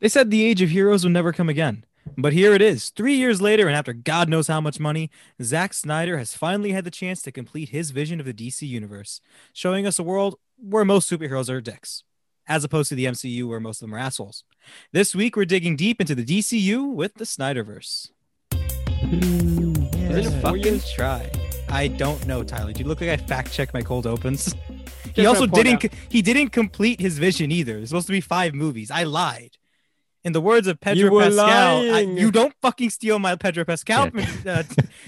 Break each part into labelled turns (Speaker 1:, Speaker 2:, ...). Speaker 1: They said the age of heroes would never come again. But here it is, three years later, and after God knows how much money, Zack Snyder has finally had the chance to complete his vision of the DC universe, showing us a world where most superheroes are dicks, as opposed to the MCU where most of them are assholes. This week, we're digging deep into the DCU with the Snyderverse. There's a fucking try. I don't know, Tyler. Do you look like I fact checked my cold opens? he
Speaker 2: Just
Speaker 1: also
Speaker 2: gonna point
Speaker 1: didn't he didn't complete his vision either. There's supposed to be five movies. I lied. In the words of Pedro
Speaker 2: were
Speaker 1: Pascal, I,
Speaker 2: lying.
Speaker 1: you don't fucking steal my Pedro Pascal uh,
Speaker 2: Hey,
Speaker 1: God,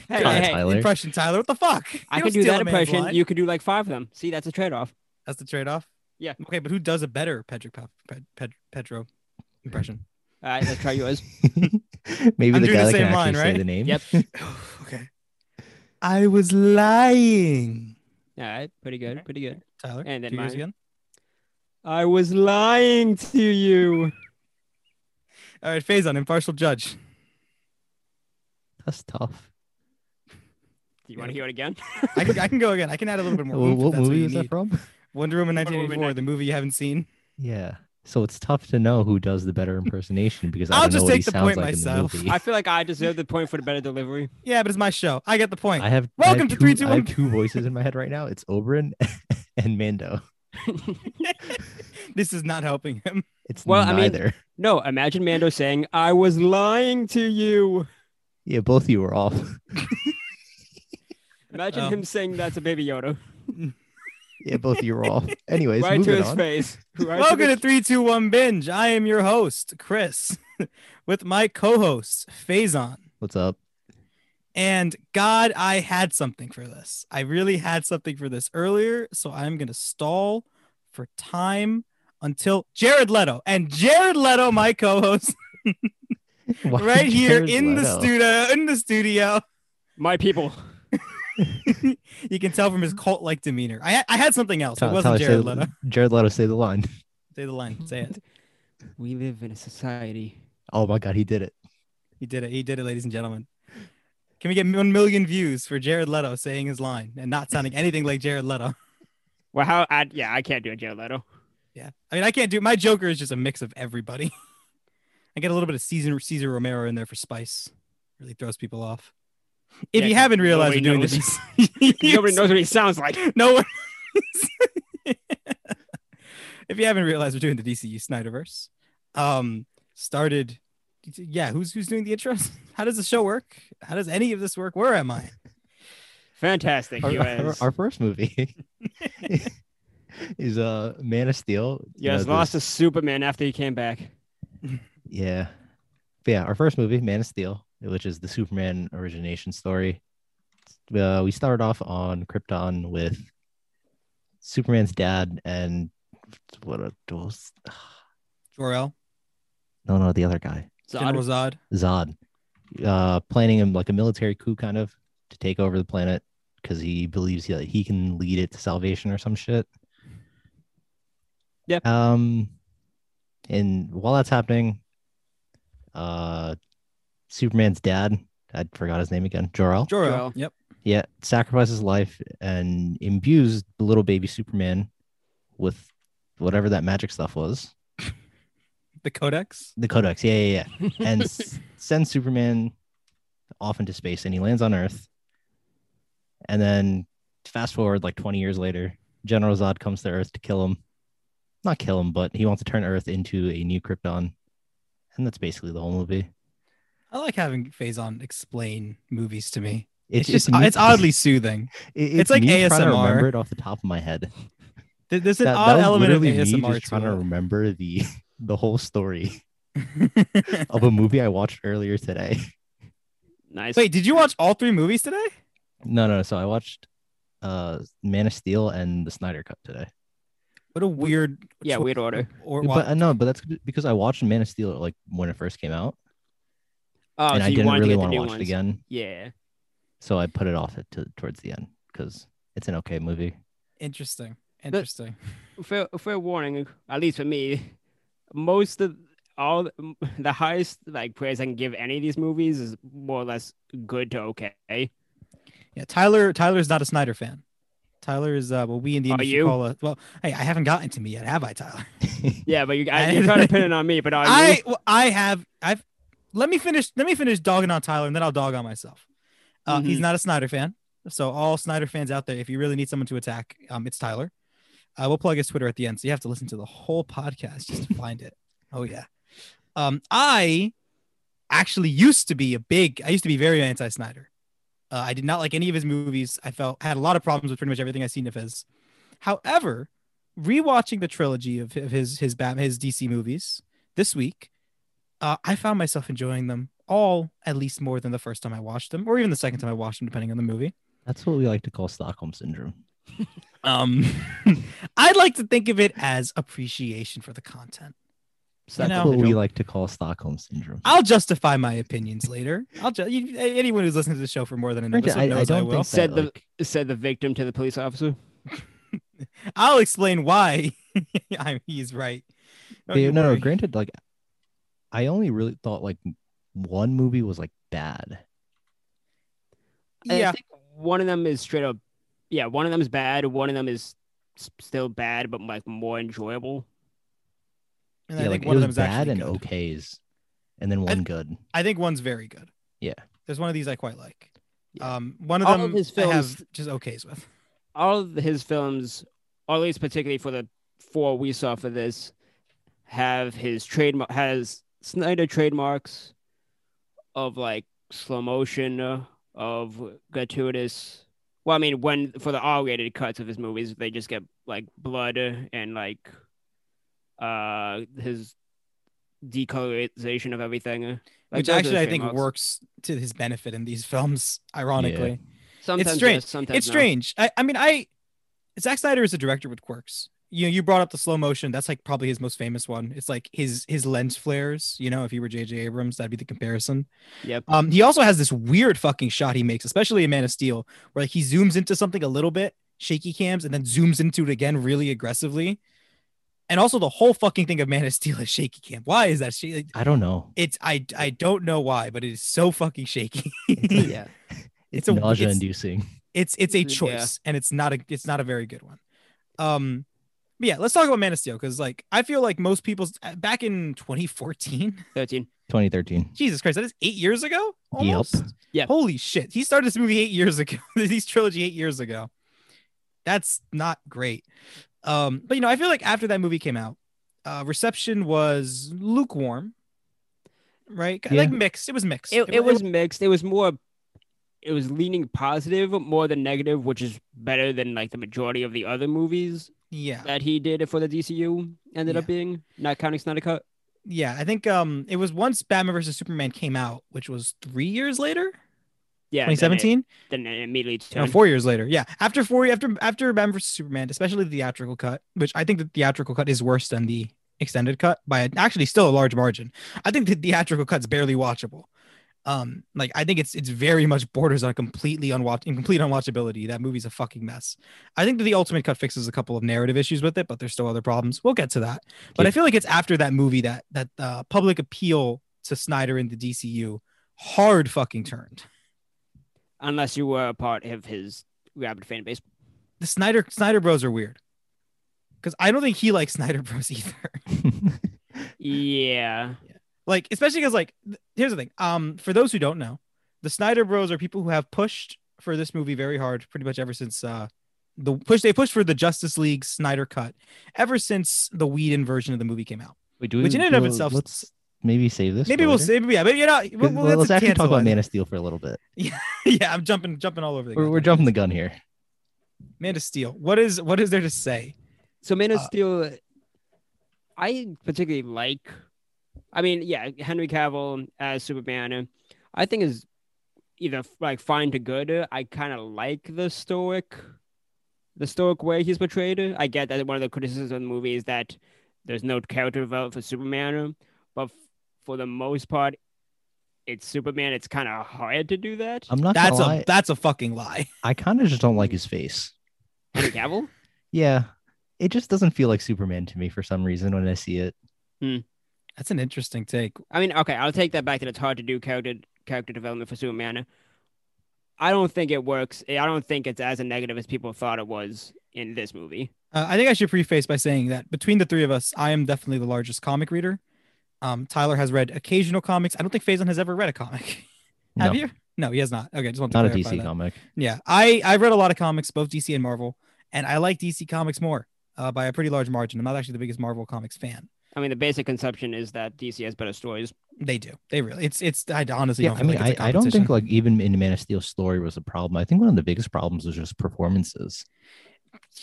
Speaker 2: hey, hey,
Speaker 3: Tyler.
Speaker 1: impression, Tyler. What the fuck?
Speaker 2: I
Speaker 1: You don't
Speaker 2: could do
Speaker 1: steal
Speaker 2: that
Speaker 1: a man's
Speaker 2: impression.
Speaker 1: line.
Speaker 2: You could do like five of them. See, that's a trade-off.
Speaker 1: That's the trade-off.
Speaker 2: Yeah.
Speaker 1: Okay, but who does a better Pedro Pa- Ped- Ped- Pedro impression?
Speaker 2: All right, let's try yours.
Speaker 3: Maybe
Speaker 1: I'm
Speaker 3: the
Speaker 1: doing
Speaker 3: guy
Speaker 1: the
Speaker 3: that can
Speaker 1: same
Speaker 3: actually
Speaker 1: line,
Speaker 3: say
Speaker 1: right?
Speaker 3: the name.
Speaker 2: Yep.
Speaker 1: okay. I was lying.
Speaker 2: All right, pretty good, pretty good.
Speaker 1: Tyler,
Speaker 2: And then
Speaker 1: do yours
Speaker 2: mine.
Speaker 1: again.
Speaker 2: I was lying to you.
Speaker 1: All right, Faison, impartial judge.
Speaker 3: That's tough.
Speaker 2: Do you want to hear it again?
Speaker 1: I can, I can go again. I can add a little bit more.
Speaker 3: Wha-
Speaker 1: oomph if
Speaker 3: what
Speaker 1: that's you
Speaker 3: movie is that
Speaker 1: need.
Speaker 3: from?
Speaker 1: Wonder Woman
Speaker 2: Wonder Woman
Speaker 1: 1984, the movie you haven't seen.
Speaker 3: Yeah. So it's tough to know who does the better impersonation because I
Speaker 1: I'll
Speaker 3: don't
Speaker 1: just
Speaker 3: know what he
Speaker 1: take the
Speaker 3: sounds
Speaker 1: point
Speaker 3: like
Speaker 1: myself.
Speaker 3: in the movie.
Speaker 2: I feel like I deserve the point for the better delivery.
Speaker 1: Yeah, but it's my show. I get the point.
Speaker 3: I have
Speaker 1: Welcome
Speaker 3: I have
Speaker 1: to
Speaker 3: two,
Speaker 1: 321.
Speaker 3: I have two voices in my head right now. It's Oberon and Mando.
Speaker 1: this is not helping him.
Speaker 3: It's
Speaker 2: Well, I mean-
Speaker 3: neither.
Speaker 2: No, imagine Mando saying, "I was lying to you."
Speaker 3: yeah, both of you are off.
Speaker 2: Imagine
Speaker 1: Um,
Speaker 2: him saying that to Baby Yoda
Speaker 3: Yeah, both of you are off. Anyways,
Speaker 2: right to
Speaker 3: moving
Speaker 2: his
Speaker 3: on.
Speaker 2: face. Right
Speaker 1: Welcome
Speaker 2: the-
Speaker 1: to 321 Binge. I am your host, Chris, with my co host, Faison.
Speaker 3: What's up?
Speaker 1: And God, I had something for this. I really had something for this earlier. So I'm going to stall for time until Jared Leto. And Jared Leto, my co host,
Speaker 3: Why
Speaker 1: right here
Speaker 3: Jared
Speaker 1: in the
Speaker 3: Leto?
Speaker 1: studio. In the studio.
Speaker 2: my people.
Speaker 1: You can tell from his cult like demeanor. I, I had something else.
Speaker 3: Tyler-
Speaker 1: it wasn't
Speaker 3: Tyler, say
Speaker 1: Jared
Speaker 3: the-
Speaker 1: Leto.
Speaker 3: Jared Leto, say the line.
Speaker 1: Say the line. Say it.
Speaker 2: We live in a society.
Speaker 3: Oh my God, he did it.
Speaker 1: He did it. He did it, ladies and gentlemen. Can we get 1 million views for Jared Leto saying his line and not sounding anything like Jared Leto?
Speaker 2: Well, how? I, yeah, I can't do a Jared Leto.
Speaker 1: Yeah. I mean, I can't do my Joker is just a mix of everybody. I get a little bit of Caesar Caesar Romero in there for spice. Really throws people off. If
Speaker 2: Yeah,
Speaker 1: you
Speaker 2: 'cause
Speaker 1: haven't realized we're
Speaker 2: nobody
Speaker 1: doing
Speaker 2: knows.
Speaker 1: this,
Speaker 2: Nobody knows what he sounds like.
Speaker 1: No one. if you haven't realized, we're doing the DCU Snyderverse. Um, started. Yeah, who's who's doing the intros? How does the show work? How does any of this work? Where am I?
Speaker 2: Fantastic.
Speaker 3: Our,
Speaker 2: you
Speaker 3: our,
Speaker 2: guys.
Speaker 3: our first movie is uh Man of Steel.
Speaker 2: You
Speaker 3: know,
Speaker 2: guys
Speaker 3: this-
Speaker 2: lost to Superman after he came back.
Speaker 3: Yeah. But yeah, our first movie, Man of Steel, which is the Superman origination story. Uh, we start off on Krypton with Superman's dad and what, a, what was
Speaker 1: Jor El,
Speaker 3: no no the other guy
Speaker 1: General Zod.
Speaker 3: Zod, uh, planning him like a military coup kind of to take over the planet because he believes that he can lead it to salvation or some shit.
Speaker 2: Yep.
Speaker 3: Um, and while that's happening, uh, Superman's dad, I forgot his name again, Jor-El.
Speaker 1: Jor El.
Speaker 2: Jor-El.
Speaker 1: Yep.
Speaker 3: yeah, sacrifices his life and imbues the little baby Superman with whatever that magic stuff was.
Speaker 1: The Codex.
Speaker 3: The Codex, yeah, yeah, yeah. And s- sends Superman off into space and he lands on Earth. And then fast forward like 20 years later, General Zod comes to Earth to kill him. Not kill him, but he wants to turn Earth into a new Krypton. And that's basically the whole movie.
Speaker 1: I like having Phazon explain movies to me. It's, just
Speaker 3: me-
Speaker 1: it's oddly soothing.
Speaker 3: it-
Speaker 1: it's like
Speaker 3: me Trying to
Speaker 1: ASMR.
Speaker 3: remember it off the top of my head.
Speaker 1: There- There's an
Speaker 3: That, that
Speaker 1: odd
Speaker 3: was
Speaker 1: element of
Speaker 3: literally me
Speaker 1: ASMR
Speaker 3: just trying to
Speaker 1: to
Speaker 3: remember the the whole story
Speaker 1: it.
Speaker 3: of a movie I watched earlier today.
Speaker 2: Nice.
Speaker 1: Wait, did you watch all three movies today?
Speaker 3: No, no. So I watched uh Man of Steel and the Snyder Cut today.
Speaker 1: What a weird.
Speaker 2: yeah,
Speaker 1: cho-
Speaker 2: weird order.
Speaker 1: Or
Speaker 3: But
Speaker 1: what?
Speaker 3: uh, no, but that's because I watched Man of Steel like when it first came out,
Speaker 2: Oh,
Speaker 3: and
Speaker 2: so
Speaker 3: I
Speaker 2: you
Speaker 3: didn't
Speaker 2: wanted
Speaker 3: really
Speaker 2: to get
Speaker 3: want
Speaker 2: the
Speaker 3: to
Speaker 2: new
Speaker 3: watch
Speaker 2: ones.
Speaker 3: it again,
Speaker 2: Yeah.
Speaker 3: so I put it off it to, towards the end because it's an okay movie.
Speaker 1: Interesting. Interesting.
Speaker 2: Fair, fair warning, at least for me, most of all the- the highest like praise I can give any of these movies is more or less good to okay.
Speaker 1: Yeah, Tyler. Tyler's not a Snyder fan. Tyler is uh, what we in the
Speaker 2: Are
Speaker 1: industry
Speaker 2: you?
Speaker 1: call a well. Hey, I haven't gotten to me yet, have I, Tyler?
Speaker 2: Yeah, but you, I, you're trying to pin it on me. But are you?
Speaker 1: I well, I have I've let me finish let me finish dogging on Tyler and then I'll dog on myself. Uh, He's
Speaker 2: Mhm.
Speaker 1: not a Snyder fan, so all Snyder fans out there, if you really need someone to attack, um, it's Tyler. Uh, we'll plug his Twitter at the end, so you have to listen to the whole podcast just to find it. Oh yeah, um, I actually used to be a big. I used to be very anti Snyder. Uh, I did not like any of his movies. I felt had a lot of problems with pretty much everything I seen of his. However, rewatching the trilogy of, of his his Bat his DC movies this week, uh, I found myself enjoying them all at least more than the first time I watched them, or even the second time I watched them, depending on the movie.
Speaker 3: That's what we like to call Stockholm syndrome.
Speaker 1: Um, I'd like to think of it as appreciation for the content.
Speaker 2: So
Speaker 3: That's
Speaker 1: You know- Oh,
Speaker 3: what we like to call Stockholm syndrome.
Speaker 1: I'll justify my opinions later. I'll ju- you- anyone who's listened to the show for more than an
Speaker 3: Frankly,
Speaker 1: episode
Speaker 3: I, I
Speaker 1: knows I,
Speaker 3: don't
Speaker 1: will.
Speaker 3: think
Speaker 2: Said
Speaker 3: that,
Speaker 2: the-
Speaker 3: like,
Speaker 2: said the victim to the police officer.
Speaker 1: I'll explain why I'm, he's right. Don't
Speaker 3: Yeah,
Speaker 1: you
Speaker 3: no,
Speaker 1: worry.
Speaker 3: granted, like I only really thought like m- one movie was like bad.
Speaker 2: I-
Speaker 1: yeah,
Speaker 2: I think one of them is straight up. Yeah, one of them is bad. One of them is s- still bad, but like more enjoyable.
Speaker 1: and
Speaker 3: yeah,
Speaker 1: I
Speaker 3: like
Speaker 1: think
Speaker 3: it
Speaker 1: one of
Speaker 3: was
Speaker 1: them's
Speaker 3: bad
Speaker 1: actually
Speaker 3: and
Speaker 1: good.
Speaker 3: okays, and then one good.
Speaker 1: I think one's very good.
Speaker 3: Yeah.
Speaker 1: there's one of these I quite like.
Speaker 2: Yeah.
Speaker 1: Um, one of
Speaker 2: All
Speaker 1: them
Speaker 2: of his
Speaker 1: I have
Speaker 2: films-
Speaker 1: just okays with.
Speaker 2: All of his films, or at least particularly for the four we saw for this, have his trademark has Snyder trademarks of like slow motion, uh, of gratuitous. Well, I mean, when for the R-rated cuts of his movies, they just get like blood uh, and like uh his decolorization of everything. uh, like,
Speaker 1: which
Speaker 2: those are
Speaker 1: actually I
Speaker 2: his
Speaker 1: think
Speaker 2: trademarks.
Speaker 1: works to his benefit in these films. Ironically,
Speaker 2: Sometimes
Speaker 1: strange.
Speaker 2: yes, sometimes
Speaker 1: it's
Speaker 2: no.
Speaker 1: strange. I, I mean, I Zack Snyder is a director with quirks. You know, you brought up the slow motion. That's like probably his most famous one. It's like his his lens flares. You know, if you were J.J. Abrams, that'd be the comparison.
Speaker 2: Yep.
Speaker 1: Um, he also has this weird fucking shot he makes, especially in Man of Steel, where like he zooms into something a little bit, shaky cams, and then zooms into it again really aggressively. And also, the whole fucking thing of Man of Steel is shaky cam. Why is that? Sh-
Speaker 3: I don't know.
Speaker 1: it's I I don't know why, but it is so fucking shaky.
Speaker 2: yeah.
Speaker 1: It's
Speaker 3: It's,
Speaker 1: a-
Speaker 3: nausea
Speaker 1: it's-
Speaker 3: inducing.
Speaker 1: it's it's a
Speaker 2: Mm-hmm, Yeah.
Speaker 1: choice, and it's not a it's not a very good one. Um, but yeah, let's talk about Man of Steel because like I feel like most people's uh, back in 2014,
Speaker 2: 13.
Speaker 3: 2013.
Speaker 1: Jesus Christ, that is eight years ago.
Speaker 3: Yep.
Speaker 1: Almost.
Speaker 2: Yeah.
Speaker 1: Holy shit, he started this movie eight years ago. These trilogy eight years ago. That's not great. Um, but you know, I feel like after that movie came out, uh, reception was lukewarm, right?
Speaker 3: Yeah.
Speaker 1: Like mixed. It was mixed.
Speaker 2: It, it was mixed. It was more, it was leaning positive more than negative, which is better than like the majority of the other movies
Speaker 1: yeah.
Speaker 2: that he did for the DCU ended up being, not counting Snyder Cut.
Speaker 1: Yeah, I think um it was once Batman versus Superman came out, which was three years later,
Speaker 2: Yeah. then it-
Speaker 1: 2017,
Speaker 2: Then it immediately
Speaker 1: no,
Speaker 2: turned.
Speaker 1: four years later. Yeah, after four after after Batman versus Superman, especially the theatrical cut, which I think the theatrical cut is worse than the extended cut by a- actually still a large margin. I think the theatrical cut's barely watchable. Um, like I think it's it's very much borders on completely unwatch incomplete unwatchability. That movie's a fucking mess. I think that the ultimate cut fixes a couple of narrative issues with it, but there's still other problems. We'll get to that. But I
Speaker 3: Yeah.
Speaker 1: feel like it's after that movie that that uh, public appeal to Snyder and the DCU hard fucking turned.
Speaker 2: unless you were a part of his rabid fan base.
Speaker 1: The Snyder Snyder Bros are weird because I don't think he likes Snyder Bros either.
Speaker 2: Yeah.
Speaker 1: like especially because like th- here's the thing um for those who don't know the snyder bros are people who have pushed for this movie very hard pretty much ever since uh the push they pushed for the justice league snyder cut ever since the Whedon version of the movie came out
Speaker 3: Wait, do
Speaker 1: Which in and of
Speaker 3: do a-
Speaker 1: itself-
Speaker 3: Let's maybe save this.
Speaker 1: maybe
Speaker 3: for
Speaker 1: we'll
Speaker 3: later?
Speaker 1: say maybe yeah maybe you know we'll,
Speaker 3: 'Cause-
Speaker 1: we'll,
Speaker 3: well,
Speaker 1: that's
Speaker 3: let's
Speaker 1: a
Speaker 3: actually talk about
Speaker 1: tantalizing-
Speaker 3: Man of Steel for a little bit.
Speaker 1: yeah i'm jumping jumping all over the
Speaker 3: We're, we're
Speaker 1: goddamn-
Speaker 3: jumping the gun here.
Speaker 1: man of steel what is what is there to say
Speaker 2: So Man of
Speaker 1: Uh,
Speaker 2: Steel, I particularly like. I mean, yeah, Henry Cavill as Superman, uh, I think is either like fine to good. Uh, I kind of like the stoic, the stoic way he's portrayed. Uh, I get that one of the criticisms of the movie is that there's no character development for Superman, uh, but f- for the most part, it's Superman. It's kind of hard to do that.
Speaker 3: I'm not
Speaker 1: that's
Speaker 3: gonna
Speaker 1: a
Speaker 3: lie.
Speaker 1: that's a fucking lie
Speaker 3: I kind of just don't like his face.
Speaker 2: Henry Cavill.
Speaker 3: Yeah, it just doesn't feel like Superman to me for some reason when I see it.
Speaker 1: that's an interesting take
Speaker 2: I mean, okay, I'll take that back that it's hard to do character character development for Superman. I don't think it works. I don't think it's as a negative as people thought it was in this movie.
Speaker 1: Uh, I think I should preface by saying that between the three of us, I am definitely the largest comic reader. Um, Tyler has read occasional comics. I don't think Faison has ever read a comic. Have
Speaker 3: No.
Speaker 1: you? No, he has not. Okay, just want to
Speaker 3: Not a
Speaker 1: clarify
Speaker 3: DC
Speaker 1: that.
Speaker 3: comic.
Speaker 1: Yeah, I I've read a lot of comics, both DC and Marvel, and I like DC comics more uh, by a pretty large margin. I'm not actually the biggest Marvel comics fan.
Speaker 2: I mean, the basic conception is that DC has better stories.
Speaker 1: They do. They really. It's it's. I honestly.
Speaker 3: Yeah,
Speaker 1: don't
Speaker 3: I
Speaker 1: feel
Speaker 3: mean,
Speaker 1: like it's a
Speaker 3: I, I don't think
Speaker 1: competition.
Speaker 3: like even in Man of Steel story was a problem. I think one of the biggest problems was just performances.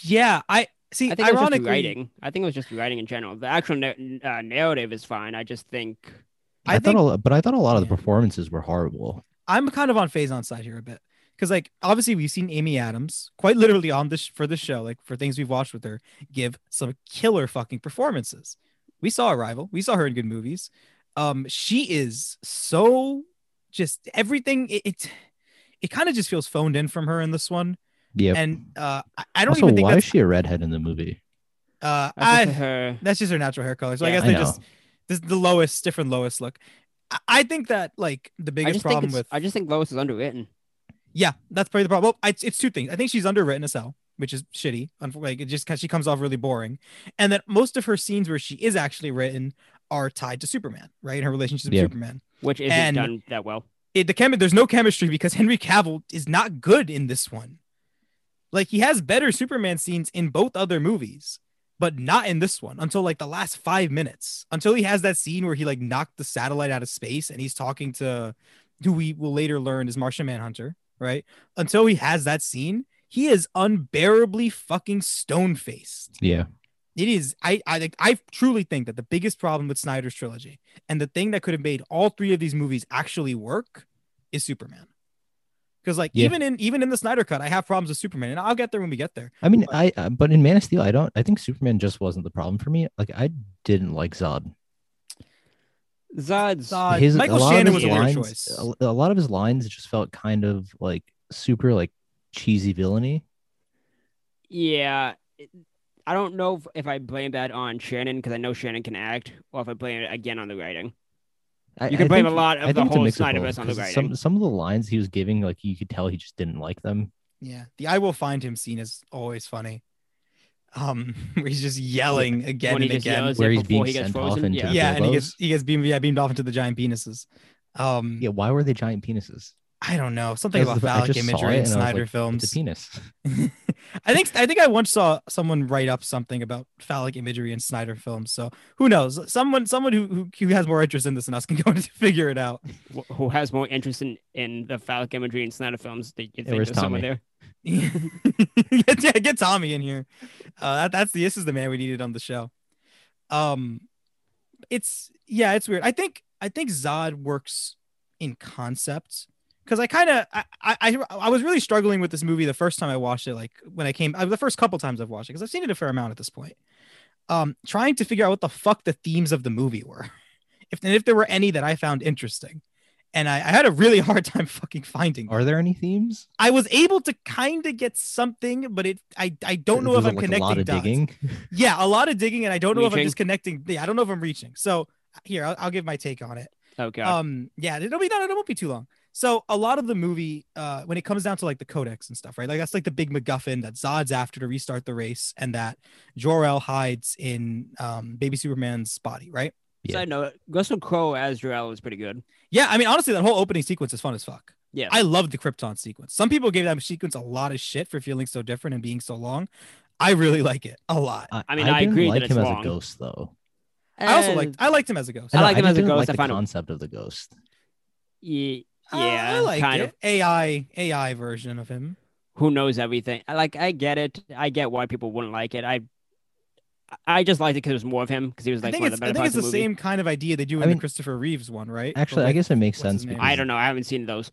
Speaker 1: Yeah, I see.
Speaker 2: I think it was just
Speaker 1: ironically,
Speaker 2: writing. I think it was just writing in general. The actual na- uh, narrative is fine. I just think
Speaker 1: I
Speaker 3: I,
Speaker 1: think-
Speaker 3: thought, a, but I thought a lot of the
Speaker 1: Yeah.
Speaker 3: performances were horrible.
Speaker 1: I'm kind of on Faison's side here a bit because, like, obviously we've seen Amy Adams quite literally on this for this show, like for things we've watched with her, give some killer fucking performances. We saw Arrival. We saw her in good movies. Um, she is so just everything. It it, it kind of just feels phoned in from her in this one,
Speaker 3: Yeah.
Speaker 1: and uh, I, I don't
Speaker 3: also,
Speaker 1: even think
Speaker 3: why is
Speaker 1: that's
Speaker 3: she a redhead in the movie?
Speaker 1: uh,
Speaker 2: I think
Speaker 1: I,
Speaker 2: her.
Speaker 1: that's just her natural hair color. So I
Speaker 2: Yeah,
Speaker 1: guess
Speaker 3: I
Speaker 1: they
Speaker 3: know.
Speaker 1: just this is the lowest, different lowest look. I, I think that like the
Speaker 2: I
Speaker 1: biggest
Speaker 2: just think
Speaker 1: problem
Speaker 2: it's,
Speaker 1: with
Speaker 2: I just think Lois is underwritten.
Speaker 1: Yeah, that's probably the problem. Well, I, it's two things. I think she's underwritten as hell, which is shitty. Unf- Like it just 'cause she comes off really boring, and that most of her scenes where she is actually written are tied to Superman, right? And her relationship with
Speaker 3: Yeah.
Speaker 1: Superman.
Speaker 2: which isn't
Speaker 1: And-
Speaker 2: done that well.
Speaker 1: It, the chemi- there's no chemistry because Henry Cavill is not good in this one. Like he has better Superman scenes in both other movies, but not in this one until like the last five minutes. Until he has that scene where he like knocked the satellite out of space and he's talking to who we will later learn is Martian Manhunter, right? Until he has that scene, he is unbearably fucking stone faced
Speaker 3: Yeah.
Speaker 1: it is I I think I truly think that the biggest problem with Snyder's trilogy and the thing that could have made all three of these movies actually work is Superman. Because like
Speaker 3: Yeah.
Speaker 1: even in even in the Snyder cut, I have problems with Superman, and I'll get there when we get there.
Speaker 3: I mean, I uh, but in Man of Steel, I don't. I think Superman just wasn't the problem for me. Like, I didn't like Zod.
Speaker 2: Zod's
Speaker 1: Zod-
Speaker 3: His-
Speaker 1: Michael
Speaker 3: lot of
Speaker 1: Shannon was
Speaker 3: his
Speaker 1: a weird
Speaker 3: lines-
Speaker 1: choice.
Speaker 3: A, a lot of his lines just felt kind of like super like cheesy villainy.
Speaker 2: yeah. it- I don't know if, if I blame that on Shannon because I know Shannon can act, or if I blame it again on the writing.
Speaker 3: I,
Speaker 2: You can
Speaker 3: I
Speaker 2: blame
Speaker 3: think-
Speaker 2: a lot
Speaker 3: I
Speaker 2: of the
Speaker 3: think it's a
Speaker 2: whole
Speaker 3: mix of
Speaker 2: Snyderverse
Speaker 3: both,
Speaker 2: on the
Speaker 3: 'cause
Speaker 2: writing.
Speaker 3: Some some of the lines he was giving, like you could tell he just didn't like them.
Speaker 1: Yeah, the I will find him scene is always funny. Um, where he's just yelling again
Speaker 2: when he
Speaker 1: and
Speaker 2: just
Speaker 1: again.
Speaker 2: yells
Speaker 3: Where
Speaker 2: it
Speaker 3: he's
Speaker 2: before
Speaker 3: being
Speaker 2: he gets
Speaker 3: sent off
Speaker 2: frozen.
Speaker 3: into
Speaker 2: yeah.
Speaker 1: Yeah,
Speaker 3: the-
Speaker 1: and he
Speaker 3: Bilbo's.
Speaker 1: gets he gets beamed yeah beamed off into the giant penises. Um,
Speaker 3: Yeah, why were they giant penises?
Speaker 1: I don't know something
Speaker 3: That's
Speaker 1: about
Speaker 3: the- I
Speaker 1: phallic
Speaker 3: just saw
Speaker 1: imagery in
Speaker 3: it and I was
Speaker 1: Snyder
Speaker 3: like,
Speaker 1: films.
Speaker 3: It's a penis.
Speaker 1: I think I think I once saw someone write up something about phallic imagery in Snyder films. So who knows? Someone someone who who, who has more interest in this than us can go and figure it out.
Speaker 2: Wh- Who has more interest in, in the phallic imagery in Snyder films? That you think
Speaker 3: where's
Speaker 2: there's someone
Speaker 3: Tommy?
Speaker 2: there?
Speaker 1: yeah, get Tommy in here. Uh, that, that's the this is the man we needed on the show. Um, it's yeah, it's weird. I think I think Zod works in concept because I kind of I, I I- I was really struggling with this movie the first time I watched it. Like when I came uh, the first couple times I've watched it because I've seen it a fair amount at this point. Um, trying to figure out what the fuck the themes of the movie were, if and if there were any that I found interesting, and I, I had a really hard time fucking finding.
Speaker 3: Are there any themes?
Speaker 1: I was able to kind of get something, but it I I don't know
Speaker 3: There's,
Speaker 1: if I'm
Speaker 3: like,
Speaker 1: connecting
Speaker 3: a lot of
Speaker 1: dots.
Speaker 3: digging.
Speaker 1: Yeah, a lot of digging, and I don't know if I'm
Speaker 2: Reaching.
Speaker 1: just connecting. Yeah, I don't know if I'm reaching. So here, I'll, I'll give my take on it.
Speaker 2: Oh god.
Speaker 1: Um, yeah, it'll be not. It won't be too long. So a lot of the movie, uh, when it comes down to like the codex and stuff, right? Like that's like the big MacGuffin that Zod's after to restart the race, and that Jor El hides in um, Baby Superman's body, right?
Speaker 3: yeah.
Speaker 2: Side note: Russell Crowe as Jor-El is pretty good.
Speaker 1: Yeah, I mean, honestly, that whole opening sequence is fun as fuck.
Speaker 2: Yeah.
Speaker 1: I love the Krypton sequence. Some people gave that sequence a lot of shit for feeling so different and being so long. I really like it a lot.
Speaker 2: I mean, I
Speaker 3: didn't
Speaker 2: agree that
Speaker 3: like
Speaker 2: it's
Speaker 3: him as
Speaker 2: long.
Speaker 3: a ghost though.
Speaker 1: I also
Speaker 2: Uh,
Speaker 1: liked I liked him as a ghost.
Speaker 2: I
Speaker 3: don't-
Speaker 2: like him
Speaker 3: just
Speaker 2: as a
Speaker 3: didn't
Speaker 2: ghost.
Speaker 3: Like
Speaker 2: I
Speaker 3: the
Speaker 2: find him-
Speaker 3: concept of the ghost.
Speaker 2: ye-
Speaker 1: Uh,
Speaker 2: yeah.
Speaker 1: I like
Speaker 2: kind
Speaker 1: it.
Speaker 2: of.
Speaker 1: AI AI version of him.
Speaker 2: who knows everything. I- Like I get it. I get why people wouldn't like it. I I just liked it because it was more of him because he was
Speaker 1: I
Speaker 2: like
Speaker 1: think
Speaker 2: one of
Speaker 1: it's
Speaker 2: the
Speaker 1: I
Speaker 2: better
Speaker 1: think it's
Speaker 2: parts
Speaker 1: the
Speaker 2: of the movie.
Speaker 1: same kind of idea they do
Speaker 3: I
Speaker 1: in
Speaker 3: mean-
Speaker 1: the Christopher Reeves one, right? But
Speaker 3: Actually, I
Speaker 1: with-
Speaker 3: guess it makes
Speaker 1: what's his
Speaker 3: sense.
Speaker 1: name?
Speaker 3: Because,
Speaker 2: I don't know. I haven't seen those.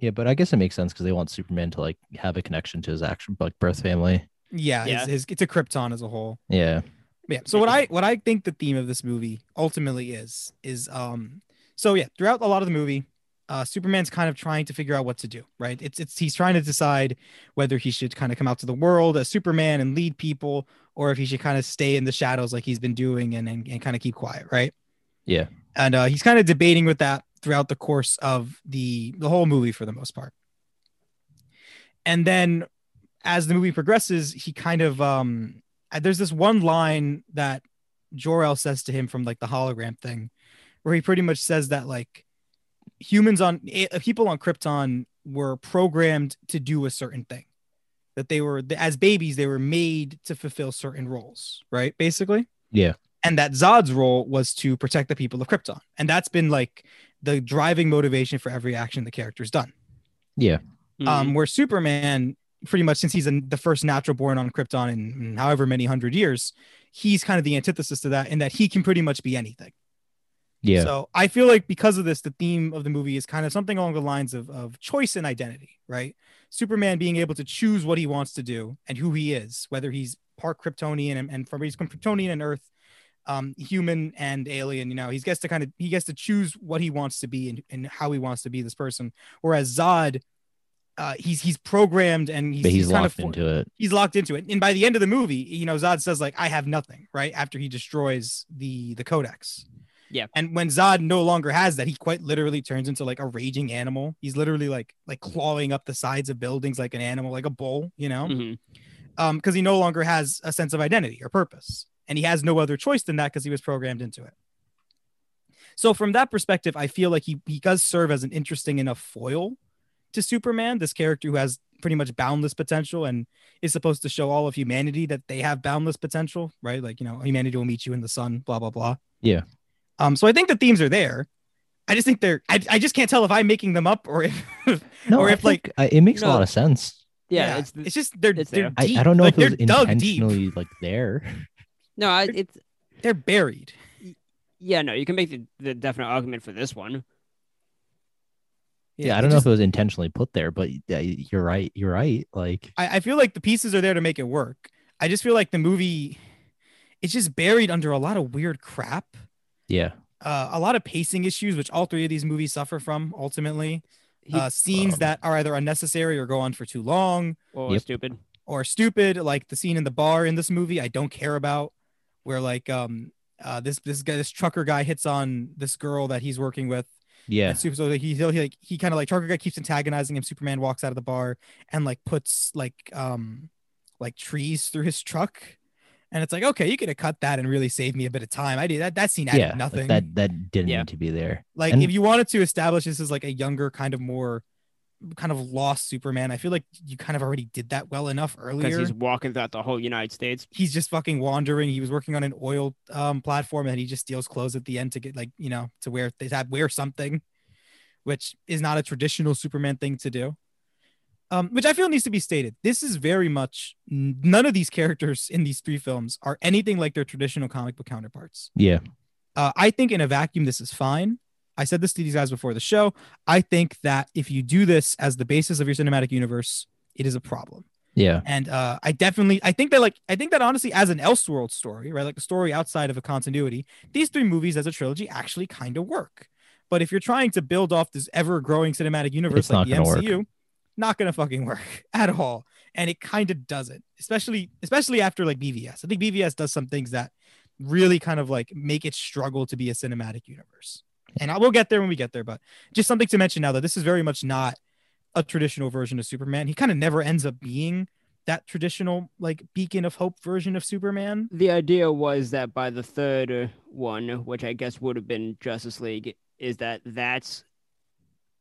Speaker 3: Yeah, but I guess it makes sense because they want Superman to like have a connection to his actual like birth family.
Speaker 1: yeah,
Speaker 2: Yeah.
Speaker 1: His, his, it's a Krypton as a whole.
Speaker 3: Yeah,
Speaker 1: Yeah. So what I what I think the theme of this movie ultimately is is um so yeah, throughout a lot of the movie, uh Superman's kind of trying to figure out what to do, right? It's it's he's trying to decide whether he should kind of come out to the world as Superman and lead people or if he should kind of stay in the shadows like he's been doing and and, and kind of keep quiet, right?
Speaker 3: yeah.
Speaker 1: and uh, he's kind of debating with that throughout the course of the the whole movie for the most part. and then as the movie progresses, he kind of um there's this one line that Jor-El says to him from like the hologram thing where he pretty much says that like humans on eh, people on Krypton were programmed to do a certain thing that they were as babies they were made to fulfill certain roles, right? Basically.
Speaker 3: Yeah.
Speaker 1: And that Zod's role was to protect the people of Krypton. And that's been like the driving motivation for every action the character's done.
Speaker 3: Yeah.
Speaker 2: Mm-hmm.
Speaker 1: Um, where Superman pretty much since he's an, the first natural born on Krypton in, in however many hundred years, he's kind of the antithesis to that in that he can pretty much be anything.
Speaker 3: Yeah.
Speaker 1: So I feel like because of this, the theme of the movie is kind of something along the lines of, of choice and identity, right? Superman being able to choose what he wants to do and who he is, whether he's part Kryptonian and, and from he's from Kryptonian and Earth, um, human and alien. You know, he gets to kind of he gets to choose what he wants to be and, and how he wants to be this person. Whereas Zod, uh, he's he's programmed and he's,
Speaker 3: but he's,
Speaker 1: he's kind of
Speaker 3: locked
Speaker 1: for-
Speaker 3: into it.
Speaker 1: he's locked into it. And by the end of the movie, you know, Zod says like, "I have nothing," right after he destroys the the Codex.
Speaker 2: Yeah.
Speaker 1: And when Zod no longer has that, he quite literally turns into like a raging animal. He's literally like like clawing up the sides of buildings like an animal, like a bull, you know,
Speaker 2: Mhm.
Speaker 1: um, because he no longer has a sense of identity or purpose, and he has no other choice than that because he was programmed into it. So from that perspective, I feel like he he does serve as an interesting enough foil to Superman, this character who has pretty much boundless potential and is supposed to show all of humanity that they have boundless potential, right? Like, you know, humanity will meet you in the sun, blah, blah, blah.
Speaker 3: Yeah.
Speaker 1: Um, so I think the themes are there. I just think they're I, I just can't tell if I'm making them up or if
Speaker 3: No,
Speaker 1: or
Speaker 3: I
Speaker 1: if, like-
Speaker 3: think, I, it makes a lot
Speaker 2: No.
Speaker 3: of sense.
Speaker 2: Yeah, it's, the-
Speaker 1: just they're
Speaker 2: it's
Speaker 1: they're
Speaker 2: there.
Speaker 3: I,
Speaker 1: deep.
Speaker 3: I don't know
Speaker 1: like,
Speaker 3: if it was
Speaker 1: they're dug deep.
Speaker 3: intentionally like there.
Speaker 2: no, I, it's
Speaker 1: They're buried.
Speaker 2: yeah, no, you can make the, the definite argument for this one.
Speaker 3: Yeah, I
Speaker 1: it
Speaker 3: don't know
Speaker 1: just-
Speaker 3: if it was intentionally put there, but yeah, you're right. You're right. Like
Speaker 1: I, I feel like the pieces are there to make it work. I just feel like the movie it's just buried under a lot of weird crap.
Speaker 3: yeah,
Speaker 1: Uh, a lot of pacing issues, which all three of these movies suffer from ultimately.
Speaker 2: He-
Speaker 1: uh, scenes
Speaker 3: um,
Speaker 1: that are either unnecessary or go on for too long
Speaker 2: Or
Speaker 3: Yep.
Speaker 2: stupid.
Speaker 1: or stupid, like the scene in the bar in this movie. I don't care about where like um uh this this guy this trucker guy hits on this girl that he's working with.
Speaker 3: yeah.
Speaker 1: And super, so he he like he kind of like trucker guy keeps antagonizing him. Superman walks out of the bar and like puts like um like trees through his truck. And it's like, okay, you could have cut that and really saved me a bit of time. I did that. That scene added
Speaker 3: yeah, like,
Speaker 1: nothing.
Speaker 3: that that didn't
Speaker 2: Yeah.
Speaker 3: need to be there.
Speaker 1: Like
Speaker 3: And-
Speaker 1: if you wanted to establish this as like a younger, kind of more kind of lost Superman, I feel like you kind of already did that well enough
Speaker 2: Because
Speaker 1: earlier.
Speaker 2: he's
Speaker 1: He's...
Speaker 2: walking throughout the whole United States.
Speaker 1: just fucking wandering. He was working on an oil um, platform and he just steals clothes at the end to get like, you know, to wear they have wear something, which is not a traditional Superman thing to do. Um, which I feel needs to be stated. This is very much none of these characters in these three films are anything like their traditional comic book counterparts.
Speaker 3: Yeah,
Speaker 1: Uh, I think in a vacuum, this is fine. I said this to these guys before the show. I think that if you do this as the basis of your cinematic universe, it is a problem.
Speaker 3: yeah,
Speaker 1: And uh, I definitely, I think that like, I think that honestly, as an Elseworld story, right, like a story outside of a continuity, these three movies as a trilogy actually kind of work. But if you're trying to build off this ever-growing cinematic universe
Speaker 3: It's
Speaker 1: like
Speaker 3: not
Speaker 1: the
Speaker 3: gonna work.
Speaker 1: MCU, not gonna fucking work at all. And it kind of doesn't, especially especially after like BVS. I think BVS does some things that really kind of like make it struggle to be a cinematic universe. And I will get there when we get there, but just something to mention now that this is very much not a traditional version of Superman. He kind of never ends up being that traditional like beacon of hope version of Superman.
Speaker 2: The idea was that by the third uh, one, which I guess would have been Justice League, is that that's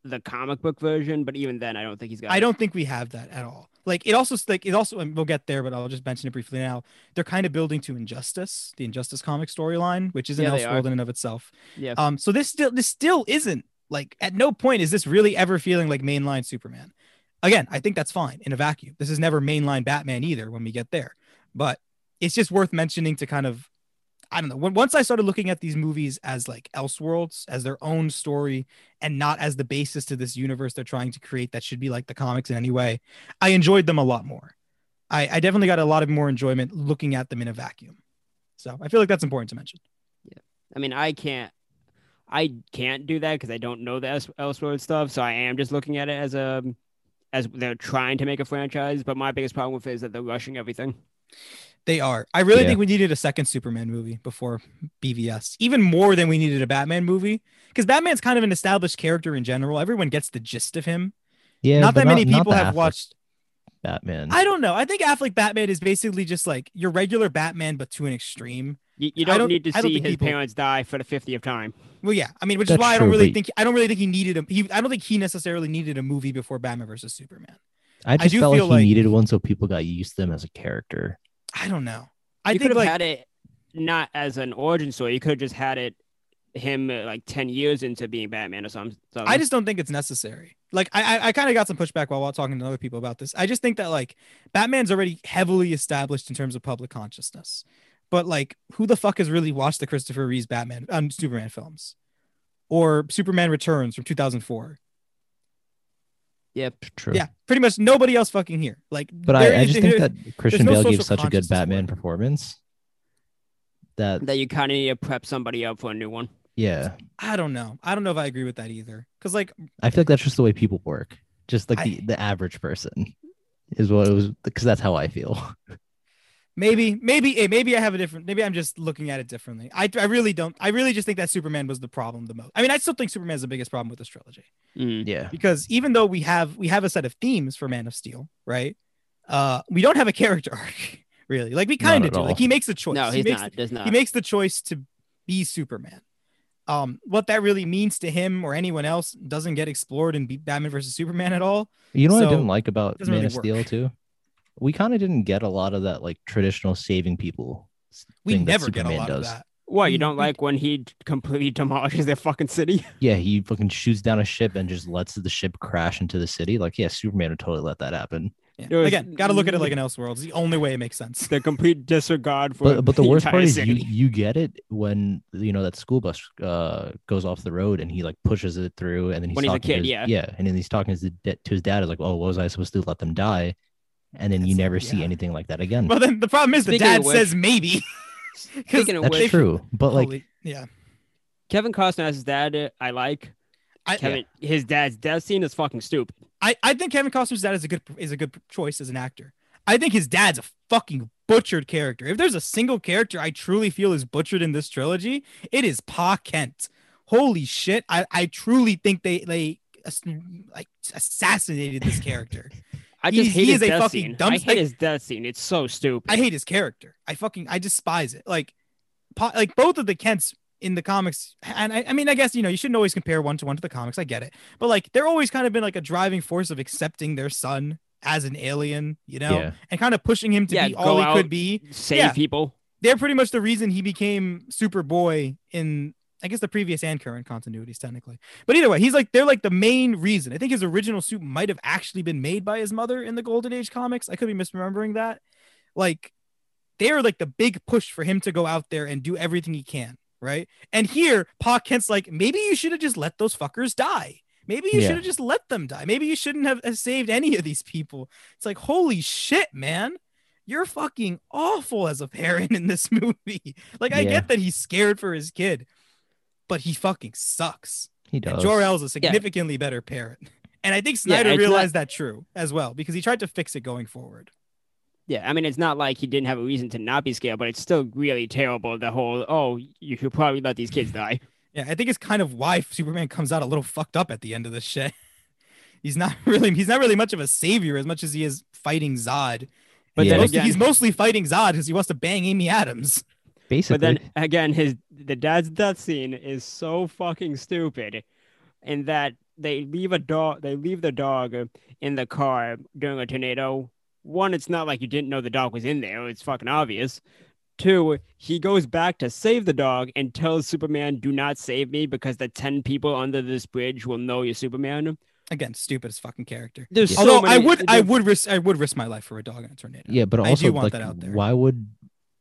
Speaker 2: the comic book version. But even then, I don't think he's got.
Speaker 1: I
Speaker 2: it.
Speaker 1: don't think we have that at all. Like it also like it also and we'll get there, but I'll just mention it briefly now. They're kind of building to Injustice, the Injustice comic storyline, which is an
Speaker 2: Yeah, they are.
Speaker 1: Elseworld in and of itself.
Speaker 2: Yeah.
Speaker 1: Um, so this still this still isn't like at no point is this really ever feeling like mainline Superman. Again, I think that's fine in a vacuum. This is never mainline Batman either when we get there, but it's just worth mentioning to kind of I don't know. When, once I started looking at these movies as like Elseworlds, as their own story, and not as the basis to this universe they're trying to create that should be like the comics in any way, I enjoyed them a lot more. I, I definitely got a lot of more enjoyment looking at them in a vacuum. So I feel like that's important to mention.
Speaker 2: I mean, I can't. I can't do that because I don't know the Else- Elseworld stuff. So I am just looking at it as a as they're trying to make a franchise. But my biggest problem with it is that they're rushing everything.
Speaker 1: They are. I really
Speaker 3: Yeah.
Speaker 1: think we needed a second Superman movie before BVS, even more than we needed a Batman movie. Because Batman's kind of an established character in general. Everyone gets the gist of him.
Speaker 3: yeah.
Speaker 1: not
Speaker 3: but
Speaker 1: that many
Speaker 3: not
Speaker 1: people
Speaker 3: the
Speaker 1: have
Speaker 3: effort.
Speaker 1: watched.
Speaker 3: Batman.
Speaker 1: I don't know. I think Affleck Batman is basically just like your regular Batman, but to an extreme.
Speaker 2: You, you
Speaker 1: I
Speaker 2: don't,
Speaker 1: don't-
Speaker 2: need to
Speaker 1: I don't
Speaker 2: see
Speaker 1: think
Speaker 2: his
Speaker 1: people-
Speaker 2: parents die for the 50th time.
Speaker 1: Well, yeah. I mean, which is
Speaker 3: That's
Speaker 1: why I don't
Speaker 3: true,
Speaker 1: really
Speaker 3: but-
Speaker 1: think I don't really think he needed a he. I don't think he necessarily needed a movie before Batman versus Superman.
Speaker 3: I just
Speaker 1: do
Speaker 3: felt like he
Speaker 1: feel like-
Speaker 3: needed one so people got used to them as a character.
Speaker 1: I don't know. I
Speaker 2: you
Speaker 1: think
Speaker 2: could have
Speaker 1: like
Speaker 2: had it not as an origin story. You could have just had it him uh, like 10 years into being Batman or something.
Speaker 1: I just don't think it's necessary. Like I, I, I kind of got some pushback while, while talking to other people about this. I just think that like Batman's already heavily established in terms of public consciousness, but like who the fuck has really watched the Christopher Reeves Batman um, Superman films, or Superman Returns from two thousand four?
Speaker 2: Yep.
Speaker 3: True.
Speaker 1: Yeah, pretty much nobody else fucking here. Like,
Speaker 3: But I,
Speaker 1: there
Speaker 3: I
Speaker 1: is-
Speaker 3: just think that Christian
Speaker 1: no
Speaker 3: Bale gave
Speaker 1: social
Speaker 3: such a good
Speaker 1: consciousness for
Speaker 3: Batman
Speaker 1: it.
Speaker 3: performance that
Speaker 2: That you kind of need to prep somebody up for a new one.
Speaker 3: yeah,
Speaker 1: I don't know. I don't know if I agree with that either. Because like
Speaker 3: I feel like that's just the way people work. Just like the,
Speaker 1: I-
Speaker 3: the average person is what it was because that's how I feel.
Speaker 1: maybe maybe eh, maybe I have a different maybe I'm just looking at it differently. I I really don't. I really just think that Superman was the problem the most. I mean, I still think Superman's the biggest problem with this trilogy.
Speaker 2: Mm.
Speaker 3: Yeah.
Speaker 1: because even though we have we have a set of themes for Man of Steel, right? Uh, we don't have a character arc really. Like we
Speaker 3: Not
Speaker 1: kind of
Speaker 3: at
Speaker 1: do.
Speaker 3: all.
Speaker 1: Like he makes a choice.
Speaker 2: No,
Speaker 1: he
Speaker 2: he's
Speaker 1: makes
Speaker 2: not. Does not.
Speaker 1: he makes the choice to be Superman. Um, what that really means to him or anyone else doesn't get explored in B- Batman versus Superman at all.
Speaker 3: You know what I
Speaker 1: So,
Speaker 3: didn't like about Man
Speaker 1: doesn't really
Speaker 3: of Steel
Speaker 1: work.
Speaker 3: too? We kind of didn't get a lot of that like traditional saving people. s-
Speaker 1: We
Speaker 3: thing that
Speaker 1: never get a
Speaker 3: Superman
Speaker 1: lot
Speaker 3: does.
Speaker 1: of that.
Speaker 2: what you
Speaker 1: Mm,
Speaker 2: don't
Speaker 1: we-
Speaker 2: like when he completely demolishes their fucking city?
Speaker 3: Yeah, he fucking shoots down a ship and just lets the ship crash into the city. Like, yeah, Superman would totally let that happen.
Speaker 1: Yeah.
Speaker 2: There was-
Speaker 1: Again, got to look at it like an Elseworlds. It's the only way it makes sense.
Speaker 2: the complete disregard for.
Speaker 3: But but the worst
Speaker 2: entire
Speaker 3: part is
Speaker 2: city.
Speaker 3: you you get it when you know that school bus uh goes off the road and he like pushes it through and then he's
Speaker 2: When he's a
Speaker 3: talking to
Speaker 2: kid,
Speaker 3: his-
Speaker 2: yeah.
Speaker 3: yeah and then he's talking to his, da- to his dad is like oh what was I supposed to do? let them die and then you
Speaker 1: That's-
Speaker 3: never see
Speaker 1: yeah.
Speaker 3: anything like that again.
Speaker 1: Well, then the problem is the
Speaker 2: Speaking of
Speaker 1: dad
Speaker 2: which-
Speaker 1: says maybe. 'Cause
Speaker 2: Speaking of
Speaker 3: That's
Speaker 1: they-
Speaker 2: which-
Speaker 3: true, but like
Speaker 1: Holy- yeah,
Speaker 2: Kevin Costner as his dad. uh, I like
Speaker 1: I,
Speaker 2: Kevin. His dad's death scene is fucking stupid.
Speaker 1: I, I think Kevin Costner's dad is a good is a good choice as an actor. I think his dad's a fucking butchered character. If there's a single character I truly feel is butchered in this trilogy, it is Pa Kent. Holy shit! I, I truly think they they ass- like assassinated this character.
Speaker 2: I
Speaker 1: He's-
Speaker 2: just hate
Speaker 1: he
Speaker 2: his
Speaker 1: is a
Speaker 2: death
Speaker 1: fucking
Speaker 2: scene.
Speaker 1: dumb
Speaker 2: I hate
Speaker 1: like-
Speaker 2: his death scene. It's so stupid.
Speaker 1: I hate his character. I fucking I despise it. Like, pa, like both of the Kents in the comics, and I, I mean, I guess you know you shouldn't always compare one to one to the comics. I get it, but like they're always kind of been like a driving force of accepting their son as an alien, you know,
Speaker 3: yeah
Speaker 1: and kind of pushing him to
Speaker 2: Yeah,
Speaker 1: be all
Speaker 2: go
Speaker 1: he could
Speaker 2: out.
Speaker 1: be.
Speaker 2: Save
Speaker 1: Yeah.
Speaker 2: people.
Speaker 1: They're pretty much the reason he became Superboy in. I guess the previous and current continuities, technically. But either way, he's like, they're like the main reason. I think his original suit might have actually been made by his mother in the Golden Age comics. I could be misremembering that like they're like the big push for him to go out there and do everything he can, right? And here, Pa Kent's like, maybe you should have just let those fuckers die. Maybe you
Speaker 3: Yeah.
Speaker 1: should have just let them die. Maybe you shouldn't have have saved any of these people. It's like, holy shit, man. You're fucking awful as a parent in this movie. Like, I
Speaker 3: Yeah.
Speaker 1: get that he's scared for his kid, but he fucking sucks.
Speaker 3: he
Speaker 1: And
Speaker 3: does.
Speaker 1: Jor-El's a significantly better parent. And I think
Speaker 2: Yeah,
Speaker 1: Snyder
Speaker 2: it's not-
Speaker 1: realized that true as well because he tried to fix it going forward.
Speaker 2: Yeah, I mean, it's not like he didn't have a reason to not be scared, but it's still really terrible. The whole, oh, you should probably let these kids die.
Speaker 1: Yeah, I think it's kind of why Superman comes out a little fucked up at the end of this shit. He's not really he's not really much of a savior as much as he is fighting Zod.
Speaker 2: But
Speaker 3: Yeah.
Speaker 2: then
Speaker 1: Mostly-
Speaker 2: again,
Speaker 1: he's mostly fighting Zod because he wants to bang Amy Adams.
Speaker 3: Basically,
Speaker 2: but then again, his the dad's death scene is so fucking stupid, in that they leave a dog, they leave the dog uh, in the car during a tornado. One, it's not like you didn't know the dog was in there; it's fucking obvious. Two, he goes back to save the dog and tells Superman, "Do not save me because the ten people under this bridge will know you're Superman."
Speaker 1: Again, stupidest fucking character.
Speaker 2: There's
Speaker 3: Yeah.
Speaker 2: so
Speaker 1: Although I
Speaker 2: many-
Speaker 1: would I
Speaker 2: there's-
Speaker 1: would risk I would risk my life for a dog in a tornado.
Speaker 3: yeah, but
Speaker 1: I do
Speaker 3: also
Speaker 1: want
Speaker 3: like,
Speaker 1: that out there.
Speaker 3: why would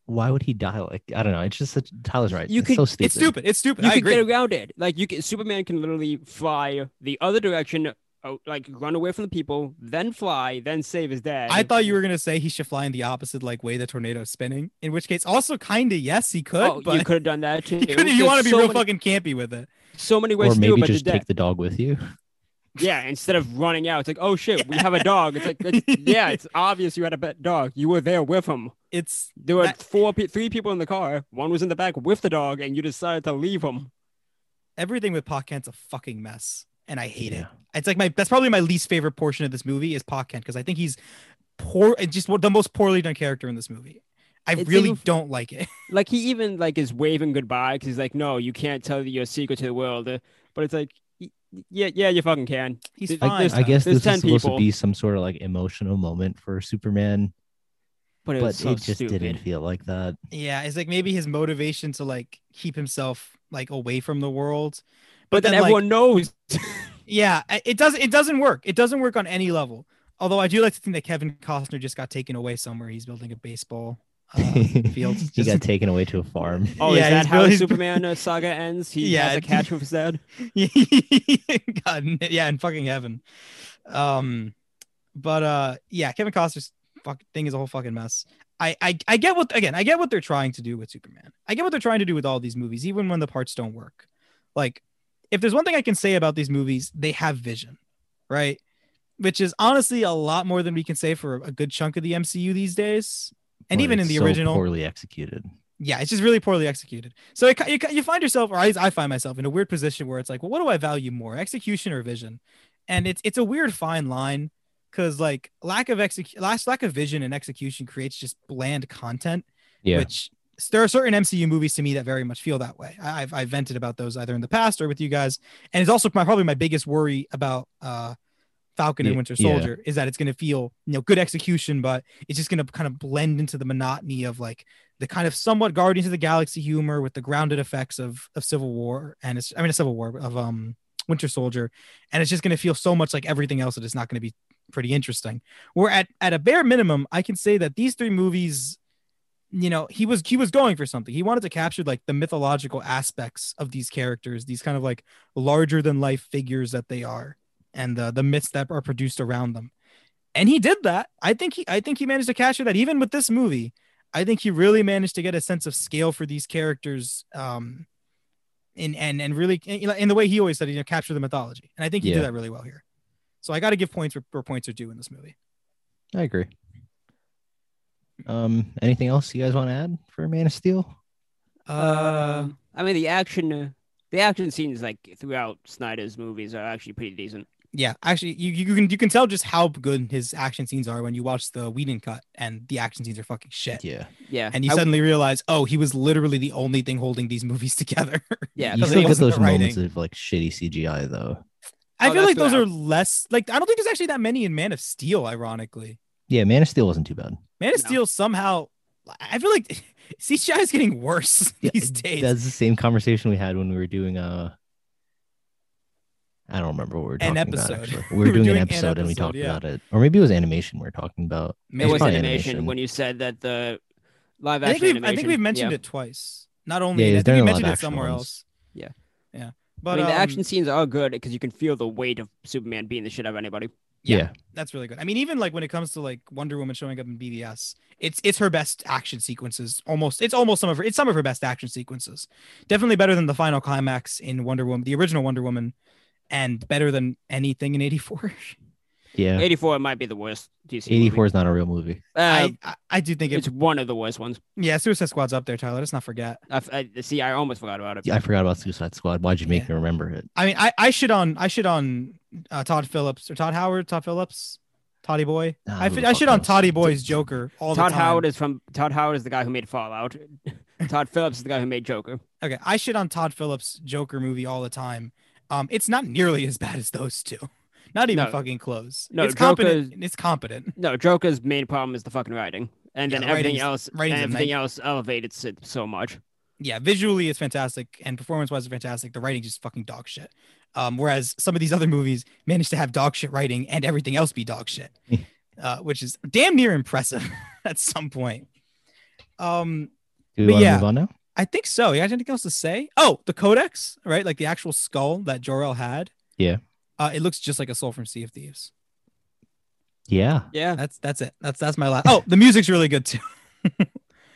Speaker 3: why would he die? Like, I don't know. It's just such, Tyler's right.
Speaker 2: You
Speaker 3: it's
Speaker 2: could-
Speaker 3: so stupid.
Speaker 1: It's stupid. It's stupid.
Speaker 2: you
Speaker 1: I
Speaker 2: could
Speaker 1: agree.
Speaker 2: get around it. Like you can, Superman can literally fly the other direction, uh, like run away from the people, then fly, then save his dad.
Speaker 1: I thought you were gonna say he should fly in the opposite like way the tornado is spinning. In which case, also kinda yes, he could,
Speaker 2: Oh,
Speaker 1: but
Speaker 2: you could have done that too.
Speaker 1: you, couldn't- you
Speaker 2: There's
Speaker 1: want to be
Speaker 2: so
Speaker 1: real
Speaker 2: many,
Speaker 1: fucking campy with it.
Speaker 2: so many ways
Speaker 3: Or
Speaker 2: to do it,
Speaker 3: maybe
Speaker 2: but
Speaker 3: just
Speaker 2: the
Speaker 3: take
Speaker 2: dad,
Speaker 3: the dog with you.
Speaker 2: yeah, instead of running out, it's like, oh shit, we have a dog. It's like, that's- yeah, it's obvious you had a pet dog. You were there with him.
Speaker 1: It's
Speaker 2: There were
Speaker 1: That-
Speaker 2: four, pe- three people in the car. One was in the back with the dog, and you decided to leave him.
Speaker 1: everything with Pa Kent's a fucking mess, and I hate
Speaker 3: Yeah.
Speaker 1: it. It's like my that's probably my least favorite portion of this movie is Pa Kent because I think he's poor, it's just the most poorly done character in this movie. I
Speaker 2: It's
Speaker 1: really
Speaker 2: even-
Speaker 1: don't like it.
Speaker 2: Like he even like is waving goodbye because he's like, no, you can't tell your secret to the world. Uh, But it's like, y- y- yeah, yeah, you fucking can.
Speaker 1: He's
Speaker 2: Like,
Speaker 1: fine.
Speaker 2: there's-
Speaker 3: I guess
Speaker 2: There's
Speaker 3: this is
Speaker 2: 10
Speaker 3: supposed
Speaker 2: people.
Speaker 3: to be some sort of like emotional moment for Superman,
Speaker 2: But it
Speaker 3: but
Speaker 2: was so
Speaker 3: it just
Speaker 2: stupid.
Speaker 3: didn't feel like that.
Speaker 1: yeah, it's like maybe his motivation to like keep himself like away from the world.
Speaker 2: But, then,
Speaker 1: then, like-
Speaker 2: everyone knows.
Speaker 1: Yeah, I- it doesn't. It doesn't work. It doesn't work on any level. Although I do like to think that Kevin Costner just got taken away somewhere. He's building a baseball uh, field.
Speaker 3: he
Speaker 1: Just-
Speaker 3: got taken away to a farm.
Speaker 2: Oh,
Speaker 1: Yeah,
Speaker 2: is that
Speaker 1: he's
Speaker 2: how
Speaker 1: really-
Speaker 2: Superman uh, saga ends? He
Speaker 1: Yeah,
Speaker 2: has a
Speaker 1: it-
Speaker 2: catch with his dad.
Speaker 1: God, n- yeah, in fucking heaven. Um, but uh, yeah, Kevin Costner's fuck thing is a whole fucking mess. I, I I get what again. I get what they're trying to do with Superman. I get what they're trying to do with all these movies, even when the parts don't work. Like, if there's one thing I can say about these movies, they have vision, right? Which is honestly a lot more than we can say for a good chunk of the MCU these days, and
Speaker 3: Or
Speaker 1: even in
Speaker 3: it's
Speaker 1: the
Speaker 3: so
Speaker 1: original
Speaker 3: poorly executed.
Speaker 1: yeah, it's just really poorly executed. So it, ki- you, ki- you find yourself, or I, I find myself in a weird position where it's like, well, what do I value more, execution or vision? And it's it's a weird fine line because like lack of execution, lack, lack of vision and execution creates just bland content.
Speaker 3: Yeah.
Speaker 1: Which there are certain MCU movies to me that very much feel that way. I, I've I've vented about those either in the past or with you guys, and it's also my probably my biggest worry about uh, Falcon and
Speaker 3: Yeah,
Speaker 1: Winter
Speaker 3: yeah.
Speaker 1: Soldier is that it's going to feel you know good execution, but it's just going to kind of blend into the monotony of like the kind of somewhat Guardians of the Galaxy humor with the grounded effects of of Civil War and it's I mean a Civil War of um Winter Soldier, and it's just going to feel so much like everything else that it's not going to be pretty interesting. Where at at a bare minimum, I can say that these three movies, you know, he was he was going for something. He wanted to capture like the mythological aspects of these characters, these kind of like larger than life figures that they are, and the the myths that are produced around them. And he did that. I think he I think he managed to capture that even with this movie. I think he really managed to get a sense of scale for these characters. Um and and and really you know, in the way he always said, you know, capture the mythology. And I think he
Speaker 3: Yeah.
Speaker 1: did that really well here. So I got to give points where, where points are due in this movie.
Speaker 3: I agree. Um, anything else you guys want to add for Man of Steel?
Speaker 1: Uh,
Speaker 2: I mean, the action, uh, the action scenes like throughout Snyder's movies are actually pretty decent.
Speaker 1: yeah, actually, you, you can you can tell just how good his action scenes are when you watch the Whedon cut, and the action scenes are fucking shit.
Speaker 3: Yeah.
Speaker 2: Yeah,
Speaker 1: And you
Speaker 2: I-
Speaker 1: suddenly realize, oh, he was literally the only thing holding these movies together.
Speaker 2: yeah,
Speaker 3: you
Speaker 1: because it
Speaker 3: still get
Speaker 1: wasn't the
Speaker 3: those moments
Speaker 1: writing.
Speaker 3: of like shitty CGI though.
Speaker 1: I
Speaker 2: Oh,
Speaker 1: feel like
Speaker 2: that's
Speaker 1: those are
Speaker 2: what
Speaker 1: less like I don't think there's actually that many in Man of Steel. Ironically,
Speaker 3: Yeah, Man of Steel wasn't too bad.
Speaker 1: Man of
Speaker 2: No.
Speaker 1: Steel somehow I feel like CGI is getting worse
Speaker 3: Yeah,
Speaker 1: these days.
Speaker 3: That's the same conversation we had when we were doing uh I don't remember what we were
Speaker 1: An
Speaker 3: talking
Speaker 1: episode.
Speaker 3: about. Actually.
Speaker 1: We
Speaker 3: We were,
Speaker 1: were
Speaker 3: doing,
Speaker 1: doing
Speaker 3: an
Speaker 1: an
Speaker 3: episode, and we
Speaker 1: episode,
Speaker 3: talked
Speaker 1: yeah.
Speaker 3: about it. Or maybe it was animation we were talking about.
Speaker 2: it was
Speaker 3: Probably
Speaker 2: animation,
Speaker 3: animation.
Speaker 2: when you said that the live
Speaker 1: I think
Speaker 2: action.
Speaker 1: we've I think we've mentioned
Speaker 2: yeah.
Speaker 1: it twice. Not only
Speaker 3: Yeah,
Speaker 1: in-
Speaker 3: he's
Speaker 1: I
Speaker 3: done
Speaker 1: think we
Speaker 3: a lot
Speaker 1: mentioned
Speaker 3: of
Speaker 1: it somewhere
Speaker 3: action ones.
Speaker 1: else.
Speaker 2: Yeah.
Speaker 1: yeah,
Speaker 2: I
Speaker 1: but
Speaker 2: mean, the
Speaker 1: um,
Speaker 2: action scenes are good because you can feel the weight of Superman beating the shit out of anybody.
Speaker 1: yeah.
Speaker 3: yeah.
Speaker 1: that's really good. I mean, even like when it comes to like Wonder Woman showing up in BVS, it's it's her best action sequences. Almost, it's almost some of her. It's some of her best action sequences. Definitely better than the final climax in Wonder Woman, the original Wonder Woman, and better than anything in '84.
Speaker 3: Yeah.
Speaker 2: 84 might be the worst DC. movie.
Speaker 3: 84 is not a real movie.
Speaker 2: Uh,
Speaker 1: I, I I do think it.
Speaker 2: it's one of the worst ones.
Speaker 1: Yeah, Suicide Squad's up there, Tyler. Let's not forget.
Speaker 2: I, f- I- see. I almost forgot about it.
Speaker 3: Yeah, I forgot about Suicide Squad. Why'd you make me remember it?
Speaker 1: I mean, I I should on I should on uh, Todd Phillips or Todd Howard, Todd Phillips, Toddy Boy.
Speaker 3: Nah,
Speaker 1: I
Speaker 3: who
Speaker 1: fi-
Speaker 3: the
Speaker 1: I
Speaker 3: fuck
Speaker 1: should on
Speaker 3: knows?
Speaker 1: Toddy Boy's Joker all
Speaker 2: Todd
Speaker 1: the time.
Speaker 2: Howard is from Todd Howard is the guy who made Fallout. Todd Phillips is the guy who made Joker.
Speaker 1: okay, I shit on Todd Phillips' Joker movie all the time. Um, it's not nearly as bad as those two. Not even
Speaker 2: No.
Speaker 1: fucking close.
Speaker 2: No,
Speaker 1: it's competent.
Speaker 2: Joker's-
Speaker 1: It's competent.
Speaker 2: No, Joker's main problem is the fucking writing, and
Speaker 1: Yeah,
Speaker 2: then
Speaker 1: the
Speaker 2: everything
Speaker 1: writing's-
Speaker 2: else,
Speaker 1: writing's a
Speaker 2: everything
Speaker 1: night-
Speaker 2: else elevates it so much.
Speaker 1: Yeah, visually it's fantastic and performance-wise it's fantastic. The writing's just fucking dog shit. Um, whereas some of these other movies manage to have dog shit writing and everything else be dog shit, uh, which is damn near impressive at some point. Um, But
Speaker 3: Do we want to
Speaker 1: yeah.
Speaker 3: move on now?
Speaker 1: I think so. You guys have anything else to say? Oh, the codex, right? Like the actual skull that Jor-El had.
Speaker 3: Yeah.
Speaker 1: Uh, it looks just like a soul from Sea of Thieves.
Speaker 3: Yeah.
Speaker 2: Yeah,
Speaker 1: That's that's it. That's that's my last. Oh, the music's really good too.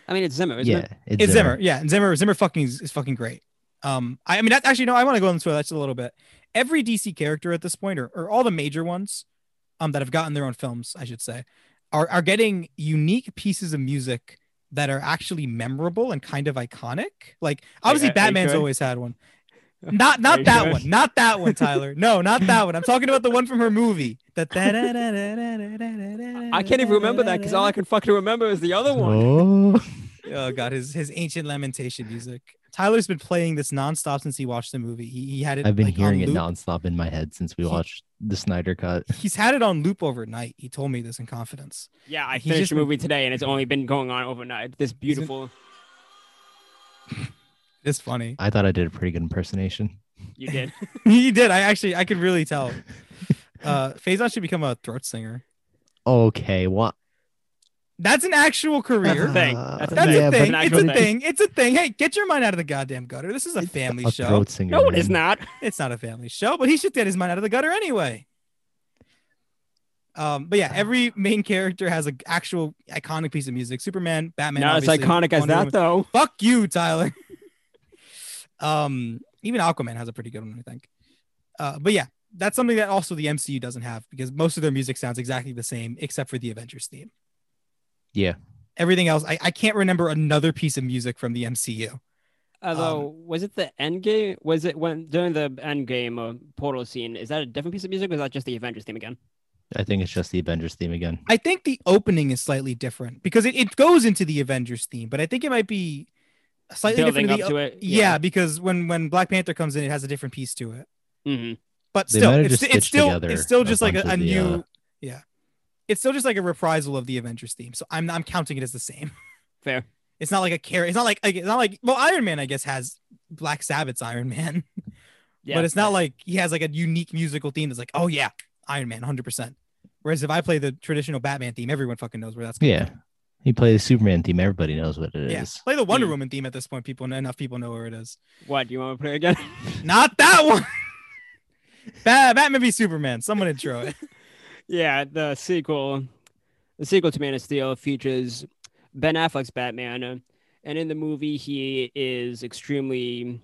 Speaker 2: I mean it's Zimmer, isn't
Speaker 3: yeah.
Speaker 2: it?
Speaker 1: It's Zimmer. Yeah, and Zimmer Zimmer fucking is, is fucking great. Um, I, I mean, that's actually no. I want to go into that just a little bit. Every DC character at this point, or, or all the major ones, um, that have gotten their own films, I should say, are are getting unique pieces of music that are actually memorable and kind of iconic. Like obviously,
Speaker 2: are- are you
Speaker 1: Batman's
Speaker 2: sure?
Speaker 1: always had one. Not
Speaker 2: Are
Speaker 1: not
Speaker 2: you
Speaker 1: that
Speaker 2: sure?
Speaker 1: one. Not that one, Tyler. No, not that one. I'm talking about the one from her movie. That I
Speaker 2: I can't even remember that because all I can fucking remember is the other one.
Speaker 3: Oh.
Speaker 1: Oh god, his his ancient lamentation music. Tyler's been playing this nonstop since he watched the movie. He, he had it.
Speaker 3: I've been
Speaker 1: like, on
Speaker 3: hearing it
Speaker 1: loop.
Speaker 3: nonstop in my head since we
Speaker 1: He-
Speaker 3: watched the Snyder cut.
Speaker 1: He's had it on loop overnight. He told me this in confidence.
Speaker 2: Yeah, I
Speaker 1: He
Speaker 2: finished
Speaker 1: just-
Speaker 2: the movie today, and it's only been going on overnight. This beautiful,
Speaker 1: It's funny.
Speaker 3: I thought I did a pretty good impersonation.
Speaker 2: you did.
Speaker 1: he did. I actually I could really tell. Uh Faison should become a throat singer.
Speaker 3: Okay, what?
Speaker 1: That's an actual career.
Speaker 2: a thing. That's a
Speaker 1: That's
Speaker 2: Yeah,
Speaker 1: a
Speaker 2: but
Speaker 1: thing.
Speaker 2: not
Speaker 1: It's
Speaker 2: your
Speaker 1: a thing.
Speaker 2: thing.
Speaker 1: It's a thing. Hey, get your mind out of the goddamn gutter. This is a family
Speaker 3: A
Speaker 1: show.
Speaker 3: throat singer.
Speaker 2: No, it
Speaker 3: man.
Speaker 2: is not.
Speaker 1: It's not a family show, but he should get his mind out of the gutter anyway. Um, but yeah, every main character has an actual iconic piece of music. Superman, Batman.
Speaker 2: not as
Speaker 1: obviously,
Speaker 2: iconic as
Speaker 1: Wonder
Speaker 2: that,
Speaker 1: Woman.
Speaker 2: though.
Speaker 1: Fuck you, Tyler. um, even Aquaman has a pretty good one, I think. Uh, but yeah, that's something that also the MCU doesn't have because most of their music sounds exactly the same except for the Avengers theme.
Speaker 3: Yeah.
Speaker 1: Everything else, I, I can't remember another piece of music from the MCU.
Speaker 2: Although,
Speaker 1: Um,
Speaker 2: was it the end game? Was it when during the end game uh, portal scene? Is that a different piece of music, or is that just the Avengers theme again?
Speaker 3: I think it's just the Avengers theme again.
Speaker 1: I think the opening is slightly different because it, it goes into the Avengers theme, but I think it might be slightly
Speaker 2: Building up
Speaker 1: different. to the-
Speaker 2: to it.
Speaker 1: yeah. because when when Black Panther comes in, it has a different piece to it.
Speaker 2: hmm
Speaker 1: But
Speaker 3: They
Speaker 1: still,
Speaker 3: might have
Speaker 1: it's,
Speaker 3: just
Speaker 1: it's
Speaker 3: stitched
Speaker 1: still
Speaker 3: together
Speaker 1: it's still
Speaker 3: a
Speaker 1: just like a,
Speaker 3: bunch
Speaker 1: a
Speaker 3: of the,
Speaker 1: new
Speaker 3: uh,
Speaker 1: yeah. It's still just like a reprisal of the Avengers theme, so I'm I'm counting it as the same.
Speaker 2: Fair.
Speaker 1: It's not like a carry. It's not like it's not like well, Iron Man I guess has Black Sabbath's Iron Man,
Speaker 2: Yeah.
Speaker 1: but it's not like he has like a unique musical theme that's like oh yeah, Iron Man 100. percent Whereas if I play the traditional Batman theme, everyone fucking knows where that's coming
Speaker 3: Yeah. He plays Superman theme. Everybody knows what it is.
Speaker 1: Yeah. Play the Wonder
Speaker 2: Hmm.
Speaker 1: Woman theme at this point. People enough people know where it is.
Speaker 2: What do you want me to play again?
Speaker 1: Not that one. Bat- Batman v Superman. Someone intro it.
Speaker 2: yeah, the sequel, the sequel to Man of Steel features Ben Affleck's Batman, uh, and in the movie he is extremely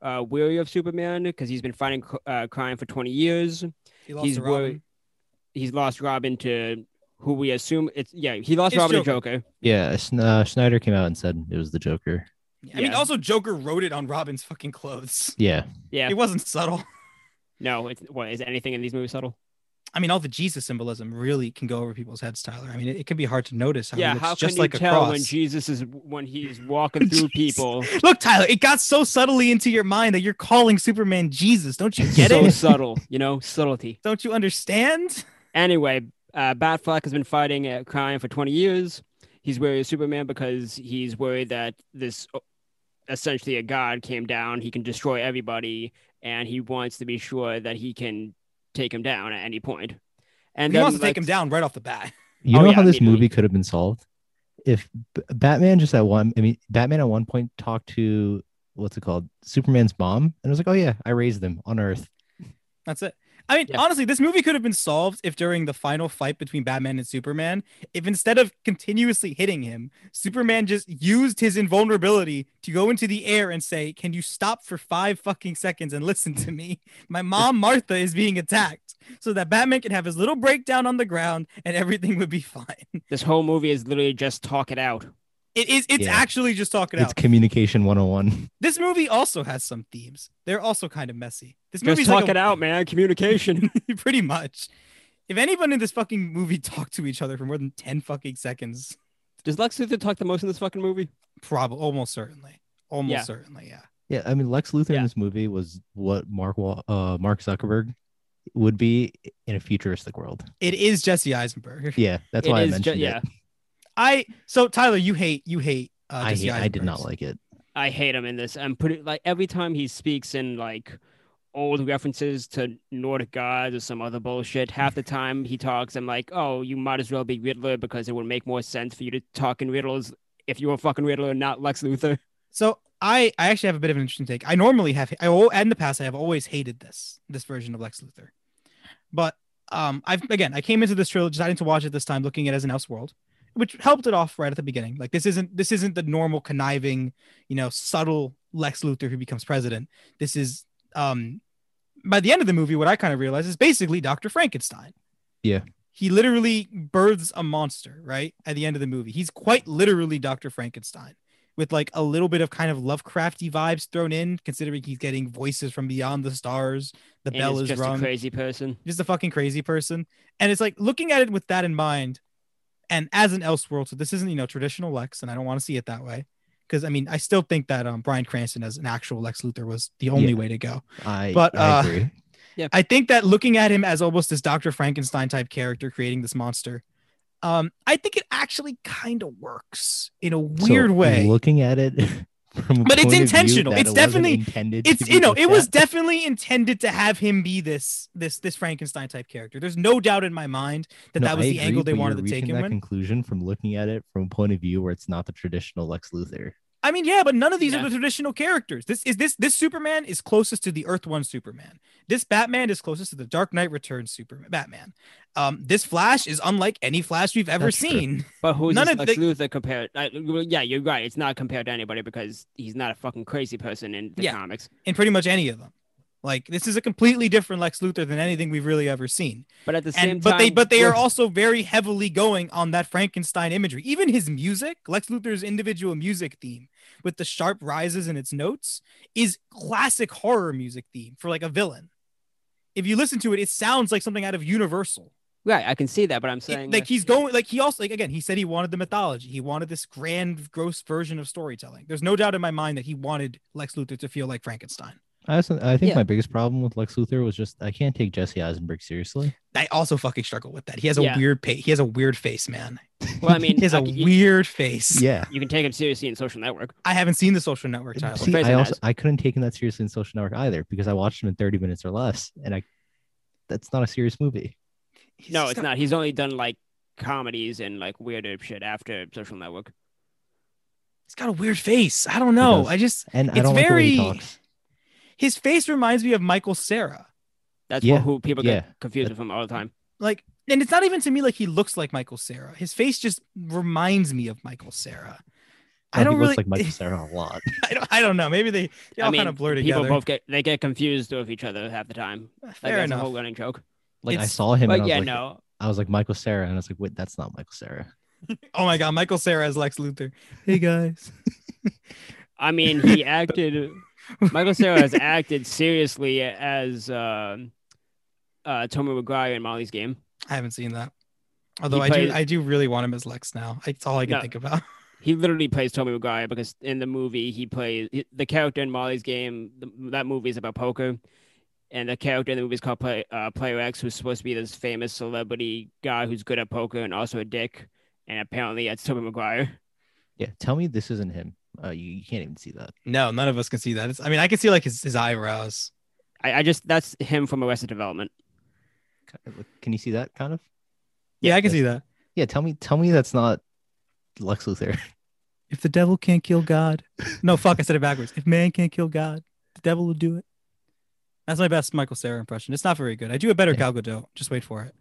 Speaker 2: uh, weary of Superman because he's been fighting cr- uh, crime for twenty years.
Speaker 1: He lost
Speaker 2: He's
Speaker 1: to Robin.
Speaker 2: worried- He's lost Robin to who we assume it's yeah he lost
Speaker 1: It's
Speaker 2: Robin to Joker.
Speaker 3: Yeah, Sn- uh, Snyder came out and said it was the Joker.
Speaker 1: I mean,
Speaker 2: Yeah.
Speaker 1: also Joker wrote it on Robin's fucking clothes.
Speaker 3: Yeah,
Speaker 2: Yeah,
Speaker 1: It wasn't subtle.
Speaker 2: no, it's what is anything in these movies subtle?
Speaker 1: I mean, all the Jesus symbolism really can go over people's heads, Tyler. I mean, it, it can be hard to notice. How he
Speaker 2: yeah,
Speaker 1: looks
Speaker 2: how can
Speaker 1: just
Speaker 2: you
Speaker 1: like a
Speaker 2: tell
Speaker 1: cross.
Speaker 2: when Jesus is when he's walking through people?
Speaker 1: Look, Tyler, it got so subtly into your mind that you're calling Superman Jesus. Don't you get
Speaker 2: so
Speaker 1: it?
Speaker 2: subtle, you know, subtlety.
Speaker 1: Don't you understand?
Speaker 2: Anyway, uh, Batfleck has been fighting a crime for 20 years. He's wary of Superman because he's worried that this uh, essentially a god came down. He can destroy everybody, and he wants to be sure that he can take him down at any point. And
Speaker 1: he
Speaker 2: then
Speaker 1: wants to take him
Speaker 2: let's-
Speaker 1: down right off the bat.
Speaker 3: you
Speaker 2: Oh,
Speaker 3: know
Speaker 2: yeah,
Speaker 3: how this
Speaker 2: immediately.
Speaker 3: movie could have been solved if B- Batman just at one. I mean, Batman at one point talked to what's it called, Superman's mom, and it was like, oh yeah, I raised them on Earth.
Speaker 1: That's it. I mean,
Speaker 2: Yeah.
Speaker 1: honestly, this movie could have been solved if during the final fight between Batman and Superman, if instead of continuously hitting him, Superman just used his invulnerability to go into the air and say, Can you stop for five fucking seconds and listen to me? My mom, Martha, is being attacked. So that Batman could have his little breakdown on the ground and everything would be fine.
Speaker 2: This whole movie is literally just talk it out.
Speaker 1: It is, it's
Speaker 3: Yeah.
Speaker 1: actually just talking
Speaker 3: It's
Speaker 1: out.
Speaker 3: communication 101.
Speaker 1: This movie also has some themes. They're also kind of messy. This
Speaker 2: Just
Speaker 1: movie's
Speaker 2: talk
Speaker 1: like a-
Speaker 2: it out, man. Communication.
Speaker 1: pretty much. If anyone in this fucking movie talked to each other for more than 10 fucking seconds,
Speaker 2: Does Lex Luthor talk the most in this fucking movie?
Speaker 1: probably almost certainly. Almost
Speaker 2: Yeah.
Speaker 1: certainly, yeah.
Speaker 3: Yeah, I mean, Lex Luthor
Speaker 2: Yeah.
Speaker 3: in this movie was what Mark Wa- uh, Mark Zuckerberg would be in a futuristic world.
Speaker 1: It is Jesse Eisenberg.
Speaker 3: Yeah, that's
Speaker 2: It
Speaker 3: why I
Speaker 2: is ju-
Speaker 3: mentioned
Speaker 2: yeah.
Speaker 3: it.
Speaker 1: I so Tyler, you hate you hate uh,
Speaker 3: I
Speaker 1: Jesse
Speaker 3: hate, I did not
Speaker 1: Eisenberg's.
Speaker 3: like it.
Speaker 2: I hate him in this. I'm pretty like every time he speaks in like old references to Nordic gods or some other bullshit. Half the time he talks, I'm like, oh, you might as well be Riddler because it would make more sense for you to talk in riddles if you were fucking Riddler and not Lex Luthor.
Speaker 1: So I I actually have a bit of an interesting take. I normally have I al- in the past I have always hated this this version of Lex Luthor, but um I've again I came into this trilogy deciding to watch it this time looking at it as an Elseworld, which helped it off right at the beginning. Like this isn't this isn't the normal conniving you know subtle Lex Luthor who becomes president. This is um by the end of the movie what I kind of realized is basically Doctor Frankenstein.
Speaker 3: Yeah.
Speaker 1: He literally births a monster, right? At the end of the movie. He's quite literally Dr. Frankenstein with like a little bit of kind of Lovecrafty vibes thrown in, considering he's getting voices from beyond the stars. The
Speaker 2: and
Speaker 1: bell
Speaker 2: is
Speaker 1: is
Speaker 2: just
Speaker 1: rung
Speaker 2: a crazy person.
Speaker 1: just a fucking crazy person. And it's like looking at it with that in mind, and as an Elseworld, so this isn't you know traditional Lex, and I don't want to see it that way. Because I mean, I still think that um Brian Cranston as an actual Lex Luthor was the only
Speaker 3: Yeah.
Speaker 1: way to go.
Speaker 3: I,
Speaker 1: But,
Speaker 3: I
Speaker 1: uh,
Speaker 3: agree.
Speaker 1: I think that looking at him as almost this Dr. Frankenstein type character creating this monster, um, I think it actually kind of works in a
Speaker 3: So,
Speaker 1: weird way.
Speaker 3: Looking at it from a
Speaker 1: But it's
Speaker 3: point of view
Speaker 1: intentional.
Speaker 3: that
Speaker 1: It's
Speaker 3: it wasn't
Speaker 1: definitely-
Speaker 3: intended
Speaker 1: it's
Speaker 3: to
Speaker 1: you
Speaker 3: be
Speaker 1: know
Speaker 3: looked
Speaker 1: it was
Speaker 3: at.
Speaker 1: definitely intended to have him be this this this Frankenstein type character. There's no doubt in my mind that
Speaker 3: No,
Speaker 1: that was
Speaker 3: I
Speaker 1: the
Speaker 3: agree,
Speaker 1: angle they
Speaker 3: but you're
Speaker 1: wanted to take
Speaker 3: reaching
Speaker 1: him
Speaker 3: that
Speaker 1: in.
Speaker 3: conclusion from looking at it from a point of view where it's not the traditional Lex Luthor.
Speaker 1: I mean, yeah, but none of these
Speaker 2: Yeah.
Speaker 1: are the traditional characters. This is this this Superman is closest to the Earth One Superman. This Batman is closest to the Dark Knight Returns Superman Batman. Um, this Flash is unlike any Flash we've ever
Speaker 3: That's true.
Speaker 1: seen.
Speaker 2: But who's
Speaker 1: None
Speaker 2: this
Speaker 1: of
Speaker 2: Lex
Speaker 1: the-
Speaker 2: Luthor compared? I, well, yeah, you're right. It's not compared to anybody because he's not a fucking crazy person in the
Speaker 1: Yeah.
Speaker 2: comics.
Speaker 1: in pretty much any of them. Like this is a completely different Lex Luthor than anything we've really ever seen.
Speaker 2: But at the same
Speaker 1: And but
Speaker 2: time,
Speaker 1: they but they are
Speaker 2: we're-
Speaker 1: also very heavily going on that Frankenstein imagery. Even his music, Lex Luthor's individual music theme with the sharp rises in its notes is classic horror music theme for like a villain. If you listen to it, it sounds like something out of Universal.
Speaker 2: right. I can see that, but I'm
Speaker 1: It-
Speaker 2: saying
Speaker 1: like
Speaker 2: that-
Speaker 1: he's going like he also like again he said he wanted the mythology he wanted this grand gross version of storytelling there's no doubt in my mind that he wanted lex luthor to feel like frankenstein
Speaker 3: I, also, I think
Speaker 2: Yeah.
Speaker 3: my biggest problem with Lex Luthor was just I can't take Jesse Eisenberg seriously.
Speaker 1: I also fucking struggle with that. He has a
Speaker 2: Yeah.
Speaker 1: weird pa- he has a weird face, man.
Speaker 2: Well, I mean,
Speaker 1: He has
Speaker 2: I
Speaker 1: a
Speaker 2: can- you-
Speaker 1: weird face.
Speaker 3: Yeah.
Speaker 2: You can take him seriously in Social Network.
Speaker 1: I haven't seen the social network Tyler.
Speaker 3: See,
Speaker 2: Crazy
Speaker 3: I also
Speaker 2: Eyes.
Speaker 3: I couldn't take him that seriously in Social Network either because I watched him in 30 minutes or less, and I that's not a serious movie.
Speaker 1: He's
Speaker 2: No,
Speaker 1: just
Speaker 2: it's
Speaker 1: got-
Speaker 2: not. He's only done like comedies and like weirder shit after Social Network.
Speaker 1: He's got a weird face. I don't know.
Speaker 3: does.
Speaker 1: I just
Speaker 3: And I
Speaker 1: It's
Speaker 3: don't like the way he
Speaker 1: very-
Speaker 3: talks.
Speaker 1: his face reminds me of Michael Sarah.
Speaker 2: That's
Speaker 3: Yeah,
Speaker 2: what, who people
Speaker 3: yeah.
Speaker 2: get confused with him all the time.
Speaker 1: Like and it's not even to me like he looks like Michael Sarah. His face just reminds me of Michael Sarah. I
Speaker 3: No,
Speaker 1: don't
Speaker 3: he
Speaker 1: really
Speaker 3: looks like Michael Sarah a lot.
Speaker 1: I, don't, I don't know. Maybe they, they all
Speaker 2: I mean,
Speaker 1: kind of blur
Speaker 2: people
Speaker 1: together.
Speaker 2: both get they get confused with each other half the time. Like,
Speaker 1: Fair
Speaker 2: that's a whole
Speaker 1: enough.
Speaker 2: running joke.
Speaker 3: Like I
Speaker 1: It's-
Speaker 3: saw him, and I
Speaker 2: But
Speaker 3: was
Speaker 2: yeah,
Speaker 3: like,
Speaker 2: no,
Speaker 3: I was like Michael Sarah, and I was like, wait, that's not Michael Sarah.
Speaker 1: Oh my god, Michael Sarah as Lex Luthor. Hey guys.
Speaker 2: I mean, he acted. Michael Cera has acted seriously as uh, uh, Tommy McGuire in Molly's Game.
Speaker 1: I haven't seen that. Although I
Speaker 2: plays-
Speaker 1: do I do really want him as Lex now. It's all I can
Speaker 2: No.
Speaker 1: think about.
Speaker 2: He literally plays Tommy McGuire because in the movie he plays he- the character in Molly's Game. The, that movie is about poker, and the character in the movie is called Play, uh, Player X, who's supposed to be this famous celebrity guy who's good at poker and also a dick. And apparently, that's Tommy McGuire.
Speaker 3: Yeah, tell me this isn't him. Uh, you, you can't even see that.
Speaker 1: No, none of us can see that. It's, I mean, I can see like his, his eyebrows.
Speaker 2: I, I just that's him from Arrested Development.
Speaker 3: Can you see that kind of?
Speaker 1: Yeah, I can
Speaker 3: that's-
Speaker 1: see that.
Speaker 3: Yeah, tell me, tell me that's not Lex Luthor.
Speaker 1: If the devil can't kill God, no, fuck, I said it backwards. If man can't kill God, the devil will do it. That's my best Michael Sarah impression. It's not very good. I do a better
Speaker 3: Yeah.
Speaker 1: Gal Gadot. Just wait for it.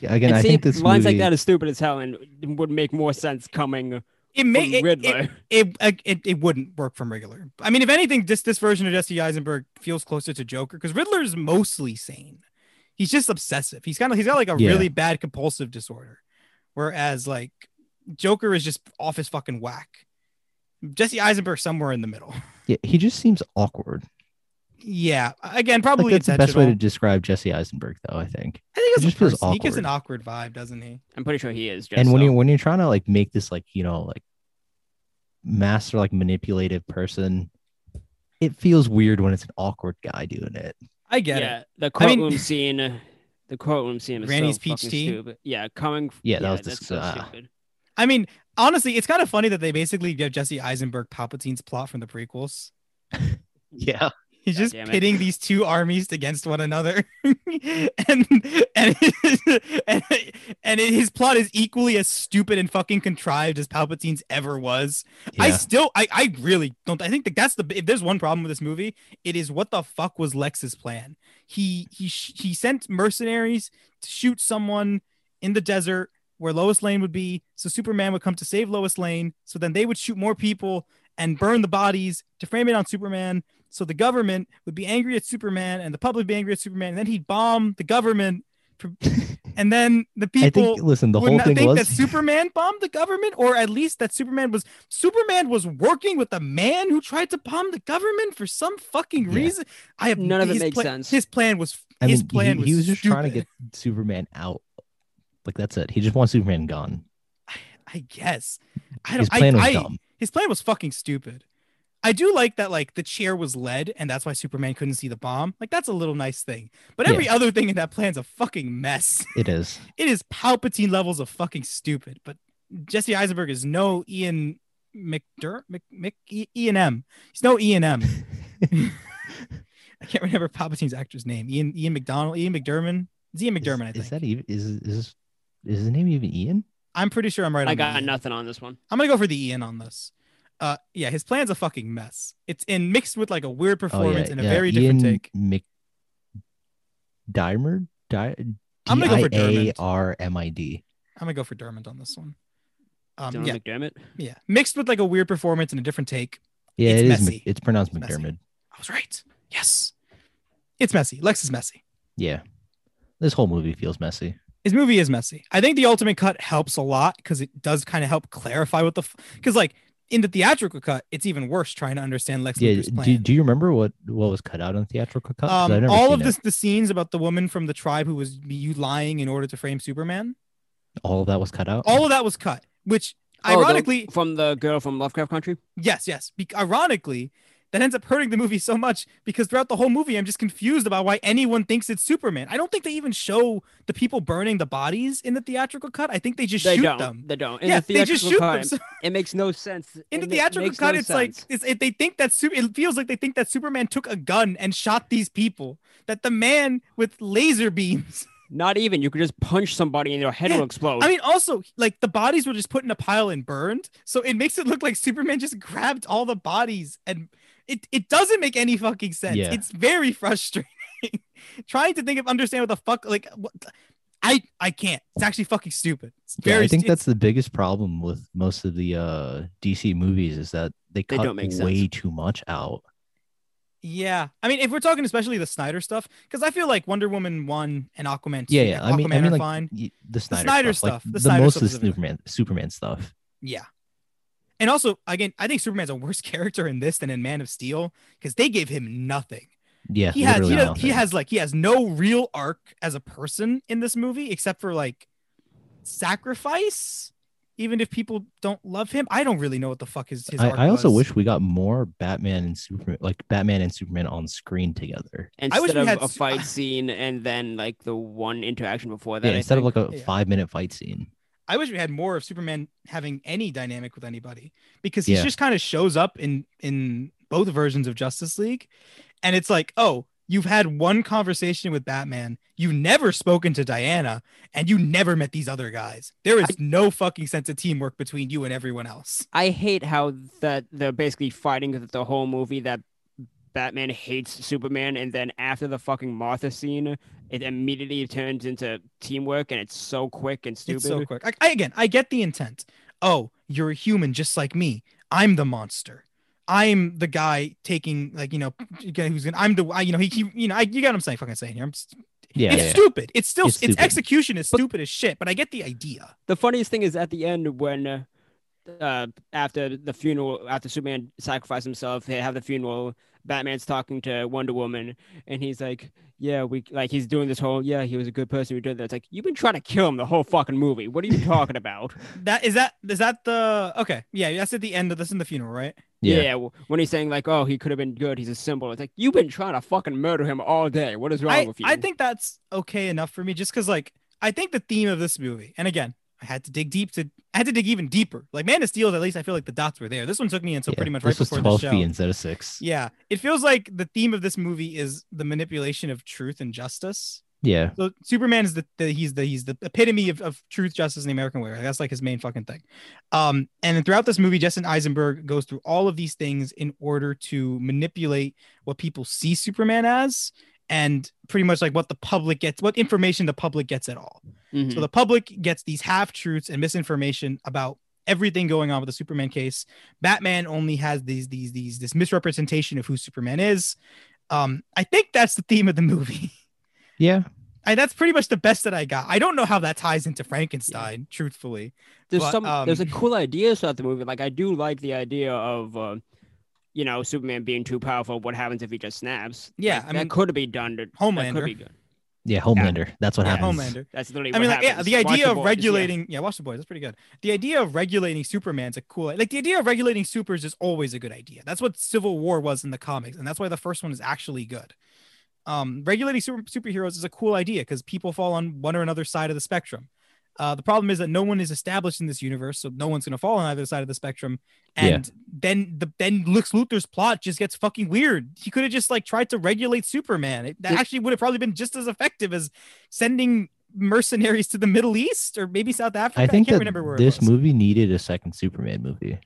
Speaker 3: Yeah, again, I
Speaker 2: see,
Speaker 3: think this
Speaker 2: lines
Speaker 3: movie,
Speaker 2: like that is stupid as hell and would make more sense coming
Speaker 1: It may
Speaker 2: from
Speaker 1: it,
Speaker 2: Riddler.
Speaker 1: it, it, uh, it, it wouldn't work from regular. I mean, if anything, this this version of Jesse Eisenberg feels closer to Joker because Riddler is mostly sane. He's just obsessive. He's kind of he's got like a
Speaker 3: Yeah.
Speaker 1: really bad compulsive disorder, whereas like Joker is just off his fucking whack. Jesse Eisenberg somewhere in the middle.
Speaker 3: Yeah, he just seems awkward.
Speaker 1: Yeah, again,
Speaker 3: Like,
Speaker 1: probably
Speaker 3: that's the
Speaker 1: intentional.
Speaker 3: best way to describe Jesse Eisenberg, though. I think.
Speaker 1: I think it's
Speaker 3: it just
Speaker 1: a
Speaker 3: feels
Speaker 1: person. He gets an awkward vibe, doesn't he?
Speaker 2: I'm pretty sure he is. Just
Speaker 3: and when
Speaker 2: so.
Speaker 3: you're when you're trying to like make this like you know like master like manipulative person, it feels weird when it's an awkward guy doing it.
Speaker 1: I get it.
Speaker 2: yeah, the
Speaker 1: I mean-
Speaker 2: courtroom scene, the courtroom scene is
Speaker 1: Granny's
Speaker 2: so
Speaker 1: peach
Speaker 2: fucking
Speaker 1: tea?
Speaker 2: Stupid. Yeah, coming. f-
Speaker 3: Yeah, that was
Speaker 2: that's
Speaker 3: dis-
Speaker 2: so
Speaker 3: uh,
Speaker 2: stupid.
Speaker 1: I mean, honestly, it's kind of funny that they basically give Jesse Eisenberg Palpatine's plot from the prequels.
Speaker 3: Yeah,
Speaker 1: He's
Speaker 2: God
Speaker 1: just
Speaker 2: damn it.
Speaker 1: pitting these two armies against one another, and and, and and his plot is equally as stupid and fucking contrived as Palpatine's ever was. I still, I, I really don't. I think that that's the. If there's one problem with this movie, it is what the fuck was Lex's plan? He he sh- he sent mercenaries to shoot someone in the desert where Lois Lane would be, so Superman would come to save Lois Lane. So then they would shoot more people and burn the bodies to frame it on Superman. So the government would be angry at Superman and the public would be angry at Superman. And then he'd bomb the government and then the
Speaker 3: I
Speaker 1: people
Speaker 3: think listen, the
Speaker 1: would
Speaker 3: whole
Speaker 1: not
Speaker 3: thing
Speaker 1: think
Speaker 3: was
Speaker 1: that Superman bombed the government, or at least that Superman was Superman was working with the man who tried to bomb the government for some fucking
Speaker 3: Yeah.
Speaker 1: reason. I have
Speaker 2: None of it
Speaker 1: his
Speaker 2: makes
Speaker 1: pla-
Speaker 2: sense.
Speaker 1: His plan was
Speaker 3: I
Speaker 1: his
Speaker 3: mean,
Speaker 1: plan
Speaker 3: he,
Speaker 1: was
Speaker 3: he was just trying to
Speaker 1: stupid.
Speaker 3: get Superman out. Like that's it. He just wants Superman gone.
Speaker 1: I guess. I don't.
Speaker 3: His plan
Speaker 1: I,
Speaker 3: was
Speaker 1: I-
Speaker 3: dumb.
Speaker 1: His plan was fucking stupid. I do like that, like the chair was lead, and that's why Superman couldn't see the bomb. Like that's a little nice thing. But every other thing in that plan's a fucking mess.
Speaker 3: It is.
Speaker 1: It is Palpatine levels of fucking stupid. But Jesse Eisenberg is no Ian McDermott, Mc, Mc, E- Ian M. He's no Ian M. I can't remember Palpatine's actor's name. Ian Ian McDonald, Ian McDermott. It's Ian McDermott, I
Speaker 3: Is,
Speaker 1: think.
Speaker 3: is that even is is is his name even Ian? Oh,
Speaker 1: I'm pretty sure I'm right.
Speaker 2: I
Speaker 1: on the
Speaker 2: got
Speaker 1: Ian.
Speaker 2: nothing on this one.
Speaker 1: I'm gonna go for the Ian on this. Uh, yeah, his plan's a fucking mess. It's in mixed with like a weird performance and a very different
Speaker 3: Oh, Ian
Speaker 1: take.
Speaker 3: Mc... Dimer. Di-
Speaker 1: I'm gonna go for
Speaker 3: D
Speaker 1: Dermot.
Speaker 3: I A R M I D.
Speaker 1: I'm gonna go for Dermot on this one. Um,
Speaker 2: Dylan
Speaker 1: yeah,
Speaker 2: McDermott.
Speaker 1: yeah, mixed with like a weird performance and a different take.
Speaker 3: Yeah,
Speaker 1: It's
Speaker 3: it is Mc-
Speaker 1: messy.
Speaker 3: It's pronounced
Speaker 1: It's messy.
Speaker 3: McDermott.
Speaker 1: I was right. Yes, it's messy. Lex is messy.
Speaker 3: Yeah, this whole movie feels messy.
Speaker 1: His movie is messy. I think the ultimate cut helps a lot because it does kind of help clarify what the because like in the theatrical cut, it's even worse trying to understand Lex
Speaker 3: Yeah.
Speaker 1: Luthor's plan.
Speaker 3: Do, do you remember what what was cut out on the theatrical cut? 'Cause I've
Speaker 1: um,
Speaker 3: never
Speaker 1: all
Speaker 3: seen
Speaker 1: of
Speaker 3: it.
Speaker 1: this, the scenes about the woman from the tribe who was you lying in order to frame Superman.
Speaker 3: All of that was cut out.
Speaker 1: all of that was cut which
Speaker 2: Oh, the-
Speaker 1: ironically
Speaker 2: from the girl from Lovecraft Country.
Speaker 1: yes yes be- ironically that ends up hurting the movie so much because throughout the whole movie i'm just confused about why anyone thinks it's superman i don't think they even show the people burning the bodies in the theatrical cut i think they just
Speaker 2: They
Speaker 1: shoot
Speaker 2: don't.
Speaker 1: them
Speaker 2: They don't. In
Speaker 1: yeah
Speaker 2: the
Speaker 1: they just
Speaker 2: theatrical
Speaker 1: shoot
Speaker 2: cut,
Speaker 1: them So
Speaker 2: It makes no sense.
Speaker 1: in the
Speaker 2: It ma-
Speaker 1: theatrical
Speaker 2: makes
Speaker 1: cut
Speaker 2: no
Speaker 1: it's like
Speaker 2: sense.
Speaker 1: it's, it, they think that Su- it feels like they think that superman took a gun and shot these people that the man with laser beams
Speaker 2: not even. You could just punch somebody and their head
Speaker 1: Yeah.
Speaker 2: will explode.
Speaker 1: I mean, also, like the bodies were just put in a pile and burned, so it makes it look like Superman just grabbed all the bodies, and it it doesn't make any fucking sense.
Speaker 3: Yeah.
Speaker 1: It's very frustrating trying to think of understand what the fuck like. What, I I can't. It's actually fucking stupid. It's
Speaker 3: Yeah,
Speaker 1: very.
Speaker 3: I think
Speaker 1: stu-
Speaker 3: that's the biggest problem with most of the uh, DC movies is that they
Speaker 2: They
Speaker 3: cut
Speaker 2: don't make sense.
Speaker 3: way too much out.
Speaker 1: yeah. I mean, if we're talking especially the Snyder stuff, because I feel like Wonder Woman one and Aquaman two,
Speaker 3: Yeah, yeah.
Speaker 1: like,
Speaker 3: I mean,
Speaker 1: Aquaman
Speaker 3: I mean,
Speaker 1: are
Speaker 3: like
Speaker 1: fine.
Speaker 3: y- the Snyder,
Speaker 1: Snyder
Speaker 3: stuff, like,
Speaker 1: stuff, the
Speaker 3: the,
Speaker 1: Snyder
Speaker 3: most
Speaker 1: stuff
Speaker 3: of
Speaker 1: is
Speaker 3: the
Speaker 1: everything.
Speaker 3: Superman Superman stuff.
Speaker 1: Yeah. And also, again, I think Superman's a worse character in this than in Man of Steel because they gave him nothing.
Speaker 3: Yeah,
Speaker 1: he has he,
Speaker 3: literally
Speaker 1: does-
Speaker 3: nothing.
Speaker 1: he has like he has no real arc as a person in this movie except for like sacrifice even if people don't love him i don't really know what the fuck his, his
Speaker 3: I,
Speaker 1: arc
Speaker 3: I also
Speaker 1: was.
Speaker 3: wish we got more Batman and Superman, like Batman and Superman on screen together.
Speaker 1: I wish
Speaker 2: instead
Speaker 1: we
Speaker 2: of
Speaker 1: had
Speaker 2: a
Speaker 1: su-
Speaker 2: fight scene and then like the one interaction before that.
Speaker 3: Yeah,
Speaker 2: I
Speaker 3: instead of
Speaker 2: think.
Speaker 3: like a
Speaker 1: yeah.
Speaker 3: five-minute fight scene.
Speaker 1: i wish we had more of superman having any dynamic with anybody because he
Speaker 3: Yeah.
Speaker 1: just kind of shows up in in both versions of justice league and it's like oh you've had one conversation with batman you've never spoken to diana and you never met these other guys there is
Speaker 2: I-
Speaker 1: no fucking sense of teamwork between you and everyone else
Speaker 2: I hate how that they're basically fighting the whole movie that Batman hates Superman, and then after the fucking Martha scene, it immediately turns into teamwork, and it's so quick and stupid.
Speaker 1: It's so quick. I, I again, I get the intent. Oh, you're a human just like me. I'm the monster. I'm the guy taking like you know the guy who's gonna. I'm the I, you know he, he you know I, you got what I'm saying fucking saying here. I'm, s-
Speaker 3: Yeah,
Speaker 1: it's
Speaker 3: yeah,
Speaker 1: stupid. It's still
Speaker 3: It's
Speaker 1: it's,
Speaker 3: stupid.
Speaker 1: execution is stupid as shit. But I get the idea.
Speaker 2: the funniest thing is at the end when uh, uh after the funeral after superman sacrificed himself they have the funeral batman's talking to wonder woman and he's like yeah we like he's doing this whole yeah he was a good person who did that it's like you've been trying to kill him the whole fucking movie what are you talking about
Speaker 1: That is that is that the okay yeah that's at the end of this in the funeral right.
Speaker 3: yeah. yeah.
Speaker 2: w- when he's saying like oh he could have been good he's a symbol it's like you've been trying to fucking murder him all day what is wrong
Speaker 1: I,
Speaker 2: with you
Speaker 1: I think that's okay enough for me just because like I think the theme of this movie, and again, I had to dig deep to I had to dig even deeper. Like Man of Steel, at least I feel like the dots were there. This one took me until pretty much
Speaker 3: this
Speaker 1: right
Speaker 3: was
Speaker 1: before the
Speaker 3: twelve
Speaker 1: show.
Speaker 3: feet instead of six.
Speaker 1: Yeah, it feels like the theme of this movie is the manipulation of truth and justice.
Speaker 3: Yeah,
Speaker 1: So Superman is the, the he's the he's the epitome of, of truth, justice, and the American way. right? That's like his main fucking thing. Um, and then throughout this movie, Justin Eisenberg goes through all of these things in order to manipulate what people see Superman as, and pretty much like what the public gets, what information the public gets at all.
Speaker 2: Mhm.
Speaker 1: So the public gets these half truths and misinformation about everything going on with the Superman case. Batman only has these these these this misrepresentation of who Superman is. Um, I think that's the theme of the movie.
Speaker 3: yeah.
Speaker 1: I, that's pretty much the best that I got. I don't know how that ties into Frankenstein, truthfully.
Speaker 2: there's
Speaker 1: But,
Speaker 2: some there's a
Speaker 1: um,
Speaker 2: cool ideas throughout the movie. Like I do like the idea of uh, you know Superman being too powerful. What happens if he just snaps?
Speaker 1: Yeah,
Speaker 2: Like,
Speaker 1: I mean,
Speaker 2: that could be done. To, That
Speaker 1: Homelander.
Speaker 2: could be good.
Speaker 3: Yeah, Homelander. That's what
Speaker 1: Yeah,
Speaker 3: happens.
Speaker 1: Homelander.
Speaker 2: That's literally.
Speaker 1: I
Speaker 2: what
Speaker 1: mean, like, yeah,
Speaker 2: happens.
Speaker 1: the
Speaker 2: Watch
Speaker 1: idea
Speaker 2: boys,
Speaker 1: of
Speaker 2: yeah.
Speaker 1: regulating, yeah. watch the boys. That's pretty good. The idea of regulating Superman's a cool, like, the idea of regulating supers is always a good idea. That's what Civil War was in the comics, and that's why the first one is actually good. Um, regulating super, superheroes is a cool idea because people fall on one or another side of the spectrum. Uh, the problem is that no one is established in this universe, so no one's going to fall on either side of the spectrum.
Speaker 3: Yeah.
Speaker 1: And then the then Lex Luthor's plot just gets fucking weird. He could have just like tried to regulate Superman. It, that
Speaker 2: Yeah.
Speaker 1: actually would have probably been just as effective as sending mercenaries to the Middle East or maybe South Africa.
Speaker 3: I think
Speaker 1: can't
Speaker 3: that
Speaker 1: remember where
Speaker 3: this
Speaker 1: it was.
Speaker 3: movie needed a second Superman movie.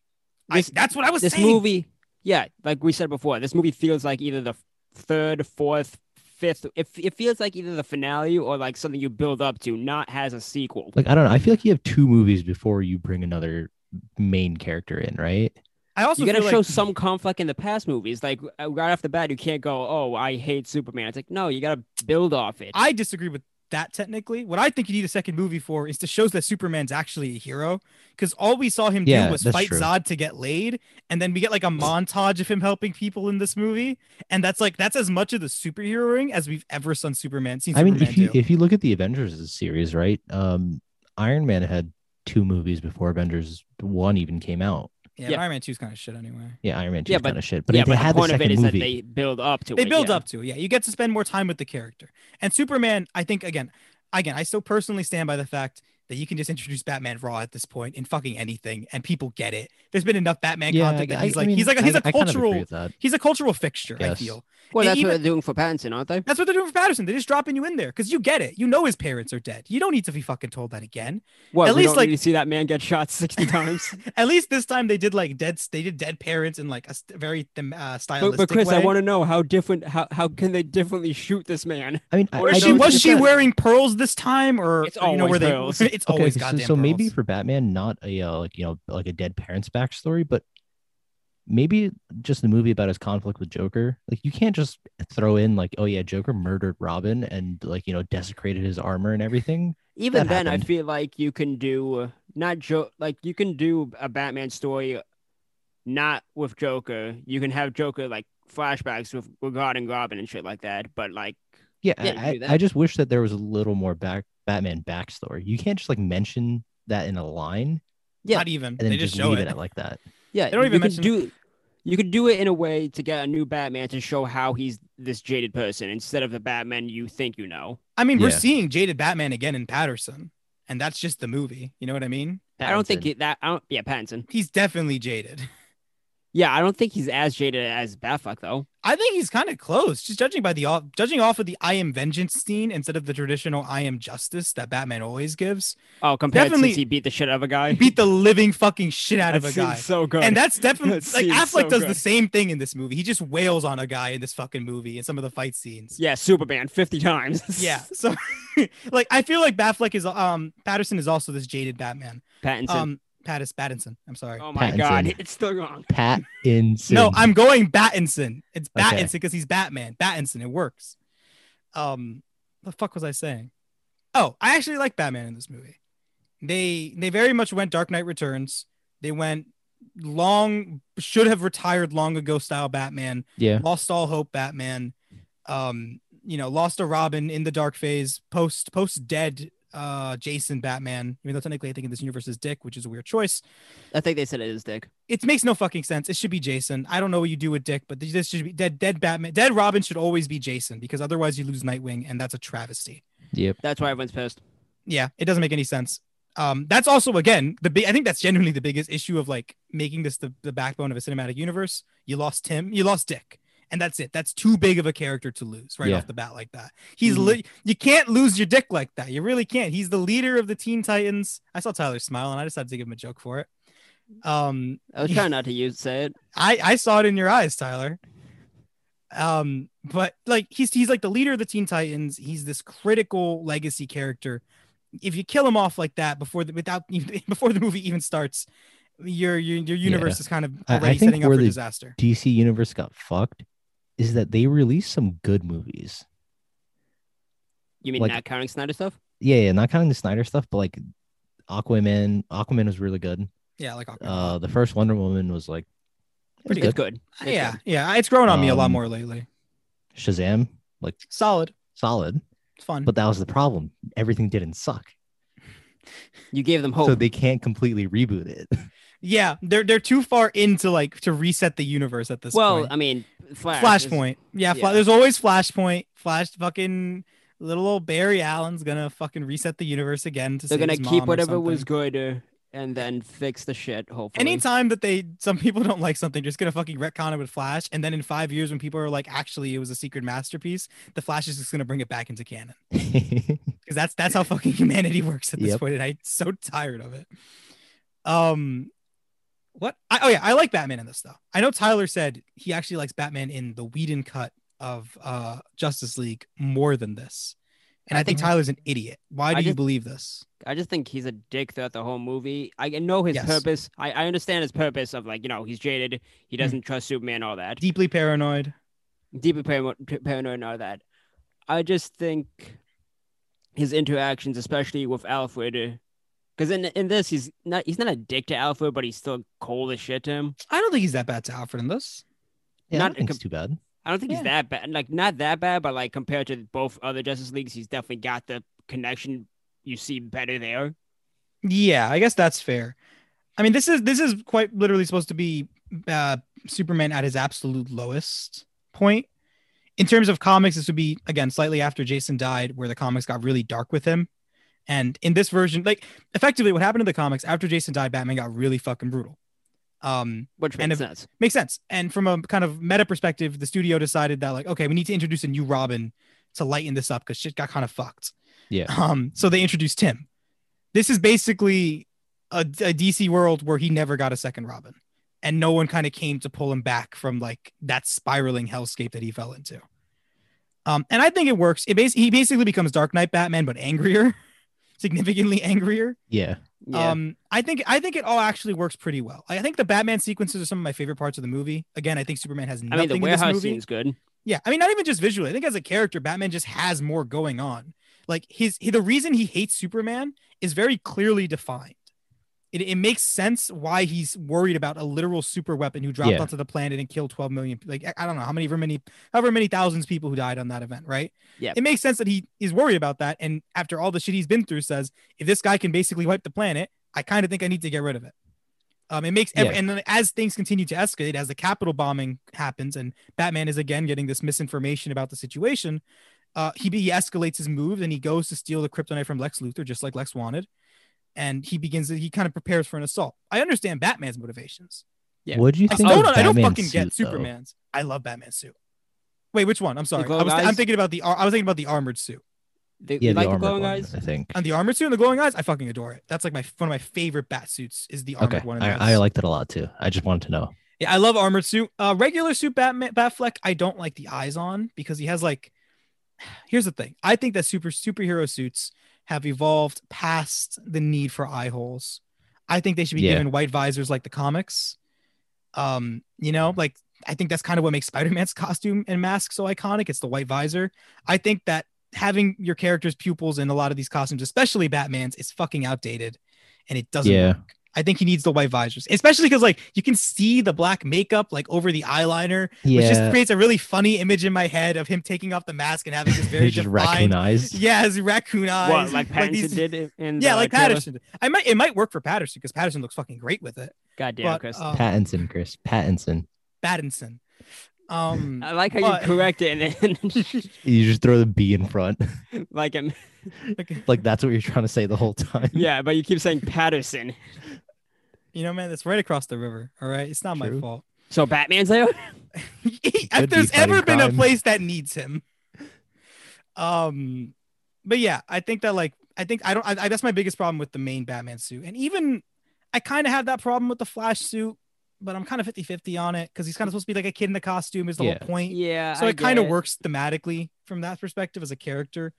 Speaker 1: I-
Speaker 2: This-
Speaker 1: that's what I was
Speaker 2: this
Speaker 1: saying.
Speaker 2: movie yeah like we said before this movie feels like either the third fourth fifth it, it feels like either the finale or like something you build up to not has a sequel
Speaker 3: Like I don't know. I feel like you have two movies before you bring another main character in, right?
Speaker 1: I also
Speaker 2: you gotta
Speaker 1: feel
Speaker 2: show
Speaker 1: like,
Speaker 2: some conflict in the past movies like uh, right off the bat you can't go oh i hate superman it's like no you gotta build off it
Speaker 1: I disagree with that technically. What I think you need a second movie for is to show that Superman's actually a hero because all we saw him
Speaker 3: Yeah,
Speaker 1: do was
Speaker 3: that's
Speaker 1: fight
Speaker 3: true.
Speaker 1: Zod to get laid, and then we get like a montage of him helping people in this movie, and that's like that's as much of the superheroing as we've ever seen Superman. Seen
Speaker 3: I mean,
Speaker 1: Superman
Speaker 3: if you
Speaker 1: do.
Speaker 3: if you look at the Avengers series, right? Um, Iron Man had two movies before Avengers one even came out.
Speaker 1: yeah,
Speaker 2: yeah.
Speaker 1: But Iron Man two's kind of shit anyway.
Speaker 3: Yeah, Iron Man two
Speaker 2: Yeah, but-
Speaker 3: kind of shit, but
Speaker 2: yeah
Speaker 3: if they
Speaker 2: but the
Speaker 3: had the
Speaker 2: point of
Speaker 3: second
Speaker 2: it is
Speaker 3: movie,
Speaker 2: that they build up to
Speaker 1: they
Speaker 2: it
Speaker 1: build
Speaker 2: yeah.
Speaker 1: up to it, yeah you get to spend more time with the character and superman i think again again i still personally stand by the fact that you can just introduce batman raw at this point in fucking anything and people get it there's been enough batman
Speaker 3: yeah,
Speaker 1: content that
Speaker 3: I-
Speaker 1: he's
Speaker 3: I
Speaker 1: like
Speaker 3: mean,
Speaker 1: he's like a,
Speaker 3: I-
Speaker 1: he's
Speaker 3: I
Speaker 1: a
Speaker 3: kind of agree
Speaker 1: cultural
Speaker 3: with that.
Speaker 1: he's a cultural fixture i
Speaker 3: Yes.
Speaker 1: feel
Speaker 2: well
Speaker 1: They
Speaker 2: that's what
Speaker 1: even-
Speaker 2: they're doing for pattinson aren't they
Speaker 1: that's what they're doing for patterson they're just dropping you in there because you get it you know his parents are dead you don't need to be fucking told that again
Speaker 2: well
Speaker 1: At
Speaker 2: we
Speaker 1: least,
Speaker 2: don't
Speaker 1: like-
Speaker 2: need to see that man get shot 60 times
Speaker 1: at least this time they did like dead they did dead parents in like a st- very them- uh,
Speaker 2: but,
Speaker 1: stylistic
Speaker 2: but chris
Speaker 1: way.
Speaker 2: i want to know how different how, how can they differently shoot this man
Speaker 3: I mean, I,
Speaker 2: Or
Speaker 3: I
Speaker 1: was she,
Speaker 3: don't
Speaker 1: was
Speaker 3: think
Speaker 1: she
Speaker 3: that-
Speaker 1: wearing pearls this time, or
Speaker 2: It's
Speaker 1: or, you know,
Speaker 2: always
Speaker 1: were they?
Speaker 2: pearls.
Speaker 1: It's
Speaker 3: Okay,
Speaker 1: always
Speaker 3: so,
Speaker 1: goddamn.
Speaker 3: so maybe
Speaker 1: pearls.
Speaker 3: for Batman, not a uh, like you know like a dead parent's backstory, but maybe just the movie about his conflict with Joker. Like you can't just throw in like, oh yeah, Joker murdered Robin and like you know desecrated his armor and everything.
Speaker 2: even
Speaker 3: That
Speaker 2: then i
Speaker 3: happened.
Speaker 2: feel like you can do uh, not joke like you can do a batman story uh, not with joker you can have joker like flashbacks with regarding robin and shit like that but like
Speaker 3: Yeah,
Speaker 2: Yeah, you
Speaker 3: I,
Speaker 2: do that.
Speaker 3: I, I just wish that there was a little more back Batman backstory. You can't just like mention that in a line
Speaker 2: yeah,
Speaker 1: not even.
Speaker 3: and then
Speaker 1: They just, show
Speaker 3: leave
Speaker 1: it.
Speaker 3: it. at like that.
Speaker 2: yeah
Speaker 1: They don't
Speaker 2: you
Speaker 1: even
Speaker 2: could
Speaker 1: mention-
Speaker 2: do you could do it in a way to get a new batman to show how he's this jaded person instead of the batman you think you know
Speaker 1: I mean, we're
Speaker 3: Yeah.
Speaker 1: seeing jaded Batman again in Patterson, and that's just the movie. You know what I mean?
Speaker 2: i don't think
Speaker 3: Pattinson.
Speaker 2: he- that i don't yeah pattinson
Speaker 1: He's definitely jaded.
Speaker 2: yeah i don't think he's as jaded as batfuck though
Speaker 1: I think he's kind of close, just judging by the off, judging off of the "I am vengeance" scene instead of the traditional "I am justice" that Batman always gives.
Speaker 2: oh compared to
Speaker 1: Definitely-
Speaker 2: since he beat the shit out of a guy
Speaker 1: Beat the living fucking shit out of
Speaker 2: That
Speaker 1: a
Speaker 2: scene's
Speaker 1: guy.
Speaker 2: so good
Speaker 1: And that's definitely
Speaker 2: That
Speaker 1: like
Speaker 2: scene's
Speaker 1: Affleck
Speaker 2: so
Speaker 1: does the
Speaker 2: good.
Speaker 1: same thing in this movie. He just wails on a guy in this fucking movie in some of the fight scenes.
Speaker 2: yeah superman 50 times
Speaker 1: yeah so like i feel like Batfleck is um patterson is also this jaded batman
Speaker 2: pattinson
Speaker 1: um pattis pattinson i'm sorry
Speaker 2: Oh my
Speaker 3: Pattinson.
Speaker 2: god, it's still wrong.
Speaker 3: Pat Pattinson.
Speaker 1: no i'm going battinson it's
Speaker 3: Okay.
Speaker 1: battinson because he's batman battinson it works um the fuck was i saying oh i actually like batman in this movie they they very much went dark knight returns they went long should have retired long ago style batman
Speaker 3: yeah.
Speaker 1: lost all hope batman um you know lost a robin in the dark phase post post dead uh jason batman even though technically i think in this universe is dick which is a weird choice
Speaker 2: I think they said it is Dick.
Speaker 1: it makes no fucking sense it should be jason i don't know what you do with dick but this should be dead dead batman dead robin should always be jason because otherwise you lose nightwing and that's a travesty
Speaker 3: Yep.
Speaker 2: That's why everyone's pissed.
Speaker 1: yeah, it doesn't make any sense. Um, that's also again the big. I think that's genuinely the biggest issue of like making this the, the backbone of a cinematic universe. You lost Tim, you lost Dick, and that's it. That's too big of a character to lose right
Speaker 3: Yeah.
Speaker 1: off the bat like that. He's
Speaker 2: Mhm.
Speaker 1: li- you can't lose your Dick like that. You really can't. He's the leader of the Teen Titans. I saw Tyler smile, and I decided to give him a joke for it. Um,
Speaker 2: I was trying not to use say it.
Speaker 1: I I saw it in your eyes, Tyler. Um, but like he's he's like the leader of the Teen Titans. He's this critical legacy character. If you kill him off like that before the without before the movie even starts, your your your universe is kind of
Speaker 3: I- I
Speaker 1: already
Speaker 3: think
Speaker 1: setting up
Speaker 3: where
Speaker 1: for
Speaker 3: the-
Speaker 1: disaster.
Speaker 3: DC Universe got fucked is that they released some good movies.
Speaker 2: You mean
Speaker 3: Like-
Speaker 2: not counting Snyder stuff?
Speaker 3: Yeah, yeah, not counting the Snyder stuff, but like Aquaman, Aquaman was really good.
Speaker 1: Yeah, like Aquaman.
Speaker 3: Uh, the first Wonder Woman was like it was
Speaker 1: Pretty
Speaker 2: It's good.
Speaker 3: good.
Speaker 2: It's
Speaker 1: Ah, yeah,
Speaker 2: good.
Speaker 1: yeah, it's grown on me a lot
Speaker 3: Um,
Speaker 1: more lately.
Speaker 3: Shazam, like
Speaker 1: Solid,
Speaker 3: solid,
Speaker 1: fun.
Speaker 3: but that was the problem. Everything didn't suck,
Speaker 2: You gave them hope.
Speaker 3: so they can't completely reboot it.
Speaker 1: yeah, they're they're too far into like to reset the universe at this
Speaker 2: well,
Speaker 1: point.
Speaker 2: I mean, Flash. is-
Speaker 1: Flashpoint. Yeah, Fla-
Speaker 2: yeah.
Speaker 1: there's always Flashpoint. Flash fucking little old Barry Allen's gonna fucking reset the universe again to
Speaker 2: They're
Speaker 1: save
Speaker 2: gonna
Speaker 1: his mom
Speaker 2: keep
Speaker 1: or
Speaker 2: whatever was
Speaker 1: something.
Speaker 2: good uh, and then fix the shit. Hopefully.
Speaker 1: Anytime that they some people don't like something, just gonna fucking retcon it with Flash, and then in five years when people are like, actually, it was a secret masterpiece, the Flash is just gonna bring it back into canon because that's that's how fucking humanity works at this
Speaker 3: Yep.
Speaker 1: point, and I'm so tired of it. Um, what? I, oh yeah, I like Batman in this though. I know Tyler said he actually likes Batman in the Whedon cut of uh Justice League more than this, and I, think Tyler's an idiot. Why
Speaker 2: I
Speaker 1: do you
Speaker 2: just-
Speaker 1: believe this?
Speaker 2: I just think he's a dick throughout the whole movie. I know his
Speaker 1: Yes.
Speaker 2: purpose. I, I understand his purpose of like you know he's jaded. He
Speaker 1: Hmm.
Speaker 2: doesn't trust Superman. All that.
Speaker 1: Deeply paranoid.
Speaker 2: deeply parano- paranoid and all that. I just think his interactions, especially with Alfred, because in in this he's not he's not a dick to Alfred, but he's still cold as shit to him.
Speaker 1: I don't think he's that bad to Alfred in this.
Speaker 3: yeah,
Speaker 2: Not
Speaker 3: I don't think
Speaker 2: a
Speaker 3: it's too bad.
Speaker 2: I don't think
Speaker 1: Yeah.
Speaker 2: he's that bad, like not that bad, but like compared to both other Justice Leagues, he's definitely got the connection you see better there.
Speaker 1: Yeah, I guess that's fair. I mean, this is this is quite literally supposed to be uh, Superman at his absolute lowest point. In terms of comics, this would be again slightly after Jason died, where the comics got really dark with him. And in this version, like effectively, what happened to the comics after Jason died, Batman got really fucking brutal. Um,
Speaker 2: Which makes
Speaker 1: And if-
Speaker 2: sense.
Speaker 1: makes sense. And from a kind of meta perspective, the studio decided that like, okay, we need to introduce a new Robin to lighten this up because shit got kind of fucked.
Speaker 3: Yeah.
Speaker 1: Um. So they introduced him. This is basically a, a DC world where he never got a second Robin, and no one kind of came to pull him back from like that spiraling hellscape that he fell into. Um. And I think it works. It bas- he basically becomes Dark Knight Batman, but angrier, significantly angrier.
Speaker 3: Yeah,
Speaker 2: Yeah.
Speaker 1: Um, I think I think it all actually works pretty well. I think the Batman sequences are some of my favorite parts of the movie. Again, I think Superman has
Speaker 2: I
Speaker 1: nothing
Speaker 2: mean, the
Speaker 1: in this
Speaker 2: warehouse
Speaker 1: movie.
Speaker 2: scene's good.
Speaker 1: Yeah, I mean, not even just visually. I think as a character, Batman just has more going on. Like his he- the reason he hates Superman is very clearly defined. It, it makes sense why he's worried about a literal super weapon who dropped
Speaker 3: Yeah.
Speaker 1: onto the planet and killed 12 million. Like I- I don't know how many, however many, however many thousands people who died on that event, right?
Speaker 2: Yep.
Speaker 1: It makes sense that he is worried about that. And after all the shit he's been through, says if this guy can basically wipe the planet, I kind of think I need to get rid of it. Um, it makes ev-
Speaker 3: Yeah.
Speaker 1: and then as things continue to escalate, as the Capitol bombing happens and Batman is again getting this misinformation about the situation, uh, he, he escalates his move and he goes to steal the kryptonite from Lex Luthor, just like Lex wanted. And he begins. He kind of prepares for an assault. I understand Batman's motivations.
Speaker 2: Yeah.
Speaker 3: What do you
Speaker 1: I
Speaker 3: think?
Speaker 1: still
Speaker 3: of
Speaker 1: don't. I don't
Speaker 3: Batman's
Speaker 1: fucking get
Speaker 3: suit, though?
Speaker 1: Superman's. I love Batman's suit. Wait, which one? I'm sorry. I
Speaker 2: glowing
Speaker 1: was, I'm
Speaker 2: eyes?
Speaker 1: thinking about the. ar- I was thinking about the armored suit.
Speaker 2: They, you
Speaker 3: Yeah, the
Speaker 2: like the
Speaker 3: armored
Speaker 2: glowing
Speaker 3: one,
Speaker 2: eyes?
Speaker 3: I think.
Speaker 1: And the armored suit and the glowing eyes, I fucking adore it. That's like my one of my favorite bat suits is the armored
Speaker 3: Okay,
Speaker 1: one. in this.
Speaker 3: I, I liked it a lot too. I just wanted to know.
Speaker 1: yeah, I love armored suit. Uh, regular suit Batman Batfleck, I don't like the eyes on because he has like. Here's the thing: I think that super superhero suits have evolved past the need for eye holes. I think they should be
Speaker 3: Yeah.
Speaker 1: given white visors like the comics. Um, you know, like I think that's kind of what makes Spider-Man's costume and mask so iconic. It's the white visor. I think that having your character's pupils in a lot of these costumes, especially Batman's, is fucking outdated, and it doesn't
Speaker 3: Yeah,
Speaker 1: I think he needs the white visors, especially because like you can see the black makeup like over the eyeliner, which just
Speaker 3: yeah.
Speaker 1: creates a really funny image in my head of him taking off the mask and having this very
Speaker 3: just
Speaker 1: defined,
Speaker 3: recognized.
Speaker 1: yeah, his raccoon eyes,
Speaker 2: What, like Pattinson
Speaker 1: these-
Speaker 2: did in- in uh,
Speaker 1: yeah,
Speaker 2: the
Speaker 1: like
Speaker 2: trailer?
Speaker 1: Patterson. I might it might work for Patterson because Patterson looks fucking great with it.
Speaker 2: God damn,
Speaker 1: but,
Speaker 2: Chris.
Speaker 1: um,
Speaker 3: Pattinson, Chris Pattinson.
Speaker 1: Pattinson. Um,
Speaker 2: I like how
Speaker 1: but-
Speaker 2: you correct it and then
Speaker 3: You just throw the B in front,
Speaker 2: like him.
Speaker 1: okay.
Speaker 3: like that's what you're trying to say the whole time.
Speaker 2: Yeah, but you keep saying Patterson.
Speaker 1: you know, man, that's right across the river. All right, it's not my
Speaker 3: True.
Speaker 1: fault.
Speaker 2: So Batman's there.
Speaker 1: if
Speaker 3: could be
Speaker 1: there's
Speaker 3: fighting
Speaker 1: ever been a
Speaker 3: crime.
Speaker 1: place that needs him um but yeah i think that like i think i don't I, I- that's my biggest problem with the main batman suit and even i kind of have that problem with the flash suit but i'm kind of 50 50 on it because he's kind of supposed to be like a kid in the costume is the
Speaker 3: Yeah.
Speaker 1: whole point
Speaker 2: Yeah.
Speaker 1: so
Speaker 2: I
Speaker 1: it kind of
Speaker 2: get
Speaker 1: works thematically from that perspective as a character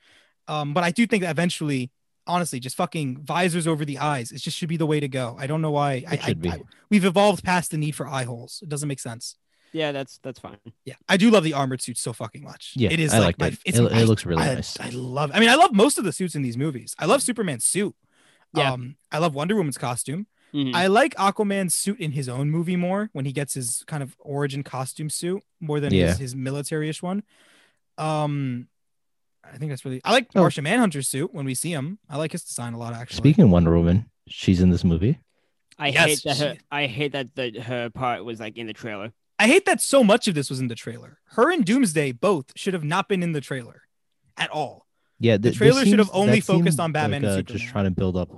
Speaker 1: um but i do think that eventually honestly just fucking visors over the eyes it just should be the way to go i don't know why I,
Speaker 3: It should
Speaker 1: I,
Speaker 3: be.
Speaker 1: I- we've evolved past the need for eye holes it doesn't make sense
Speaker 2: Yeah, that's that's fine.
Speaker 1: Yeah, I do love the armored suit so fucking much.
Speaker 3: Yeah,
Speaker 1: it is
Speaker 3: I
Speaker 1: like
Speaker 3: like
Speaker 1: my.
Speaker 3: it.
Speaker 1: It's
Speaker 3: it,
Speaker 1: my,
Speaker 3: it looks really
Speaker 1: I,
Speaker 3: nice.
Speaker 1: I love. I mean, I love most of the suits in these movies. I love Superman's suit.
Speaker 2: Yeah.
Speaker 1: Um, I love Wonder Woman's costume.
Speaker 2: Mhm.
Speaker 1: I like Aquaman's suit in his own movie more when he gets his kind of origin costume suit more than
Speaker 3: Yeah.
Speaker 1: his, his military-ish one. Um, I think that's really. I like
Speaker 3: Oh.
Speaker 1: Martian Manhunter's suit when we see him. I like his design a lot actually.
Speaker 3: Speaking of Wonder Woman, she's in this movie.
Speaker 2: I
Speaker 1: Yes,
Speaker 2: hate that her
Speaker 1: she-
Speaker 2: I hate that the, her part was like in the trailer.
Speaker 1: I hate that so much of this was in the trailer. Her and Doomsday both should have not been in the trailer at all.
Speaker 3: Yeah,
Speaker 1: The
Speaker 3: th- this
Speaker 1: trailer should
Speaker 3: seems-
Speaker 1: have only
Speaker 3: that seemed
Speaker 1: focused on Batman
Speaker 3: Like,
Speaker 1: and
Speaker 3: uh, just
Speaker 1: Superman.
Speaker 3: trying to build up,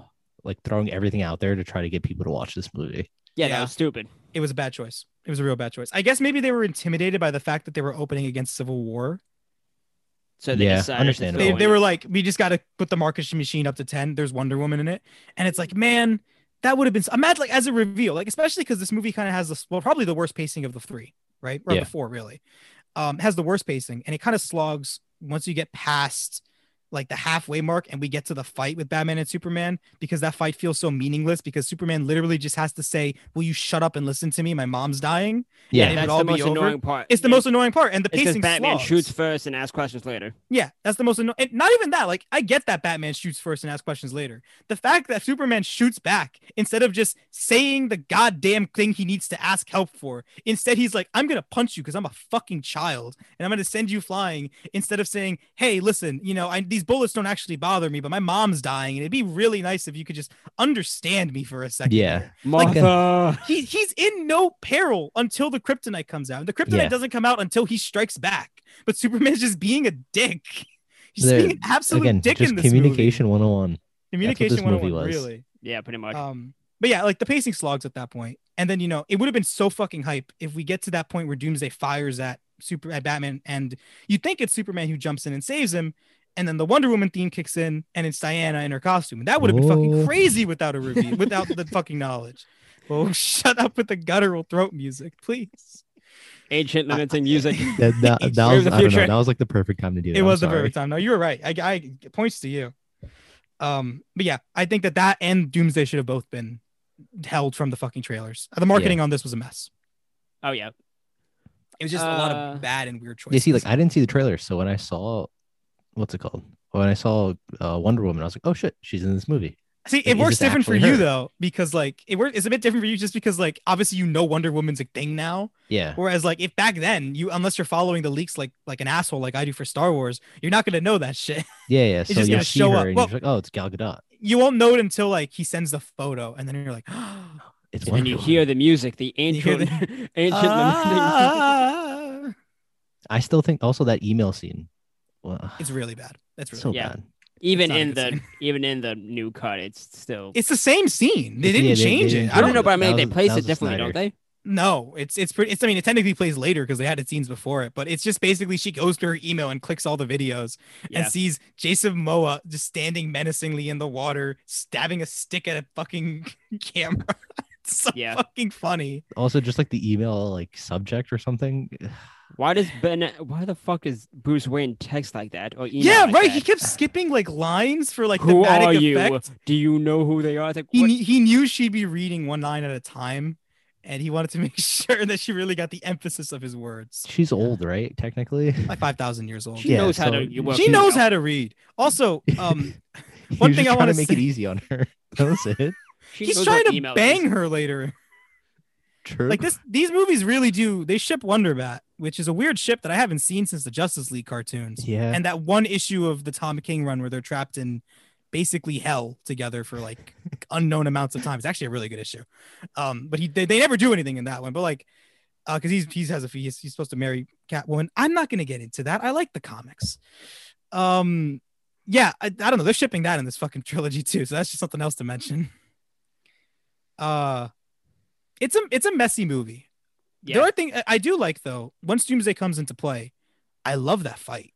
Speaker 3: like throwing everything out there to try to get people to watch this movie.
Speaker 2: Yeah,
Speaker 1: Yeah.
Speaker 2: that was stupid.
Speaker 1: It was a bad choice. It was a real bad choice. I guess maybe they were intimidated by the fact that they were opening against Civil War.
Speaker 2: So they
Speaker 3: Oh, Yeah,
Speaker 2: decided to
Speaker 3: understandable.
Speaker 1: They,
Speaker 2: throw
Speaker 3: Right.
Speaker 1: they
Speaker 2: in-
Speaker 1: were like, we just got to put the market machine up to 10. There's Wonder Woman in it. And it's like, man, that would have been, I'm mad, like, as a reveal, like, especially because this movie kind of has this, well, probably the worst pacing of the three, right? Or
Speaker 3: Yeah.
Speaker 1: the four, really. Um, has the worst pacing. And it kind of slogs once you get past like the halfway mark and we get to the fight with Batman and Superman because that fight feels so meaningless because Superman literally just has to say, Will you shut up and listen to me? My mom's dying.
Speaker 3: Yeah,
Speaker 1: it
Speaker 2: that's
Speaker 1: would all
Speaker 2: the
Speaker 1: be
Speaker 2: most
Speaker 1: over.
Speaker 2: annoying part.
Speaker 1: It's the most annoying part, and the
Speaker 2: It's because
Speaker 1: pacing
Speaker 2: Batman
Speaker 1: slogs.
Speaker 2: shoots first and asks questions later.
Speaker 1: Yeah, that's the most annoying. Not even that. Like, I get that Batman shoots first and asks questions later. The fact that Superman shoots back instead of just saying the goddamn thing he needs to ask help for, instead he's like, "I'm gonna punch you because I'm a fucking child, and I'm gonna send you flying." Instead of saying, "Hey, listen, you know, I, these bullets don't actually bother me, but my mom's dying, and it'd be really nice if you could just understand me for a second.
Speaker 3: Yeah.
Speaker 1: here."
Speaker 3: Martha.
Speaker 1: he, he's in no peril until the kryptonite comes out. The kryptonite
Speaker 3: Yeah.
Speaker 1: doesn't come out until he strikes back. But Superman's just being a dick. He's
Speaker 3: There-
Speaker 1: being an absolute
Speaker 3: Again,
Speaker 1: dick
Speaker 3: just
Speaker 1: in this
Speaker 3: communication 101.
Speaker 1: movie. Communication
Speaker 3: this movie
Speaker 1: 101,
Speaker 3: was.
Speaker 1: really.
Speaker 2: yeah, pretty much.
Speaker 1: Um, but yeah, like the pacing slogs at that point. And then you know, it would have been so fucking hype if we get to that point where Doomsday fires at Super at Batman, and you think it's Superman who jumps in and saves him, and then the Wonder Woman theme kicks in, and it's Diana in her costume. That would have been fucking
Speaker 3: Oh.
Speaker 1: crazy without a review, without the fucking knowledge. Oh, shut up with the guttural throat music, please. Uh,
Speaker 2: Ancient lamenting music.
Speaker 3: That, that,
Speaker 1: It's
Speaker 3: that
Speaker 2: Save
Speaker 3: was,
Speaker 2: the
Speaker 3: I don't know,
Speaker 2: future.
Speaker 3: that was like the perfect time to do that.
Speaker 1: it
Speaker 3: I'm
Speaker 1: was the
Speaker 3: sorry.
Speaker 1: perfect time. No, you were right. I, I points to you. Um, but yeah, I think that that and Doomsday should have both been held from the fucking trailers. The marketing on this was a mess.
Speaker 2: Oh yeah,
Speaker 1: It was just a lot
Speaker 2: Uh,
Speaker 1: of bad and weird choices.
Speaker 3: You see, like I didn't see the trailer, so when I saw, what's it called? When I saw uh, Wonder Woman, I was like, oh shit, she's in this movie.
Speaker 1: see,
Speaker 3: is
Speaker 1: it works
Speaker 3: this
Speaker 1: different for
Speaker 3: actually
Speaker 1: you
Speaker 3: her?
Speaker 1: though, because like it works. It's a bit different for you just because like obviously you know Wonder Woman's a thing now.
Speaker 3: Yeah,
Speaker 1: Whereas like if back then you, unless you're following the leaks like like an asshole like I do for Star Wars, you're not gonna know that shit.
Speaker 3: yeah, yeah. So
Speaker 1: just
Speaker 3: you
Speaker 1: gonna
Speaker 3: see
Speaker 1: show
Speaker 3: her
Speaker 1: up.
Speaker 3: and
Speaker 1: Well-
Speaker 3: you're just like, oh, it's Gal Gadot.
Speaker 1: You won't know it until like he sends the photo, and then you're like,
Speaker 3: It's
Speaker 2: and
Speaker 3: Wonder
Speaker 2: you
Speaker 3: Woman.
Speaker 2: hear the music, the
Speaker 1: You hear
Speaker 2: ancient, ancient lamenting.
Speaker 1: ah.
Speaker 3: I still think also that email scene. Well,
Speaker 1: It's really bad. That's really
Speaker 3: so
Speaker 2: Yeah.
Speaker 3: bad.
Speaker 2: Even
Speaker 1: It's not a
Speaker 2: in
Speaker 1: good
Speaker 2: the even in the new cut, it's still.
Speaker 1: It's the same scene. They
Speaker 3: Yeah,
Speaker 1: didn't
Speaker 3: they- they
Speaker 1: change it. I
Speaker 2: I
Speaker 3: didn't
Speaker 1: don't
Speaker 3: change
Speaker 2: don't
Speaker 1: know.
Speaker 2: know,
Speaker 3: that
Speaker 2: but I mean,
Speaker 3: was-
Speaker 2: they
Speaker 3: that
Speaker 2: place
Speaker 3: was
Speaker 2: it
Speaker 3: a
Speaker 2: differently,
Speaker 3: Snyder.
Speaker 2: don't they?
Speaker 1: No, it's it's pretty. It's I mean, it technically plays later because they had it scenes before it, but it's just basically she goes through her email and clicks all the videos
Speaker 2: Yeah.
Speaker 1: and sees Jason Moa just standing menacingly in the water, stabbing a stick at a fucking camera. it's so
Speaker 2: Yeah.
Speaker 1: fucking funny.
Speaker 3: Also, just like the email like subject or something.
Speaker 2: Why does Ben? Why the fuck is Bruce Wayne text like that or email?
Speaker 1: yeah,
Speaker 2: like
Speaker 1: right.
Speaker 2: that?
Speaker 1: He kept skipping like lines for like
Speaker 2: Who
Speaker 1: thematic
Speaker 2: are you?
Speaker 1: effect.
Speaker 2: Do you know who they are? It's like,
Speaker 1: He
Speaker 2: what-
Speaker 1: kn- he knew she'd be reading one line at a time, and he wanted to make sure that she really got the emphasis of his words.
Speaker 3: She's old, right? Technically,
Speaker 1: Like five thousand years old.
Speaker 2: she
Speaker 3: yeah,
Speaker 2: knows how
Speaker 3: so-
Speaker 2: to. Well,
Speaker 1: she knows how to read. Also, um,
Speaker 3: He
Speaker 1: One thing
Speaker 3: was just
Speaker 1: I
Speaker 3: trying
Speaker 1: wanna
Speaker 3: to make
Speaker 1: say-
Speaker 3: it easy on her. That was it.
Speaker 2: she
Speaker 1: he's
Speaker 2: knows
Speaker 1: trying
Speaker 2: what
Speaker 1: to
Speaker 2: email is.
Speaker 1: bang her later.
Speaker 3: True.
Speaker 1: Like this, these movies really do. They ship Wonder Bat, which is a weird ship that I haven't seen since the Justice League cartoons,
Speaker 3: Yeah.
Speaker 1: and that one issue of the Tom King run where they're trapped in basically hell together for like unknown amounts of time. It's actually a really good issue. Um, but he they, they never do anything in that one. But like, uh, because he's he's has a he's, he's supposed to marry Catwoman. I'm not gonna get into that. I like the comics. Um, yeah, I, I don't know. They're shipping that in this fucking trilogy too, so that's just something else to mention. Uh, it's a it's a messy movie.
Speaker 2: Yeah.
Speaker 1: There are things I do like though. Once Doomsday comes into play, I love that fight.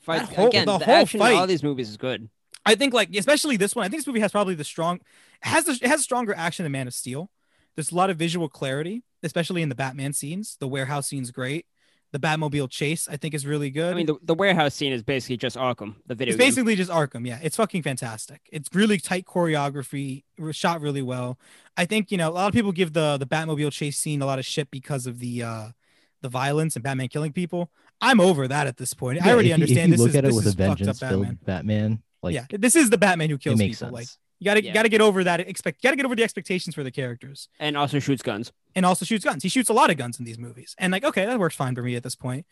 Speaker 2: Fight,
Speaker 1: that whole-
Speaker 2: again,
Speaker 1: the
Speaker 2: the,
Speaker 1: whole
Speaker 2: action in
Speaker 1: fight.
Speaker 2: all these movies is good.
Speaker 1: I think like especially this one. I think this movie has probably the strong has the, it has stronger action than Man of Steel. There's a lot of visual clarity, especially in the Batman scenes. The warehouse scene's great. The Batmobile chase, I think, is really good.
Speaker 2: I mean, the, the warehouse scene is basically just Arkham, the video
Speaker 1: it's
Speaker 2: game.
Speaker 1: basically just Arkham. Yeah, it's fucking fantastic. It's really tight choreography, re- shot really well. I think you know a lot of people give the the Batmobile chase scene a lot of shit because of the uh the violence and Batman killing people. I'm over that at this point. I already
Speaker 3: if you-
Speaker 1: understand
Speaker 3: If
Speaker 1: this
Speaker 3: you look
Speaker 1: is
Speaker 3: at
Speaker 1: this
Speaker 3: it with
Speaker 1: is
Speaker 3: a
Speaker 1: fucked up
Speaker 3: vengeance filled
Speaker 1: Batman.
Speaker 3: Batman. like
Speaker 1: yeah, this is the Batman who
Speaker 3: it
Speaker 1: kills
Speaker 3: makes
Speaker 1: people. Like
Speaker 3: sense.
Speaker 1: you gotta
Speaker 2: Yeah.
Speaker 1: gotta get over that expect gotta get over the expectations for the characters
Speaker 2: and also shoots guns.
Speaker 1: and also shoots guns. He shoots a lot of guns in these movies. And like, okay, that works fine for me at this point.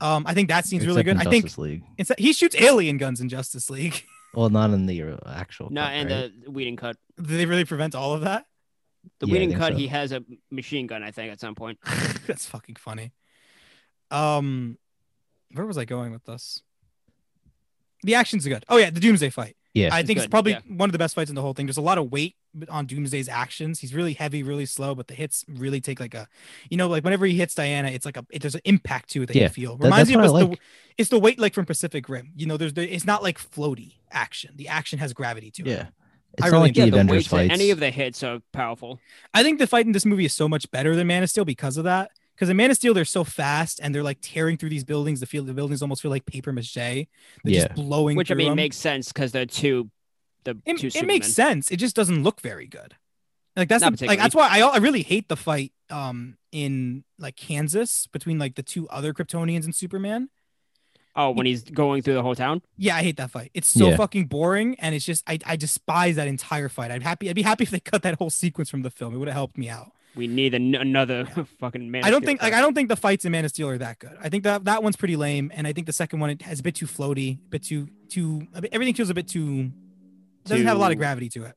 Speaker 1: Um, I think that scene's really
Speaker 3: Except
Speaker 1: good.
Speaker 3: in
Speaker 1: I think
Speaker 3: Justice League.
Speaker 1: it's, he shoots alien guns in Justice League.
Speaker 3: Well, not in the uh,
Speaker 1: Oh,
Speaker 3: actual.
Speaker 2: No,
Speaker 3: cut,
Speaker 2: and
Speaker 3: right?
Speaker 2: the Whedon cut.
Speaker 1: Did they really prevent all of that?
Speaker 2: The
Speaker 3: Yeah, I
Speaker 2: Whedon
Speaker 3: think
Speaker 2: cut,
Speaker 3: so.
Speaker 2: he has a machine gun, I think, at some point.
Speaker 1: That's fucking funny. Um, where was I going with this? The action's good. Oh yeah, the Doomsday fight.
Speaker 3: yeah,
Speaker 1: I
Speaker 2: It's
Speaker 1: think it's
Speaker 2: good,
Speaker 1: probably
Speaker 2: yeah.
Speaker 1: one of the best fights in the whole thing. There's a lot of weight on Doomsday's actions. He's really heavy, really slow, but the hits really take like a, you know, like whenever he hits Diana, it's like a it, there's an impact to it that
Speaker 3: Yeah,
Speaker 1: you feel.
Speaker 3: That-
Speaker 1: Reminds
Speaker 3: that's
Speaker 1: me of
Speaker 3: what I
Speaker 1: us the-
Speaker 3: like.
Speaker 1: it's the weight like from Pacific Rim. You know, there's there, it's not like floaty action. The action has gravity to it.
Speaker 3: yeah,
Speaker 1: I
Speaker 3: it's
Speaker 1: really
Speaker 3: not like
Speaker 1: Yeah,
Speaker 3: the
Speaker 2: the
Speaker 3: Avengers
Speaker 2: weights and
Speaker 3: fights.
Speaker 2: Any of the hits are powerful.
Speaker 1: I think the fight in this movie is so much better than Man of Steel because of that. Because in Man of Steel, they're so fast and they're like tearing through these buildings. The feel the buildings almost feel like paper mache. They're
Speaker 3: Yeah.
Speaker 1: just blowing.
Speaker 2: Which I
Speaker 1: through
Speaker 2: mean
Speaker 1: them.
Speaker 2: makes sense because they're two the
Speaker 1: it,
Speaker 2: two
Speaker 1: it makes
Speaker 2: Supermen.
Speaker 1: sense. It just doesn't look very good. Like that's
Speaker 2: Not
Speaker 1: the- like
Speaker 2: particularly.
Speaker 1: that's why I I really hate the fight um in like Kansas between like the two other Kryptonians and Superman.
Speaker 2: Oh, when he's going through the whole town?
Speaker 1: Yeah, I hate that fight. It's so
Speaker 3: Yeah.
Speaker 1: fucking boring, and it's just I, I despise that entire fight. I'd happy I'd be happy if they cut that whole sequence from the film. It would have helped me out.
Speaker 2: We need an- another fucking man. of
Speaker 1: I don't
Speaker 2: Steel
Speaker 1: think like
Speaker 2: fight.
Speaker 1: I don't think the fights in Man of Steel are that good. I think that that one's pretty lame, and I think the second one it has a bit too floaty, a bit too too a bit- everything feels a bit too doesn't have a lot of
Speaker 2: Too-
Speaker 1: gravity to it.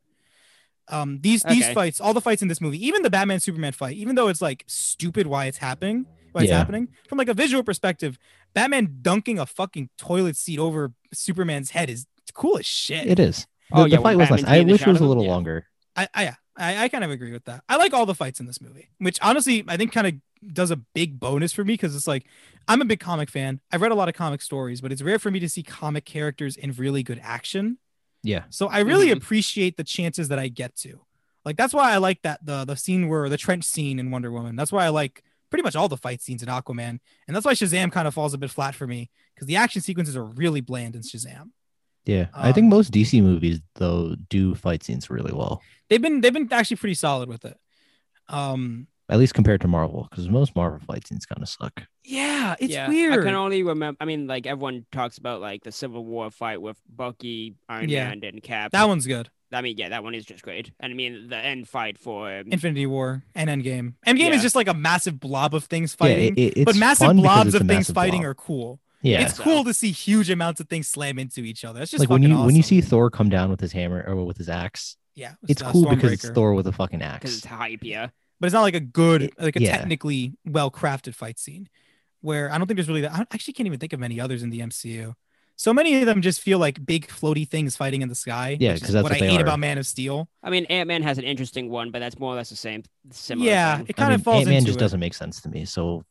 Speaker 1: Um, these these
Speaker 2: Okay.
Speaker 1: fights, all the fights in this movie, even the Batman Superman fight, even though it's like stupid why it's happening, why it's
Speaker 3: Yeah.
Speaker 1: happening from like a visual perspective, Batman dunking a fucking toilet seat over Superman's head is cool as shit.
Speaker 3: it is. The,
Speaker 2: Oh,
Speaker 3: the
Speaker 2: yeah, when
Speaker 3: fight was nice.
Speaker 2: Batman's
Speaker 3: I
Speaker 2: beating the
Speaker 3: wish it
Speaker 2: shit
Speaker 3: was
Speaker 2: out
Speaker 3: a
Speaker 2: of
Speaker 3: little
Speaker 2: him, yeah.
Speaker 3: longer.
Speaker 1: I, I yeah, I, I kind of agree with that. I like all the fights in this movie, which honestly I think kind of does a big bonus for me because it's like I'm a big comic fan. I've read a lot of comic stories, but it's rare for me to see comic characters in really good action.
Speaker 3: Yeah.
Speaker 1: So I really
Speaker 2: Mhm.
Speaker 1: appreciate the chances that I get to. Like that's why I like that the the scene where the trench scene in Wonder Woman. That's why I like pretty much all the fight scenes in Aquaman, and that's why Shazam kind of falls a bit flat for me because the action sequences are really bland in Shazam.
Speaker 3: Yeah, I think
Speaker 1: Um,
Speaker 3: most DC movies though do fight scenes really well,
Speaker 1: They've been they've been actually pretty solid with it. Um,
Speaker 3: at least compared to Marvel, because most Marvel fight scenes kind of suck.
Speaker 1: yeah, it's
Speaker 2: Yeah,
Speaker 1: weird.
Speaker 2: I can only remember. I mean, like everyone talks about like the Civil War fight with Bucky, Iron
Speaker 1: Yeah.
Speaker 2: Man, and Cap.
Speaker 1: That one's good.
Speaker 2: I mean, yeah, that one is just great. And I mean, the end fight for um,
Speaker 1: Infinity War and Endgame. Endgame
Speaker 2: Yeah.
Speaker 1: is just like a massive blob of things
Speaker 3: Yeah,
Speaker 1: fighting,
Speaker 3: it, it- it's
Speaker 1: but massive
Speaker 3: fun because
Speaker 1: blobs
Speaker 3: it's a
Speaker 1: of things
Speaker 3: massive
Speaker 1: fighting
Speaker 3: blob.
Speaker 1: are cool.
Speaker 3: yeah,
Speaker 1: It's
Speaker 2: So-
Speaker 1: cool to see huge amounts of things slam into each other. That's just
Speaker 3: like when you
Speaker 1: fucking
Speaker 3: when you
Speaker 1: awesome.
Speaker 3: see Thor come down with his hammer or with his axe,
Speaker 1: yeah,
Speaker 3: it's
Speaker 1: uh,
Speaker 3: cool because it's
Speaker 1: Stormbreaker.
Speaker 3: Thor with a fucking
Speaker 2: because it's
Speaker 3: axe.
Speaker 2: hype, yeah.
Speaker 1: but it's not like a good,
Speaker 3: It-
Speaker 1: like a
Speaker 3: yeah.
Speaker 1: technically well crafted fight scene. Where I don't think there's really that. I don't- actually can't even think of many others in the MCU. So many of them just feel like big floaty things fighting in the sky.
Speaker 3: Yeah,
Speaker 1: which is
Speaker 3: 'cause that's
Speaker 1: what
Speaker 3: what
Speaker 1: I
Speaker 3: they
Speaker 1: hate
Speaker 3: are.
Speaker 1: about Man of Steel.
Speaker 2: I mean, Ant Man has an interesting one, but that's more or less the same. Similar.
Speaker 1: yeah,
Speaker 2: thing.
Speaker 1: it
Speaker 3: I
Speaker 1: kind
Speaker 3: mean,
Speaker 1: of falls
Speaker 3: Ant-Man
Speaker 1: into
Speaker 3: just
Speaker 1: it.
Speaker 3: doesn't make sense to me. So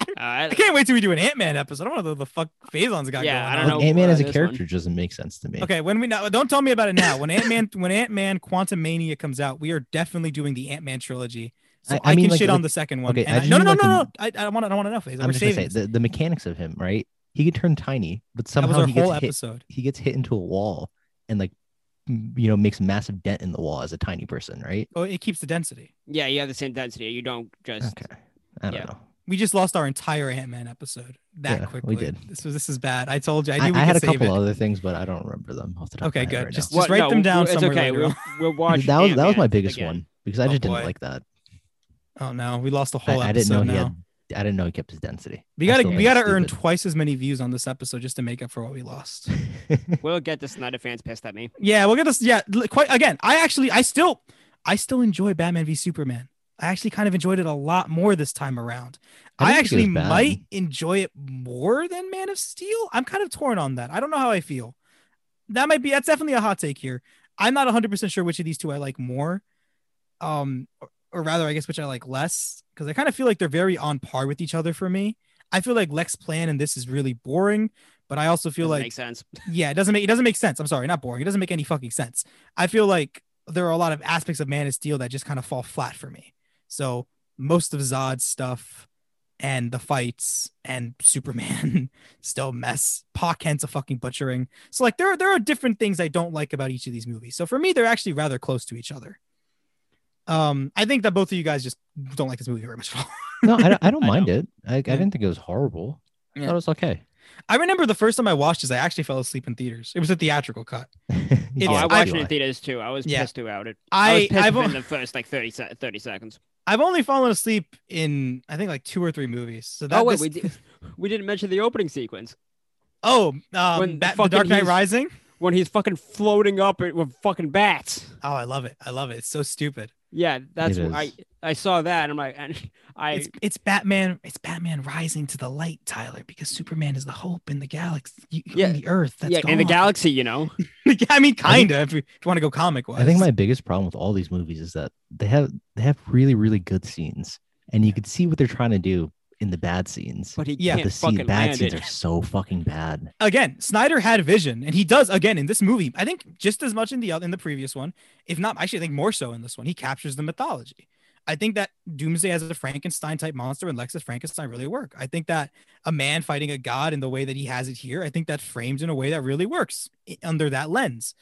Speaker 2: Uh, I-
Speaker 1: I can't wait till we do an Ant Man episode. I don't know what the fuck Phazon's got
Speaker 2: Yeah,
Speaker 1: going
Speaker 2: I
Speaker 1: on.
Speaker 2: don't know,
Speaker 3: Ant Man
Speaker 2: uh,
Speaker 3: as a
Speaker 2: this
Speaker 3: character doesn't make sense to me.
Speaker 1: Okay, when we now don't tell me about it now. When Ant Man when Ant Man Quantum Mania comes out, we are definitely doing the Ant Man trilogy. So I,
Speaker 3: I- I mean,
Speaker 1: can
Speaker 3: like-
Speaker 1: shit on
Speaker 3: like-
Speaker 1: the second one.
Speaker 3: okay,
Speaker 1: and
Speaker 3: I
Speaker 1: I-
Speaker 3: just
Speaker 1: no, no, no,
Speaker 3: mean,
Speaker 1: no,
Speaker 3: like
Speaker 1: no. I, I want to. I want to know. Faison.
Speaker 3: I'm
Speaker 1: We're
Speaker 3: just gonna say
Speaker 1: saving. this.
Speaker 3: the, the mechanics of him, right? He could turn tiny, but
Speaker 1: That was
Speaker 3: somehow
Speaker 1: our
Speaker 3: he gets
Speaker 1: whole
Speaker 3: hit.
Speaker 1: episode.
Speaker 3: He gets hit into a wall and like m- you know makes a massive dent in the wall as a tiny person, right?
Speaker 1: Oh, it keeps the density.
Speaker 2: Yeah, you have the same density. You don't just.
Speaker 3: Okay, I don't
Speaker 2: Yeah.
Speaker 3: know.
Speaker 1: We just lost our entire Ant Man episode that
Speaker 3: Yeah, we
Speaker 1: quickly.
Speaker 3: did.
Speaker 1: This was this is bad. I told you. I
Speaker 3: I,
Speaker 1: knew we
Speaker 3: I
Speaker 1: could
Speaker 3: had a
Speaker 1: save
Speaker 3: couple
Speaker 1: it.
Speaker 3: other things, but I don't remember them off the top.
Speaker 1: Okay,
Speaker 3: of my head
Speaker 1: good.
Speaker 3: right
Speaker 1: Just,
Speaker 3: now.
Speaker 1: just write
Speaker 2: no,
Speaker 1: them down
Speaker 2: it's
Speaker 1: somewhere.
Speaker 2: okay.
Speaker 1: later
Speaker 2: We'll,
Speaker 1: on.
Speaker 2: we'll watch.
Speaker 3: that was that was my
Speaker 2: Ant-Man
Speaker 3: biggest
Speaker 2: again.
Speaker 3: one because I
Speaker 1: Oh,
Speaker 3: just
Speaker 1: boy.
Speaker 3: didn't like that.
Speaker 1: Oh no, we lost the
Speaker 3: I,
Speaker 1: whole
Speaker 3: I didn't
Speaker 1: episode
Speaker 3: know
Speaker 1: now.
Speaker 3: he had. I didn't know he kept his density.
Speaker 1: we
Speaker 3: I
Speaker 1: gotta
Speaker 3: still
Speaker 1: we
Speaker 3: think
Speaker 1: gotta
Speaker 3: it's
Speaker 1: earn
Speaker 3: stupid.
Speaker 1: twice as many views on this episode just to make up for what we lost.
Speaker 2: We'll get the Snyder fans pissed at me.
Speaker 1: Yeah, we'll get this. Yeah, li- quite again. I actually, I still, I still enjoy Batman v Superman. I actually kind of enjoyed it a lot more this time around.
Speaker 3: I
Speaker 1: I,
Speaker 3: didn't think it was
Speaker 1: actually
Speaker 3: bad.
Speaker 1: might enjoy it more than Man of Steel. I'm kind of torn on that. I don't know how I feel. That might be that's definitely a hot take here. I'm not 100% sure which of these two I like more. Um or, or rather I guess which I like less cuz I kind of feel like they're very on par with each other for me. I feel like Lex plan and this is really boring, but I also feel
Speaker 2: Doesn't
Speaker 1: like
Speaker 2: make sense.
Speaker 1: yeah, it doesn't make it doesn't make sense. I'm sorry, not boring. It doesn't make any fucking sense. I feel like there are a lot of aspects of Man of Steel that just kind of fall flat for me. So most of Zod's stuff, and the fights and Superman still mess. Pa Kent's a fucking butchering. So like there are there are different things I don't like about each of these movies. So for me, they're actually rather close to each other. Um, I think that both of you guys just don't like this movie very much at all.
Speaker 3: No, I, don't- I don't
Speaker 2: I
Speaker 3: mind
Speaker 2: know.
Speaker 3: it. I, I didn't think it was horrible. I
Speaker 1: Yeah.
Speaker 3: thought it was okay.
Speaker 1: I remember the first time I watched this, I actually fell asleep in theaters. It was a theatrical cut.
Speaker 2: Oh,
Speaker 1: It's-
Speaker 2: I
Speaker 1: I
Speaker 2: watched it
Speaker 1: feel
Speaker 2: in theaters too. I was
Speaker 1: Yeah.
Speaker 2: pissed about it. I, was
Speaker 1: I,
Speaker 2: pissed
Speaker 1: I've
Speaker 2: within
Speaker 1: o-
Speaker 2: the first like 30, se- 30 seconds.
Speaker 1: I've only fallen asleep in I think like two or three movies. So that
Speaker 2: oh wait,
Speaker 1: this-
Speaker 2: we, did, we didn't mention the opening sequence
Speaker 1: oh um,
Speaker 2: When
Speaker 1: Bat- the
Speaker 2: fucking
Speaker 1: Dark Knight
Speaker 2: he's-
Speaker 1: Rising.
Speaker 2: when he's fucking floating up it with fucking bats.
Speaker 1: Oh, I love it. I love it. It's so stupid.
Speaker 2: Yeah, that's
Speaker 3: It
Speaker 2: wh- I
Speaker 3: is.
Speaker 2: I saw that and I'm like and I
Speaker 1: It's, it's Batman. It's Batman rising to the light, Tyler, because Superman is the hope in the galaxy, in
Speaker 2: Yeah.
Speaker 1: the Earth. That's
Speaker 2: yeah in the
Speaker 1: gone.
Speaker 2: galaxy, you know.
Speaker 1: I mean, kind of. If, you- if you want to go comic wise,
Speaker 3: I think my biggest problem with all these movies is that they have they have really really good scenes, and you could see what they're trying to do in the bad scenes.
Speaker 2: But he
Speaker 1: Yeah.
Speaker 3: But
Speaker 2: can't
Speaker 3: the scene,
Speaker 2: fucking
Speaker 3: bad
Speaker 2: land
Speaker 3: scenes
Speaker 2: it.
Speaker 3: are so fucking bad.
Speaker 1: again, Snyder had vision, and he does again in this movie. I think just as much in the oth- in the previous one, if not actually, I think more so in this one. He captures the mythology. I think that Doomsday as a Frankenstein type monster and Lexus Frankenstein really work. I think that a man fighting a god in the way that he has it here, I think that's framed in a way that really works i- under that lens.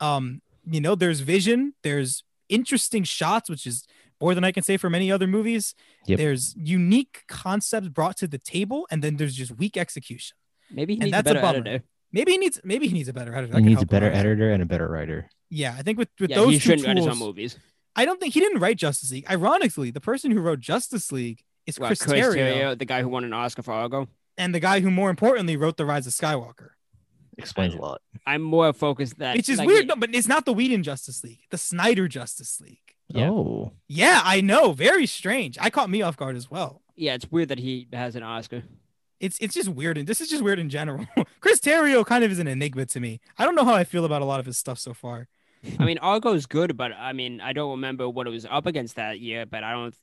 Speaker 1: Um, you know, there's vision, there's interesting shots, which is more than I can say for many other movies.
Speaker 3: Yep.
Speaker 1: There's unique concepts brought to the table, and then there's just weak execution.
Speaker 2: Maybe he
Speaker 1: And
Speaker 2: needs
Speaker 1: that's a
Speaker 2: a better
Speaker 1: bummer.
Speaker 2: editor.
Speaker 1: Maybe he needs maybe he needs a better editor. That
Speaker 3: He
Speaker 1: could
Speaker 3: needs a
Speaker 1: help him
Speaker 3: better
Speaker 1: out.
Speaker 3: editor and a better writer.
Speaker 1: Yeah, I think with with
Speaker 2: Yeah,
Speaker 1: those
Speaker 2: he
Speaker 1: two
Speaker 2: shouldn't
Speaker 1: tools,
Speaker 2: write his own movies.
Speaker 1: I don't think he didn't write Justice League. Ironically, the person who wrote Justice League is
Speaker 2: Well,
Speaker 1: Chris,
Speaker 2: Chris
Speaker 1: Terrio,
Speaker 2: Terrio, the guy who won an Oscar for Argo.
Speaker 1: and the guy who more importantly wrote The Rise of Skywalker.
Speaker 3: Explains a lot.
Speaker 2: I'm more focused that
Speaker 1: Which is
Speaker 2: like,
Speaker 1: weird, no, but it's not the Whedon Justice League, the Snyder Justice League.
Speaker 2: Yeah.
Speaker 3: Oh,
Speaker 1: Yeah, I know, very strange. I caught me off guard as well.
Speaker 2: Yeah, it's weird that he has an Oscar.
Speaker 1: It's it's just weird, and this is just weird in general. Chris Terrio kind of is an enigma to me. I don't know how I feel about a lot of his stuff so far.
Speaker 2: I mean, Argo's good, but I mean, I don't remember what it was up against that year. But I don't,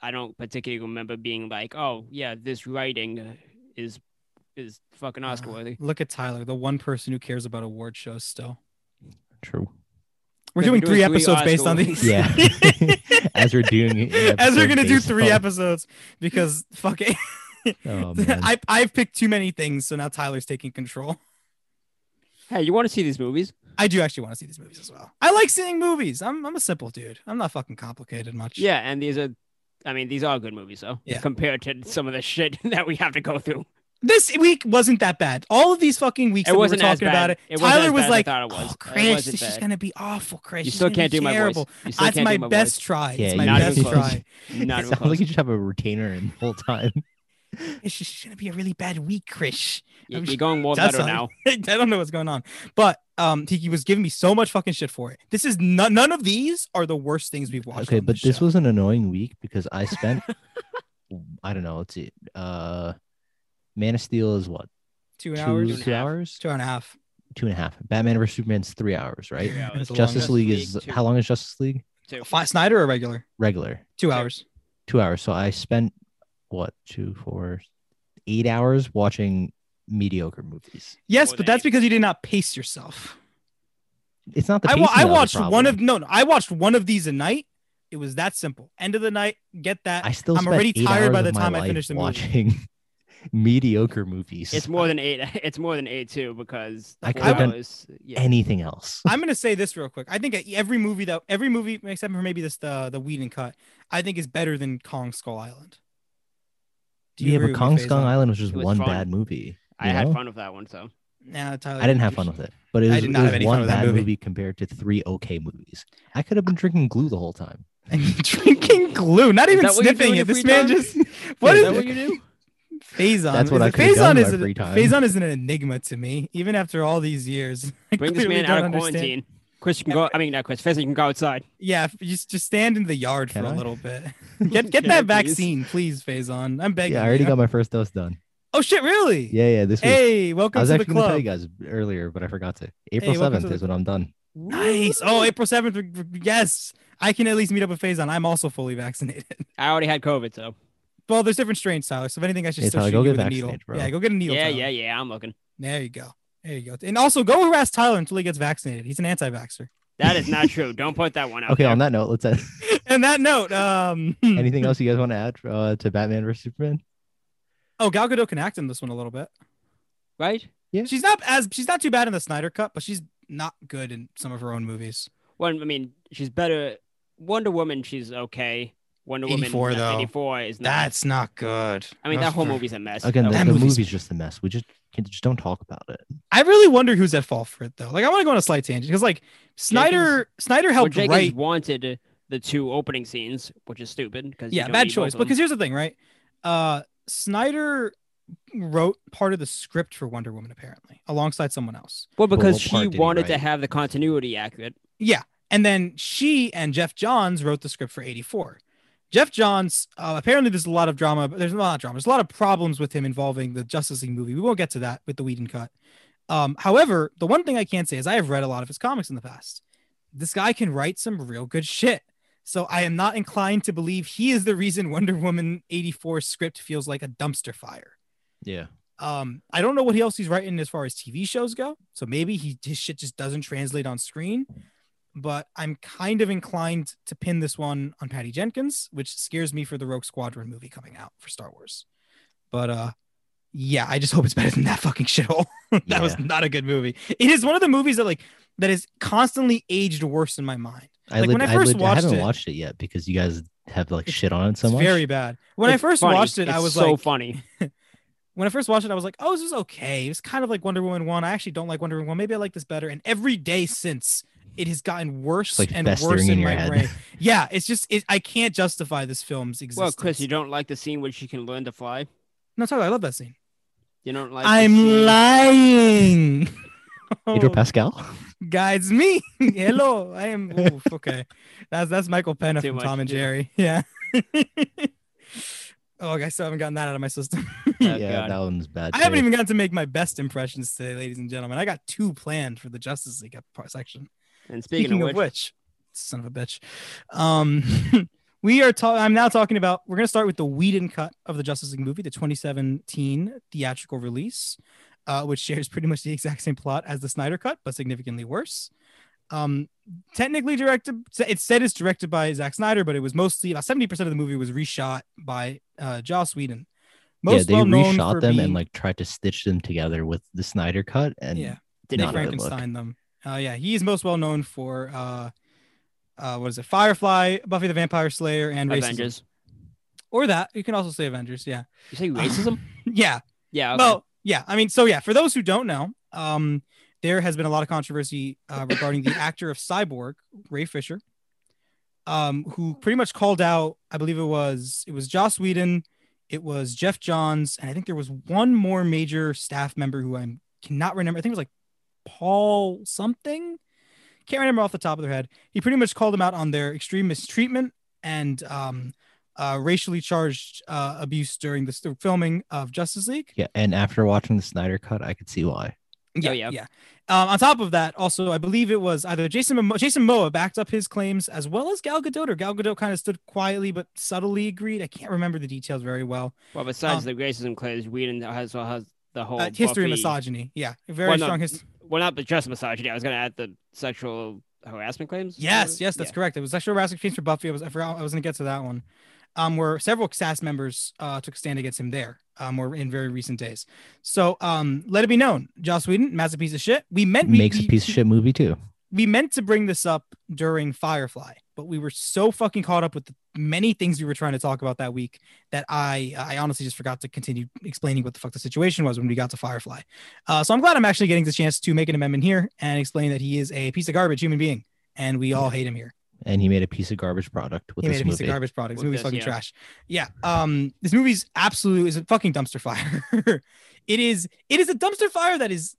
Speaker 2: I don't particularly remember being like, oh yeah, this writing uh, is is
Speaker 1: Ah.
Speaker 2: fucking Oscar worthy.
Speaker 1: Look at Tyler, the one person who cares about award shows still.
Speaker 3: true.
Speaker 1: We're
Speaker 2: Yeah,
Speaker 1: doing
Speaker 2: we're
Speaker 1: three
Speaker 2: doing three
Speaker 1: episodes based
Speaker 2: Oscar
Speaker 1: on
Speaker 2: wins.
Speaker 1: these.
Speaker 3: Yeah. As we're doing, an
Speaker 1: As we're
Speaker 3: episode
Speaker 1: gonna do
Speaker 3: based
Speaker 1: three
Speaker 3: on-
Speaker 1: episodes because fuck it.
Speaker 3: Oh, man.
Speaker 1: I I've picked too many things, so now Tyler's taking control.
Speaker 2: Hey, you want to see these movies?
Speaker 1: I do actually want to see these movies as well. I like seeing movies. I'm I'm a simple dude. I'm not fucking complicated much.
Speaker 2: Yeah, and these are, I mean, these are good movies. So
Speaker 1: Yeah.
Speaker 2: compared to some of the shit that we have to go through,
Speaker 1: This week wasn't that bad. All of these fucking weeks
Speaker 2: It
Speaker 1: that
Speaker 2: wasn't
Speaker 1: we were
Speaker 2: as
Speaker 1: talking about
Speaker 2: bad.
Speaker 1: it,
Speaker 2: It wasn't
Speaker 1: Tyler
Speaker 2: as
Speaker 1: was
Speaker 2: bad as I
Speaker 1: like,
Speaker 2: thought it was.
Speaker 1: "Oh,
Speaker 2: It
Speaker 1: Chris,
Speaker 2: wasn't
Speaker 1: this is
Speaker 2: bad.
Speaker 1: gonna be awful, Chris.
Speaker 2: you
Speaker 1: It's
Speaker 2: still
Speaker 1: gonna
Speaker 2: can't
Speaker 1: be
Speaker 2: do my
Speaker 1: terrible.
Speaker 2: voice. You still
Speaker 1: That's
Speaker 2: can't
Speaker 1: my
Speaker 2: do my
Speaker 1: best try.
Speaker 3: Yeah,
Speaker 1: it's my
Speaker 3: you- Not
Speaker 1: best
Speaker 3: even close.
Speaker 1: try.
Speaker 2: Voice. Not
Speaker 3: it
Speaker 2: even
Speaker 3: sounds
Speaker 2: close.
Speaker 3: like you should have a retainer in the whole time.
Speaker 1: It's just gonna be a really bad week, Chris.
Speaker 2: You- You're going more
Speaker 1: That's
Speaker 2: better
Speaker 1: not-
Speaker 2: now.
Speaker 1: I don't know what's going on. But um he, he was giving me so much fucking shit for it. This is none none of these are the worst things we've watched.
Speaker 3: Okay,
Speaker 1: on
Speaker 3: but this
Speaker 1: show.
Speaker 3: was an annoying week because I spent I don't know, let's see. Uh Man of Steel is what?
Speaker 1: two
Speaker 3: Two,
Speaker 1: hours,
Speaker 2: and a
Speaker 3: two
Speaker 2: half.
Speaker 3: hours?
Speaker 1: two and a half.
Speaker 3: Two and a half. Batman versus Superman's three hours, right?
Speaker 2: Three hours.
Speaker 1: It's the
Speaker 3: Justice
Speaker 1: longest.
Speaker 3: League is
Speaker 2: League, two.
Speaker 3: how long is Justice League?
Speaker 2: Too.
Speaker 1: Fi- Snyder or regular?
Speaker 3: Regular.
Speaker 1: Two hours.
Speaker 3: Two hours. So I spent what, two, four, eight hours watching mediocre movies.
Speaker 1: Yes, but
Speaker 2: More than
Speaker 1: that's
Speaker 2: eight.
Speaker 1: because you did not pace yourself.
Speaker 3: It's not the
Speaker 1: I, wa-
Speaker 3: pacing
Speaker 1: I
Speaker 3: that was
Speaker 1: watched
Speaker 3: the
Speaker 1: one of
Speaker 3: problem.
Speaker 1: no, no, I watched one of these a night. It was that simple. End of the night, get that.
Speaker 3: I still
Speaker 1: I'm
Speaker 3: spent
Speaker 1: already
Speaker 3: eight
Speaker 1: tired by
Speaker 3: hours
Speaker 1: the
Speaker 3: of my
Speaker 1: time I
Speaker 3: life
Speaker 1: finish the movie.
Speaker 3: watching mediocre movies.
Speaker 2: It's
Speaker 1: uh,
Speaker 2: more than eight. It's more than eight too because the
Speaker 3: I
Speaker 2: four
Speaker 3: could've done
Speaker 2: hours- yeah.
Speaker 3: anything else.
Speaker 1: I'm gonna say this real quick. I think e-, every movie that every movie except for maybe this the the Whedon cut, I think is better than Kong Skull Island. Do
Speaker 3: yeah,
Speaker 1: agree
Speaker 3: but
Speaker 1: with me,
Speaker 3: Kong
Speaker 1: Faison?
Speaker 3: Skull Island was just
Speaker 2: It was
Speaker 3: one
Speaker 2: fun.
Speaker 3: bad movie.
Speaker 2: I
Speaker 3: you
Speaker 2: had
Speaker 3: know?
Speaker 2: fun with that one. So
Speaker 1: Nah, Tyler,
Speaker 3: I didn't have
Speaker 1: you-
Speaker 3: fun with it, but it was,
Speaker 1: did
Speaker 3: it
Speaker 1: not have
Speaker 3: was
Speaker 1: any fun
Speaker 3: one
Speaker 1: with that
Speaker 3: bad
Speaker 1: movie.
Speaker 3: movie. compared to three okay movies. I could have been drinking glue the whole time.
Speaker 1: and drinking glue, not
Speaker 2: Is
Speaker 1: even
Speaker 2: that what you do
Speaker 1: sniffing
Speaker 2: in
Speaker 1: it.
Speaker 2: your
Speaker 1: This
Speaker 2: free
Speaker 1: man
Speaker 2: time?
Speaker 1: just what
Speaker 3: Is
Speaker 1: is
Speaker 3: that what
Speaker 2: you do?
Speaker 1: Faison?
Speaker 3: That's what
Speaker 1: is
Speaker 3: I
Speaker 1: it-
Speaker 3: could've done in
Speaker 1: is
Speaker 3: my
Speaker 1: an-
Speaker 3: free time.
Speaker 1: Faison is an enigma to me, even after all these years. I
Speaker 2: Bring this
Speaker 1: clearly
Speaker 2: man out of
Speaker 1: don't understand.
Speaker 2: quarantine. Chris you can go. I mean, not Chris. Fez, you can go outside.
Speaker 1: Yeah, if you just just stand in the yard for
Speaker 3: Can
Speaker 1: a
Speaker 3: I?
Speaker 1: little bit. Get get
Speaker 2: Can I
Speaker 1: that
Speaker 2: please?
Speaker 1: vaccine, please, Faison. I'm begging.
Speaker 3: Yeah, I already
Speaker 1: you.
Speaker 3: got my first dose done.
Speaker 1: Oh shit, really?
Speaker 3: Yeah, yeah. This week.
Speaker 1: Hey,
Speaker 3: I
Speaker 1: welcome
Speaker 3: was
Speaker 1: to the
Speaker 3: actually going to tell
Speaker 1: club.
Speaker 3: you guys earlier, but I forgot to. April
Speaker 1: welcome to
Speaker 3: seventh
Speaker 1: the-
Speaker 3: is when I'm done.
Speaker 1: Nice. Oh, April seventh. Yes, I can at least meet up with Faison. I'm also fully vaccinated.
Speaker 2: I already had COVID, so
Speaker 1: Well, there's different strains, Tyler. So if anything, I should
Speaker 3: Hey,
Speaker 1: still
Speaker 3: Tyler,
Speaker 1: shoot
Speaker 3: go
Speaker 1: you
Speaker 3: get
Speaker 1: with a needle.
Speaker 3: vaccinated, bro.
Speaker 1: Yeah, go get a needle.
Speaker 2: yeah,
Speaker 1: Tyler.
Speaker 2: yeah, yeah. I'm looking.
Speaker 1: There you go. There you go. And also go harass Tyler until he gets vaccinated. He's an anti-vaxxer.
Speaker 2: That is not true. Don't put that one out.
Speaker 3: Okay.
Speaker 2: there.
Speaker 3: On that note, let's. End.
Speaker 1: And that note, um, hmm,
Speaker 3: Anything else you guys want to add uh, to Batman versus Superman?
Speaker 1: Oh, Gal Gadot can act in this one a little bit.
Speaker 2: right?
Speaker 3: Yeah.
Speaker 1: She's not as she's not too bad in the Snyder Cut, but she's not good in some of her own movies.
Speaker 2: Well, I mean, she's better. Wonder Woman, she's okay. Wonder
Speaker 1: 84
Speaker 2: Woman,
Speaker 1: though.
Speaker 2: 84 is not.
Speaker 1: That's not good.
Speaker 2: I mean, that whole
Speaker 1: Ugh.
Speaker 2: movie's a mess.
Speaker 3: Again,
Speaker 2: That
Speaker 3: the,
Speaker 1: That
Speaker 3: the
Speaker 1: movie's-
Speaker 3: movie's just a mess. We just can just don't talk about it.
Speaker 1: I really wonder who's at fault for it though. Like I want to go on a slight tangent because like Snyder Snyder
Speaker 2: Well,
Speaker 1: helped
Speaker 2: Jenkins
Speaker 1: write
Speaker 2: wanted the two opening scenes, which is stupid because
Speaker 1: yeah, bad choice. Because here's the thing, right? Uh, Snyder wrote part of the script for Wonder Woman apparently alongside someone else.
Speaker 2: well, because
Speaker 3: what
Speaker 2: she
Speaker 3: part did he
Speaker 2: wanted to
Speaker 3: write?
Speaker 2: have the continuity accurate.
Speaker 1: Yeah, and then she and Jeff Johns wrote the script for '84. Jeff Johns uh, apparently there's a lot of drama. But there's a lot of drama. There's a lot of problems with him involving the Justice League movie. We won't get to that with the Whedon cut. Um, however, the one thing I can say is I have read a lot of his comics in the past. This guy can write some real good shit. So I am not inclined to believe he is the reason Wonder Woman 84 script feels like a dumpster fire.
Speaker 3: Yeah.
Speaker 1: Um, I don't know what else he's writing as far as TV shows go. So maybe he his shit just doesn't translate on screen. But I'm kind of inclined to pin this one on Patty Jenkins, which scares me for the Rogue Squadron movie coming out for Star Wars. But uh yeah, I just hope it's better than that fucking shithole. that was
Speaker 3: Yeah.
Speaker 1: not a good movie. It is one of the movies that like that is constantly aged worse in my mind.
Speaker 3: I,
Speaker 1: Like,
Speaker 3: lit-
Speaker 1: when I
Speaker 3: I,
Speaker 1: first
Speaker 3: lit- I
Speaker 1: watched
Speaker 3: haven't
Speaker 1: it-
Speaker 3: watched it yet because you guys have like
Speaker 1: It's-
Speaker 3: shit on it so
Speaker 1: it's
Speaker 3: much.
Speaker 1: very bad. When
Speaker 2: It's
Speaker 1: I first
Speaker 2: funny.
Speaker 1: watched it, I
Speaker 2: It's
Speaker 1: was
Speaker 2: so
Speaker 1: like,
Speaker 2: funny.
Speaker 1: when I first watched it, I was like, oh, this is okay. It was kind of like Wonder Woman 1. I actually don't like Wonder Woman 1. Maybe I like this better. And every day since, it has gotten worse
Speaker 3: It's like
Speaker 1: and
Speaker 3: festering
Speaker 1: worse in,
Speaker 3: in your
Speaker 1: my
Speaker 3: head.
Speaker 1: brain. Yeah, it's just, it, I can't justify this film's existence.
Speaker 2: Well, Chris, you don't like the scene where she can learn to fly.
Speaker 1: No, totally. I love that scene.
Speaker 2: You don't like. the
Speaker 1: I'm
Speaker 2: scene-
Speaker 1: lying.
Speaker 3: Pedro
Speaker 1: Oh.
Speaker 3: Pascal.
Speaker 1: Guys, me. Hello. I am. oof, okay. That's that's Michael Penna
Speaker 2: Too
Speaker 1: from
Speaker 2: much,
Speaker 1: Tom and
Speaker 2: yeah.
Speaker 1: Jerry. Yeah. oh, I still haven't gotten that out of my system.
Speaker 2: Oh,
Speaker 3: yeah,
Speaker 2: God.
Speaker 3: that one's bad.
Speaker 1: I haven't
Speaker 3: too.
Speaker 1: even gotten to make my best impressions today, ladies and gentlemen. I got two planned for the Justice League up- part section.
Speaker 2: And speaking,
Speaker 1: Speaking,
Speaker 2: of,
Speaker 1: of
Speaker 2: which,
Speaker 1: which, son of a bitch, um, we are. Ta- I'm now talking about. We're going to start with the Whedon cut of the Justice League movie, the 2017 theatrical release, uh, which shares pretty much the exact same plot as the Snyder cut, but significantly worse. Um, technically directed, it said it's directed by Zack Snyder, but it was mostly about 70% of the movie was reshot by uh, Joss Whedon.
Speaker 3: yeah, they
Speaker 1: well-known
Speaker 3: reshot
Speaker 1: for
Speaker 3: them
Speaker 1: being-
Speaker 3: and like tried to stitch them together with the Snyder cut, and
Speaker 1: Yeah.
Speaker 2: did
Speaker 1: They
Speaker 3: not a good look.
Speaker 1: Frankenstein them. Uh, yeah, he is most well known for uh, uh, what is it? Firefly, Buffy the Vampire Slayer, and racism.
Speaker 2: Avengers.
Speaker 1: Or that you can also say Avengers. Yeah,
Speaker 2: You say racism?
Speaker 1: yeah.
Speaker 2: yeah. okay.
Speaker 1: Well, yeah. I mean, so yeah. For those who don't know, um, there has been a lot of controversy uh, regarding the actor of Cyborg, Ray Fisher, um, who pretty much called out. I believe it was it was Joss Whedon, it was Jeff Johns, and I think there was one more major staff member who I cannot remember. I think it was like Paul something. Can't remember off the top of their head. He pretty much called them out on their extreme mistreatment and um, uh, racially charged uh, abuse during the st- filming of Justice League.
Speaker 3: yeah. And after watching the Snyder cut, I could see why.
Speaker 1: Yeah,
Speaker 2: Oh, yeah.
Speaker 1: yeah. Um, on top of that, also I believe it was either Jason Momoa, Jason Moa backed up his claims as well as Gal Gadot, or Gal Gadot kind of stood quietly but subtly agreed. I can't remember the details very well.
Speaker 2: Well, besides
Speaker 1: Um,
Speaker 2: the racism claims, Whedon has, well has the whole
Speaker 1: Uh, history of
Speaker 2: Oh, Buffy-
Speaker 1: misogyny, yeah, a very
Speaker 2: Well, no,
Speaker 1: strong history.
Speaker 2: Well, not the just misogyny. I was going to add the sexual harassment claims.
Speaker 1: Yes, yes,
Speaker 2: Yeah.
Speaker 1: that's correct. It was sexual harassment claims for Buffy. I was I forgot I was gonna get to that one. Um, where several SAS members uh, took a stand against him there, um, or in very recent days. So um, let it be known, Joss Whedon, Matt's a piece of shit. We meant we-
Speaker 3: Makes a
Speaker 1: we-
Speaker 3: piece of shit movie too.
Speaker 1: we meant to bring this up during Firefly, but we were so fucking caught up with the many things we were trying to talk about that week that I I honestly just forgot to continue explaining what the fuck the situation was when we got to Firefly. Uh, so I'm glad I'm actually getting the chance to make an amendment here and explain that he is a piece of garbage human being, and we all hate him here
Speaker 3: And he made a piece of garbage product with
Speaker 1: he made
Speaker 3: this
Speaker 1: a piece
Speaker 3: movie.
Speaker 1: of garbage product. This
Speaker 2: With
Speaker 1: movie's
Speaker 2: this,
Speaker 1: fucking
Speaker 2: yeah.
Speaker 1: trash. Yeah. Um, this movie's absolute is a fucking dumpster fire. it is it is a dumpster fire that is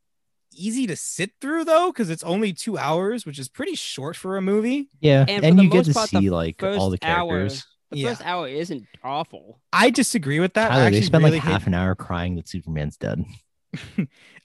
Speaker 1: easy to sit through though, because it's only two hours, which is pretty short for a movie.
Speaker 3: Yeah,
Speaker 2: And
Speaker 3: and,
Speaker 2: for the
Speaker 3: you get
Speaker 2: most
Speaker 3: to
Speaker 2: part, the
Speaker 3: see like all the
Speaker 2: first hour-
Speaker 3: characters.
Speaker 2: The
Speaker 1: Yeah.
Speaker 2: first hour isn't awful.
Speaker 1: I disagree with that. I
Speaker 3: Tyler,
Speaker 1: actually
Speaker 3: they spend
Speaker 1: really
Speaker 3: like
Speaker 1: hate-
Speaker 3: half an hour crying that Superman's dead.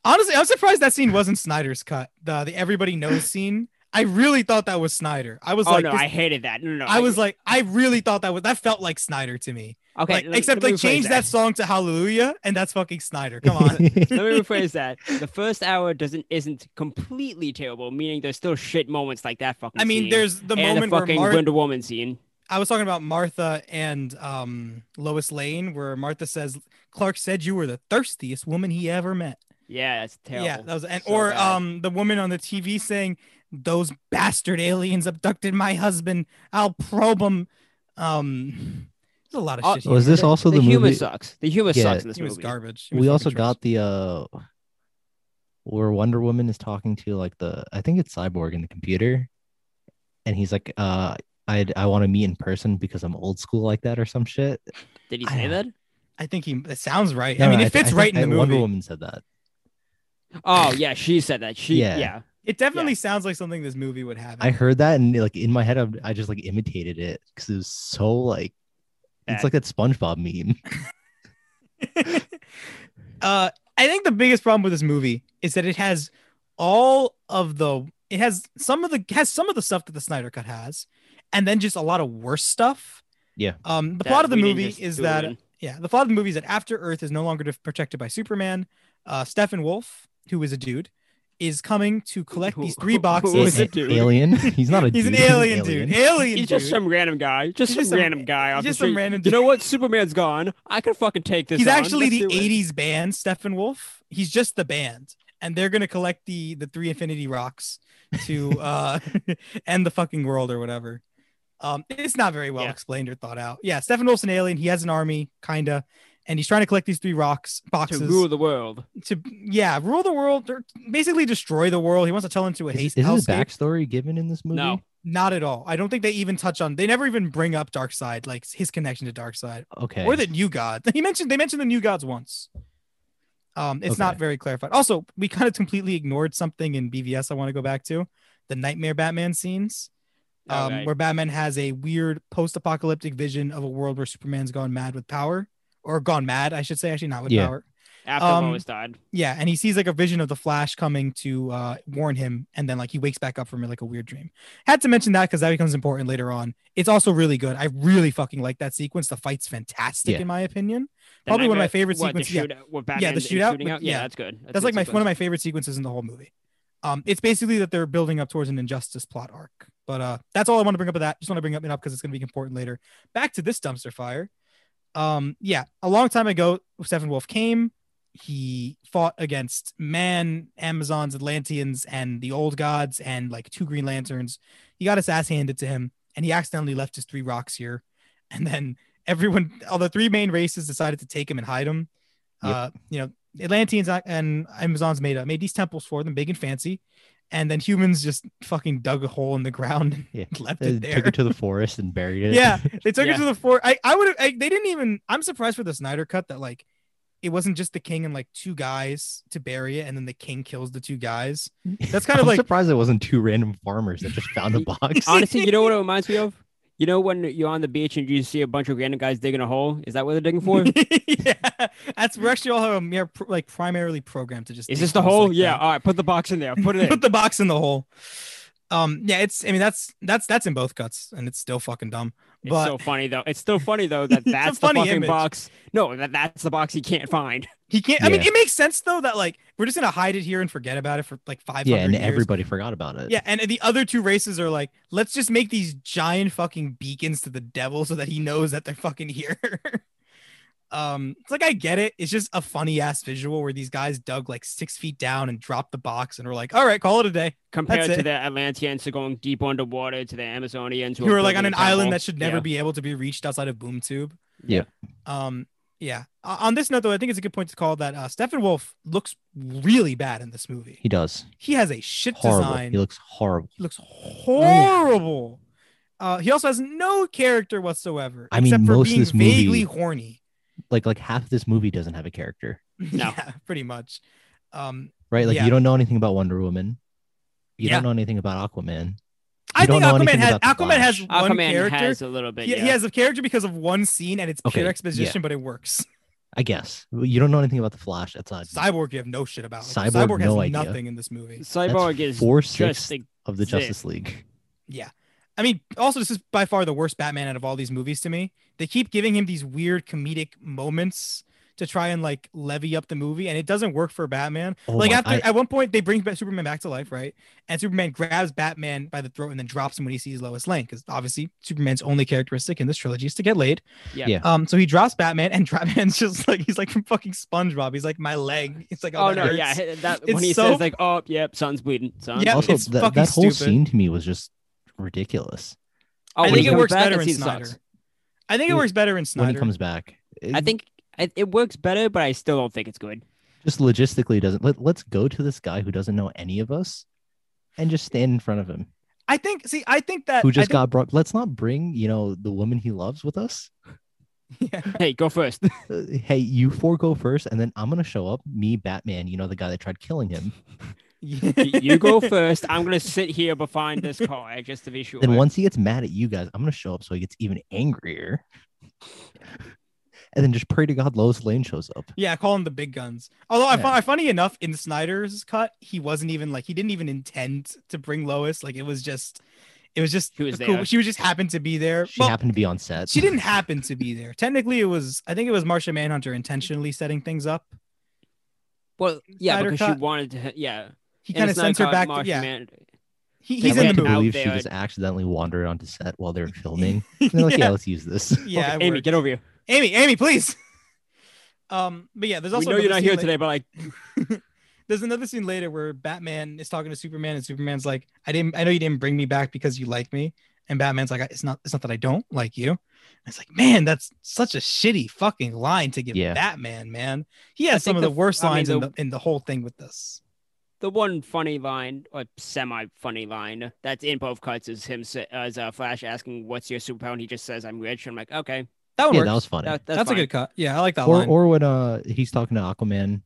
Speaker 1: honestly, I'm surprised that scene wasn't Snyder's cut. The the everybody knows scene. I really thought that was Snyder. I was
Speaker 2: Oh
Speaker 1: like,
Speaker 2: no,
Speaker 1: this-
Speaker 2: I hated that. No, no, no.
Speaker 1: I was like, I really thought that was that felt like Snyder to me.
Speaker 2: okay,
Speaker 1: like,
Speaker 2: let me-
Speaker 1: except
Speaker 2: let me
Speaker 1: like change
Speaker 2: rephrase
Speaker 1: that song to Hallelujah, and that's fucking Snyder. Come on.
Speaker 2: Let me rephrase that. The first hour doesn't isn't completely terrible, meaning there's still shit moments like that fucking.
Speaker 1: I mean,
Speaker 2: scene
Speaker 1: there's the
Speaker 2: and
Speaker 1: moment
Speaker 2: the
Speaker 1: where
Speaker 2: fucking
Speaker 1: Mar-
Speaker 2: Wonder Woman scene.
Speaker 1: I was talking about Martha and um, Lois Lane, where Martha says, Clark said you were the thirstiest woman he ever met.
Speaker 2: Yeah, that's terrible.
Speaker 1: Yeah, that was and
Speaker 2: So
Speaker 1: or
Speaker 2: bad.
Speaker 1: um the woman on the TV saying those bastard aliens abducted my husband. I'll probe them. Um, there's a lot of
Speaker 2: Oh,
Speaker 1: shit.
Speaker 3: Uh, Was
Speaker 1: here.
Speaker 3: this also the,
Speaker 2: humor
Speaker 3: movie?
Speaker 2: sucks. The humor
Speaker 3: Yeah.
Speaker 2: sucks in this
Speaker 1: He was
Speaker 2: movie.
Speaker 1: garbage. He was
Speaker 3: We also
Speaker 1: fucking trash.
Speaker 3: got the uh, where Wonder Woman is talking to like the I think it's Cyborg in the computer, and he's like, uh, I I want to meet in person because I'm old school like that or some shit.
Speaker 2: Did he
Speaker 3: I
Speaker 2: say
Speaker 3: don't-
Speaker 2: that?
Speaker 1: I think he. It sounds right.
Speaker 3: No,
Speaker 1: I
Speaker 3: no,
Speaker 1: mean, it
Speaker 3: th-
Speaker 1: fits
Speaker 3: I
Speaker 1: right
Speaker 3: think-
Speaker 1: in the
Speaker 3: I- Wonder
Speaker 1: movie.
Speaker 3: Woman said that.
Speaker 2: Oh yeah, she said that. She yeah.
Speaker 3: Yeah.
Speaker 1: It definitely sounds like something this movie would have. in
Speaker 3: I
Speaker 1: it.
Speaker 3: heard that and like in my head, I'm- I just like imitated it because it was so like
Speaker 2: Bad.
Speaker 3: it's like that SpongeBob meme.
Speaker 1: uh, I think the biggest problem with this movie is that it has all of the it has some of the has some of the stuff that the Snyder Cut has, and then just a lot of worse stuff.
Speaker 3: Yeah.
Speaker 1: Um, the
Speaker 2: That
Speaker 1: plot of the
Speaker 2: we didn't
Speaker 1: movie
Speaker 2: just
Speaker 1: is
Speaker 2: do it
Speaker 1: that
Speaker 2: in.
Speaker 1: yeah, the plot of the movie is that after Earth is no longer def- protected by Superman, uh, Stephen Wolf, who is a dude, is coming to collect
Speaker 2: Who-
Speaker 1: these three
Speaker 2: who- who
Speaker 1: boxes.
Speaker 2: is
Speaker 3: An
Speaker 2: it, dude?
Speaker 3: Alien. He's not a
Speaker 1: He's an
Speaker 3: dude, he's
Speaker 1: alien, dude. Alien
Speaker 2: he's
Speaker 1: dude.
Speaker 2: just some random guy.
Speaker 1: He's
Speaker 2: Just some
Speaker 1: just some-
Speaker 2: random guy off
Speaker 1: He's just
Speaker 2: the
Speaker 1: some
Speaker 2: street.
Speaker 1: random.
Speaker 2: You know what? Superman's gone. I can fucking take this.
Speaker 1: he's
Speaker 2: on.
Speaker 1: actually
Speaker 2: Let's
Speaker 1: the
Speaker 2: do it.
Speaker 1: 80s band Steppenwolf. He's just the band, and they're gonna collect the the three Infinity Rocks to uh end the fucking world or whatever. Um, it's not very well
Speaker 2: Yeah.
Speaker 1: explained or thought out. Yeah, Steppenwolf's an alien. He has an army, kinda, and he's trying to collect these three rocks
Speaker 2: to
Speaker 1: boxes
Speaker 2: rule the world.
Speaker 1: to yeah rule the world or basically destroy the world. He wants to tell into a
Speaker 3: Is,
Speaker 1: haste.
Speaker 3: is his
Speaker 1: hellscape.
Speaker 3: backstory given in this movie?
Speaker 2: No.
Speaker 1: Not at all. I don't think they even touch on. They never even bring up Darkseid, like his connection to Darkseid
Speaker 3: Okay.
Speaker 1: or the new god. He mentioned they mentioned the new gods once. Um, it's not
Speaker 3: Okay.
Speaker 1: very clarified. Also, we kind of completely ignored something in BVS. I want to go back to the nightmare Batman scenes, um,
Speaker 2: Okay.
Speaker 1: where Batman has a weird post-apocalyptic vision of a world where Superman's gone mad with power, or gone mad, I should say, actually not with
Speaker 3: Yeah.
Speaker 1: power.
Speaker 2: After
Speaker 1: um,
Speaker 2: Lois died.
Speaker 1: Yeah, and he sees like a vision of the Flash coming to uh, warn him, and then like he wakes back up from like a weird dream. Had to mention that because that becomes important later on. It's also really good. I really fucking like that sequence. The fight's fantastic
Speaker 3: Yeah.
Speaker 1: in my opinion.
Speaker 2: The
Speaker 1: probably one of my
Speaker 2: nightmare-
Speaker 1: favorite
Speaker 2: what, the
Speaker 1: sequences, yeah.
Speaker 2: shootout- what, Batman
Speaker 1: the
Speaker 2: is
Speaker 1: shootout
Speaker 2: shooting
Speaker 1: with-
Speaker 2: out? Yeah,
Speaker 1: yeah.
Speaker 2: that's good.
Speaker 1: That's like my one of my favorite sequences in the whole movie. Um, it's basically that they're building up towards an injustice plot arc. But uh, that's all I want to bring up with that. Just want to bring up it up because it's going to be important later. Back to this dumpster fire. Um, yeah, a long time ago, Stephen Wolf came. He fought against man, Amazons, Atlanteans, and the old gods, and like two Green Lanterns. He got his ass handed to him, and he accidentally left his three rocks here. And then everyone, all the three main races decided to take him and hide him.
Speaker 3: Yep.
Speaker 1: Uh, you know, Atlanteans and Amazons made uh, made these temples for them, big and fancy, and then humans just fucking dug a hole in the ground
Speaker 3: Yeah.
Speaker 1: and left
Speaker 3: They
Speaker 1: it
Speaker 3: took
Speaker 1: there.
Speaker 3: it to the forest and buried it.
Speaker 1: Yeah, they took
Speaker 2: Yeah.
Speaker 1: it to the fort. I, I would have. They didn't even. I'm surprised for the Snyder cut that like it wasn't just the king and like two guys to bury it, and then the king kills the two guys. That's kind of
Speaker 3: I'm
Speaker 1: like
Speaker 3: surprised it wasn't two random farmers that just found a box.
Speaker 2: Honestly, you know what it reminds me of? You know when you're on the beach and you see a bunch of random guys digging a hole? Is that what they're digging for?
Speaker 1: yeah, that's we're actually all um, yeah, pr- like primarily programmed to just.
Speaker 2: Is
Speaker 1: dig
Speaker 2: this the
Speaker 1: holes
Speaker 2: hole?
Speaker 1: like
Speaker 2: yeah.
Speaker 1: that.
Speaker 2: All right, put the box in there. Put it in.
Speaker 1: put the box in the hole. Um, yeah, it's. I mean, that's that's that's in both cuts, and it's still fucking dumb.
Speaker 2: It's
Speaker 1: but-
Speaker 2: so funny though. It's still funny though that
Speaker 1: It's a
Speaker 2: that's
Speaker 1: funny
Speaker 2: the fucking
Speaker 1: image.
Speaker 2: box. No, that, that's the box he can't find.
Speaker 1: He can't. I mean,
Speaker 3: Yeah.
Speaker 1: it makes sense though that like we're just gonna hide it here and forget about it for like five.
Speaker 3: yeah, and
Speaker 1: years.
Speaker 3: everybody forgot about it.
Speaker 1: Yeah, and the other two races are like, let's just make these giant fucking beacons to the devil so that he knows that they're fucking here. um, it's like I get it. It's just a funny ass visual where these guys dug like six feet down and dropped the box and were like, all right, call it a day.
Speaker 2: Compared
Speaker 1: That's
Speaker 2: to
Speaker 1: it.
Speaker 2: the Atlanteans to going deep underwater to the Amazonians
Speaker 1: You were like on an
Speaker 2: building a
Speaker 1: island
Speaker 2: temple.
Speaker 1: that should never
Speaker 2: Yeah.
Speaker 1: be able to be reached outside of Boom Tube.
Speaker 3: Yeah.
Speaker 1: Um, yeah. O- On this note, though, I think it's a good point to call that uh, Stephen Wolf looks really bad in this movie.
Speaker 3: he does.
Speaker 1: He has a shit
Speaker 3: Horrible.
Speaker 1: design.
Speaker 3: He looks horrible.
Speaker 1: He looks horrible. Uh, he also has no character whatsoever.
Speaker 3: I mean,
Speaker 1: except for
Speaker 3: most of
Speaker 1: being
Speaker 3: this movie-
Speaker 1: vaguely horny.
Speaker 3: Like like half this movie doesn't have a character,
Speaker 2: No.
Speaker 1: yeah, pretty much. Um,
Speaker 3: right? Like
Speaker 1: Yeah.
Speaker 3: you don't know anything about Wonder Woman. You
Speaker 1: Yeah.
Speaker 3: don't know anything about Aquaman.
Speaker 1: I think
Speaker 3: don't know
Speaker 1: Aquaman
Speaker 3: anything
Speaker 1: has
Speaker 3: about the
Speaker 1: Aquaman has
Speaker 3: Flash.
Speaker 1: one
Speaker 2: Aquaman
Speaker 1: character.
Speaker 2: has a little bit.
Speaker 1: he,
Speaker 2: yeah.
Speaker 1: he has a character because of one scene, and it's
Speaker 3: Okay,
Speaker 1: pure
Speaker 3: yeah.
Speaker 1: exposition, but it works.
Speaker 3: I guess you don't know anything about the Flash. That's not
Speaker 1: Cyborg, you have no shit about. Like,
Speaker 3: Cyborg,
Speaker 1: Cyborg has
Speaker 3: no idea.
Speaker 1: nothing in this movie.
Speaker 2: Cyborg is
Speaker 3: four
Speaker 2: just
Speaker 3: sixths
Speaker 2: like,
Speaker 3: of the
Speaker 2: sick.
Speaker 3: Justice League.
Speaker 1: Yeah. I mean, also, this is by far the worst Batman out of all these movies to me. They keep giving him these weird comedic moments to try and like levy up the movie, and it doesn't work for Batman.
Speaker 3: Oh
Speaker 1: like
Speaker 3: my-
Speaker 1: after
Speaker 3: I-
Speaker 1: at one point they bring Superman back to life, right? And Superman grabs Batman by the throat and then drops him when he sees Lois Lane, because obviously Superman's only characteristic in this trilogy is to get laid.
Speaker 2: Yeah.
Speaker 3: Yeah.
Speaker 1: Um. So he drops Batman, and Batman's just like he's like from fucking SpongeBob. He's like my leg. It's like
Speaker 2: Oh
Speaker 1: that
Speaker 2: no,
Speaker 1: hurts.
Speaker 2: yeah, h- that
Speaker 1: It's
Speaker 2: when he
Speaker 1: so-
Speaker 2: says like, "Oh, yep, son's bleeding." Son.
Speaker 1: Yeah,
Speaker 3: also,
Speaker 1: it's
Speaker 3: that-
Speaker 1: fucking
Speaker 3: that whole
Speaker 1: stupid.
Speaker 3: scene to me was just ridiculous.
Speaker 1: I
Speaker 2: Oh, when
Speaker 1: think
Speaker 2: he
Speaker 1: it
Speaker 2: comes
Speaker 1: works
Speaker 2: back,
Speaker 1: better
Speaker 2: that
Speaker 1: in
Speaker 2: scene
Speaker 1: Snyder.
Speaker 2: sucks.
Speaker 1: I think it
Speaker 3: When-
Speaker 1: works better in
Speaker 3: When
Speaker 1: Snyder.
Speaker 3: he comes back, it
Speaker 2: I think it, it works better, but I still don't think it's good.
Speaker 3: just logistically doesn't. Let, let's go to this guy who doesn't know any of us, and just stand in front of him.
Speaker 1: I think. See, I think that
Speaker 3: Who just
Speaker 1: I
Speaker 3: got brought? Let's not bring you know the woman he loves with us.
Speaker 1: think, got?
Speaker 2: Hey, go first.
Speaker 3: Uh, hey, you four go first, and then I'm gonna show up. Me, Batman. You know the guy that tried killing him.
Speaker 1: Yeah.
Speaker 2: you go first. I'm gonna sit here behind this car just to be sure.
Speaker 3: Then once he gets mad at you guys, I'm gonna show up so he gets even angrier. and then just pray to God Lois Lane shows up.
Speaker 1: Yeah, call him the big guns. Although I
Speaker 3: Yeah.
Speaker 1: find funny enough in Snyder's cut, he wasn't even like he didn't even intend to bring Lois. Like it was just, it was just
Speaker 2: She was
Speaker 1: a
Speaker 2: there.
Speaker 1: She was just happened to be there.
Speaker 3: She
Speaker 1: well,
Speaker 3: happened to be on set.
Speaker 1: she didn't happen to be there. Technically, it was I think it was Martian Manhunter intentionally setting things up.
Speaker 2: well, yeah,
Speaker 1: Snyder
Speaker 2: because
Speaker 1: cut.
Speaker 2: she wanted to. Yeah,
Speaker 1: He
Speaker 2: And
Speaker 1: kind of
Speaker 2: it's not
Speaker 1: sends her
Speaker 2: called
Speaker 1: back. To,
Speaker 2: Martian
Speaker 1: yeah,
Speaker 2: Man-
Speaker 1: he,
Speaker 2: They
Speaker 1: he's
Speaker 3: I
Speaker 1: in
Speaker 3: like
Speaker 1: the
Speaker 3: to
Speaker 1: movie.
Speaker 3: believe
Speaker 2: Out
Speaker 3: she
Speaker 2: there.
Speaker 3: just accidentally wandered onto set while they were filming. And they're like, yeah.
Speaker 1: yeah,
Speaker 3: let's use this.
Speaker 1: yeah, it
Speaker 2: Amy,
Speaker 1: worked.
Speaker 2: get over here.
Speaker 1: Amy, Amy, please. Um, but yeah, there's
Speaker 2: We
Speaker 1: also
Speaker 2: know you're
Speaker 1: another
Speaker 2: not
Speaker 1: scene
Speaker 2: here
Speaker 1: la-
Speaker 2: today, but like,
Speaker 1: There's another scene later where Batman is talking to Superman, and Superman's like, "I didn't, I know you didn't bring me back because you like me," and Batman's like, "It's not, it's not that I don't like you." And it's like, man, that's such a shitty fucking line to give
Speaker 3: Yeah.
Speaker 1: Batman. Man, he
Speaker 2: I
Speaker 1: has some
Speaker 2: think
Speaker 1: of the,
Speaker 2: the f-
Speaker 1: worst
Speaker 2: I mean,
Speaker 1: lines
Speaker 2: the-
Speaker 1: in the in the whole thing with this.
Speaker 2: the one funny line or semi funny line that's in both cuts is him sa- as uh, Flash asking, "What's your superpower?" And he just says, "I'm rich." I'm like, okay,
Speaker 1: That one
Speaker 3: yeah,
Speaker 1: works.
Speaker 3: that was funny.
Speaker 2: that, that's,
Speaker 1: that's a
Speaker 2: fine.
Speaker 1: good cut. Yeah, I like that
Speaker 3: or
Speaker 1: line.
Speaker 3: or when uh he's talking to Aquaman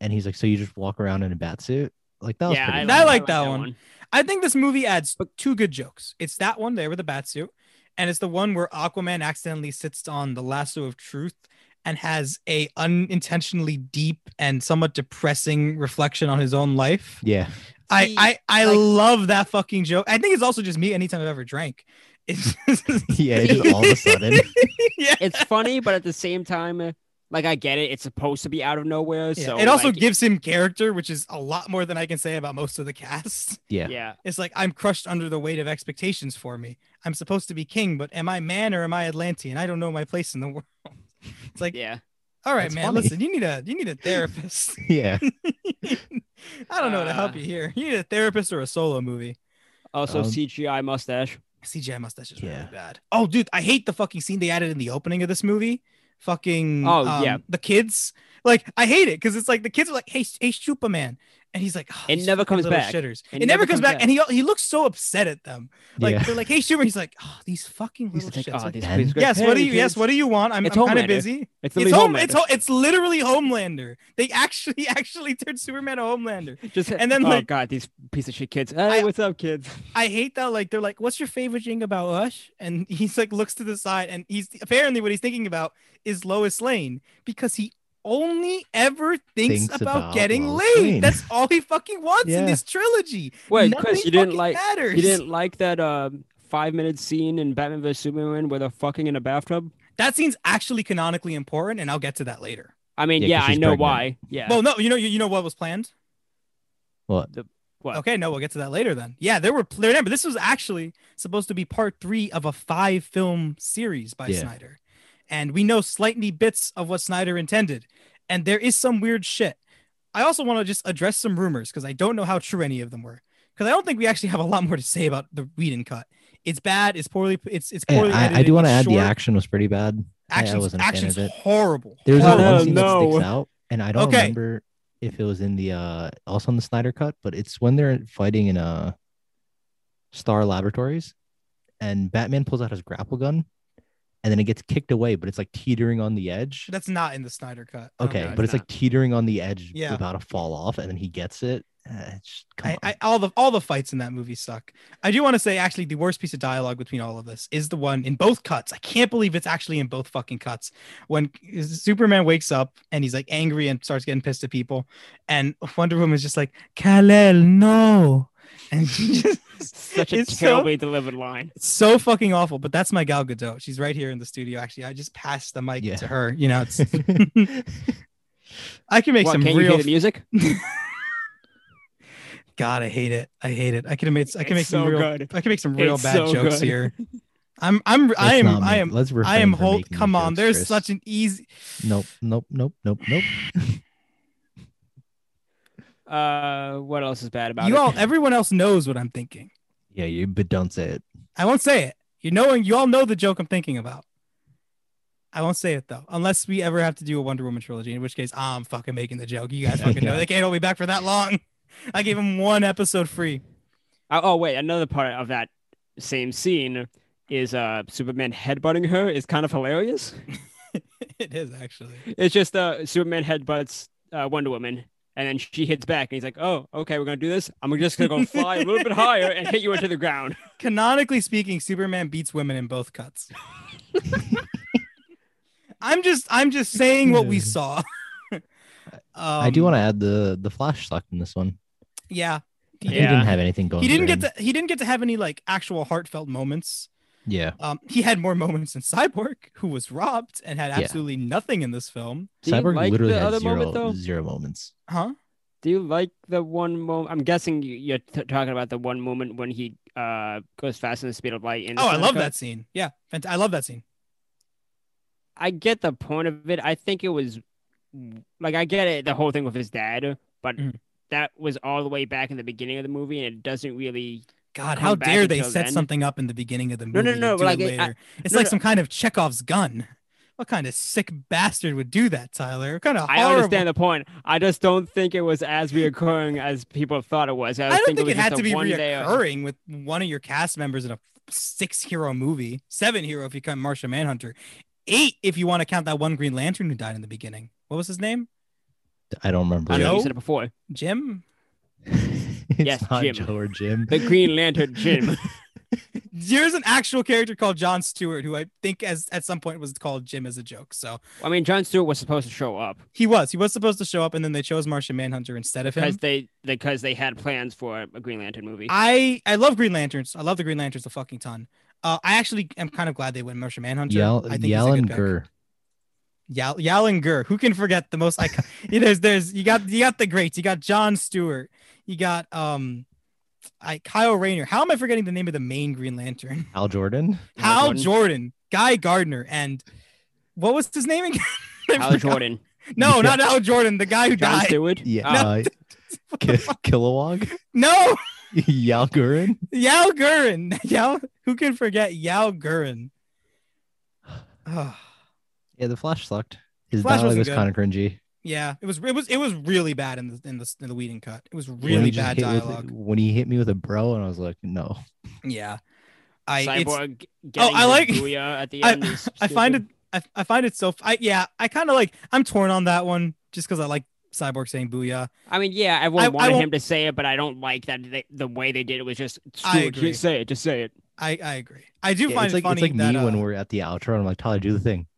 Speaker 3: and he's like, So you just walk around in a bat suit? Like that was
Speaker 2: yeah,
Speaker 3: pretty
Speaker 1: I
Speaker 3: good.
Speaker 1: like- I that one. I think this movie adds two good jokes. It's that one there with the bat suit, and it's the one where Aquaman accidentally sits on the lasso of truth and has a unintentionally deep and somewhat depressing reflection on his own life.
Speaker 3: Yeah.
Speaker 1: I
Speaker 2: See,
Speaker 1: I, I
Speaker 2: like-
Speaker 1: love that fucking joke. I think it's also just me anytime I've ever drank. It's just-
Speaker 3: Yeah, it's just all of a sudden.
Speaker 1: yeah.
Speaker 2: It's funny, but at the same time, uh, like I get it. It's supposed to be out of nowhere,
Speaker 1: Yeah.
Speaker 2: so
Speaker 1: it also
Speaker 2: like,
Speaker 1: gives him character, which is a lot more than I can say about most of the cast.
Speaker 3: Yeah.
Speaker 2: yeah.
Speaker 1: It's like I'm crushed under the weight of expectations for me. I'm supposed to be king, but am I man or am I Atlantean? I don't know my place in the world. It's like,
Speaker 2: Yeah.
Speaker 1: all right,
Speaker 3: That's
Speaker 1: man,
Speaker 3: funny.
Speaker 1: listen, you need a you need a therapist.
Speaker 3: Yeah.
Speaker 1: I don't know how to help
Speaker 2: Uh,
Speaker 1: you here. You need a therapist or a solo movie.
Speaker 2: Also,
Speaker 3: Um,
Speaker 2: CGI mustache.
Speaker 1: CGI mustache is really
Speaker 3: Yeah.
Speaker 1: bad. Oh, dude, I hate the fucking scene they added in the opening of this movie. Fucking
Speaker 2: Oh,
Speaker 1: um,
Speaker 2: yeah.
Speaker 1: the kids. Like I hate it because it's like the kids are like, "Hey, hey, Superman," and he's like, oh,
Speaker 2: It
Speaker 1: these
Speaker 2: never
Speaker 1: fucking
Speaker 2: comes
Speaker 1: little
Speaker 2: back.
Speaker 1: Shitters. It, never, comes back, and he he looks so upset at them. Like
Speaker 3: yeah.
Speaker 1: they're like, "Hey, Schumer," he's like, "Oh, these fucking
Speaker 2: He's
Speaker 1: little
Speaker 2: like,
Speaker 1: shits."
Speaker 2: "Oh,
Speaker 1: Like,
Speaker 2: these
Speaker 3: Ben?
Speaker 2: please great
Speaker 1: yes, what do you?
Speaker 2: parents."
Speaker 1: yes, what do you want? I'm,
Speaker 2: It's
Speaker 1: I'm kind
Speaker 2: Homelander.
Speaker 1: of busy.
Speaker 2: It's,
Speaker 1: It's
Speaker 2: literally
Speaker 1: home.
Speaker 2: Homelander.
Speaker 1: It's ho- it's literally Homelander. They actually actually turned Superman a Homelander.
Speaker 2: Just,
Speaker 1: and then,
Speaker 2: oh
Speaker 1: like-
Speaker 2: god, these piece of shit kids. Hey,
Speaker 1: I-
Speaker 2: what's up, kids?
Speaker 1: I hate that. Like they're like, "What's your favorite thing about us?" And he's like, looks to the side, and he's apparently what he's thinking about is Lois Lane because he only ever thinks,
Speaker 3: Thinks
Speaker 1: about,
Speaker 3: about
Speaker 1: getting
Speaker 3: Lois
Speaker 1: laid.
Speaker 3: Lane.
Speaker 1: That's all he fucking wants in
Speaker 3: Yeah.
Speaker 1: this trilogy.
Speaker 2: Wait,
Speaker 1: Nothing
Speaker 2: Chris, you didn't
Speaker 1: fucking
Speaker 2: like
Speaker 1: matters.
Speaker 2: you didn't like that uh, five minute scene in Batman vs Superman where they're fucking in a bathtub.
Speaker 1: That scene's actually canonically important, and I'll get to that later.
Speaker 2: I mean,
Speaker 3: Yeah,
Speaker 2: yeah,
Speaker 3: 'cause
Speaker 2: I
Speaker 3: she's
Speaker 2: know
Speaker 3: pregnant.
Speaker 2: why. Yeah.
Speaker 1: Well, no, you know, you, you know what was planned.
Speaker 3: What?
Speaker 2: What?
Speaker 1: Okay, no, we'll get to that later then. Yeah, there were remember this was actually supposed to be part three of a five film series by
Speaker 3: Yeah.
Speaker 1: Snyder. And we know slightly bits of what Snyder intended. And there is some weird shit. I also want to just address some rumors because I don't know how true any of them were. Because I don't think we actually have a lot more to say about the Whedon cut. It's bad, it's poorly it's it's
Speaker 3: Yeah,
Speaker 1: poorly.
Speaker 3: I, I
Speaker 1: edited,
Speaker 3: do want to
Speaker 1: it's
Speaker 3: add the
Speaker 1: short.
Speaker 3: action was pretty bad. I- I
Speaker 1: actions
Speaker 3: wasn't a fan
Speaker 1: actions
Speaker 3: of it.
Speaker 1: horrible.
Speaker 3: There's that
Speaker 1: horrible.
Speaker 2: Oh,
Speaker 3: one scene that
Speaker 2: no.
Speaker 3: sticks out, and I don't
Speaker 1: Okay.
Speaker 3: remember if it was in the uh also in the Snyder cut, but it's when they're fighting in uh Star Laboratories, and Batman pulls out his grapple gun, and then it gets kicked away, but it's like teetering on the edge.
Speaker 1: That's not in the Snyder cut. I don't
Speaker 3: Okay,
Speaker 1: think.
Speaker 2: it's
Speaker 3: but it's like
Speaker 2: not.
Speaker 3: teetering on the edge,
Speaker 1: Yeah.
Speaker 3: about to fall off, and then he gets it. Uh, it's just- come
Speaker 1: I,
Speaker 3: on.
Speaker 1: I, all the all the fights in that movie suck. I do want to say actually the worst piece of dialogue between all of this is the one in both cuts. I can't believe it's actually in both fucking cuts. When Superman wakes up and he's like angry and starts getting pissed at people, and Wonder Woman's just like Kal-El, no, and she just
Speaker 2: Such a
Speaker 1: it's so,
Speaker 2: terribly delivered line.
Speaker 1: it's so fucking awful. But that's my Gal Gadot. She's right here in the studio. Actually, I just passed the mic
Speaker 3: Yeah.
Speaker 1: to her. You know, it's I can make
Speaker 2: What,
Speaker 1: some
Speaker 2: can you
Speaker 1: real.
Speaker 2: hear the music?
Speaker 1: God, I hate it. I hate it. I can make. I can
Speaker 2: It's
Speaker 1: make some
Speaker 2: so
Speaker 1: real.
Speaker 2: good.
Speaker 1: I can make some real
Speaker 2: It's
Speaker 1: bad
Speaker 2: so
Speaker 1: jokes
Speaker 2: good.
Speaker 1: here. I'm. I'm. I am.
Speaker 3: Let's not
Speaker 1: I
Speaker 3: make-
Speaker 1: am.
Speaker 3: Let's
Speaker 1: I am.
Speaker 3: refrain from
Speaker 1: Hold.
Speaker 3: making
Speaker 1: Come
Speaker 3: these
Speaker 1: on.
Speaker 3: jokes,
Speaker 1: There's
Speaker 3: Chris.
Speaker 1: such an easy.
Speaker 3: Nope, nope, nope, nope, nope.
Speaker 2: Uh, what else is bad about
Speaker 1: You
Speaker 2: it?
Speaker 1: all. Everyone else knows what I'm thinking.
Speaker 3: yeah, you but don't say it.
Speaker 1: I won't say it. You knowing. You all know the joke I'm thinking about. I won't say it though, unless we ever have to do a Wonder Woman trilogy, in which case I'm fucking making the joke. You guys fucking know
Speaker 3: Yeah.
Speaker 1: they can't hold me back for that long. I gave them one episode free.
Speaker 2: Oh, oh, wait, another part of that same scene is uh Superman headbutting her is kind of hilarious.
Speaker 1: it is actually.
Speaker 2: It's just uh Superman headbutts uh, Wonder Woman, and then she hits back, and he's like, "Oh, okay, we're gonna do this. I'm just gonna go fly a little bit higher and hit you into the ground."
Speaker 1: Canonically speaking, Superman beats women in both cuts. I'm just I'm just saying what we saw. Um,
Speaker 3: I do want to add the the flash sucked in this one.
Speaker 1: to. Yeah,
Speaker 3: He
Speaker 2: Yeah.
Speaker 3: didn't have anything going.
Speaker 1: he didn't
Speaker 3: for
Speaker 1: get
Speaker 3: him.
Speaker 1: to he didn't get to have any like actual heartfelt moments.
Speaker 3: Yeah,
Speaker 1: Um, he had more moments than Cyborg, who was robbed and had
Speaker 3: Yeah.
Speaker 1: absolutely nothing in this film.
Speaker 2: Do you
Speaker 3: Cyborg
Speaker 2: like
Speaker 3: literally
Speaker 2: the
Speaker 3: had
Speaker 2: other
Speaker 3: zero
Speaker 2: moment though?
Speaker 3: zero moments.
Speaker 1: Huh?
Speaker 2: Do you like the one moment? I'm guessing you- you're t- talking about the one moment when he uh goes faster than the speed of light. In the
Speaker 1: Oh, I
Speaker 2: cinema
Speaker 1: love
Speaker 2: cut?
Speaker 1: that scene. Yeah, fant- I love that scene.
Speaker 2: I get the point of it. I think it was like I get it, the whole thing with his dad, but
Speaker 1: Mhm.
Speaker 2: that was all the way back in the beginning of the movie, and it doesn't really.
Speaker 1: God,
Speaker 2: Come
Speaker 1: how
Speaker 2: back
Speaker 1: dare they
Speaker 2: until
Speaker 1: set
Speaker 2: then.
Speaker 1: something up in the beginning of the movie?
Speaker 2: No, no,
Speaker 1: to
Speaker 2: no,
Speaker 1: do
Speaker 2: like,
Speaker 1: it
Speaker 2: I-
Speaker 1: later. it's
Speaker 2: no,
Speaker 1: like
Speaker 2: no.
Speaker 1: some kind of Chekhov's gun. What kind of sick bastard would do that, Tyler? What kind of
Speaker 2: I
Speaker 1: horrible.
Speaker 2: understand the point. I just don't think it was as reoccurring as people thought it was. I,
Speaker 1: I don't
Speaker 2: think,
Speaker 1: think
Speaker 2: it, was
Speaker 1: it had to
Speaker 2: just a
Speaker 1: be
Speaker 2: one day-
Speaker 1: reoccurring with one of your cast members in a six hero movie, seven hero if you count Martian Manhunter, eight if you want to count that one Green Lantern who died in the beginning. What was his name?
Speaker 3: I don't remember.
Speaker 2: I
Speaker 1: You
Speaker 2: know
Speaker 1: know?
Speaker 2: you said it before.
Speaker 1: Jim?
Speaker 3: it's
Speaker 2: Yes,
Speaker 3: not
Speaker 2: Jim.
Speaker 3: Joe or Jim.
Speaker 2: The Green Lantern Jim.
Speaker 1: There's an actual character called John Stewart who I think as at some point was called Jim as a joke. So
Speaker 2: I mean, John Stewart was supposed to show up
Speaker 1: he was. He was supposed to show up and then they chose Martian Manhunter instead of
Speaker 2: because
Speaker 1: him.
Speaker 2: they because they had plans for a Green Lantern movie.
Speaker 1: I I love Green Lanterns. I love the Green Lanterns a fucking ton. Uh, I actually am kind of glad they went Martian Manhunter.
Speaker 3: Yal-
Speaker 1: I think he's a good
Speaker 3: Yalen
Speaker 1: pick.
Speaker 3: Gurr.
Speaker 1: Yal- Yalen Gurr. Who can forget the most iconic? there's there's you got you got the greats. You got John Stewart. You got um, I Kyle Rayner. How am I forgetting the name of the main Green Lantern?
Speaker 3: Al Jordan.
Speaker 2: Hal
Speaker 1: Hal Jordan,
Speaker 2: Jordan.
Speaker 1: Guy Gardner, and what was his name again? I
Speaker 2: Hal
Speaker 1: forgot.
Speaker 2: Jordan,
Speaker 1: No, not Hal Jordan. The guy who
Speaker 2: John
Speaker 1: died.
Speaker 2: Stewart.
Speaker 3: Yeah.
Speaker 2: Oh,
Speaker 3: Uh, Ki- Kilowog.
Speaker 1: No,
Speaker 3: Yal Gurin.
Speaker 1: Yao Gurin. Yao. Who can forget Yao Gurin? Oh,
Speaker 3: Yeah, the flash sucked. His
Speaker 1: Flash
Speaker 3: dialogue
Speaker 1: wasn't
Speaker 3: was
Speaker 1: good.
Speaker 3: kind of cringy.
Speaker 1: yeah, it was it was it was really bad in the in the in the Whedon cut. It was
Speaker 3: When he
Speaker 1: really
Speaker 3: just
Speaker 1: bad
Speaker 3: hit with-
Speaker 1: dialogue.
Speaker 3: when he hit me with a bro, and I was like, no.
Speaker 1: Yeah, I it's-
Speaker 2: Oh,
Speaker 1: Oh,
Speaker 2: Cyborg. Getting
Speaker 1: I
Speaker 2: his
Speaker 1: like-
Speaker 2: Booyah at the
Speaker 1: I-
Speaker 2: end. is
Speaker 1: I find
Speaker 2: stupid.
Speaker 1: it I, I find it so I yeah, I kind of like I'm torn on that one just because I like Cyborg saying booyah.
Speaker 2: I mean, yeah,
Speaker 1: I- I
Speaker 2: everyone wanted
Speaker 1: won't-
Speaker 2: him to say it, but I don't like that they, the way they did it was just
Speaker 1: I
Speaker 2: "Screw it,
Speaker 1: agree.
Speaker 2: just say it, just say it.
Speaker 1: I I agree. I do
Speaker 3: Yeah,
Speaker 1: find
Speaker 3: it's
Speaker 1: it
Speaker 3: like
Speaker 1: funny
Speaker 3: it's like
Speaker 1: that
Speaker 3: me
Speaker 1: uh,
Speaker 3: when we're at the outro, and I'm like, Tyler, do the thing.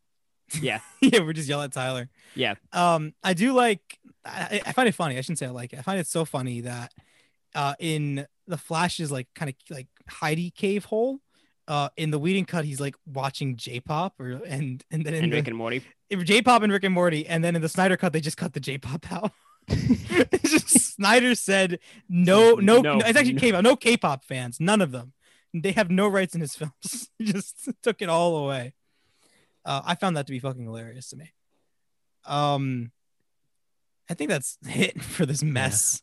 Speaker 1: yeah we're just yelling at Tyler.
Speaker 2: Yeah.
Speaker 1: Um, I do like I, I find it funny. I shouldn't say I like it. I find it so funny that uh in the Flash's like kind of like Heidi cave hole. Uh, in the Whedon cut, he's like watching J-pop, or and and then in
Speaker 2: And
Speaker 1: the,
Speaker 2: Rick and Morty.
Speaker 1: if J-pop and Rick and Morty, and then in the Snyder cut they just cut the J-pop out. It's just Snyder said no, no,
Speaker 2: No,
Speaker 1: no, It's actually
Speaker 2: no.
Speaker 1: K-pop, no K-pop fans, none of them. They have no rights in his films. he just took it all away. Uh, I found that to be fucking hilarious to me. Um, I think that's it for this mess.
Speaker 3: I-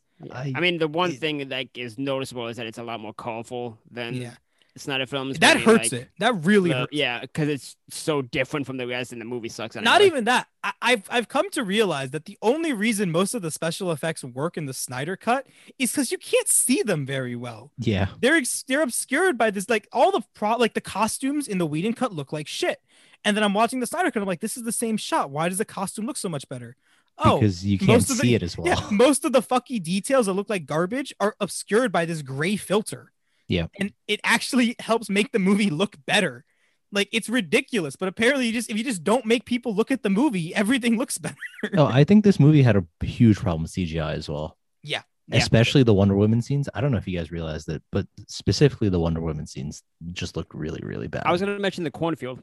Speaker 2: I mean, the one
Speaker 3: it-
Speaker 2: thing that is noticeable is that it's a lot more colorful
Speaker 1: Yeah,
Speaker 2: than Snyder films.
Speaker 1: that
Speaker 2: but I mean,
Speaker 1: hurts
Speaker 2: like,
Speaker 1: it. That really
Speaker 2: the-
Speaker 1: hurts.
Speaker 2: yeah, because it's so different from the rest, and the movie sucks.
Speaker 1: Not
Speaker 2: anyway.
Speaker 1: even that. I, I've I've come to realize that the only reason most of the special effects work in the Snyder cut is because you can't see them very well.
Speaker 3: Yeah,
Speaker 1: they're ex- they're obscured by this like all the pro like the costumes in the Whedon cut look like shit. And then I'm watching the Snyder cut. I'm like, this is the same shot. Why does the costume look so much better? Oh,
Speaker 3: because you can't
Speaker 1: most of the-
Speaker 3: see it as well.
Speaker 1: yeah. Most of the fucky details that look like garbage are obscured by this gray filter.
Speaker 3: Yeah.
Speaker 1: And it actually helps make the movie look better. Like it's ridiculous, but apparently you just if you just don't make people look at
Speaker 3: Oh,
Speaker 1: the movie, everything looks better.
Speaker 3: No, I think this movie had a huge problem with CGI as well.
Speaker 1: Yeah.
Speaker 2: Yeah.
Speaker 3: especially the Wonder Woman scenes. I don't know if you guys realized that, but specifically the Wonder Woman scenes just looked really, really bad.
Speaker 2: I was gonna mention the cornfield.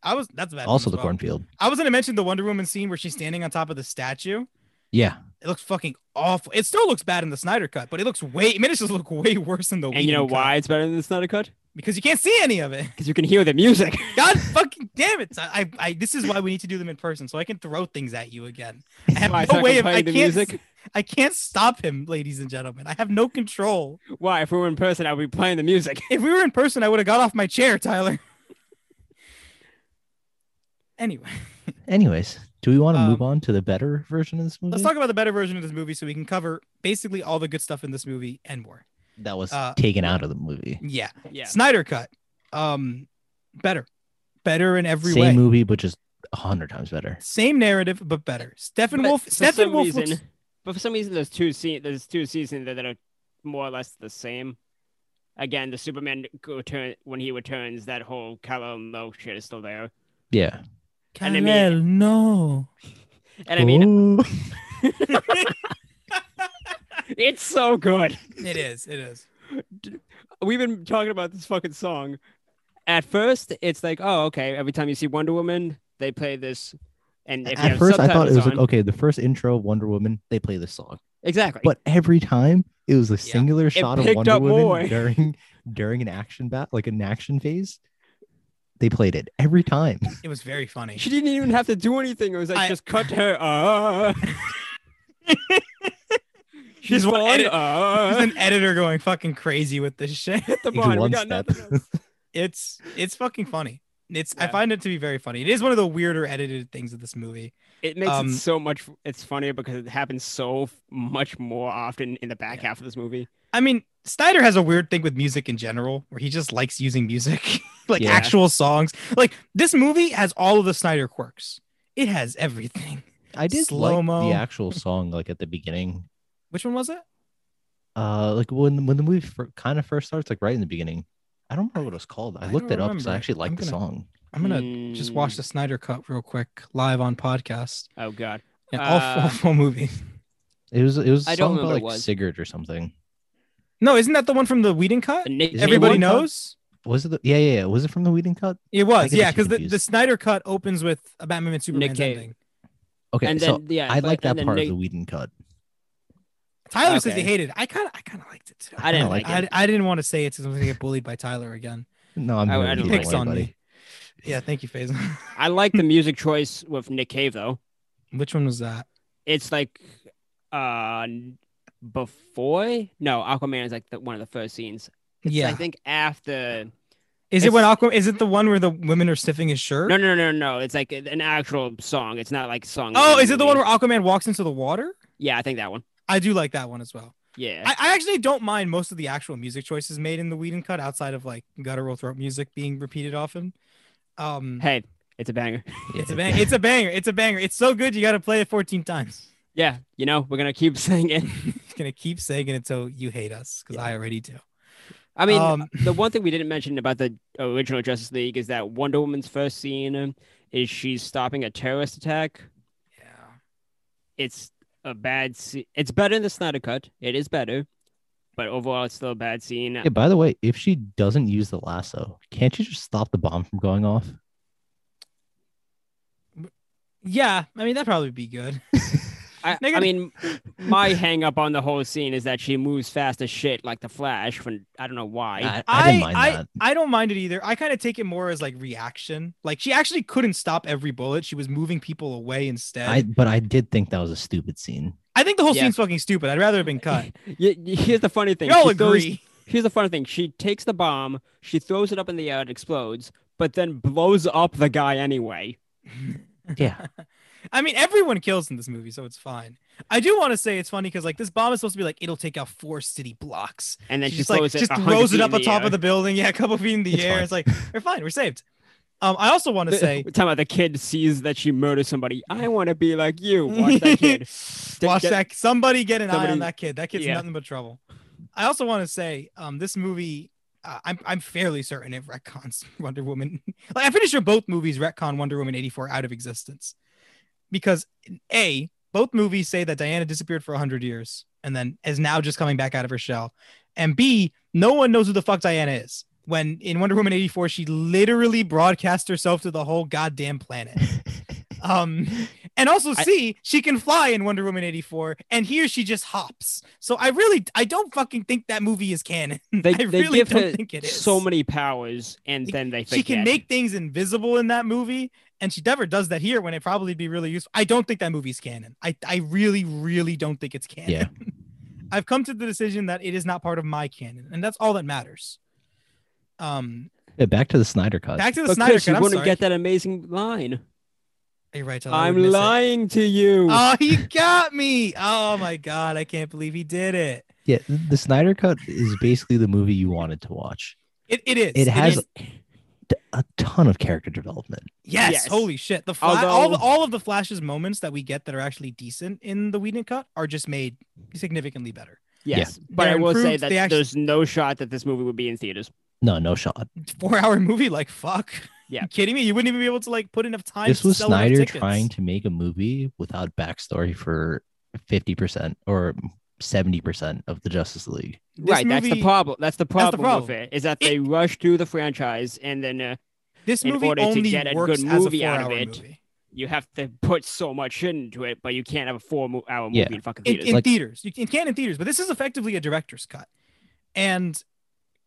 Speaker 1: I was that's a bad. one
Speaker 3: also
Speaker 1: as
Speaker 3: the
Speaker 1: well.
Speaker 3: cornfield.
Speaker 1: I was gonna mention the Wonder Woman scene where she's standing on top of the statue.
Speaker 3: Yeah,
Speaker 1: It looks fucking awful. It still looks bad in the Snyder cut, but it looks way. I mean, it just look way worse than the.
Speaker 2: And you know
Speaker 1: Whedon cut.
Speaker 2: why it's better than the Snyder Cut?
Speaker 1: Because you can't see any of it.
Speaker 2: Because you can hear the music.
Speaker 1: God fucking damn it! I, I, I, this is why we need to do them in person, so I can throw things at you again. I have
Speaker 2: Why,
Speaker 1: no way of.
Speaker 2: sacrificing
Speaker 1: I
Speaker 2: the
Speaker 1: can't.
Speaker 2: music?
Speaker 1: I can't stop him, ladies and gentlemen. I have no control.
Speaker 2: Why? If we were in person, I would be playing the music.
Speaker 1: If we were in person, I would have got off my chair, Tyler. anyway,
Speaker 3: Anyways, do we want to move
Speaker 1: Um,
Speaker 3: on to the better version of this movie?
Speaker 1: let's talk about the better version of this movie, so we can cover basically all the good stuff in this movie and more.
Speaker 3: that was
Speaker 1: uh,
Speaker 3: taken out of the movie.
Speaker 1: Yeah,
Speaker 2: Yeah.
Speaker 1: Snyder cut. Um, better, better in every
Speaker 3: Same
Speaker 1: way.
Speaker 3: movie, but just a hundred times better.
Speaker 1: Same narrative, but better. Stephen
Speaker 2: But
Speaker 1: Wolf.
Speaker 2: for
Speaker 1: Stephen
Speaker 2: some
Speaker 1: Wolf
Speaker 2: reason,
Speaker 1: looks
Speaker 2: but for some reason, there's two se- there's two seasons that, that are more or less the same. Again, the Superman go- return when he returns, that whole Kal-El no shit is still there.
Speaker 3: Yeah.
Speaker 2: And I mean-
Speaker 1: Kal-El, no.
Speaker 2: And I mean,
Speaker 3: Ooh.
Speaker 2: it's so good.
Speaker 1: It is. It is.
Speaker 2: We've been talking about this fucking song. At first, it's like, oh, okay. Every time you see Wonder Woman, they play this. And if you
Speaker 3: at
Speaker 2: have
Speaker 3: first, I thought it
Speaker 2: subtitles
Speaker 3: was like
Speaker 2: on-
Speaker 3: okay, the first intro of Wonder Woman, they play this song,
Speaker 2: exactly.
Speaker 3: but every time it was a singular shot of
Speaker 2: picked
Speaker 3: Wonder
Speaker 2: up
Speaker 3: Woman
Speaker 2: more.
Speaker 3: during during an action bat, like an action phase. They played it every time.
Speaker 1: It was very funny.
Speaker 2: she didn't even have to do anything. It was like
Speaker 1: I-
Speaker 2: just cut to her. Uh, she's
Speaker 1: Just
Speaker 2: falling.
Speaker 1: edit- There's
Speaker 2: Uh,
Speaker 1: an editor going fucking crazy with this shit.
Speaker 2: hit the
Speaker 3: He
Speaker 2: barn. We
Speaker 3: one
Speaker 2: got
Speaker 3: step.
Speaker 2: nothing. else.
Speaker 1: It's it's fucking funny. It's I
Speaker 2: Yeah.
Speaker 1: find it to be very funny. It is one of the weirder edited things of this movie.
Speaker 2: It makes
Speaker 1: Um,
Speaker 2: it so much. It's funnier because it happens so f- much more often in the back half of this movie.
Speaker 1: I mean, Snyder has a weird thing with music in general, where he just likes using music, like
Speaker 3: Yeah.
Speaker 1: actual songs. Like this movie has all of the Snyder quirks. It has everything.
Speaker 3: I did
Speaker 1: Slow-mo.
Speaker 3: like the actual song, like at the beginning,
Speaker 1: Which one was it?
Speaker 3: uh, like when when the movie fir- kind of first starts, like right in the beginning. I don't remember what it was called. I,
Speaker 1: I
Speaker 3: looked
Speaker 1: don't
Speaker 3: it up because I
Speaker 1: remember.
Speaker 3: actually
Speaker 1: I'm
Speaker 3: liked the
Speaker 1: gonna-
Speaker 3: song.
Speaker 1: I'm gonna
Speaker 2: Mm,
Speaker 1: just
Speaker 2: Hmm.
Speaker 1: watch the Snyder cut real quick live on podcast.
Speaker 2: Oh god.
Speaker 1: Yeah, all, f- all
Speaker 2: Uh,
Speaker 1: full movie.
Speaker 3: It was it was a
Speaker 2: I don't
Speaker 3: song
Speaker 2: remember
Speaker 3: about
Speaker 2: what
Speaker 3: like
Speaker 2: it was.
Speaker 3: Sigurd or something.
Speaker 1: No, isn't that the one from the Whedon cut?
Speaker 2: The Nick
Speaker 3: Is it
Speaker 1: Everybody
Speaker 3: Whedon cut?
Speaker 1: knows.
Speaker 3: Was it? The, yeah, yeah, yeah. Was it from the Whedon cut?
Speaker 1: It
Speaker 3: I
Speaker 1: was,
Speaker 3: get
Speaker 1: yeah,
Speaker 3: the two
Speaker 1: because the, the
Speaker 3: confused.
Speaker 1: Snyder cut opens with a Batman and Superman
Speaker 2: Cave.
Speaker 1: ending.
Speaker 3: Okay,
Speaker 2: and
Speaker 3: so
Speaker 2: then yeah,
Speaker 3: I
Speaker 2: but-
Speaker 3: like that
Speaker 2: and then
Speaker 3: part
Speaker 2: Nick-
Speaker 3: of the Whedon cut.
Speaker 1: Tyler says he
Speaker 2: Okay.
Speaker 1: hated. it. I kind of, I kind of liked it too.
Speaker 2: I didn't
Speaker 3: I
Speaker 2: like
Speaker 3: like
Speaker 1: I,
Speaker 2: it.
Speaker 1: I didn't want to say it because I'm gonna get bullied by Tyler again.
Speaker 3: No, I'm
Speaker 2: I-
Speaker 3: here
Speaker 2: I
Speaker 3: with
Speaker 2: don't
Speaker 3: you,
Speaker 2: like
Speaker 1: Picks
Speaker 3: don't worry,
Speaker 1: on
Speaker 3: buddy.
Speaker 1: me. Yeah, thank you, Faison.
Speaker 2: I like the music choice with Nick Cave though.
Speaker 1: Which one was that?
Speaker 2: It's like, uh, before no Aquaman is like the, one of the first scenes. It's,
Speaker 1: yeah,
Speaker 2: I think after
Speaker 1: is it when Aqua? Is it the one where the women are sniffing his shirt?
Speaker 2: No, no, no, no, no. It's like an actual song. It's not like song.
Speaker 1: Oh,
Speaker 2: in
Speaker 1: is it the one
Speaker 2: movie.
Speaker 1: where Aquaman walks into the water?
Speaker 2: Yeah, I think that one.
Speaker 1: I do like that one as well.
Speaker 2: Yeah.
Speaker 1: I, I actually don't mind most of the actual music choices made in the Whedon cut, outside of like guttural throat music being repeated often. Um,
Speaker 2: hey, it's a banger.
Speaker 1: it's a bang, it's a banger, it's a banger. It's so good you got to play it 14 times.
Speaker 2: Yeah, you know, we're gonna keep saying it.
Speaker 1: Just gonna keep saying it until you hate us because I already do.
Speaker 2: I mean, uh,
Speaker 1: Um,
Speaker 2: the one thing we didn't mention about the original Justice League is that Wonder Woman's first scene is she's stopping a terrorist attack.
Speaker 1: Yeah.
Speaker 2: It's a bad scene. It's better than the Snyder Cut. It is better, but overall, it's still a bad scene.
Speaker 3: Yeah, by the way, if she doesn't use the lasso, can't you just stop the bomb from going off?
Speaker 1: Yeah, I mean that'd probably be good.
Speaker 2: I, I
Speaker 1: Negative.
Speaker 2: mean, my hang up on the whole scene is that she moves fast as shit, like the Flash. From I don't know why.
Speaker 3: I, I didn't mind
Speaker 1: I,
Speaker 3: that.
Speaker 1: I don't mind it either. I kind of take it more as like reaction. Like she actually couldn't stop every bullet. She was moving people away instead.
Speaker 3: I
Speaker 1: I,
Speaker 3: but I did think that was a stupid scene.
Speaker 1: think the whole
Speaker 2: Yeah.
Speaker 1: scene's fucking stupid. I'd rather have been cut.
Speaker 2: Y- y- Here's the funny thing.
Speaker 1: We all
Speaker 2: She throws-
Speaker 1: agree.
Speaker 2: here's the funny thing. She takes the bomb, she throws it up in the air, it explodes, but then blows up the guy anyway.
Speaker 3: Yeah.
Speaker 1: I mean, everyone kills in this movie, so it's fine. I do want to say it's funny because like this bomb is supposed to be like it'll take out four city blocks.
Speaker 2: And then
Speaker 1: she
Speaker 2: she,
Speaker 1: just like
Speaker 2: throws it.
Speaker 1: just
Speaker 2: 100
Speaker 1: throws
Speaker 2: feet
Speaker 1: it up
Speaker 2: in
Speaker 1: the top
Speaker 2: air.
Speaker 1: of the building. Yeah, a couple feet in the
Speaker 3: It's
Speaker 1: air.
Speaker 3: fine.
Speaker 1: It's like we're fine. We're saved. Um, I also want to
Speaker 2: The-
Speaker 1: say
Speaker 2: we're talking about the kid sees that she murdered somebody. I want to be like you. Watch that kid.
Speaker 1: Watch
Speaker 2: get-
Speaker 1: that. Somebody get an eye
Speaker 2: somebody-
Speaker 1: on that kid. That kid's
Speaker 2: Yeah.
Speaker 1: nothing but trouble. I also want to say, um, this movie, uh, I'm I'm fairly certain it retcons Wonder Woman. like I'm pretty sure both movies retcon Wonder Woman 84 out of existence, because a both movies say that Diana disappeared for 100 years, and and then is now just coming back out of her shell. And B, no one knows who the fuck Diana is. When in Wonder Woman 84, she literally broadcast herself to the whole goddamn planet. Um, and also
Speaker 2: I-
Speaker 1: C, she can fly in Wonder Woman 84, and here she just hops. So I really I don't fucking think that movie is canon.
Speaker 2: They,
Speaker 1: I
Speaker 2: they
Speaker 1: really
Speaker 2: give
Speaker 1: don't
Speaker 2: her
Speaker 1: think it is.
Speaker 2: so many powers, and
Speaker 1: Like,
Speaker 2: then they forget.
Speaker 1: she can make things invisible in that movie, and she never does that here when it probably be really useful. I don't think that movie's canon. I, I really, really don't think it's canon.
Speaker 3: Yeah.
Speaker 1: I've come to the decision that it is not part of my canon, and that's all that matters. Um,
Speaker 3: Yeah, back to the Snyder cut.
Speaker 1: back to the
Speaker 2: But
Speaker 1: Snyder
Speaker 2: Chris,
Speaker 1: Cut.
Speaker 2: Uh, you
Speaker 1: I'm
Speaker 2: wouldn't
Speaker 1: sorry.
Speaker 2: get that amazing line.
Speaker 1: You're right. Tyler, I
Speaker 2: I'm
Speaker 1: would miss it.
Speaker 2: lying to you.
Speaker 1: Oh, he got me. Oh my god, I can't believe he did it.
Speaker 3: yeah, the Snyder cut is basically the movie you wanted to watch.
Speaker 1: It, it is.
Speaker 3: It has
Speaker 1: is-
Speaker 3: t- a ton of character development.
Speaker 1: Yes,
Speaker 2: Yes.
Speaker 1: Holy shit. The fla- all,
Speaker 2: Although-
Speaker 1: the- all of the Flash's moments that we get that are actually decent in the Whedon cut are just made significantly better.
Speaker 2: yes, but I
Speaker 1: They're
Speaker 2: will say
Speaker 1: improved.
Speaker 2: that
Speaker 1: They actually-
Speaker 2: there's no shot that this movie would be in theaters.
Speaker 3: No, no shot.
Speaker 1: Four hour movie, like fuck.
Speaker 2: Yeah.
Speaker 1: You kidding me? You wouldn't even be able to like put enough time.
Speaker 3: this
Speaker 1: to
Speaker 3: was
Speaker 1: sell enough
Speaker 3: Snyder
Speaker 1: tickets.
Speaker 3: trying to make a movie without backstory for 50% or 70% of the Justice League.
Speaker 1: This
Speaker 2: right, that's
Speaker 1: movie-
Speaker 2: the problem. That's the
Speaker 1: the
Speaker 2: problem, with
Speaker 1: problem.
Speaker 2: it is that they rush through the franchise and then uh,
Speaker 1: This
Speaker 2: in
Speaker 1: movie
Speaker 2: order to
Speaker 1: only
Speaker 2: get a
Speaker 1: works
Speaker 2: good
Speaker 1: as a
Speaker 2: movie
Speaker 1: four
Speaker 2: out of
Speaker 1: hour
Speaker 2: it.
Speaker 1: movie.
Speaker 2: you have to put so much shit into it, but you can't have a four-hour movie
Speaker 3: Yeah.
Speaker 2: in fucking
Speaker 1: in,
Speaker 2: theaters.
Speaker 1: in
Speaker 3: Like-
Speaker 1: theaters. You can, it can in theaters, but this is effectively a director's cut, and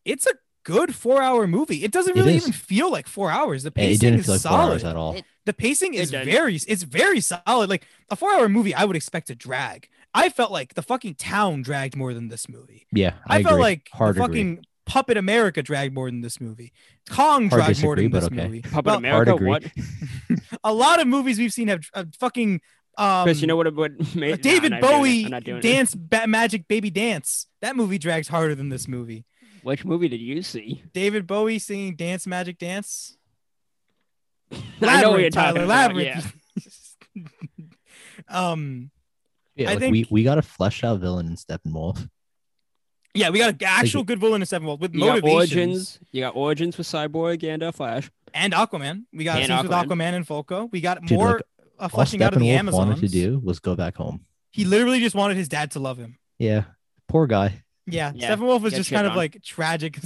Speaker 1: it's a good four-hour movie. It doesn't
Speaker 3: It
Speaker 1: really
Speaker 3: is.
Speaker 1: even feel like four hours. The
Speaker 3: And
Speaker 1: pacing
Speaker 3: it didn't
Speaker 1: is
Speaker 3: feel like four
Speaker 1: solid.
Speaker 3: hours at all.
Speaker 2: It-
Speaker 1: the pacing is
Speaker 2: does.
Speaker 1: very, it's very solid. Like a four-hour movie, I would expect to drag. I felt like the fucking town dragged more than this movie.
Speaker 3: yeah,
Speaker 1: I,
Speaker 3: I,
Speaker 1: felt
Speaker 3: agree.
Speaker 1: like
Speaker 3: Hard
Speaker 1: the
Speaker 3: agree.
Speaker 1: fucking Puppet America dragged more than this movie. Kong
Speaker 3: Hard
Speaker 1: dragged more
Speaker 3: disagree,
Speaker 1: than this
Speaker 3: but okay.
Speaker 1: movie.
Speaker 2: Puppet
Speaker 1: well,
Speaker 2: America,
Speaker 3: agree.
Speaker 2: what?
Speaker 1: A lot of movies we've seen have uh, fucking. Um,
Speaker 2: Chris, you know what would made
Speaker 1: a David
Speaker 2: nah, I'm not doing it.
Speaker 1: Bowie
Speaker 2: I'm not doing it.
Speaker 1: dance ba- magic baby dance. That movie drags harder than this movie.
Speaker 2: Which movie did you see?
Speaker 1: David Bowie singing dance magic dance.
Speaker 2: I know what you're
Speaker 1: Labyrinth,
Speaker 2: talking
Speaker 1: Tyler,
Speaker 2: about. Yeah.
Speaker 1: Labyrinth. um.
Speaker 3: yeah,
Speaker 1: I
Speaker 3: like
Speaker 1: think-
Speaker 3: we, we got a fleshed out villain in Steppenwolf.
Speaker 1: Yeah, we got an actual good villain in Sevenfold with
Speaker 2: You got
Speaker 1: motivations
Speaker 2: origins. You got origins with Cyborg and uh, Flash.
Speaker 1: and Aquaman. We got
Speaker 2: And
Speaker 1: scenes with
Speaker 2: Aquaman.
Speaker 1: Aquaman and Folko. We got
Speaker 3: Dude,
Speaker 1: more
Speaker 3: like,
Speaker 1: uh,
Speaker 3: All
Speaker 1: fleshing out of the
Speaker 3: Steppenwolf
Speaker 1: Amazon.
Speaker 3: wanted to do was go back home.
Speaker 1: He literally just wanted his dad to love him.
Speaker 3: Yeah, poor guy.
Speaker 1: Yeah,
Speaker 2: Yeah,
Speaker 1: Steppenwolf was
Speaker 2: get
Speaker 1: just
Speaker 2: shit
Speaker 1: kind of
Speaker 2: on.
Speaker 1: like tragic.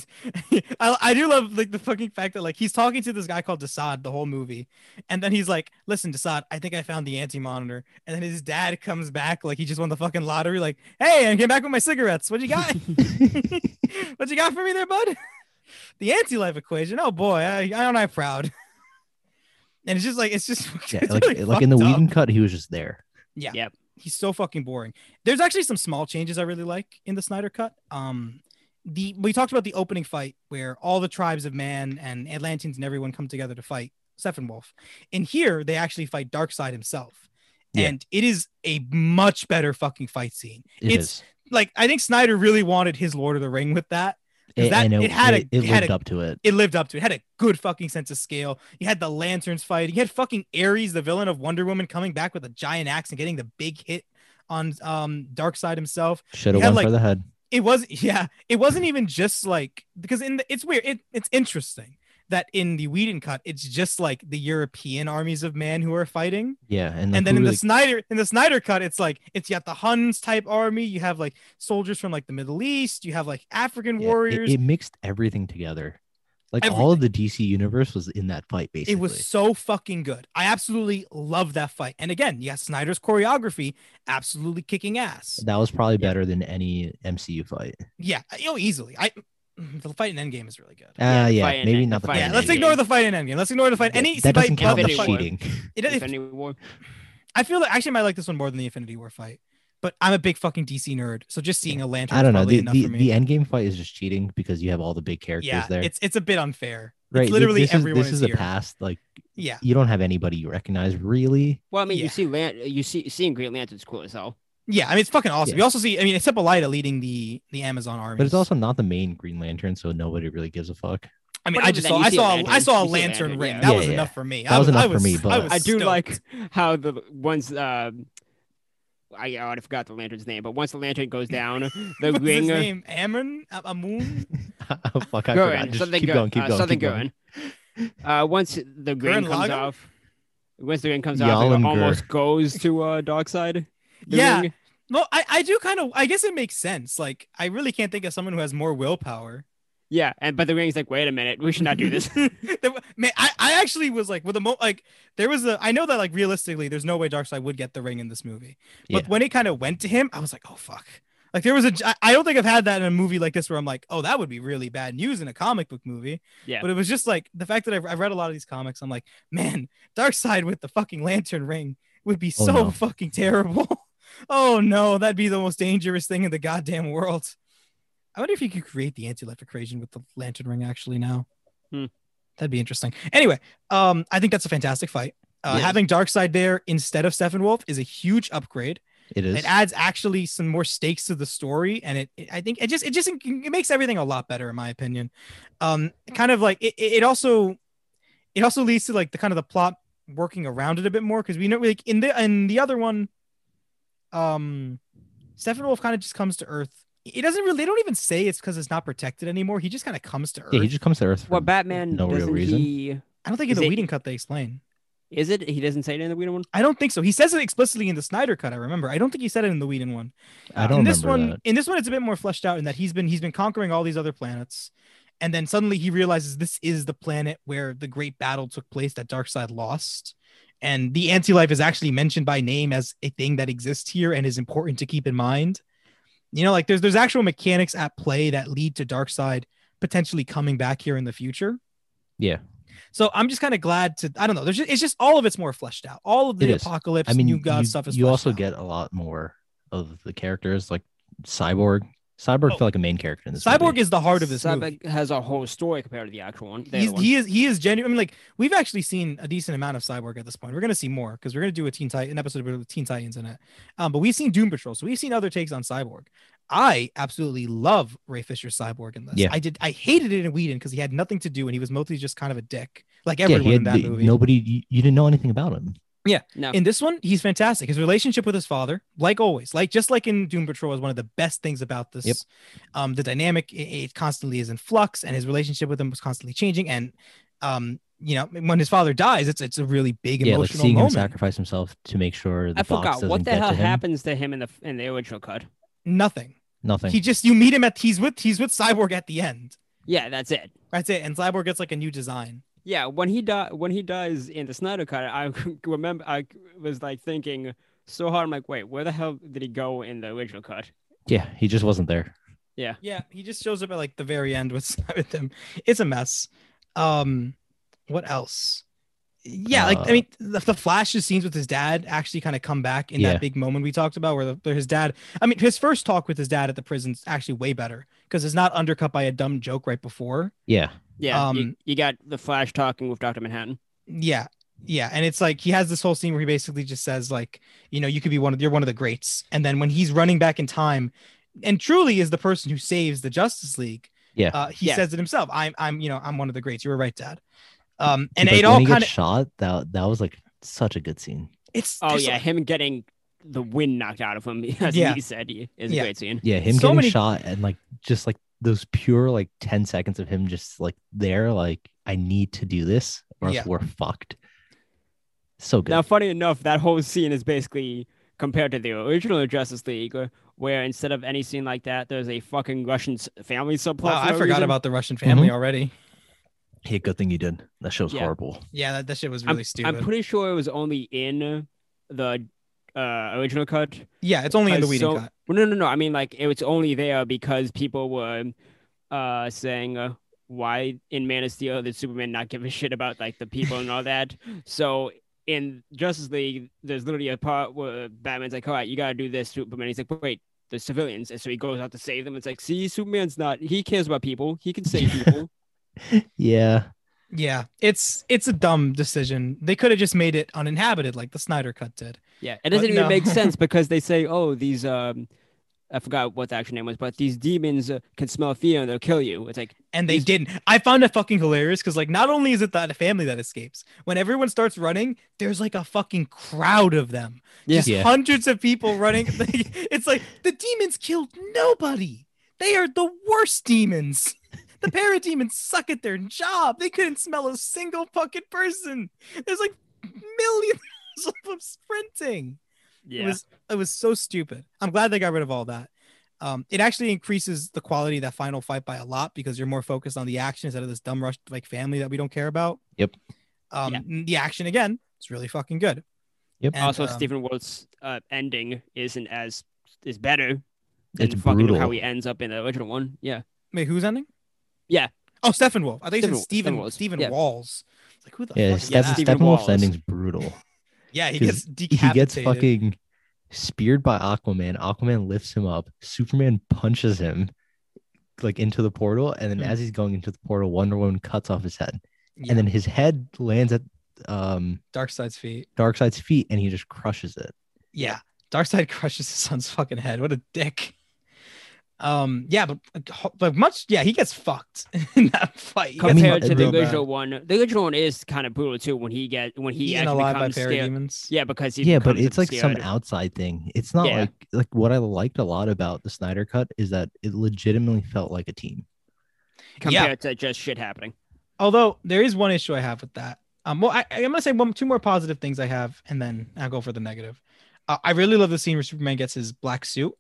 Speaker 1: I, I do love like the fucking fact that like he's talking to this guy called Desaad the whole movie, and then he's like, "Listen, Desaad, I think I found the anti monitor." And then his dad comes back like he just won the fucking lottery. Like, "Hey, I came back with my cigarettes. What you got? what you got for me there, bud?" the anti life equation. Oh boy, I, I don't. I'm proud. and it's just like it's just
Speaker 3: Yeah,
Speaker 1: it's
Speaker 3: like
Speaker 1: really
Speaker 3: like in the
Speaker 1: fucked up
Speaker 3: Whedon cut, he was just there.
Speaker 1: he's so fucking boring. There's actually some small changes I really like in the Snyder cut. Um, the we talked about the opening fight where all the tribes of man and Atlanteans and everyone come together to fight Steppenwolf. In here, they actually fight Darkseid himself,
Speaker 3: Yeah.
Speaker 1: and it is a much better fucking fight scene.
Speaker 3: It
Speaker 1: It's-
Speaker 3: is.
Speaker 1: Like I think Snyder really wanted his Lord of the Ring with that.
Speaker 3: A-
Speaker 1: that-
Speaker 3: and
Speaker 1: it had a-
Speaker 3: it,
Speaker 1: it had
Speaker 3: lived
Speaker 1: a-
Speaker 3: up to it.
Speaker 1: It lived up to it. it. Had a good fucking sense of scale. You had the lanterns fighting. You had fucking Ares, the villain of Wonder Woman, coming back with a giant axe and getting the big hit on um Darkseid himself.
Speaker 3: Should
Speaker 1: it
Speaker 3: have
Speaker 1: had,
Speaker 3: went
Speaker 1: like-
Speaker 3: for the head.
Speaker 1: it was yeah it wasn't even just like because in the it's weird it, it's interesting that in the Whedon cut it's just like the European armies of man who are fighting
Speaker 3: Yeah, and, like,
Speaker 1: and then
Speaker 3: who
Speaker 1: in the
Speaker 3: really-
Speaker 1: Snyder in the Snyder cut it's like it's you got the Huns type army you have like soldiers from like the Middle East you have like African
Speaker 3: yeah, it-
Speaker 1: warriors
Speaker 3: it, mixed everything together. Like all of the DC universe was in that fight. Basically,
Speaker 1: It was so fucking good. I absolutely love that fight. And again, you got Snyder's choreography absolutely kicking ass.
Speaker 3: That was probably better than any MCU fight.
Speaker 1: Yeah, you know, easily. I the fight in Endgame is really good.
Speaker 3: Ah,
Speaker 2: the
Speaker 3: yeah,
Speaker 2: fight in
Speaker 3: maybe
Speaker 2: it-
Speaker 3: not
Speaker 2: the fight
Speaker 3: the fight.
Speaker 1: Yeah,
Speaker 2: in
Speaker 3: in
Speaker 1: let's
Speaker 3: it.
Speaker 2: Endgame.
Speaker 1: ignore the fight in Endgame. Let's ignore the fight.
Speaker 3: That-
Speaker 1: Any
Speaker 3: that doesn't
Speaker 1: fight
Speaker 3: count
Speaker 1: but
Speaker 3: as
Speaker 1: the
Speaker 2: Infinity
Speaker 1: fight.
Speaker 2: War.
Speaker 3: cheating.
Speaker 1: It, it-
Speaker 2: Infinity War.
Speaker 1: I feel that actually I might like this one more than the Infinity War fight, but I'm a big fucking DC nerd, so just seeing a lantern
Speaker 3: I don't know.
Speaker 1: probably
Speaker 3: The,
Speaker 1: enough
Speaker 3: the,
Speaker 1: for me.
Speaker 3: the Endgame fight is just cheating because you have all the big characters
Speaker 1: yeah,
Speaker 3: there.
Speaker 1: it's it's a bit unfair.
Speaker 3: right.
Speaker 1: it's literally
Speaker 3: this is,
Speaker 1: everyone
Speaker 3: this
Speaker 1: is
Speaker 3: is
Speaker 1: here.
Speaker 3: a past. Like
Speaker 1: Yeah,
Speaker 3: you don't have anybody you recognize really.
Speaker 2: Well, I mean,
Speaker 1: Yeah.
Speaker 2: you see, Lan- you see, seeing Green Lantern's cool as hell.
Speaker 1: yeah. I mean, it's fucking awesome.
Speaker 3: Yeah.
Speaker 1: You also see, I mean, it's Hippolyta leading the the Amazon army,
Speaker 3: But it's also not the main Green Lantern, so nobody really gives a fuck.
Speaker 1: I mean,
Speaker 2: But
Speaker 1: I
Speaker 2: even
Speaker 1: just
Speaker 2: then,
Speaker 1: saw
Speaker 2: you
Speaker 1: I
Speaker 2: see a
Speaker 1: saw a,
Speaker 2: lantern.
Speaker 1: I saw a
Speaker 2: You see a
Speaker 1: lantern
Speaker 2: lantern,
Speaker 1: ring.
Speaker 2: yeah.
Speaker 1: That
Speaker 3: Yeah,
Speaker 1: was
Speaker 3: yeah.
Speaker 1: enough for me.
Speaker 3: That
Speaker 1: I
Speaker 3: was enough
Speaker 1: I
Speaker 3: for
Speaker 1: was,
Speaker 3: me, but-
Speaker 1: I, was
Speaker 2: I do
Speaker 1: stoked.
Speaker 2: like how the ones uh, I already forgot the lantern's name, but once the lantern goes down, the
Speaker 1: What's his
Speaker 2: ring uh,
Speaker 1: name? Amon Amun.
Speaker 3: Oh, fuck, I forgot.
Speaker 2: Gurren,
Speaker 3: Just
Speaker 2: something
Speaker 3: keep going,
Speaker 2: Gurren,
Speaker 3: keep
Speaker 2: uh,
Speaker 3: going, keep
Speaker 2: something
Speaker 3: going.
Speaker 2: Gurren. Uh, once the ring
Speaker 1: Gurren
Speaker 2: comes
Speaker 1: Lagann?
Speaker 2: off, once the ring comes off, it
Speaker 3: Yalin Gur.
Speaker 2: almost goes to uh, Darkseid. the
Speaker 1: Yeah,
Speaker 2: ring.
Speaker 1: No, I, I do kind of. I guess it makes sense. Like, I really can't think of someone who has more willpower.
Speaker 2: Yeah, and but the ring's like, wait a minute, we should not do this.
Speaker 1: There wa- Man, I, I actually was like, with the mo, like, there was a. I know that like realistically, there's no way Darkseid would get the ring in this movie. But
Speaker 3: Yeah.
Speaker 1: when it kind of went to him, I was like, oh fuck. Like there was a. j- I- I don't think I've had that in a movie like this where I'm like, oh, that would be really bad news in a comic book movie.
Speaker 2: Yeah.
Speaker 1: But it was just like the fact that I've, I've read a lot of these comics. I'm like, man, Darkseid with the fucking lantern ring would be
Speaker 3: Oh,
Speaker 1: so
Speaker 3: no.
Speaker 1: fucking terrible. oh no, that'd be the most dangerous thing in the goddamn world. I wonder if you could create the anti-life equation with the lantern ring actually now.
Speaker 2: Hmm.
Speaker 1: That'd be interesting. Anyway, um, I think that's a fantastic fight. Uh,
Speaker 3: Yeah.
Speaker 1: Having Darkseid there instead of Steppenwolf is a huge upgrade.
Speaker 3: It is.
Speaker 1: It adds actually some more stakes to the story, and it, it- I think it just it just it makes everything a lot better in my opinion. Um, kind of like it, it it also it also leads to like the kind of the plot working around it a bit more because we know like in the in the other one, um, Steppenwolf kind of just comes to Earth. It doesn't really. They don't even say it's because it's not protected anymore. He just kind of comes to Earth.
Speaker 3: yeah, he just comes to Earth.
Speaker 2: well,
Speaker 3: for-
Speaker 2: Batman
Speaker 3: No real
Speaker 2: doesn't
Speaker 3: reason.
Speaker 2: he
Speaker 1: I don't think in
Speaker 2: is
Speaker 1: the
Speaker 2: it-
Speaker 1: Whedon cut they explain.
Speaker 2: is it? He doesn't say it in the Whedon one.
Speaker 1: I don't think so. He says it explicitly in the Snyder cut. I remember. I don't think he said it in the Whedon one.
Speaker 3: I don't
Speaker 1: in this
Speaker 3: remember
Speaker 1: one
Speaker 3: that.
Speaker 1: in this one it's a bit more fleshed out in that he's been he's been conquering all these other planets and then suddenly he realizes this is the planet where the great battle took place that darkseid lost and the anti-life is actually mentioned by name as a thing that exists here and is important to keep in mind you know like there's there's actual mechanics at play that lead to darkseid potentially coming back here in the future
Speaker 3: Yeah.
Speaker 1: so i'm just kind of glad to i don't know there's just, it's just all of it's more fleshed out all of
Speaker 3: It
Speaker 1: the
Speaker 3: is.
Speaker 1: apocalypse
Speaker 3: I mean,
Speaker 1: new god
Speaker 3: you,
Speaker 1: stuff is
Speaker 3: you
Speaker 1: fleshed
Speaker 3: also
Speaker 1: out.
Speaker 3: get a lot more of the characters, like Cyborg. Cyborg
Speaker 1: Oh.
Speaker 3: felt like a main character in this.
Speaker 1: cyborg
Speaker 3: movie.
Speaker 1: is the heart of this movie.
Speaker 2: Cyborg has a whole story compared to the actual one. The
Speaker 1: he's,
Speaker 2: other one.
Speaker 1: he is he is genuine. I mean, like we've actually seen a decent amount of Cyborg at this point. We're gonna see more because we're gonna do a Teen Titan an episode with Teen Titans in it. Um, but we've seen Doom Patrol, so we've seen other takes on Cyborg. I absolutely love Ray Fisher's Cyborg in this.
Speaker 3: Yeah.
Speaker 1: I did. I hated it in Whedon because he had nothing to do and he was mostly just kind of a dick, like
Speaker 3: yeah,
Speaker 1: everyone
Speaker 3: he
Speaker 1: in
Speaker 3: had
Speaker 1: that
Speaker 3: the-
Speaker 1: movie.
Speaker 3: nobody. You, you didn't know anything about him.
Speaker 2: no.
Speaker 1: In this one, he's fantastic. His relationship with his father, like always, like just like in Doom Patrol, is one of the best things about this.
Speaker 3: Yep.
Speaker 1: Um, the dynamic it, it constantly is in flux, and his relationship with him was constantly changing. And um, you know, when his father dies, it's it's a really big
Speaker 3: yeah, like
Speaker 1: emotional
Speaker 3: seeing him
Speaker 1: moment.
Speaker 3: sacrifice himself to make sure the
Speaker 2: I
Speaker 3: box
Speaker 2: forgot
Speaker 3: doesn't
Speaker 2: what the
Speaker 3: get
Speaker 2: hell
Speaker 3: to him.
Speaker 2: happens to him in the in the original cut.
Speaker 1: Nothing.
Speaker 3: Nothing.
Speaker 1: He just you meet him at he's with he's with Cyborg at the end.
Speaker 2: Yeah, that's it.
Speaker 1: That's it. And Cyborg gets like a new design.
Speaker 2: Yeah, when he die when he dies in the Snyder cut, I remember I was like thinking so hard. I'm like, wait, where the hell did he go in the original cut?
Speaker 3: yeah, he just wasn't there.
Speaker 1: Yeah, he just shows up at like the very end with with him. It's a mess. Um, what else? Yeah, like I
Speaker 3: Uh,
Speaker 1: mean, the, the Flash's scenes with his dad actually kind of come back in
Speaker 3: Yeah.
Speaker 1: that big moment we talked about, where, the, where his dad. I mean, his first talk with his dad at the prison's actually way better because it's not undercut by a dumb joke right before.
Speaker 3: Yeah,
Speaker 2: Yeah, you,
Speaker 1: Um,
Speaker 2: you got the Flash talking with Doctor Manhattan.
Speaker 1: Yeah, yeah, and it's like he has this whole scene where he basically just says like, you know, you could be one of you're one of the greats, and then when he's running back in time, and truly is the person who saves the Justice League.
Speaker 3: Yeah.
Speaker 1: uh, he
Speaker 2: Yeah.
Speaker 1: says it himself. I'm, I'm, you know, I'm one of the greats. You were right, Dad. Um, and
Speaker 3: Like,
Speaker 1: it
Speaker 3: when
Speaker 1: all
Speaker 3: he
Speaker 1: kind
Speaker 3: gets
Speaker 1: of
Speaker 3: shot. That that was like such a good scene.
Speaker 1: it's
Speaker 2: Oh
Speaker 1: there's
Speaker 2: yeah, him getting the wind knocked out of him, as
Speaker 1: Yeah.
Speaker 2: he said, he- is
Speaker 1: Yeah.
Speaker 2: a great scene.
Speaker 3: Yeah, him
Speaker 1: So
Speaker 3: getting
Speaker 1: many-
Speaker 3: shot and like just like those pure like ten seconds of him just like there, like I need to do this or else
Speaker 1: Yeah.
Speaker 3: we're fucked. So good.
Speaker 2: Now, funny enough, that whole scene is basically compared to the original Justice League, uh, where instead of any scene like that, there's a fucking Russian s- family subplot.
Speaker 1: Wow,
Speaker 2: for
Speaker 1: Oh, I
Speaker 2: no
Speaker 1: forgot
Speaker 2: reason.
Speaker 1: about the Russian
Speaker 3: Mm-hmm.
Speaker 1: family already.
Speaker 3: hey, good thing you did. That show's
Speaker 2: Yeah.
Speaker 3: horrible.
Speaker 1: Yeah, that, that shit was
Speaker 2: I'm-
Speaker 1: really stupid.
Speaker 2: I'm pretty sure it was only in the uh, original cut.
Speaker 1: yeah, it's only in the
Speaker 2: Uh,
Speaker 1: Whedon
Speaker 2: so-
Speaker 1: cut.
Speaker 2: Well, no, no, no. I mean, like it was only there because people were uh, saying uh, why in Man of Steel did Superman not give a shit about like the people and all that. So in Justice League, there's literally a part where Batman's like, "All right, you gotta do this." Superman, he's like, "Wait." The civilians, and so he goes out to save them. It's like, see, Superman's not. He cares about people. He can save people.
Speaker 3: Yeah.
Speaker 1: Yeah, it's it's a dumb decision. They could have just made it uninhabited like the Snyder cut did.
Speaker 2: Yeah, it doesn't
Speaker 1: But
Speaker 2: even
Speaker 1: no.
Speaker 2: make sense because they say, "Oh, these um, I forgot what the actual name was, but these demons uh, can smell fear and they'll kill you." It's like,
Speaker 1: and they
Speaker 2: He's-
Speaker 1: didn't. I found it fucking hilarious because like not only is it that family that escapes, when everyone starts running, there's like a fucking crowd of them.
Speaker 2: Yeah.
Speaker 1: Just
Speaker 3: Yeah.
Speaker 1: hundreds of people running. it's like the demons killed nobody. They are the worst demons. The parademons suck at their job. They couldn't smell a single fucking person. There's like millions of them sprinting. It was it was so stupid. I'm glad they got rid of all that. Um, it actually increases the quality of that final fight by a lot because you're more focused on the action instead of this dumb rush like family that we don't care about.
Speaker 3: Yep.
Speaker 1: Um,
Speaker 2: Yeah.
Speaker 1: and The action again, it's really fucking good.
Speaker 3: Yep.
Speaker 1: And,
Speaker 2: also,
Speaker 1: um,
Speaker 2: Stephen Wolf's uh, ending isn't as is better than
Speaker 3: It's
Speaker 2: fucking
Speaker 3: brutal.
Speaker 2: how he ends up in the original one. Yeah,
Speaker 1: Wait, who's ending?
Speaker 2: Yeah.
Speaker 1: Oh, Stephen Wolf. I think
Speaker 2: Stephen-
Speaker 1: it's Stephen
Speaker 2: Stephen Wolf,
Speaker 1: Stephen
Speaker 2: yeah.
Speaker 1: Walls. It's like who the
Speaker 3: yeah,
Speaker 1: fuck is
Speaker 3: Step,
Speaker 1: that?
Speaker 2: Stephen
Speaker 3: Steppenwolf's
Speaker 2: Wallace.
Speaker 3: ending's brutal.
Speaker 1: Yeah, he gets
Speaker 3: 'Cause He
Speaker 1: decapitated.
Speaker 3: gets fucking speared by Aquaman. Aquaman lifts him up. Superman punches him like into the portal, and then
Speaker 1: Hmm.
Speaker 3: as he's going into the portal, Wonder Woman cuts off his head,
Speaker 1: yeah.
Speaker 3: and then his head lands at um
Speaker 1: Darkseid's feet.
Speaker 3: Darkseid's feet, and he just crushes it.
Speaker 1: Yeah. Darkseid crushes his son's fucking head. What a dick. Um, yeah, but but much, yeah, he gets fucked in that fight. He
Speaker 3: I
Speaker 1: gets
Speaker 3: mean,
Speaker 2: compared to the
Speaker 1: real bad.
Speaker 2: original one, the original one is kind of brutal too. When he get when he
Speaker 1: eaten
Speaker 2: actually
Speaker 1: alive by
Speaker 2: becomes scared.
Speaker 1: parademons.
Speaker 2: Yeah, because he
Speaker 3: yeah, but
Speaker 2: becomes
Speaker 3: it's like some
Speaker 2: scared.
Speaker 3: outside thing. It's not
Speaker 2: Yeah.
Speaker 3: like like what I liked a lot about the Snyder cut is that it legitimately felt like a team.
Speaker 2: compared to just shit happening.
Speaker 1: Although there is one issue I have with that. Um, well, I, I'm gonna say one, two more positive things I have, and then I'll go for the negative. Uh, I really love the scene where Superman gets his black suit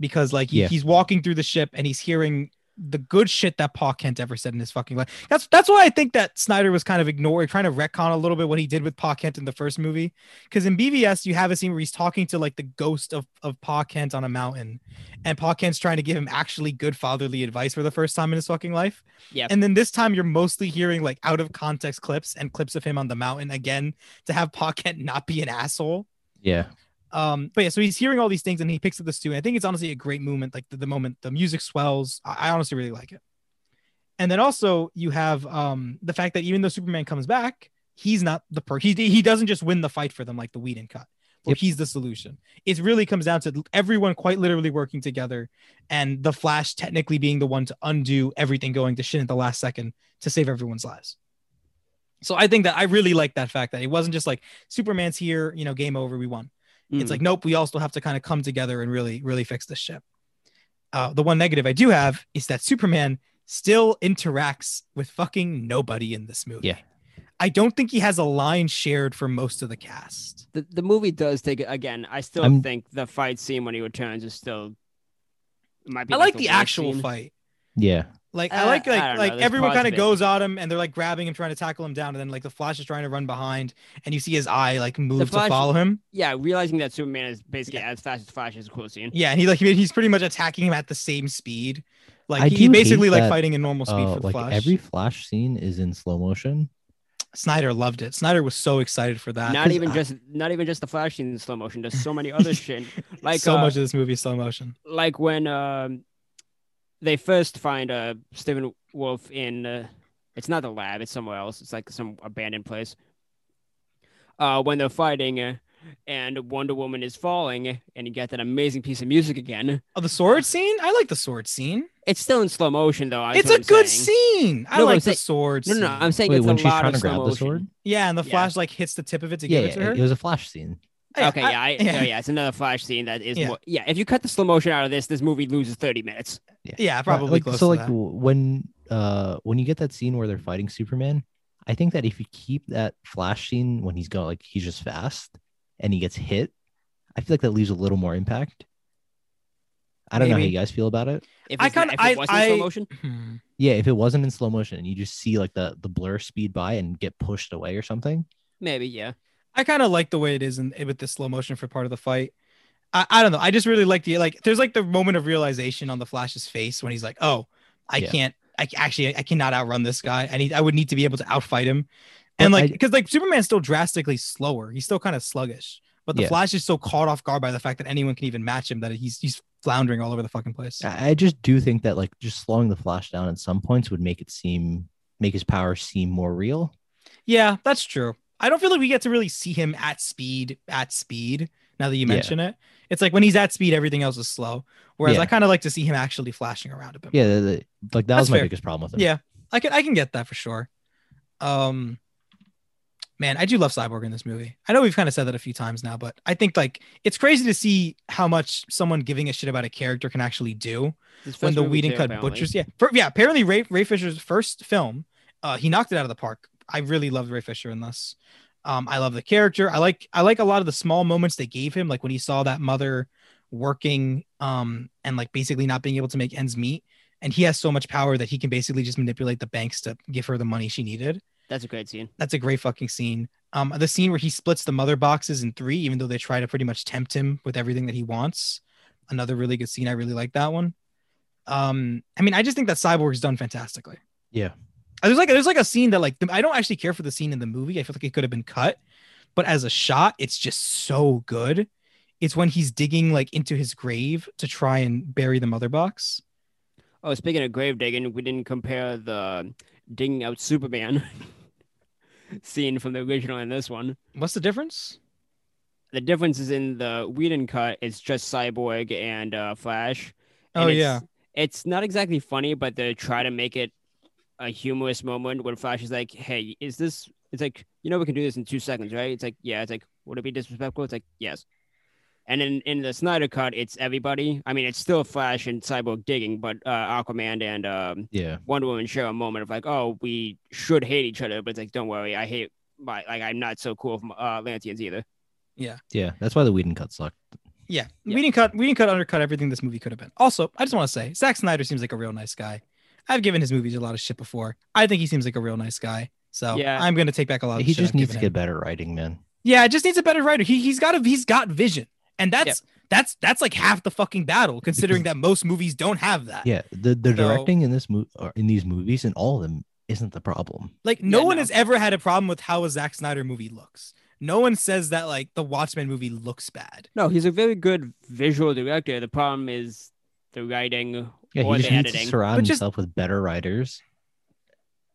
Speaker 1: because, like, he-
Speaker 3: Yeah.
Speaker 1: he's walking through the ship and he's hearing the good shit that Paul Kent ever said in his fucking life. That's that's why I think that Snyder was kind of ignoring, trying to retcon a little bit what he did with Pa Kent in the first movie. Because in BVS, you have a scene where he's talking to like the ghost of of Pa Kent on a mountain, and Pa Kent's trying to give him actually good fatherly advice for the first time in his fucking life.
Speaker 2: Yeah.
Speaker 1: And then this time you're mostly hearing like out of context clips and clips of him on the mountain again to have Pa Kent not be an asshole.
Speaker 3: Yeah.
Speaker 1: Um, but yeah, so he's hearing all these things and he picks up the stew. And I think it's honestly a great moment. Like the, the moment the music swells, I, I honestly really like it. And then also you have um the fact that even though Superman comes back, he's not the per he he doesn't just win the fight for them like the Whedon cut. Where
Speaker 3: Yep.
Speaker 1: he's the solution. It really comes down to everyone quite literally working together, and the Flash technically being the one to undo everything going to shit at the last second to save everyone's lives. So I think that I really like that fact that it wasn't just like Superman's here, you know, game over, we won
Speaker 2: Mm.
Speaker 1: it's
Speaker 3: Hmm.
Speaker 1: like nope we all still have to kind of come together and really really fix this ship uh, the one negative i do have is that superman still interacts with fucking nobody in this movie
Speaker 3: Yeah.
Speaker 1: i don't think he has a line shared for most of the cast
Speaker 2: the, the movie does take it again. I still
Speaker 3: I'm-
Speaker 2: think the fight scene when he returns is still it might be
Speaker 1: i like the,
Speaker 2: worst
Speaker 1: actual
Speaker 2: scene.
Speaker 1: fight
Speaker 3: Yeah.
Speaker 1: like
Speaker 2: Uh,
Speaker 1: i like
Speaker 2: I
Speaker 1: like
Speaker 2: don't know,
Speaker 1: like
Speaker 2: there's
Speaker 1: everyone
Speaker 2: parts
Speaker 1: kind
Speaker 2: of
Speaker 1: of
Speaker 2: it-
Speaker 1: goes at him and they're like grabbing him trying to tackle him down and then like the flash is trying to run behind and you see his eye like move to
Speaker 2: Flash-
Speaker 1: follow him
Speaker 2: Yeah, realizing that Superman is basically as fast as Flash is a cool scene.
Speaker 1: yeah and he like he- he's pretty much attacking him at the same speed like
Speaker 3: I
Speaker 1: he's
Speaker 3: do hate
Speaker 1: basically like
Speaker 3: that,
Speaker 1: fighting in normal speed
Speaker 3: Uh,
Speaker 1: for the
Speaker 3: like
Speaker 1: flash
Speaker 3: every flash scene is in slow motion.
Speaker 1: Snyder loved it. Snyder was so excited for that.
Speaker 2: Not even just not even just the Flash scene in slow motion. There's so many other shit. Like
Speaker 1: so
Speaker 2: uh,
Speaker 1: much of this movie is slow motion.
Speaker 2: like when um, they first find uh, Stephen Wolf in uh, it's not the lab, it's somewhere else. It's like some abandoned place. Uh, when they're fighting uh, and Wonder Woman is falling, and you get that amazing piece of music again.
Speaker 1: Oh, the sword scene? I like the sword scene.
Speaker 2: It's still in slow motion though. is
Speaker 1: It's a
Speaker 2: what I'm
Speaker 1: good
Speaker 2: saying.
Speaker 1: scene. I
Speaker 2: No, but
Speaker 1: like
Speaker 2: I'm
Speaker 1: the
Speaker 2: saying-
Speaker 1: sword
Speaker 2: No,
Speaker 1: scene.
Speaker 2: no, no, I'm saying
Speaker 3: Wait,
Speaker 2: it's
Speaker 3: when
Speaker 2: a
Speaker 3: she's
Speaker 2: lot
Speaker 3: trying
Speaker 2: of
Speaker 3: to
Speaker 2: slow
Speaker 3: grab the
Speaker 2: motion.
Speaker 3: sword.
Speaker 1: yeah, and the
Speaker 2: yeah.
Speaker 1: flash like hits the tip of it to
Speaker 3: Yeah,
Speaker 1: give it to
Speaker 3: yeah,
Speaker 1: her.
Speaker 3: it was a flash scene.
Speaker 1: Yeah,
Speaker 2: okay, yeah, I,
Speaker 1: yeah.
Speaker 2: yeah. yeah, it's another flash scene that is
Speaker 1: Yeah.
Speaker 2: yeah. More, yeah. If you cut the slow motion out of this, this movie loses thirty minutes.
Speaker 1: yeah, probably
Speaker 3: like,
Speaker 1: close
Speaker 3: so
Speaker 1: to
Speaker 3: like
Speaker 1: that.
Speaker 3: w- when uh when you get that scene where they're fighting Superman, I think that if you keep that flash scene when he's going like he's just fast and he gets hit, I feel like that leaves a little more impact. I don't know how
Speaker 1: Maybe.
Speaker 3: you guys feel about it.
Speaker 2: If
Speaker 1: I
Speaker 2: it's not-
Speaker 1: kinda-
Speaker 2: if
Speaker 1: I-
Speaker 2: it wasn't slow
Speaker 1: I-
Speaker 2: motion,
Speaker 1: Hmm.
Speaker 3: Yeah, if it wasn't in slow motion and you just see like the the blur speed by and get pushed away or something.
Speaker 2: maybe yeah.
Speaker 1: I kind of like the way it is in, with the slow motion for part of the fight. I, I don't know. I just really like the like. There's like the moment of realization on the Flash's face when he's like, "Oh, I
Speaker 3: Yeah.
Speaker 1: can't. I actually I cannot outrun this guy. I need. I would need to be able to outfight him."
Speaker 3: But
Speaker 1: And
Speaker 3: I-
Speaker 1: like, because like Superman's still drastically slower. He's still kind of sluggish. But the
Speaker 3: Yeah.
Speaker 1: Flash is so caught off guard by the fact that anyone can even match him that he's he's floundering all over the fucking place.
Speaker 3: I I just do think that like just slowing the flash down at some points would make it seem make his power seem more real.
Speaker 1: Yeah, that's true. I don't feel like we get to really see him at speed, at speed. Now that you
Speaker 3: Yeah.
Speaker 1: mention it, it's like when he's at speed, everything else is slow. Whereas
Speaker 3: Yeah.
Speaker 1: I kind of like to see him actually flashing around a bit.
Speaker 3: Yeah, the- the- like that
Speaker 1: That's
Speaker 3: was my
Speaker 1: fair.
Speaker 3: biggest problem with him.
Speaker 1: Yeah, I can I can get that for sure. Um, man, I do love Cyborg in this movie. I know we've kind of said that a few times now, but I think like it's crazy to see how much someone giving a shit about a character can actually do
Speaker 2: This
Speaker 1: when
Speaker 2: first
Speaker 1: the
Speaker 2: movie
Speaker 1: Whedon
Speaker 2: too,
Speaker 1: cut
Speaker 2: apparently.
Speaker 1: butchers. Yeah, For- yeah. Apparently, Ray Ray Fisher's first film, uh, he knocked it out of the park. I really loved Ray Fisher in this. Um, I love the character. I like I like a lot of the small moments they gave him, like when he saw that mother working um and like basically not being able to make ends meet. And he has so much power that he can basically just manipulate the banks to give her the money she needed.
Speaker 2: That's a great scene.
Speaker 1: That's a great fucking scene. Um, the scene where he splits the mother boxes in three, even though they try to pretty much tempt him with everything that he wants. Another really good scene. I really like that one. Um, I mean, I just think that Cyborg's done fantastically.
Speaker 3: Yeah.
Speaker 1: Uh, There's like there's like a scene that like the- I don't actually care for the scene in the movie. I feel like it could have been cut, but as a shot, it's just so good. It's when he's digging like into his grave to try and bury the mother box.
Speaker 2: Oh, speaking of grave digging, we didn't compare the digging out Superman scene from the original and this one.
Speaker 1: What's the difference?
Speaker 2: The difference is in the Whedon cut. It's just Cyborg and uh, Flash.
Speaker 1: Oh,
Speaker 2: and
Speaker 1: yeah.
Speaker 2: it's, it's not exactly funny, but they try to make it a humorous moment when Flash is like, "Hey, is this?" It's like you know we can do this in two seconds, right? It's like yeah. It's like would it be disrespectful? It's like yes. And in in the Snyder cut, it's everybody. I mean, it's still Flash and Cyborg digging, but uh, Aquaman and um,
Speaker 3: Yeah.
Speaker 2: Wonder Woman share a moment of like, oh, we should hate each other, but it's like, don't worry, I hate my like I'm not so cool from uh, Atlanteans either.
Speaker 3: Yeah. That's why the Whedon cut sucked.
Speaker 1: Yeah.
Speaker 2: Yeah.
Speaker 1: We didn't cut we didn't cut undercut everything this movie could have been. Also, I just want to say Zack Snyder seems like a real nice guy. I've given his movies a lot of shit before. I think he seems like a real nice guy. So
Speaker 2: Yeah.
Speaker 1: I'm gonna take back a lot of
Speaker 3: he
Speaker 1: the shit
Speaker 3: just
Speaker 1: I've
Speaker 3: needs
Speaker 1: given
Speaker 3: to
Speaker 1: him.
Speaker 3: get better writing, man.
Speaker 1: Yeah, it just needs a better writer. He he's got a he's got vision. And that's that's that's like half the fucking battle, considering that most movies don't have that.
Speaker 3: Yeah. The the
Speaker 1: So-
Speaker 3: directing in this movie in these movies and all of them isn't the problem.
Speaker 1: Like no
Speaker 2: Yeah,
Speaker 1: one
Speaker 2: no.
Speaker 1: has ever had a problem with how a Zack Snyder movie looks. No one says that like the Watchmen movie looks bad.
Speaker 2: No, he's a very good visual director. The problem is the writing
Speaker 3: Yeah,
Speaker 2: or
Speaker 3: he
Speaker 2: the
Speaker 3: just needs to
Speaker 2: editing.
Speaker 1: But
Speaker 3: surround
Speaker 1: just-
Speaker 3: himself with better writers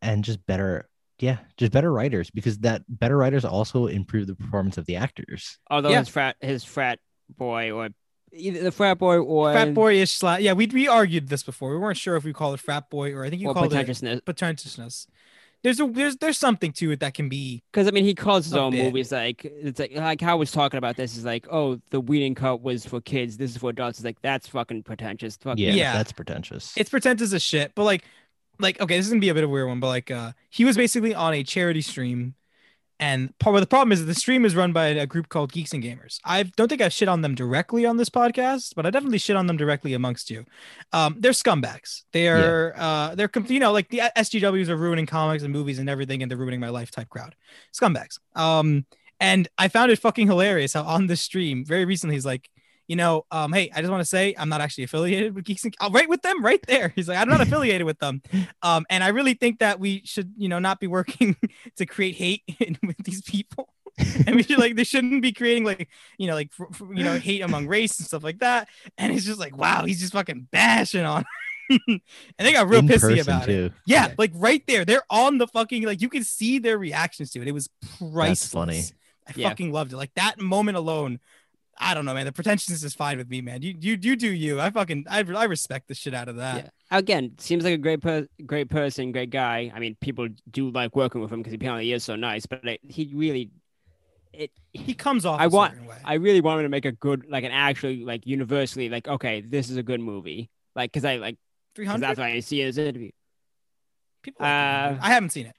Speaker 3: and just better yeah, just better writers because that better writers also improve the performance of the actors.
Speaker 2: Although
Speaker 1: Yeah.
Speaker 2: his frat his frat boy or either the frat boy or
Speaker 1: Frat boyish slash yeah, we we argued this before. We weren't sure if we call it frat boy or I think you
Speaker 2: or
Speaker 1: called it
Speaker 2: pretentiousness.
Speaker 1: pretentiousness. There's a there's there's something to it that can be
Speaker 2: Because I mean, he calls his
Speaker 1: A
Speaker 2: own
Speaker 1: bit.
Speaker 2: movies like it's like like how I was talking about this is like oh the Whedon cut was for kids, this is for adults. It's like that's fucking pretentious. Fuck
Speaker 3: Yeah,
Speaker 1: Yeah.
Speaker 3: that's pretentious.
Speaker 1: it's pretentious as shit, but like like okay, this is gonna be a bit of a weird one, but like uh he was basically on a charity stream and part of the problem is that the stream is run by a group called Geeks and Gamers. I don't think I've shit on them directly on this podcast, but I definitely shit on them directly amongst you. Um, they're scumbags. They are uh they're com- you know like the SGWs are ruining comics and movies and everything and they're ruining my life type crowd. Scumbags. Um and I found it fucking hilarious how on this stream very recently he's like you know, um, hey, I just want to say I'm not actually affiliated with Geeks and i right with them right there. He's like, I'm not affiliated with them. Um, and I really think that we should, you know, not be working to create hate in, with these people. and we should like they shouldn't be creating like you know like fr- fr- you know hate among race and stuff like that. And it's just like wow, he's just fucking bashing on. and they got real
Speaker 3: In
Speaker 1: pissy
Speaker 3: person,
Speaker 1: about it.
Speaker 3: too.
Speaker 1: Yeah, like right there, they're on the fucking like you can see their reactions to it. It was priceless.
Speaker 3: funny.
Speaker 1: I
Speaker 2: Yeah.
Speaker 1: fucking loved it. Like that moment alone, I don't know, man. The pretentiousness is fine with me, man. You you you do you. I fucking I, I respect the shit out of that.
Speaker 2: Yeah. Again, seems like a great per- great person, great guy. I mean, people do like working with him because apparently he is so nice. But like, he really, it.
Speaker 1: He comes off.
Speaker 2: I
Speaker 1: a
Speaker 2: want-
Speaker 1: certain way.
Speaker 2: I really wanted to make a good, like an actually, like universally, like okay, this is a good movie. Like, cause I like, 'cause
Speaker 1: 300
Speaker 2: that's what I see in his interview.
Speaker 1: people. like 300.
Speaker 2: uh,
Speaker 1: I haven't seen it.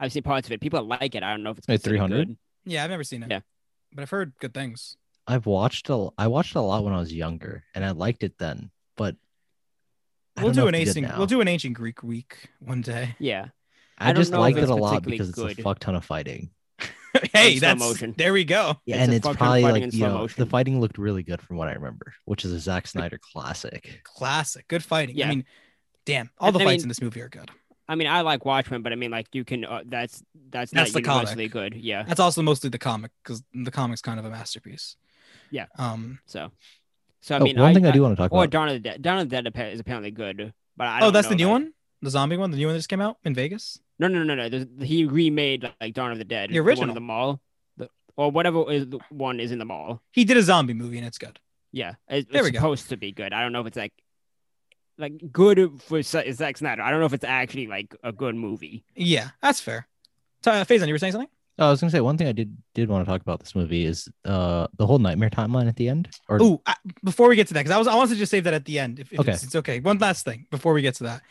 Speaker 2: I've seen parts of it. People like it. I don't know if it's
Speaker 3: Wait,
Speaker 2: considered
Speaker 3: 300?
Speaker 2: good.
Speaker 1: Yeah, I've never seen it.
Speaker 2: Yeah.
Speaker 1: but I've heard good things.
Speaker 3: I've watched a I watched a lot when I was younger and I liked it then, but I
Speaker 1: We'll
Speaker 3: don't know
Speaker 1: do an
Speaker 3: if it's good
Speaker 1: ancient.
Speaker 3: now.
Speaker 1: We'll do an ancient Greek week one day.
Speaker 2: Yeah. I
Speaker 3: I,
Speaker 2: don't
Speaker 3: just
Speaker 2: know if
Speaker 3: liked it
Speaker 2: it's
Speaker 3: a lot
Speaker 2: particularly
Speaker 3: because it's a
Speaker 2: good.
Speaker 3: fuck ton of fighting.
Speaker 1: hey,
Speaker 2: slow
Speaker 1: that's
Speaker 2: motion.
Speaker 1: there we go.
Speaker 2: It's
Speaker 3: and
Speaker 2: a
Speaker 3: it's
Speaker 2: fuck ton of
Speaker 3: probably
Speaker 2: fighting in
Speaker 3: like you
Speaker 2: slow
Speaker 3: know, the
Speaker 2: motion.
Speaker 3: fighting looked really good from what I remember, which is a Zack Snyder classic.
Speaker 1: Classic, good fighting. I
Speaker 2: Yeah.
Speaker 1: mean, damn, all the
Speaker 2: I
Speaker 1: fights
Speaker 2: mean-
Speaker 1: in this movie are good.
Speaker 2: I mean, I like Watchmen, but I mean, like you can. Uh, that's that's
Speaker 1: That's
Speaker 2: not
Speaker 1: the comic.
Speaker 2: universally good. Yeah.
Speaker 1: That's also mostly the comic because the comic's kind of a masterpiece.
Speaker 2: Yeah.
Speaker 1: Um.
Speaker 2: So, so I
Speaker 3: Oh,
Speaker 2: mean,
Speaker 3: one
Speaker 2: I,
Speaker 3: thing I,
Speaker 2: I-
Speaker 3: do want to talk
Speaker 2: Or
Speaker 3: about.
Speaker 2: Dawn of the Dead. Dawn of the Dead appa- is apparently good, but I
Speaker 1: Oh,
Speaker 2: don't
Speaker 1: that's the
Speaker 2: know,
Speaker 1: new
Speaker 2: like-
Speaker 1: one, the zombie one, the new one that just came out in Vegas.
Speaker 2: No, no, no, no. There's, he remade like Dawn of the Dead,
Speaker 1: The
Speaker 2: one
Speaker 1: original.
Speaker 2: in the mall, the, or whatever is the one is in the mall.
Speaker 1: He did a zombie movie and it's good.
Speaker 2: Yeah, it,
Speaker 1: There
Speaker 2: it's
Speaker 1: we go.
Speaker 2: supposed to be good. I don't know if it's like like good for Sa- Zack Snyder. I don't know if it's actually like a good movie.
Speaker 1: Yeah, that's fair. T- uh, Faison, you were saying something?
Speaker 3: Oh, I was gonna say one thing I did did want to talk about this movie is uh the whole nightmare timeline at the end. Or
Speaker 1: Oh, before we get to that, because I was I wanted to just save that at the end. If, if
Speaker 3: Okay.
Speaker 1: it's, it's okay. One last thing before we get to that.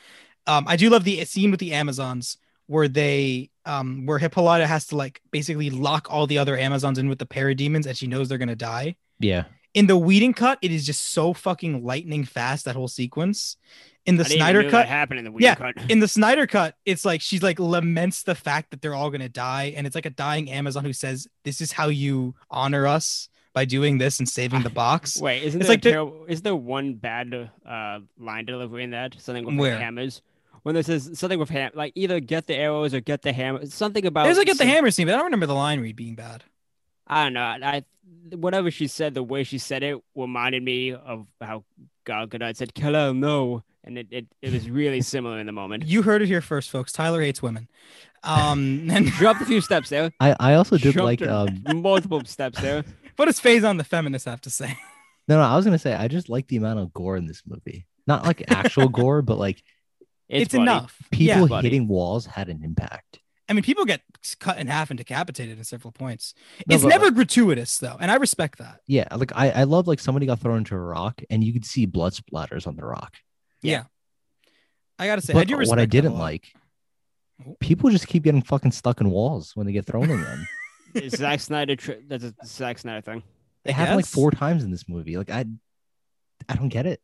Speaker 1: Um, I do love the scene with the Amazons where they um where Hippolyta has to like basically lock all the other Amazons in with the parademons and she knows they're gonna die.
Speaker 3: Yeah.
Speaker 1: In the Whedon cut, it is just so fucking lightning fast that whole sequence. In the
Speaker 2: I didn't even
Speaker 1: Snyder
Speaker 2: know
Speaker 1: cut,
Speaker 2: that happened in the weird
Speaker 1: Yeah.
Speaker 2: cut.
Speaker 1: in the Snyder cut, it's like she's like laments the fact that they're all gonna die, and it's like a dying Amazon who says, "This is how you honor us by doing this and saving the box."
Speaker 2: Wait, isn't
Speaker 1: It's
Speaker 2: there
Speaker 1: like the-
Speaker 2: terrible, is there one bad uh, line delivery in that? Something with
Speaker 1: Where?
Speaker 2: hammers. When there says something with ham, like either get the arrows or get the hammer. Something about
Speaker 1: There's like at the
Speaker 2: some-
Speaker 1: hammer scene, but I don't remember the line read being bad.
Speaker 2: I don't know. I, I- whatever she said, the way she said it reminded me of how Gal Gadot said "Hello, no," and it, it, it was really similar in the moment.
Speaker 1: You heard it here first, folks. Tyler hates women. Um, and
Speaker 2: Dropped a few steps there,
Speaker 3: I, I also did
Speaker 2: Shoved
Speaker 3: like
Speaker 2: her.
Speaker 3: um
Speaker 2: multiple steps there.
Speaker 1: what does Faze on the feminists have to say?
Speaker 3: no no I was gonna say I just like the amount of gore in this movie. Not like actual gore, but like
Speaker 1: It's,
Speaker 2: It's, funny.
Speaker 1: enough.
Speaker 3: people
Speaker 2: buddy.
Speaker 3: hitting walls had an impact.
Speaker 1: I mean, people get cut in half and decapitated at several points.
Speaker 3: No,
Speaker 1: it's
Speaker 3: but,
Speaker 1: never
Speaker 3: like,
Speaker 1: gratuitous though, and I respect that.
Speaker 3: yeah, like I, I love like somebody got thrown into a rock and you could see blood splatters on the rock.
Speaker 1: I gotta say, I
Speaker 3: But
Speaker 1: do
Speaker 3: what
Speaker 1: respect
Speaker 3: I
Speaker 1: that a
Speaker 3: didn't
Speaker 1: lot.
Speaker 3: like, people just keep getting fucking stuck in walls when they get thrown in them.
Speaker 2: It's Zack Snyder. Tri- that's a Zack Snyder thing.
Speaker 3: They happen like
Speaker 1: Yes.
Speaker 3: four times in this movie. Like I I don't get it.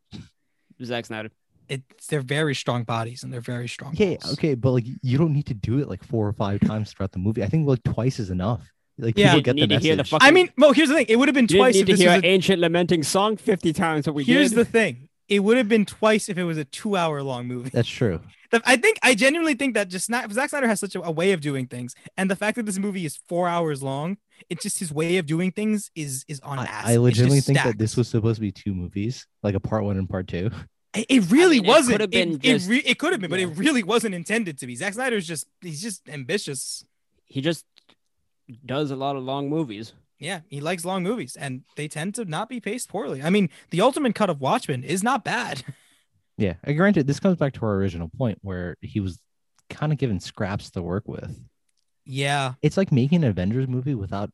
Speaker 2: Zack Snyder.
Speaker 1: it's they're very strong bodies and they're very strong.
Speaker 3: Yeah,
Speaker 1: wills.
Speaker 3: okay, but like you don't need to do it like four or five times throughout the movie. I think like twice is enough. Like
Speaker 1: Yeah.
Speaker 3: people
Speaker 2: You
Speaker 3: get the
Speaker 2: need to hear the
Speaker 3: message.
Speaker 2: fuck-
Speaker 1: I mean, well, here's the thing. It would have been
Speaker 2: You
Speaker 1: twice if
Speaker 2: didn't need
Speaker 1: this
Speaker 2: to hear
Speaker 1: was
Speaker 2: an ancient lamenting song fifty times. That
Speaker 1: a,
Speaker 2: we
Speaker 1: here's
Speaker 2: did.
Speaker 1: the thing. It would have been twice if it was a two-hour long movie.
Speaker 3: That's true.
Speaker 1: The- I think I genuinely think that just not Zack Snyder has such a, a way of doing things, and the fact that this movie is four hours long, it's just his way of doing things is is on acid.
Speaker 3: I, I
Speaker 1: It's
Speaker 3: legitimately
Speaker 1: just
Speaker 3: think that
Speaker 1: stacked.
Speaker 3: this was supposed to be two movies, like a part one and part two.
Speaker 1: It, it really
Speaker 2: mean, it
Speaker 1: wasn't.
Speaker 2: could've been
Speaker 1: it,
Speaker 2: just-
Speaker 1: it, re- it could have been, but
Speaker 2: yeah.
Speaker 1: it really wasn't intended to be. Zack Snyder's just he's just ambitious.
Speaker 2: he just does a lot of long movies.
Speaker 1: Yeah, he likes long movies, and they tend to not be paced poorly. I mean, the ultimate cut of Watchmen is not bad.
Speaker 3: Yeah. And granted, this comes back to our original point where he was kind of given scraps to work with.
Speaker 1: Yeah,
Speaker 3: It's like making an Avengers movie without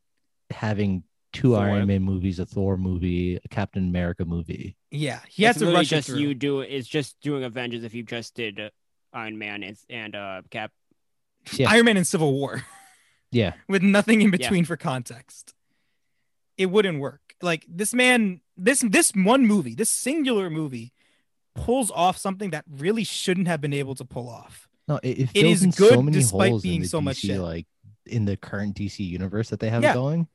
Speaker 3: having two
Speaker 2: Thor.
Speaker 3: Iron Man movies, a Thor movie, a Captain America movie.
Speaker 1: yeah, he
Speaker 2: It's
Speaker 1: has to
Speaker 2: literally
Speaker 1: rush it
Speaker 2: just
Speaker 1: through.
Speaker 2: you do it's just doing Avengers if you just did uh, Iron Man and, and uh Cap.
Speaker 3: Yeah.
Speaker 1: Iron Man and Civil War
Speaker 3: Yeah.
Speaker 1: with nothing in
Speaker 2: Yeah.
Speaker 1: between for context. It wouldn't work. Like this man, this this one movie, this singular movie, pulls off something that really shouldn't have been able to pull off.
Speaker 3: No, it, it
Speaker 1: It
Speaker 3: fills
Speaker 1: is
Speaker 3: in so
Speaker 1: good
Speaker 3: many
Speaker 1: despite
Speaker 3: holes
Speaker 1: being
Speaker 3: in the
Speaker 1: so
Speaker 3: DC,
Speaker 1: much shit.
Speaker 3: like in the current DC universe that they have
Speaker 1: Yeah.
Speaker 3: going,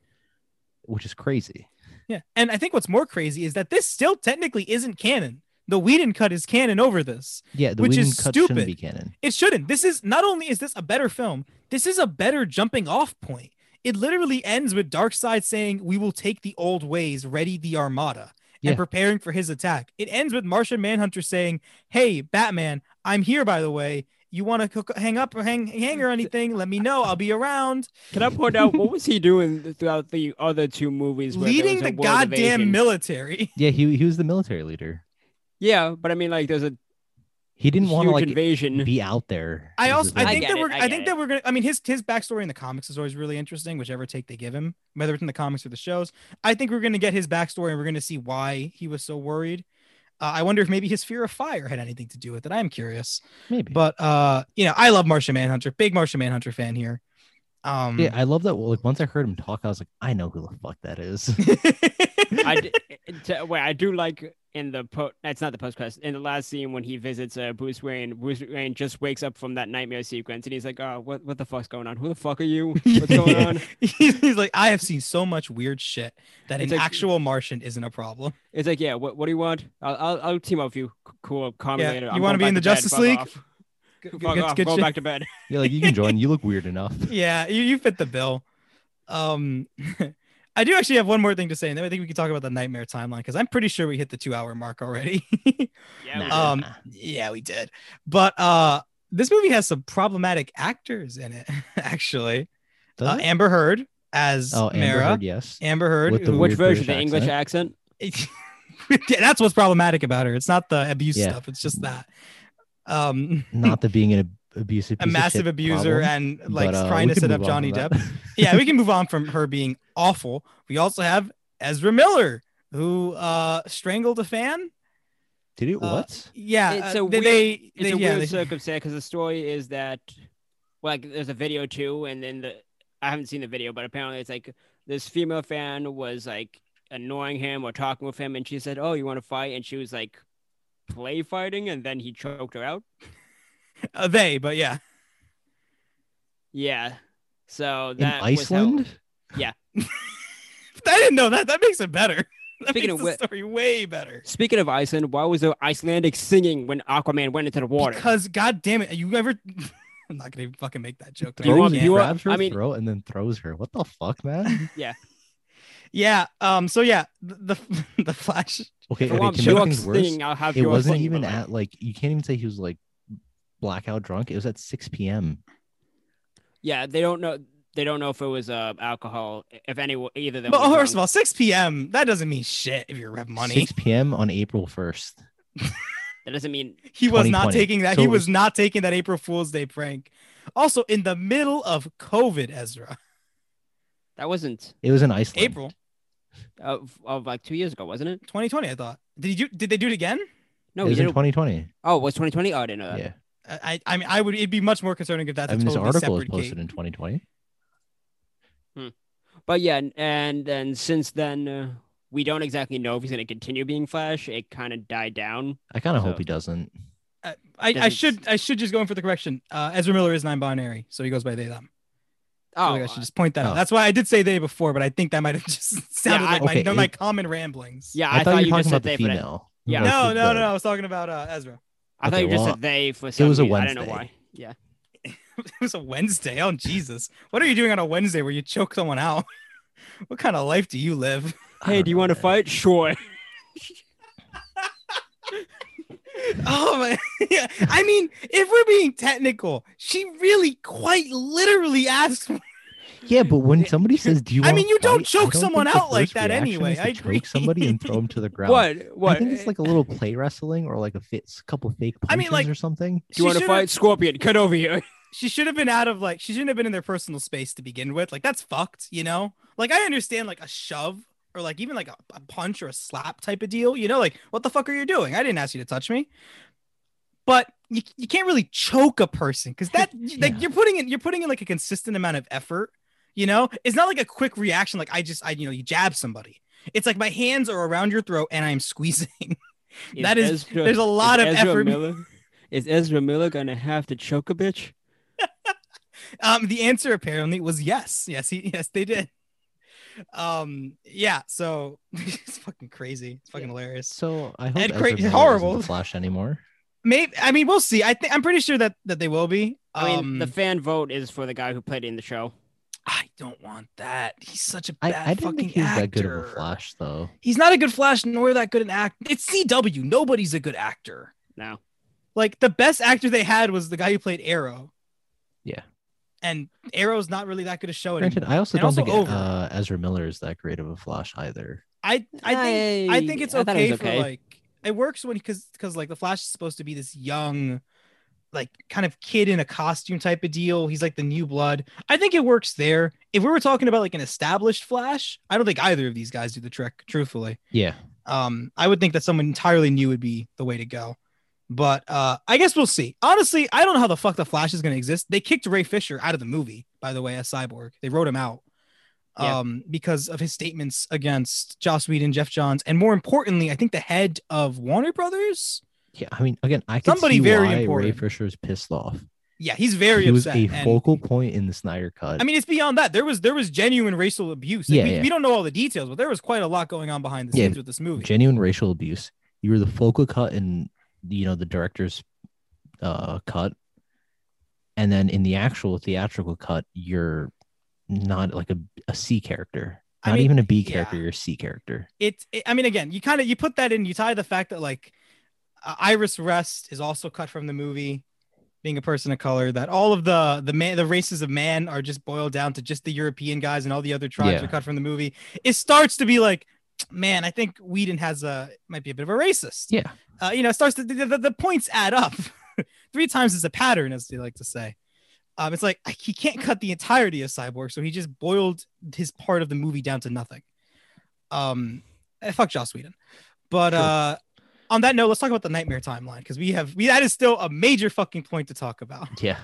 Speaker 3: which is crazy.
Speaker 1: Yeah, and I think what's more crazy is that this still technically isn't canon. The Whedon cut is canon over this.
Speaker 3: Yeah, the
Speaker 1: Which
Speaker 3: Whedon
Speaker 1: is
Speaker 3: cut
Speaker 1: stupid.
Speaker 3: shouldn't be canon.
Speaker 1: It shouldn't. This is not only is this a better film, this is a better jumping off point. It literally ends with Darkseid saying, We will take the old ways, ready the armada,
Speaker 3: Yeah.
Speaker 1: and preparing for his attack. It ends with Martian Manhunter saying, Hey, Batman, I'm here by the way. You want to cook, hang up or hang hang or anything? Let me know. I'll be around.
Speaker 2: Can I point out what was he doing throughout the other two movies? where there
Speaker 1: Leading
Speaker 2: was a
Speaker 1: the
Speaker 2: world
Speaker 1: goddamn
Speaker 2: invasion?
Speaker 1: military.
Speaker 3: Yeah, he he was the military leader.
Speaker 2: Yeah, but I mean, like, there's a
Speaker 3: He didn't want
Speaker 2: huge
Speaker 3: to like
Speaker 2: invasion.
Speaker 3: be out there.
Speaker 1: I
Speaker 3: is the
Speaker 1: also I
Speaker 3: thing.
Speaker 1: think
Speaker 2: get
Speaker 1: that
Speaker 2: it,
Speaker 1: we're
Speaker 2: I
Speaker 1: I,
Speaker 2: get
Speaker 1: think
Speaker 2: it.
Speaker 1: that we're gonna I mean his his backstory in the comics is always really interesting, whichever take they give him, whether it's in the comics or the shows. I think we're gonna get his backstory and we're gonna see why he was so worried. Uh, I wonder if maybe his fear of fire had anything to do with it. I am curious,
Speaker 3: maybe.
Speaker 1: but uh, you know, I love Martian Manhunter, big Martian Manhunter fan here. Um,
Speaker 3: yeah, I love that. well, Like once I heard him talk, I was like, I know who the fuck that is.
Speaker 2: I d- t- wait, I do like in the po- that's not the post quest in the last scene when he visits uh, Bruce Wayne. Bruce Wayne just wakes up from that nightmare sequence and he's like, "Oh, what what the fuck's going on? Who the fuck are you? What's going
Speaker 3: Yeah.
Speaker 2: on?"
Speaker 1: he's, he's like, I have seen so much weird shit that
Speaker 2: It's
Speaker 1: an
Speaker 2: like-
Speaker 1: actual Martian isn't a problem.
Speaker 2: It's like, "Yeah, what what do you want? I'll I'll, I'll team up with you. C- Cool, calm
Speaker 1: Yeah,
Speaker 2: later.
Speaker 1: you
Speaker 2: I'm
Speaker 1: wanna
Speaker 2: going
Speaker 1: be
Speaker 2: back
Speaker 1: in the
Speaker 2: to bed.
Speaker 1: Justice
Speaker 2: Fuck
Speaker 1: League?
Speaker 2: off.
Speaker 1: Good,
Speaker 2: Fuck
Speaker 1: good-
Speaker 2: off.
Speaker 1: good
Speaker 2: Go
Speaker 1: shit.
Speaker 2: back to bed."
Speaker 3: You're like, you can join. You look weird enough.
Speaker 1: yeah, you, you fit the bill. Um, I do actually have one more thing to say, and then I think we can talk about the nightmare timeline because I'm pretty sure we hit the two hour mark already.
Speaker 2: Yeah,
Speaker 3: Nah.
Speaker 1: um, yeah, we did. But uh, this movie has some problematic actors in it, actually.
Speaker 3: Does
Speaker 1: Uh,
Speaker 3: it?
Speaker 1: Amber Heard as
Speaker 3: oh, Amber
Speaker 1: Mara.
Speaker 3: Heard, yes.
Speaker 1: Amber Heard.
Speaker 3: With the
Speaker 1: who-
Speaker 2: Which
Speaker 3: Weird
Speaker 2: version?
Speaker 3: British
Speaker 2: The English accent?
Speaker 1: Yeah, that's what's problematic about her. It's not the abuse
Speaker 3: Yeah.
Speaker 1: stuff. It's just that. Um,
Speaker 3: Not the being an ab- abusive,
Speaker 1: a
Speaker 3: piece of
Speaker 1: massive
Speaker 3: shit
Speaker 1: abuser
Speaker 3: problem,
Speaker 1: and like
Speaker 3: but, uh,
Speaker 1: trying
Speaker 3: we
Speaker 1: to
Speaker 3: can
Speaker 1: set up
Speaker 3: move on
Speaker 1: Johnny
Speaker 3: from
Speaker 1: Depp.
Speaker 3: that.
Speaker 1: yeah, we can move on from her being awful. We also have Ezra Miller, who uh strangled a fan.
Speaker 3: Did it
Speaker 1: Uh,
Speaker 3: what?
Speaker 1: Yeah,
Speaker 2: It's
Speaker 1: uh,
Speaker 2: a
Speaker 1: they,
Speaker 2: weird-
Speaker 1: they,
Speaker 2: It's
Speaker 1: they-
Speaker 2: a
Speaker 1: yeah,
Speaker 2: weird
Speaker 1: they-
Speaker 2: circumstance because the story is that well, like there's a video too, and then the I haven't seen the video, but apparently it's like this female fan was like annoying him or talking with him, and she said, "Oh, you want to fight?" And she was like, "Play fighting," and then he choked her out.
Speaker 1: Uh, they, but yeah.
Speaker 2: Yeah. So
Speaker 3: in
Speaker 2: that was how-
Speaker 3: Iceland.
Speaker 1: I didn't know that. That makes it better. That
Speaker 2: Speaking
Speaker 1: makes the
Speaker 2: of whi-
Speaker 1: story way better.
Speaker 2: Speaking of Iceland, why was there Icelandic singing when Aquaman went into the water?
Speaker 1: Because god damn it, you ever I'm not gonna even fucking make that joke. but
Speaker 2: You
Speaker 1: I
Speaker 2: want-
Speaker 1: can.
Speaker 2: you want-
Speaker 3: grabs her
Speaker 2: I mean-
Speaker 3: throat and then throws her. What the fuck, man?
Speaker 1: yeah. Um. So yeah, the the, the Flash.
Speaker 3: Okay,
Speaker 2: If I
Speaker 3: okay.
Speaker 2: want
Speaker 3: Can make
Speaker 2: Bjork
Speaker 3: things worse.
Speaker 2: singing, I'll have
Speaker 3: It
Speaker 2: Bjork
Speaker 3: wasn't
Speaker 2: singing,
Speaker 3: even
Speaker 2: but, like,
Speaker 3: at like you can't even say he was like blackout drunk. It was at 6 p.m.
Speaker 2: Yeah, they don't know. They don't know if it was uh, alcohol. If any, either of them.
Speaker 1: Well,
Speaker 2: was
Speaker 1: first of
Speaker 2: drunk.
Speaker 1: all, 6 p.m. That doesn't mean shit if you're rep money.
Speaker 3: 6 p.m. on April 1st.
Speaker 2: that doesn't mean
Speaker 1: He was not
Speaker 3: 2020.
Speaker 1: taking that.
Speaker 3: So
Speaker 1: he
Speaker 3: it
Speaker 1: was
Speaker 3: was-
Speaker 1: not taking that April Fool's Day prank. Also, in the middle of COVID, Ezra.
Speaker 2: that wasn't
Speaker 3: It was in Iceland.
Speaker 1: April
Speaker 2: of, of like two years ago, wasn't it?
Speaker 1: 2020, I thought. Did you did they do it again?
Speaker 2: No,
Speaker 3: it
Speaker 2: he
Speaker 3: was in
Speaker 2: didn't.
Speaker 3: 2020.
Speaker 2: Oh, it was 2020? Oh, I didn't know that.
Speaker 3: yeah.
Speaker 1: I I I mean I would it'd be much more concerning if that's
Speaker 3: I
Speaker 1: a
Speaker 3: mean, this
Speaker 1: totally
Speaker 3: article was
Speaker 1: separate
Speaker 3: posted
Speaker 1: case.
Speaker 3: in 2020.
Speaker 2: But yeah, and- and then since then, uh, we don't exactly know if he's going to continue being Flash. It kind of died down.
Speaker 3: I kind of hope
Speaker 2: So-
Speaker 3: he doesn't.
Speaker 1: I, I, I
Speaker 2: Doesn't-
Speaker 1: should I should just go in for the correction. Uh, Ezra Miller is non-binary, so he goes by they them. I
Speaker 2: Oh,
Speaker 1: feel like I should just point that out.
Speaker 3: Oh.
Speaker 1: That's why I did say they before, but I think that might have just sounded
Speaker 2: I-
Speaker 1: like my,
Speaker 3: Okay,
Speaker 1: no, my
Speaker 3: it-
Speaker 1: common ramblings.
Speaker 2: yeah,
Speaker 3: I, thought, you were
Speaker 2: just
Speaker 3: talking
Speaker 2: said
Speaker 3: about
Speaker 2: they
Speaker 3: the
Speaker 2: for that-
Speaker 3: female.
Speaker 2: Yeah.
Speaker 1: No,
Speaker 3: that's
Speaker 1: no,
Speaker 3: the-
Speaker 1: no, I was talking about uh, Ezra.
Speaker 2: I thought
Speaker 3: Okay,
Speaker 2: you just
Speaker 3: well,
Speaker 2: said they for some
Speaker 3: was a
Speaker 2: reason. I don't know
Speaker 3: Wednesday.
Speaker 2: why. Yeah.
Speaker 1: It was a Wednesday. Oh Jesus, what are you doing on a Wednesday where you choke someone out? what kind of life do you live?
Speaker 3: I
Speaker 2: Hey,
Speaker 3: don't
Speaker 2: do you
Speaker 3: know,
Speaker 2: want to
Speaker 3: man.
Speaker 2: fight? Sure.
Speaker 1: Oh my! Yeah. I mean, if we're being technical, she really quite literally asked.
Speaker 3: Yeah, but when somebody says, "Do you?"
Speaker 1: I
Speaker 3: wanna
Speaker 1: mean, you don't
Speaker 3: fight?" I
Speaker 1: choke
Speaker 3: don't
Speaker 1: someone
Speaker 3: think the
Speaker 1: out like
Speaker 3: first
Speaker 1: that
Speaker 3: reaction
Speaker 1: anyway.
Speaker 3: is to
Speaker 1: I agree.
Speaker 3: choke somebody and throw them to the ground.
Speaker 2: What? What?
Speaker 3: I think it's like a little play wrestling or like a fit, couple fake punches
Speaker 1: I mean, like,
Speaker 3: or something.
Speaker 2: do you want to fight? Scorpion, cut over here.
Speaker 1: she should have been out of like she shouldn't have been in their personal space to begin with. Like that's fucked, you know. Like I understand like a shove or like even like a, a punch or a slap type of deal, you know. Like what the fuck are you doing? I didn't ask you to touch me. But you, you can't really choke a person because that like
Speaker 3: Yeah.
Speaker 1: you're putting in you're putting in like a consistent amount of effort. You know, it's not like a quick reaction. Like I just I you know you jab somebody. It's like my hands are around your throat and I'm squeezing. That is-
Speaker 2: Ezra,
Speaker 1: There's a lot of
Speaker 2: is Ezra
Speaker 1: effort.
Speaker 2: Miller, is Ezra Miller gonna have to choke a bitch?
Speaker 1: Um, the answer apparently was yes. Yes, he yes they did. Um, yeah. So it's fucking crazy. It's fucking hilarious.
Speaker 3: So I hope
Speaker 1: And
Speaker 3: Ezra
Speaker 1: cra-
Speaker 3: Miller isn't
Speaker 1: horrible.
Speaker 3: the Flash anymore.
Speaker 1: Maybe I mean we'll see. I think I'm pretty sure that that they will be. Um,
Speaker 2: I mean, the fan vote is for the guy who played it in the show.
Speaker 1: I don't want that. He's such a
Speaker 3: I,
Speaker 1: bad
Speaker 3: I didn't
Speaker 1: fucking
Speaker 3: think he was
Speaker 1: actor.
Speaker 3: that good of a Flash, though.
Speaker 1: He's not a good Flash, nor that good an act. It's CW. Nobody's a good actor.
Speaker 2: No,
Speaker 1: Like the best actor they had was the guy who played Arrow.
Speaker 3: Yeah.
Speaker 1: And Arrow's not really that good a show.
Speaker 3: Granted,
Speaker 1: Anymore.
Speaker 3: I also
Speaker 1: and
Speaker 3: don't
Speaker 1: also
Speaker 3: think
Speaker 1: over.
Speaker 3: uh, Ezra Miller is that great of a Flash either.
Speaker 1: I I think I think it's
Speaker 2: I thought it
Speaker 1: okay
Speaker 2: was
Speaker 1: for like it works when because because like the Flash is supposed to be this young, like kind of kid in a costume type of deal. He's like the new blood. I think it works there. If we were talking about like an established Flash, I don't think either of these guys do the trick. Truthfully,
Speaker 3: Yeah,
Speaker 1: um, I would think that someone entirely new would be the way to go. But uh, I guess we'll see. Honestly, I don't know how the fuck the Flash is going to exist. They kicked Ray Fisher out of the movie, by the way, as Cyborg. They wrote him out
Speaker 2: Yeah.
Speaker 1: um, because of his statements against Joss Whedon, Jeff Johns, and more importantly, I think the head of Warner Brothers.
Speaker 3: yeah. I mean, again, I can
Speaker 1: Somebody
Speaker 3: see
Speaker 1: very
Speaker 3: why Ray
Speaker 1: important.
Speaker 3: Fisher's pissed off.
Speaker 1: Yeah, he's very
Speaker 3: he was
Speaker 1: upset.
Speaker 3: a
Speaker 1: and-
Speaker 3: focal point in the Snyder Cut.
Speaker 1: I mean, it's beyond that. There was there was genuine racial abuse. Like,
Speaker 3: Yeah,
Speaker 1: we,
Speaker 3: yeah.
Speaker 1: we don't know all the details, but there was quite a lot going on behind the
Speaker 3: Yeah.
Speaker 1: scenes with this movie.
Speaker 3: genuine racial abuse. You were the focal cut in you know the director's uh, cut, and then in the actual theatrical cut, you're not like a, a C character,
Speaker 1: I
Speaker 3: not
Speaker 1: mean,
Speaker 3: even a B character.
Speaker 1: yeah.
Speaker 3: You're a C character.
Speaker 1: it, it- i mean again you kind of you put that in you tie the fact that like uh, iris rest is also cut from the movie being a person of color that all of the the man the races of man are just boiled down to just the european guys and all the other tribes
Speaker 3: Yeah.
Speaker 1: are cut from the movie it starts to be like man i think whedon has a might be a bit of a racist
Speaker 3: Yeah,
Speaker 1: uh, you know, it starts to the, the, the points add up. Three times is a pattern, as they like to say. Um, it's like he can't cut the entirety of Cyborg, so he just boiled his part of the movie down to nothing. Um, eh, fuck Joss Whedon. But
Speaker 3: Sure.
Speaker 1: uh, on that note, let's talk about the Nightmare timeline because we have we that is still a major fucking point to talk about.
Speaker 3: yeah.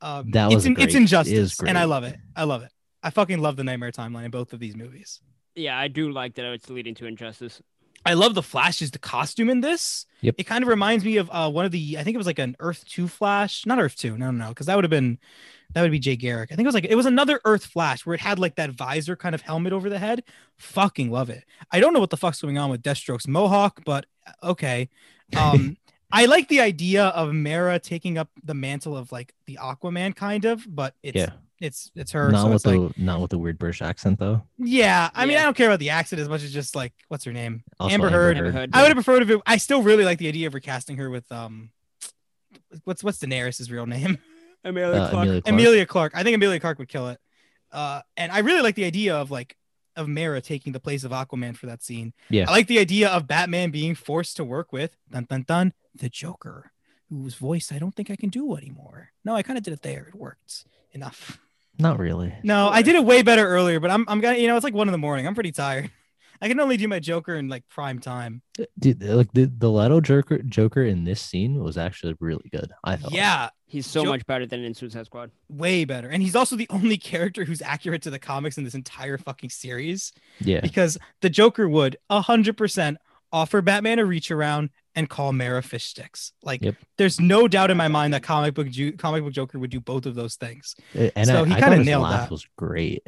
Speaker 1: Um,
Speaker 3: That was
Speaker 1: it's,
Speaker 3: a
Speaker 1: in,
Speaker 3: great-
Speaker 1: it's
Speaker 3: is
Speaker 1: injustice, and I
Speaker 3: great.
Speaker 1: love it. I love it. I fucking love the Nightmare Timeline in both of these movies.
Speaker 2: Yeah, I do like that it's leading to injustice.
Speaker 1: I love the Flash's the costume in this.
Speaker 3: Yep.
Speaker 1: It kind of reminds me of uh, one of the I think it was like an Earth Two Flash, not Earth Two, no, no, no, because that would have been that would be Jay Garrick. I think it was like it was another Earth Flash where it had like that visor kind of helmet over the head. Fucking love it. I don't know what the fuck's going on with Deathstroke's mohawk, but uh, okay. Um, I like the idea of Mara taking up the mantle of like the Aquaman kind of, but it's
Speaker 3: yeah,
Speaker 1: it's it's her.
Speaker 3: not
Speaker 1: so
Speaker 3: with
Speaker 1: it's
Speaker 3: the
Speaker 1: like
Speaker 3: not with the weird British accent though.
Speaker 1: yeah. I mean,
Speaker 2: Yeah.
Speaker 1: I don't care about the accent as much as just like what's her name,
Speaker 3: Also,
Speaker 1: Amber Heard.
Speaker 2: Amber Heard.
Speaker 1: I would have preferred if it, I still really like the idea of recasting her with um, what's what's Daenerys' real name?
Speaker 2: Amelia
Speaker 3: uh,
Speaker 2: Clark.
Speaker 3: Amelia Clark.
Speaker 1: Amelia Clark. I think Amelia Clark would kill it. Uh, and I really like the idea of like of Mara taking the place of Aquaman for that scene.
Speaker 3: Yeah.
Speaker 1: I like the idea of Batman being forced to work with dun dun dun the Joker, whose voice I don't think I can do anymore. No, I kind of did it there. It worked enough.
Speaker 3: Not really.
Speaker 1: No, I
Speaker 2: Alright.
Speaker 1: did it way better earlier, but I'm I'm gonna you know it's like one in the morning. I'm pretty tired. I can only do my Joker in like prime time.
Speaker 3: Dude, like the, the Leto Joker Joker in this scene was actually really good. I thought.
Speaker 1: Yeah,
Speaker 2: He's so
Speaker 1: Jo-
Speaker 2: much better than in Suicide Squad.
Speaker 1: way better. And he's also the only character who's accurate to the comics in this entire fucking series
Speaker 3: Yeah.
Speaker 1: because the Joker would 100% offer Batman a reach around and call Mara fish sticks. Like
Speaker 3: Yep.
Speaker 1: there's no doubt in my mind that comic book Ju- comic book Joker would do both of those things.
Speaker 3: Uh, And
Speaker 1: So
Speaker 3: I,
Speaker 1: he
Speaker 3: I thought
Speaker 1: kinda
Speaker 3: his
Speaker 1: nailed
Speaker 3: laugh
Speaker 1: that.
Speaker 3: was great.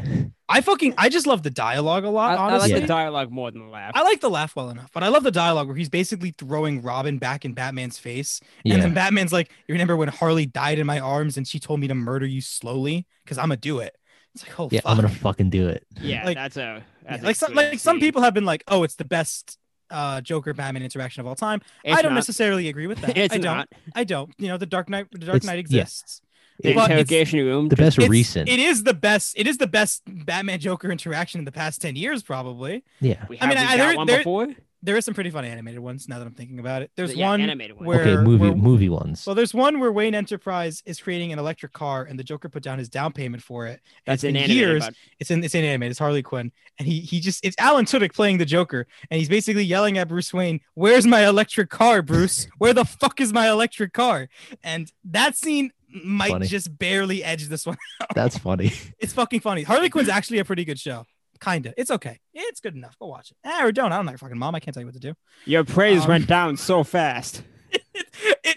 Speaker 1: I fucking I just love the dialogue a
Speaker 2: I,
Speaker 1: lot,
Speaker 2: I
Speaker 1: honestly.
Speaker 2: like the dialogue more than the laugh.
Speaker 1: I like the laugh well enough, but I love the dialogue where he's basically throwing Robin back in Batman's face.
Speaker 3: Yeah.
Speaker 1: And then Batman's like, You remember when Harley died in my arms and she told me to murder you slowly? Because I'm going to do it. It's like, oh,
Speaker 3: yeah,
Speaker 1: fuck.
Speaker 3: I'm gonna fucking do it.
Speaker 2: yeah,
Speaker 1: like-
Speaker 2: that's a
Speaker 1: Yeah,
Speaker 2: that's a
Speaker 1: like some
Speaker 2: good
Speaker 1: like some
Speaker 2: scene.
Speaker 1: people have been like, oh, it's the best uh Joker Batman interaction of all time.
Speaker 2: It's
Speaker 1: I don't
Speaker 2: not.
Speaker 1: necessarily agree with that.
Speaker 2: It's
Speaker 1: I don't.
Speaker 2: not
Speaker 1: I don't. You know, the Dark Knight the Dark
Speaker 3: It's-
Speaker 1: Knight
Speaker 3: yeah.
Speaker 1: exists.
Speaker 2: the
Speaker 1: But it's-
Speaker 2: interrogation room.
Speaker 3: The
Speaker 2: just-
Speaker 3: best
Speaker 1: It's-
Speaker 3: recent.
Speaker 1: It is the best. It is the best Batman Joker interaction in the past 10 years probably.
Speaker 3: yeah.
Speaker 2: We
Speaker 1: I mean,
Speaker 2: haven't
Speaker 1: I-
Speaker 2: got
Speaker 1: there-
Speaker 2: one
Speaker 1: there-
Speaker 2: before.
Speaker 1: There is some pretty fun animated ones now that I'm thinking about it. There's
Speaker 2: yeah,
Speaker 1: one
Speaker 2: animated one.
Speaker 1: where-
Speaker 3: okay, movie
Speaker 1: we're-
Speaker 3: movie ones.
Speaker 1: Well, there's one where Wayne Enterprise is creating an electric car and the Joker put down his down payment for it. And
Speaker 2: that's
Speaker 1: it's
Speaker 2: an
Speaker 1: been
Speaker 2: animated.
Speaker 1: years
Speaker 2: but-
Speaker 1: it's in it's in anime. It's Harley Quinn, and he he just it's Alan Tudyk playing the Joker, and he's basically yelling at Bruce Wayne, "Where's my electric car, Bruce? Where the fuck is my electric car?" And that scene might
Speaker 3: Funny.
Speaker 1: just barely edge this one.
Speaker 3: That's funny.
Speaker 1: It's fucking funny. Harley Quinn's actually a pretty good show. Kinda. It's okay. It's good enough. Go watch it. Eh, or don't. I don't like fucking mom. I can't tell you what to do.
Speaker 2: Your praise
Speaker 1: Um,
Speaker 2: went down so fast.
Speaker 1: It,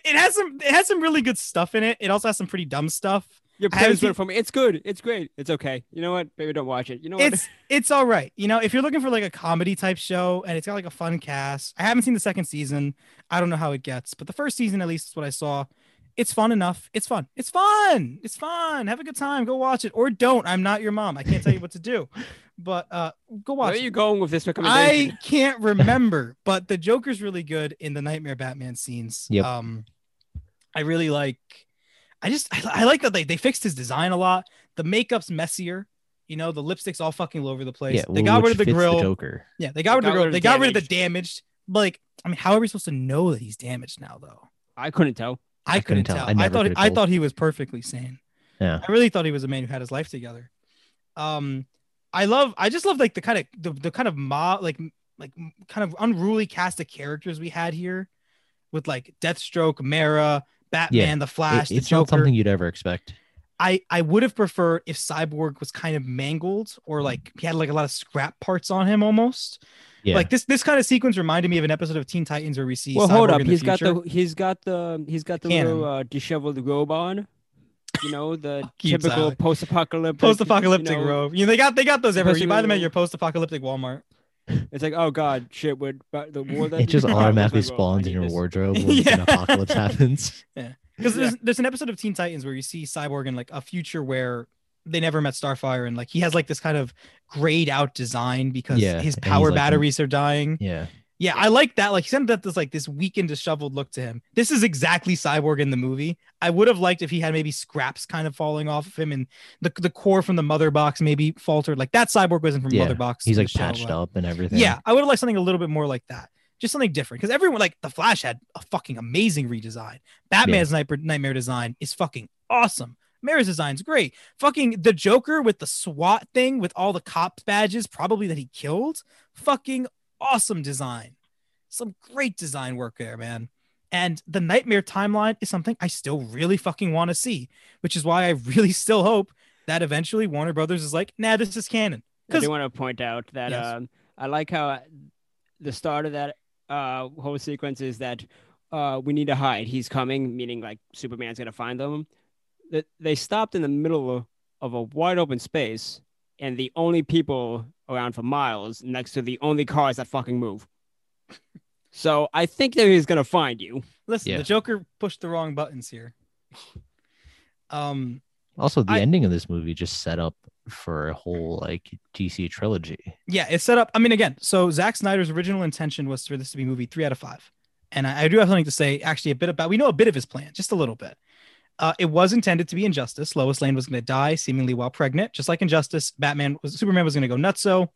Speaker 1: it has some it has some really good stuff in it. It also has some pretty dumb stuff.
Speaker 2: Your
Speaker 1: I haven't
Speaker 2: praise
Speaker 1: seen-
Speaker 2: went from it's good, it's great, it's okay. You know what? Maybe don't watch it. You know what?
Speaker 1: it's it's all right. You know, if you're looking for like a comedy type show and it's got like a fun cast, I haven't seen the second season. I don't know how it gets, but the first season at least is what I saw. It's fun enough. It's fun. It's fun. It's fun. Have a good time. Go watch it or don't. I'm not your mom. I can't tell you what to do. But uh go
Speaker 2: Where
Speaker 1: watch
Speaker 2: are
Speaker 1: it.
Speaker 2: you going with this
Speaker 1: I
Speaker 2: recommendation?
Speaker 1: can't remember, but the Joker's really good in the Nightmare Batman scenes.
Speaker 3: Yep.
Speaker 1: Um, I really like. I just I, I like that they, they fixed his design a lot. The makeup's messier. You know, the lipstick's all fucking all over the place.
Speaker 3: Yeah,
Speaker 1: they
Speaker 3: wh-
Speaker 1: got rid
Speaker 3: which
Speaker 1: of the
Speaker 3: fits
Speaker 1: grill.
Speaker 3: Joker.
Speaker 1: yeah, they got rid of the grill. They got rid of the
Speaker 2: damage.
Speaker 1: damaged. Like, I mean, how are we supposed to know that he's damaged now, though?
Speaker 2: I, couldn't tell.
Speaker 1: I, couldn't, tell. I,
Speaker 3: never
Speaker 1: thought
Speaker 3: could've
Speaker 1: I
Speaker 3: told.
Speaker 1: thought he was perfectly sane.
Speaker 3: Yeah.
Speaker 1: I really thought he was a man who had his life together. Um, I love, I just love like the kind of the, the kind of mob, like like kind of unruly cast of characters we had here, with like Deathstroke, Mara, Batman, the
Speaker 3: It-
Speaker 1: Flash, the
Speaker 3: it's not
Speaker 1: Joker.
Speaker 3: something you'd ever expect.
Speaker 1: I I would have preferred if Cyborg was kind of mangled
Speaker 3: Mm.
Speaker 1: or like he had like a lot of scrap parts on him almost.
Speaker 3: Yeah.
Speaker 1: Like this this kind of sequence reminded me of an episode of Teen Titans where we see.
Speaker 2: Well, hold
Speaker 1: Cyborg
Speaker 2: up.
Speaker 1: in the
Speaker 2: He's got
Speaker 1: future.
Speaker 2: the he's got the he's got the little uh, disheveled robe on. You know the
Speaker 1: Fuck you,
Speaker 2: typical
Speaker 1: Tyler.
Speaker 2: post-apocalyptic.
Speaker 1: post-apocalyptic
Speaker 2: you know,
Speaker 1: robe. You know, they got they got those everywhere. You buy them at
Speaker 2: Post-apocalyptic-
Speaker 1: your post-apocalyptic Walmart.
Speaker 2: It's like, oh god, shit. We're, but the war that
Speaker 3: it just
Speaker 2: Oh,
Speaker 3: automatically
Speaker 2: where's my robe? I
Speaker 3: spawns in
Speaker 2: need
Speaker 3: your
Speaker 2: this.
Speaker 3: wardrobe when an
Speaker 1: Yeah.
Speaker 3: apocalypse happens.
Speaker 1: Because
Speaker 2: Yeah.
Speaker 1: there's there's an episode of Teen Titans where you see Cyborg in like a future where they never met Starfire and like he has like this kind of grayed out design because
Speaker 3: Yeah,
Speaker 1: his
Speaker 3: and he's,
Speaker 1: power
Speaker 3: like,
Speaker 1: batteries are dying.
Speaker 3: Yeah.
Speaker 1: Yeah, I like that. Like he sent that this like this weakened disheveled look to him. This is exactly Cyborg in the movie. I would have liked if he had maybe scraps kind of falling off of him and the, the core from the mother box maybe faltered. Like that cyborg wasn't from
Speaker 3: Yeah,
Speaker 1: mother box.
Speaker 3: He's
Speaker 1: in
Speaker 3: like
Speaker 1: the show,
Speaker 3: patched
Speaker 1: but-
Speaker 3: up and everything.
Speaker 1: Yeah, I would have liked something a little bit more like that. Just something different because everyone like the Flash had a fucking amazing redesign. Batman's nightmare, nightmare design is fucking awesome. Mara's design's great. Fucking the Joker with the SWAT thing with all the cop badges, probably that he killed. Fucking awesome design. Some great design work there, man. And the nightmare timeline is something I still really fucking want to see, which is why I really still hope that eventually Warner Brothers is like, nah, this is canon.
Speaker 2: I
Speaker 1: 'Cause-
Speaker 2: do want to point out that
Speaker 1: Yes.
Speaker 2: um, I like how the start of that uh, whole sequence is that uh, we need to hide. He's coming, meaning like Superman's gonna find them. That they stopped in the middle of, of a wide open space, and the only people around for miles next to the only cars that fucking move. so I think that he's gonna find you.
Speaker 1: Listen,
Speaker 3: Yeah.
Speaker 1: the Joker pushed the wrong buttons here. Um,
Speaker 3: Also, the
Speaker 1: I-
Speaker 3: ending of this movie just set up for a whole like DC trilogy.
Speaker 1: yeah, it's set up. I mean, again, so Zack Snyder's original intention was for this to be movie three out of five. And I, I do have something to say, actually, a bit about. We know a bit of his plan, just a little bit. Uh, it was intended to be Injustice. Lois Lane was going to die, seemingly while pregnant, just like Injustice. Batman was Superman was going to go nutso.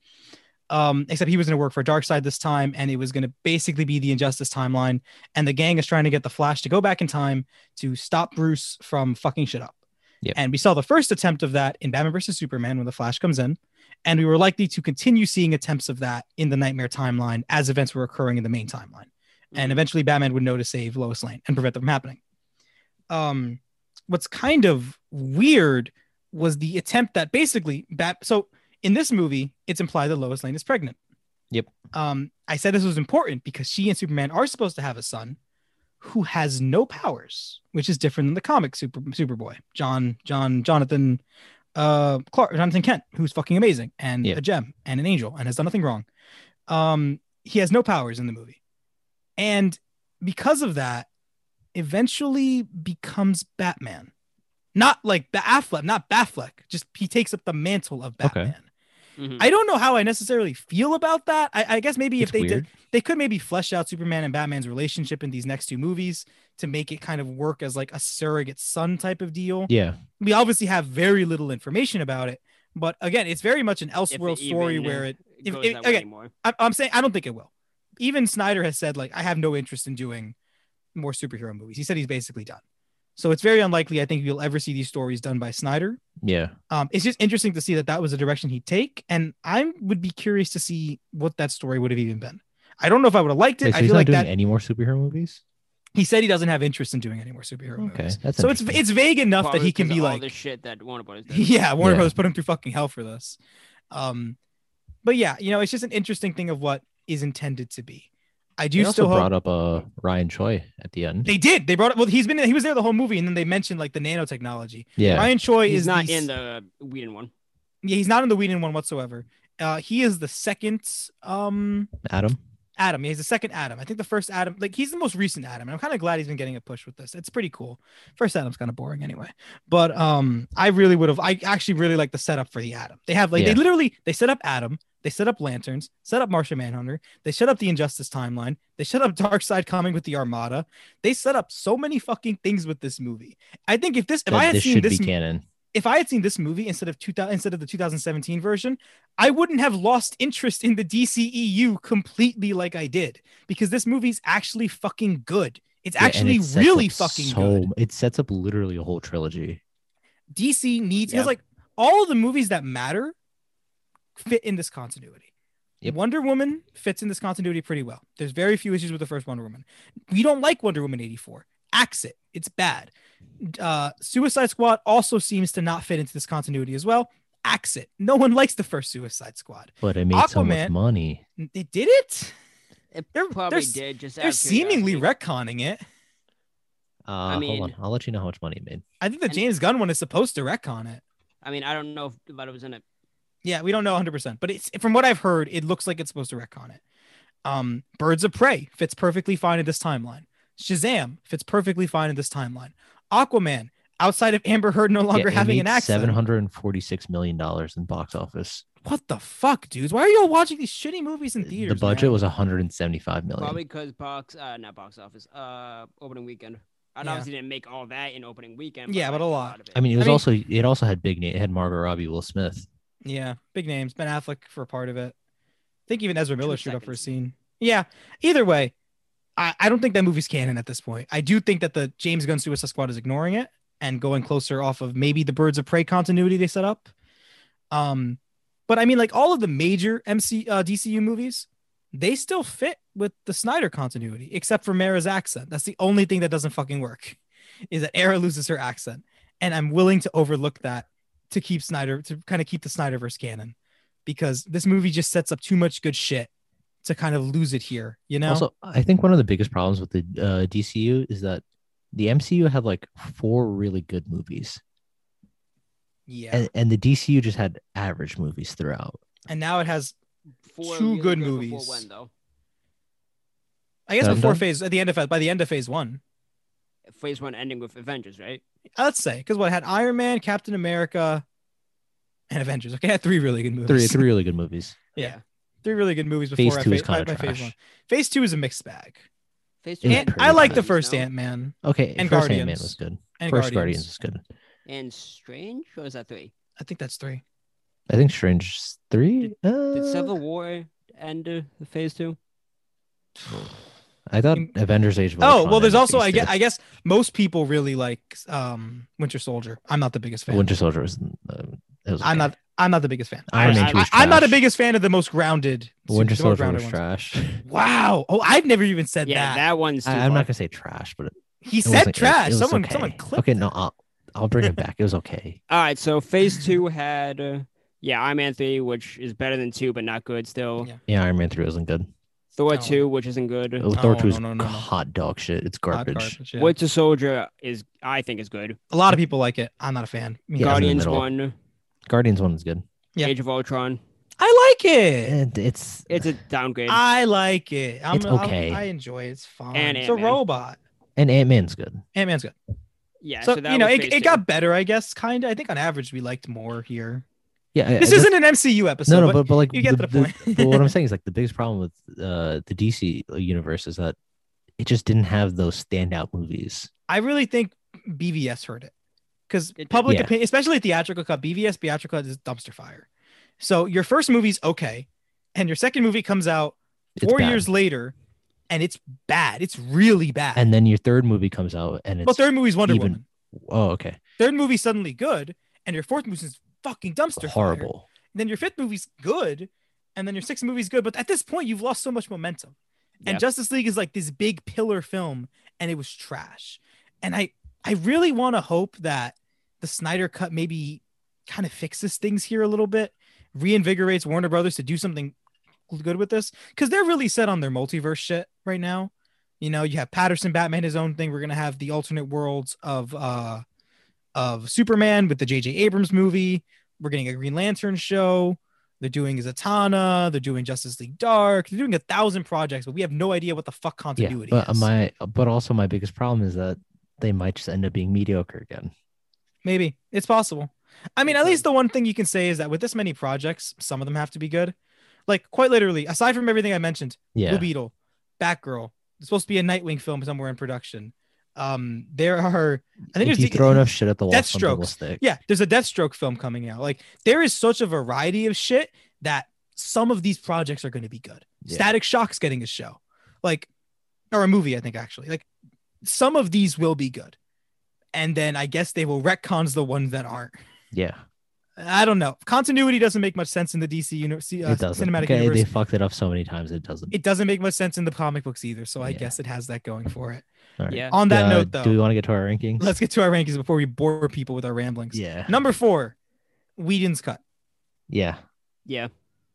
Speaker 1: Um, except he was going to work for Darkseid this time, and it was going to basically be the Injustice timeline. And the gang is trying to get the Flash to go back in time to stop Bruce from fucking shit up.
Speaker 3: Yep.
Speaker 1: And we saw the first attempt of that in Batman versus Superman when the Flash comes in, and we were likely to continue seeing attempts of that in the Nightmare timeline as events were occurring in the main timeline. And eventually, Batman would know to save Lois Lane and prevent them from happening. Um, what's kind of weird was the attempt that basically Bat. So in this movie, it's implied that Lois Lane is pregnant.
Speaker 3: Yep.
Speaker 1: Um, I said this was important because she and Superman are supposed to have a son who has no powers, which is different than the comic Super Superboy, John John Jonathan uh Clark Jonathan Kent, who's fucking amazing and
Speaker 3: Yeah.
Speaker 1: a gem and an angel and has done nothing wrong. Um, he has no powers in the movie. And because of that, eventually becomes Batman. Not like the Affleck, not Batfleck. Just he takes up the mantle of
Speaker 3: Okay.
Speaker 1: Batman.
Speaker 2: Mhm.
Speaker 1: I don't know how I necessarily feel about that. I, I guess maybe
Speaker 3: It's
Speaker 1: if they
Speaker 3: weird.
Speaker 1: did, they could maybe flesh out Superman and Batman's relationship in these next two movies to make it kind of work as like a surrogate son type of deal.
Speaker 3: Yeah,
Speaker 1: We obviously have very little information about it, but again, it's very much an Elseworld
Speaker 2: it
Speaker 1: story
Speaker 2: even
Speaker 1: where it. if-
Speaker 2: goes
Speaker 1: if-
Speaker 2: that way
Speaker 1: okay.
Speaker 2: anymore.
Speaker 1: I, I'm saying I don't think it will. Even Snyder has said like I have no interest in doing more superhero movies. He said he's basically done. So it's very unlikely I think you'll ever see these stories done by Snyder.
Speaker 3: yeah.
Speaker 1: Um, it's just interesting to see that that was the direction he'd take, and I would be curious to see what that story would have even been. I don't know if I would have liked it.
Speaker 3: Wait, so
Speaker 1: I
Speaker 3: he's
Speaker 1: feel
Speaker 3: not
Speaker 1: like
Speaker 3: doing
Speaker 1: that
Speaker 3: any more superhero movies.
Speaker 1: he said he doesn't have interest in doing any more superhero
Speaker 3: Okay,
Speaker 1: movies.
Speaker 3: that's
Speaker 1: So it's
Speaker 3: interesting.
Speaker 1: it's vague enough that
Speaker 2: Probably
Speaker 1: he can
Speaker 2: because
Speaker 1: be
Speaker 2: of all
Speaker 1: like
Speaker 2: the shit that Warner Brothers did.
Speaker 1: yeah, Warner
Speaker 3: Yeah.
Speaker 1: Brothers put him through fucking hell for this. Um, but yeah, you know, it's just an interesting thing of what is intended to be. I do
Speaker 3: they also
Speaker 1: still hope
Speaker 3: brought up uh Ryan Choi at the end.
Speaker 1: they did. They brought up. Well, he's been he was there the whole movie, and then they mentioned like the nanotechnology.
Speaker 3: yeah,
Speaker 1: Ryan Choi
Speaker 2: He's
Speaker 1: is
Speaker 2: not
Speaker 1: the,
Speaker 2: in the Whedon one.
Speaker 1: Yeah, he's not in the Whedon one whatsoever. Uh, he is the second um
Speaker 3: Adam.
Speaker 1: Adam. Yeah, he's the second Adam. I think the first Adam, like he's the most recent Adam. And I'm kind of glad he's been getting a push with this. It's pretty cool. First Adam's kind of boring anyway. But um, I really would have I actually really like the setup for the Adam. They have like they
Speaker 3: Yeah.
Speaker 1: literally they set up Adam, they set up lanterns, set up Martian Manhunter, they set up the Injustice timeline, they set up Darkseid coming with the Armada. They set up so many fucking things with this movie. I think if this if
Speaker 3: that
Speaker 1: I had
Speaker 3: this
Speaker 1: seen
Speaker 3: should
Speaker 1: this
Speaker 3: be canon.
Speaker 1: if I had seen this movie instead of 2000 instead of the 2017 version, I wouldn't have lost interest in the DCEU completely like I did because this movie's actually fucking good. It's
Speaker 3: Yeah, and
Speaker 1: actually
Speaker 3: it sets
Speaker 1: really
Speaker 3: up
Speaker 1: fucking
Speaker 3: so,
Speaker 1: good.
Speaker 3: It sets up literally a whole trilogy.
Speaker 1: DC needs because
Speaker 2: Yeah.
Speaker 1: like all of the movies that matter fit in this continuity.
Speaker 3: Yep.
Speaker 1: Wonder Woman fits in this continuity pretty well. There's very few issues with the first Wonder Woman. We don't like Wonder Woman 84. Axe it. It's bad. Uh, Suicide Squad also seems to not fit into this continuity as well. Axe it. No one likes the first Suicide Squad.
Speaker 3: But it made so much
Speaker 1: Aquaman-
Speaker 3: money.
Speaker 1: They did it.
Speaker 2: It
Speaker 1: They're-
Speaker 2: probably
Speaker 1: they're s-
Speaker 2: did. Just out
Speaker 1: They're
Speaker 2: of
Speaker 1: seemingly
Speaker 2: curiosity.
Speaker 1: retconning it.
Speaker 3: Uh,
Speaker 2: mean-
Speaker 3: hold on, I'll let you know how much money it made.
Speaker 1: I think the
Speaker 2: And-
Speaker 1: James Gunn one is supposed to retcon it.
Speaker 2: I mean, I don't know if but it was in it.
Speaker 1: Yeah, we don't know 100%, but it's from what I've heard, it looks like it's supposed to wreck on it. Um, Birds of Prey fits perfectly fine in this timeline. Shazam fits perfectly fine in this timeline. Aquaman, outside of Amber Heard no longer having an
Speaker 3: Seven
Speaker 1: accent.
Speaker 3: hundred and forty-six million dollars in box office.
Speaker 1: What the fuck, dudes? Why are y'all watching these shitty movies in
Speaker 3: The
Speaker 1: theaters?
Speaker 3: budget
Speaker 1: man?
Speaker 3: was one hundred and seventy-five million.
Speaker 2: Probably because box, uh, not box office, uh, opening weekend. I
Speaker 1: Yeah.
Speaker 2: obviously didn't make all that in opening weekend.
Speaker 1: Yeah,
Speaker 2: like,
Speaker 1: but a lot.
Speaker 2: of it.
Speaker 3: I mean, it
Speaker 1: I
Speaker 3: was
Speaker 1: mean-
Speaker 3: also it also had big name. It had Margot Robbie, Will Smith.
Speaker 1: Yeah, big names. Ben Affleck for a part of it. I think even Ezra Miller showed up for a
Speaker 2: seconds.
Speaker 1: scene. Yeah. Either way, I, I don't think that movie's canon at this point. I do think that the James Gunn Suicide Squad is ignoring it and going closer off of maybe the Birds of Prey continuity they set up. Um, but I mean, like all of the major MC uh, DCU movies, they still fit with the Snyder continuity, except for Mara's accent. That's the only thing that doesn't fucking work, is that Era loses her accent, and I'm willing to overlook that to keep Snyder to kind of keep the Snyderverse canon, because this movie just sets up too much good shit to kind of lose it here. You know,
Speaker 3: Also, I think one of the biggest problems with the uh, DCU is that the MCU had like four really good movies,
Speaker 1: yeah.
Speaker 3: and, and the DCU just had average movies throughout.
Speaker 1: And now it has,
Speaker 2: Four
Speaker 1: Two
Speaker 2: really
Speaker 1: good
Speaker 2: before
Speaker 1: movies.
Speaker 2: When, though?
Speaker 1: I guess,
Speaker 3: Dun
Speaker 1: before
Speaker 3: dun.
Speaker 1: phase at the end of by the end of phase one.
Speaker 2: Phase one ending with Avengers, right?
Speaker 1: Let's say because what it had Iron Man, Captain America, and Avengers. Okay, it had three really good movies.
Speaker 3: Three, three really good movies.
Speaker 1: Yeah. three really good movies
Speaker 3: Phase
Speaker 1: before
Speaker 3: two
Speaker 1: I
Speaker 3: is
Speaker 1: fa- by,
Speaker 3: kinda
Speaker 1: by phase
Speaker 3: trash.
Speaker 1: one. Phase two is a mixed bag.
Speaker 2: Phase
Speaker 3: It was
Speaker 1: And
Speaker 3: pretty
Speaker 1: I like the
Speaker 3: bad.
Speaker 1: first
Speaker 2: and
Speaker 1: Ant Man
Speaker 3: Okay,
Speaker 1: And
Speaker 3: first Ant-Man
Speaker 1: Guardians.
Speaker 3: was good.
Speaker 1: and Guardians.
Speaker 3: first Guardians was good.
Speaker 2: And Strange, or is that three?
Speaker 1: I think that's three.
Speaker 3: I think Strange three.
Speaker 2: Did
Speaker 3: Uh,
Speaker 2: Civil War end uh, the phase two?
Speaker 3: I thought
Speaker 1: Im-
Speaker 3: Avengers Age. of
Speaker 1: Oh
Speaker 3: Ultron
Speaker 1: well, there's
Speaker 3: ended
Speaker 1: also
Speaker 3: phase
Speaker 1: I guess
Speaker 3: two.
Speaker 1: I guess most people really like um Winter Soldier. I'm not the biggest fan.
Speaker 3: Winter Soldier was. Uh, it was
Speaker 1: I'm
Speaker 3: okay.
Speaker 1: not. I'm not the biggest fan.
Speaker 3: Iron Man
Speaker 2: I-
Speaker 3: 2 was
Speaker 1: I, am not a
Speaker 3: trash.
Speaker 1: biggest fan of the most grounded.
Speaker 3: Winter
Speaker 1: the most
Speaker 3: Soldier
Speaker 1: grounded
Speaker 3: was
Speaker 1: ones.
Speaker 3: trash.
Speaker 1: Wow. Oh, I've never even said
Speaker 2: Yeah,
Speaker 1: that.
Speaker 2: that one's. Too
Speaker 3: I, am
Speaker 2: far.
Speaker 3: not gonna say trash, but it,
Speaker 1: He
Speaker 3: it
Speaker 1: said
Speaker 3: wasn't- it-
Speaker 1: trash.
Speaker 3: it was
Speaker 1: someone,
Speaker 3: okay.
Speaker 1: someone clipped.
Speaker 3: Okay, no, I'll I'll bring it back. It was okay.
Speaker 2: All right, so phase two had, uh, yeah, Iron Man three, which is better than two, but not good still.
Speaker 1: Yeah.
Speaker 3: Yeah, Iron Man three wasn't good.
Speaker 2: Thor
Speaker 1: No.
Speaker 2: two, which isn't good.
Speaker 3: Oh, Thor
Speaker 1: No,
Speaker 3: two is
Speaker 1: no, no, no, no.
Speaker 3: hot dog shit. It's
Speaker 1: Hot
Speaker 3: garbage.
Speaker 1: garbage, yeah.
Speaker 2: Winter Soldier is, I think, is good.
Speaker 1: A lot of people like it. I'm not a fan. Me
Speaker 3: Yeah, I was in the
Speaker 2: Guardians
Speaker 3: middle.
Speaker 2: one,
Speaker 3: Guardians one is good.
Speaker 1: Yeah.
Speaker 2: Age of Ultron.
Speaker 1: I like it.
Speaker 3: And it's
Speaker 2: It's a downgrade.
Speaker 1: I like it. I'm,
Speaker 3: It's
Speaker 1: I'm-
Speaker 3: okay.
Speaker 1: i enjoy it. It's fun.
Speaker 2: And
Speaker 1: it's a
Speaker 2: Ant-Man.
Speaker 1: robot.
Speaker 3: and Ant Man's good.
Speaker 1: Ant Man's good.
Speaker 2: yeah,
Speaker 1: so,
Speaker 2: so, that
Speaker 1: you know,
Speaker 2: was
Speaker 1: it,
Speaker 2: phase
Speaker 1: it
Speaker 2: two.
Speaker 1: got better, I guess. Kind of. I think on average we liked more here.
Speaker 3: Yeah, I-
Speaker 1: This
Speaker 3: I-
Speaker 1: isn't an MCU episode.
Speaker 3: no, no,
Speaker 1: but
Speaker 3: but, but like
Speaker 1: you get the point.
Speaker 3: but what I'm saying is like the biggest problem with uh, the DC universe is that it just didn't have those standout movies.
Speaker 1: I really think BVS hurt it because
Speaker 2: It did.
Speaker 1: public
Speaker 3: Yeah.
Speaker 1: opinion, especially theatrical cut, BVS theatrical cut is dumpster fire. So your first movie's okay, and your second movie comes out
Speaker 3: It's
Speaker 1: four
Speaker 3: bad.
Speaker 1: years later, and it's bad. It's really bad.
Speaker 3: and then your third movie comes out and it's
Speaker 1: well, third movie's Wonder
Speaker 3: even-
Speaker 1: Woman.
Speaker 3: oh okay
Speaker 1: Third movie suddenly good, and your fourth movie's fucking dumpster fire.
Speaker 3: horrible.
Speaker 1: then your fifth movie's good, and then your sixth movie's good. But at this point, you've lost so much momentum. And
Speaker 2: Yep.
Speaker 1: Justice League is like this big pillar film, and it was trash. And I, I really want to hope that the Snyder Cut maybe kind of fixes things here a little bit, reinvigorates Warner Brothers to do something good with this because they're really set on their multiverse shit right now. You know, you have Patterson Batman his own thing. We're gonna have the alternate worlds of uh of Superman with the J.J. Abrams movie. We're getting a Green Lantern show. They're doing Zatanna. They're doing Justice League Dark. They're doing a thousand projects, but we have no idea what the fuck
Speaker 3: Yeah,
Speaker 1: continuity
Speaker 3: but
Speaker 1: is.
Speaker 3: my but also my biggest problem is that they might just end up being mediocre again.
Speaker 1: Maybe it's possible. I mean, at
Speaker 2: Okay.
Speaker 1: least the one thing you can say is that with this many projects, some of them have to be good. Like quite literally, aside from everything I mentioned,
Speaker 3: Yeah,
Speaker 1: Blue Beetle, Batgirl. It's supposed to be a Nightwing film somewhere in production. Um, there are, I think
Speaker 3: if
Speaker 1: there's
Speaker 3: you
Speaker 1: the-
Speaker 3: throw enough shit at the wall, something will
Speaker 1: Deathstrokes.
Speaker 3: stick.
Speaker 1: yeah, there's a Deathstroke film coming out. Like there is such a variety of shit that some of these projects are going to be good.
Speaker 3: Yeah.
Speaker 1: Static Shock's getting a show, like or a movie, I think actually. Like some of these will be good, and then I guess they will retcons the ones that aren't.
Speaker 3: yeah,
Speaker 1: I don't know. Continuity doesn't make much sense in the DC uni- c- uh,
Speaker 3: it doesn't.
Speaker 1: cinematic
Speaker 3: Okay,
Speaker 1: universe.
Speaker 3: they fucked it up so many times. It doesn't.
Speaker 1: It doesn't make much sense in the comic books either. So I
Speaker 3: Yeah.
Speaker 1: guess it has that going for it.
Speaker 3: All right.
Speaker 2: Yeah.
Speaker 1: On that
Speaker 3: Uh,
Speaker 1: note, though,
Speaker 3: do we want to get to our rankings?
Speaker 1: let's get to our rankings before we bore people with our ramblings.
Speaker 3: yeah,
Speaker 1: Number four, Whedon's cut.
Speaker 3: yeah.
Speaker 2: yeah.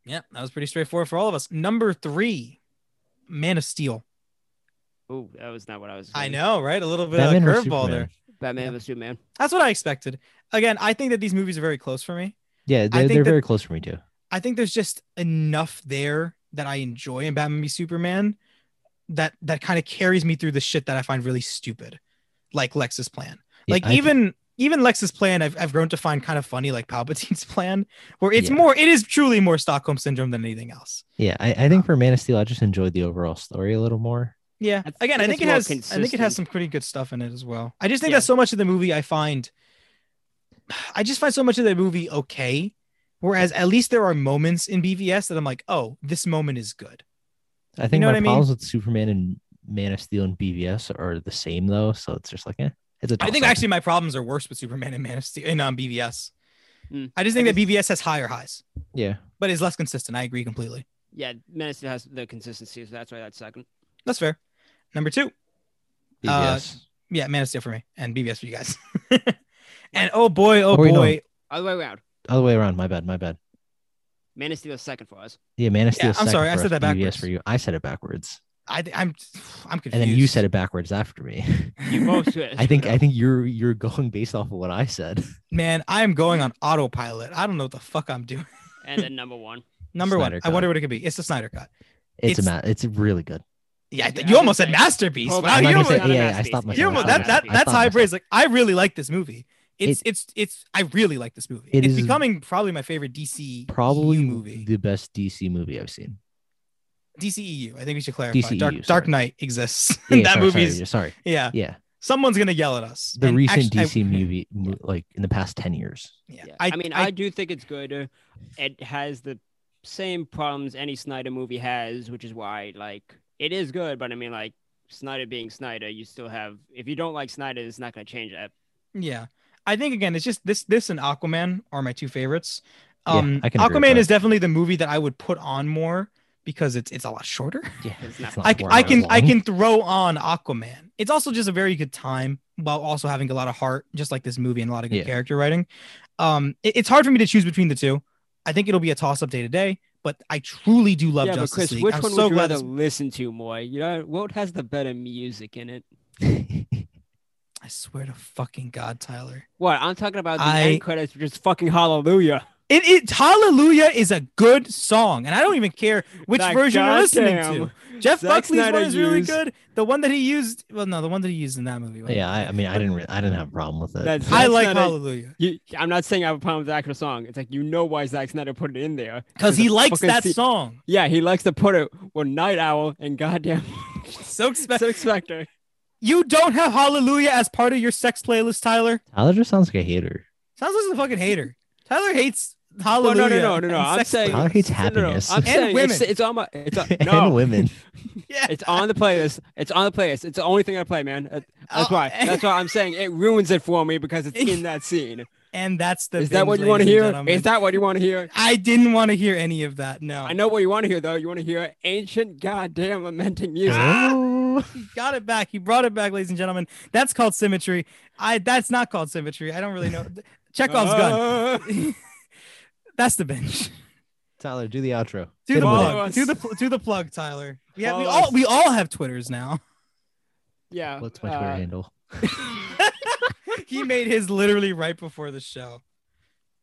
Speaker 1: Yeah, that was pretty straightforward for all of us. Number three, Man of Steel.
Speaker 2: Ooh, that was not what I was.
Speaker 1: I
Speaker 2: expecting.
Speaker 1: know, right? A little bit
Speaker 3: Batman
Speaker 1: of a
Speaker 3: versus
Speaker 1: curveball
Speaker 3: Superman.
Speaker 1: there.
Speaker 2: Batman
Speaker 1: Yeah.
Speaker 2: vs Superman.
Speaker 1: That's what I expected. Again, I think that these movies are very close for me.
Speaker 3: Yeah, they're,
Speaker 1: think
Speaker 3: they're
Speaker 1: that-
Speaker 3: very close for me too.
Speaker 1: I think there's just enough there that I enjoy in Batman v Superman that that kind of carries me through the shit that I find really stupid, like Lex's plan.
Speaker 3: Yeah,
Speaker 1: like
Speaker 3: I-
Speaker 1: even even Lex's plan, I've I've grown to find kind of funny, like Palpatine's plan, where it's
Speaker 3: Yeah.
Speaker 1: more it is truly more Stockholm syndrome than anything else.
Speaker 3: yeah, I, I think for Man of Steel, I just enjoyed the overall story a little more.
Speaker 1: Yeah.
Speaker 2: I
Speaker 1: Again, I
Speaker 2: think
Speaker 1: think
Speaker 2: it's
Speaker 1: it
Speaker 2: more
Speaker 1: has I think it has
Speaker 2: consistent.
Speaker 1: some pretty good stuff in it as well. I just think
Speaker 2: Yeah.
Speaker 1: that so much of the movie I find I just find so much of the movie okay. Whereas at least there are moments in BVS that I'm like, oh, this moment is good.
Speaker 3: I think
Speaker 1: know what
Speaker 3: my
Speaker 1: I mean?
Speaker 3: problems with Superman and Man of Steel and BVS are the same though, so it's just like, eh, it's a
Speaker 1: I think
Speaker 3: toss-up.
Speaker 1: actually my problems are worse with Superman and Man of Steel and um, BVS.
Speaker 2: Mm.
Speaker 1: I just think that BVS has higher highs,
Speaker 3: yeah,
Speaker 1: uh, but is less consistent. I agree completely.
Speaker 2: Yeah, Man of Steel has the consistency, so that's why that's second.
Speaker 1: That's fair. Number two,
Speaker 3: BVS.
Speaker 1: yeah, Man of Steel for me and BBS for you guys. and oh boy, oh
Speaker 3: Or, you know,
Speaker 1: boy,
Speaker 2: Other way around,
Speaker 3: Other way around. My bad. My bad.
Speaker 2: Man of Steel is second for us.
Speaker 3: Yeah, Man of
Speaker 1: Yeah,
Speaker 3: Steel.
Speaker 1: I'm sorry, I said that backwards.
Speaker 3: Yes, for you. I said it backwards,
Speaker 1: I, I'm I'm confused.
Speaker 3: and then you said it backwards after me.
Speaker 2: You both do it.
Speaker 3: I think. I think you're you're going based off of what I said.
Speaker 1: Man, I am going on autopilot. I don't know what the fuck I'm doing.
Speaker 2: and then number one.
Speaker 1: Number one,
Speaker 3: Snyder
Speaker 1: I wonder what it could be. It's the Snyder cut. It's-
Speaker 3: It's, a ma- It's really good.
Speaker 1: Yeah, I th-
Speaker 2: Yeah,
Speaker 1: you
Speaker 2: I
Speaker 1: almost
Speaker 2: would
Speaker 1: said
Speaker 2: say-
Speaker 1: masterpiece.
Speaker 2: Oh,
Speaker 1: Wow,
Speaker 2: but
Speaker 3: I'm
Speaker 1: you
Speaker 3: not gonna
Speaker 1: almost,
Speaker 3: say
Speaker 2: Not a
Speaker 3: yeah. I
Speaker 2: masterpiece.
Speaker 3: stopped
Speaker 2: You
Speaker 1: you
Speaker 3: myself.
Speaker 1: almost-
Speaker 3: I
Speaker 1: that,
Speaker 3: stopped-
Speaker 1: that,
Speaker 3: I
Speaker 1: that's
Speaker 3: stopped
Speaker 1: high
Speaker 3: myself.
Speaker 1: praise. Like I really like this movie. It's it's it's I really like this movie.
Speaker 3: It
Speaker 1: it's
Speaker 3: is-
Speaker 1: becoming probably my favorite DC
Speaker 3: Probably
Speaker 1: movie.
Speaker 3: the best DC movie I've seen.
Speaker 1: DCEU. I think we should clarify. Dark,
Speaker 3: DCEU,
Speaker 1: Dark
Speaker 3: E sorry.
Speaker 1: Knight exists.
Speaker 3: Yeah,
Speaker 1: that
Speaker 3: sorry,
Speaker 1: movie
Speaker 3: sorry,
Speaker 1: is
Speaker 3: you're sorry.
Speaker 1: yeah.
Speaker 3: Yeah,
Speaker 1: Someone's gonna yell at us.
Speaker 3: the
Speaker 1: Uh, And
Speaker 3: recent
Speaker 1: actually,
Speaker 3: E
Speaker 1: I-
Speaker 3: DC movie, mo- like in the past ten years.
Speaker 1: Yeah,
Speaker 2: Yeah.
Speaker 1: I,
Speaker 2: I, mean, I, do think it's good. uh, It has the same problems any Snyder movie has, which is why, like, it is good. But I mean, like, Snyder being Snyder, you still have. If you don't like Snyder, it's not going to change that.
Speaker 1: yeah. I think again, it's just this this and Aquaman are my two favorites.
Speaker 3: Yeah,
Speaker 1: Um,
Speaker 3: I can agree with
Speaker 1: Aquaman
Speaker 3: that.
Speaker 1: is definitely the movie that I would put on more because it's it's a lot shorter.
Speaker 3: Yeah,
Speaker 2: It's not-
Speaker 3: it's not
Speaker 1: I,
Speaker 3: four
Speaker 1: I
Speaker 3: hours
Speaker 1: can I
Speaker 3: long.
Speaker 1: can throw on Aquaman. It's also just a very good time while also having a lot of heart, just like this movie and a lot of good
Speaker 3: Yeah.
Speaker 1: character writing. Um, it- it's hard for me to choose between the two. I think it'll be a toss up day today, but I truly do love
Speaker 2: yeah, but
Speaker 1: Justice
Speaker 2: Chris,
Speaker 1: League.
Speaker 2: which
Speaker 1: I'm
Speaker 2: one
Speaker 1: so
Speaker 2: would you
Speaker 1: glad.
Speaker 2: rather
Speaker 1: this-
Speaker 2: listen to more? You know, what has the better music in it?
Speaker 1: I swear to fucking God, Tyler.
Speaker 2: What I'm talking about the
Speaker 1: I-
Speaker 2: end credits, which is fucking hallelujah.
Speaker 1: It, it Hallelujah is a good song, and I don't even care which
Speaker 2: That
Speaker 1: version you're listening to.
Speaker 2: goddamn
Speaker 1: Jeff
Speaker 2: Zack
Speaker 1: Buckley's
Speaker 2: Snyder
Speaker 1: one is really
Speaker 2: used-
Speaker 1: good. The one that he used, well, no, the one that he used in that movie. wasn't
Speaker 3: Yeah, I, I mean, I didn't. Re- I didn't have a problem with it.
Speaker 2: That's-
Speaker 1: I like
Speaker 2: Snyder-
Speaker 1: Hallelujah.
Speaker 2: You, I'm not saying I have a problem with the actual song. It's like you know why Zack Snyder put it in there.
Speaker 1: Because he
Speaker 2: the
Speaker 1: likes
Speaker 2: fucking
Speaker 1: that
Speaker 2: se-
Speaker 1: song.
Speaker 2: Yeah, he likes to put it with Night Owl and goddamn
Speaker 1: So expensive.
Speaker 2: Sex Factor.
Speaker 1: You don't have Hallelujah as part of your sex playlist, Tyler.
Speaker 3: Tyler just sounds like a hater.
Speaker 1: Sounds like a fucking hater. Tyler hates Hallelujah.
Speaker 2: Oh, no, no, no, no,
Speaker 1: and
Speaker 2: I'm
Speaker 1: sex
Speaker 2: saying-
Speaker 1: playlist.
Speaker 3: Tyler
Speaker 2: No,
Speaker 3: hates
Speaker 2: no, no,
Speaker 3: happiness
Speaker 2: I'm saying It's,
Speaker 1: women.
Speaker 2: it's on my. It's on,
Speaker 3: and
Speaker 2: no,
Speaker 3: women.
Speaker 1: Yeah.
Speaker 2: it's on the playlist. It's on the playlist. It's the only thing I play, man. That- That's
Speaker 1: Oh,
Speaker 2: why. That's why I'm saying it ruins it for me because it's in that scene.
Speaker 1: And that's the.
Speaker 2: Is that
Speaker 1: thing,
Speaker 2: what you want to
Speaker 1: ladies and
Speaker 2: hear?
Speaker 1: gentlemen.
Speaker 2: Is that what you want to hear?
Speaker 1: I didn't want to hear any of that. No,
Speaker 2: I know what you want to hear though. You want to hear ancient goddamn lamenting music.
Speaker 3: Oh.
Speaker 1: He got it back. He brought it back, ladies and gentlemen. That's called symmetry. I. That's not called symmetry. I don't really know. Chekhov's
Speaker 2: Uh,
Speaker 1: gun. that's the bench.
Speaker 3: Tyler, do the outro.
Speaker 1: Do the
Speaker 3: Hit him with it.
Speaker 2: Follow
Speaker 1: plug.
Speaker 2: us.
Speaker 1: Do the pl- do the plug, Tyler. Yeah, we
Speaker 2: Follow
Speaker 1: all
Speaker 2: us.
Speaker 1: we all have Twitters now.
Speaker 2: Yeah.
Speaker 3: What's my Twitter
Speaker 2: uh,
Speaker 3: handle?
Speaker 1: he made his literally right before the show.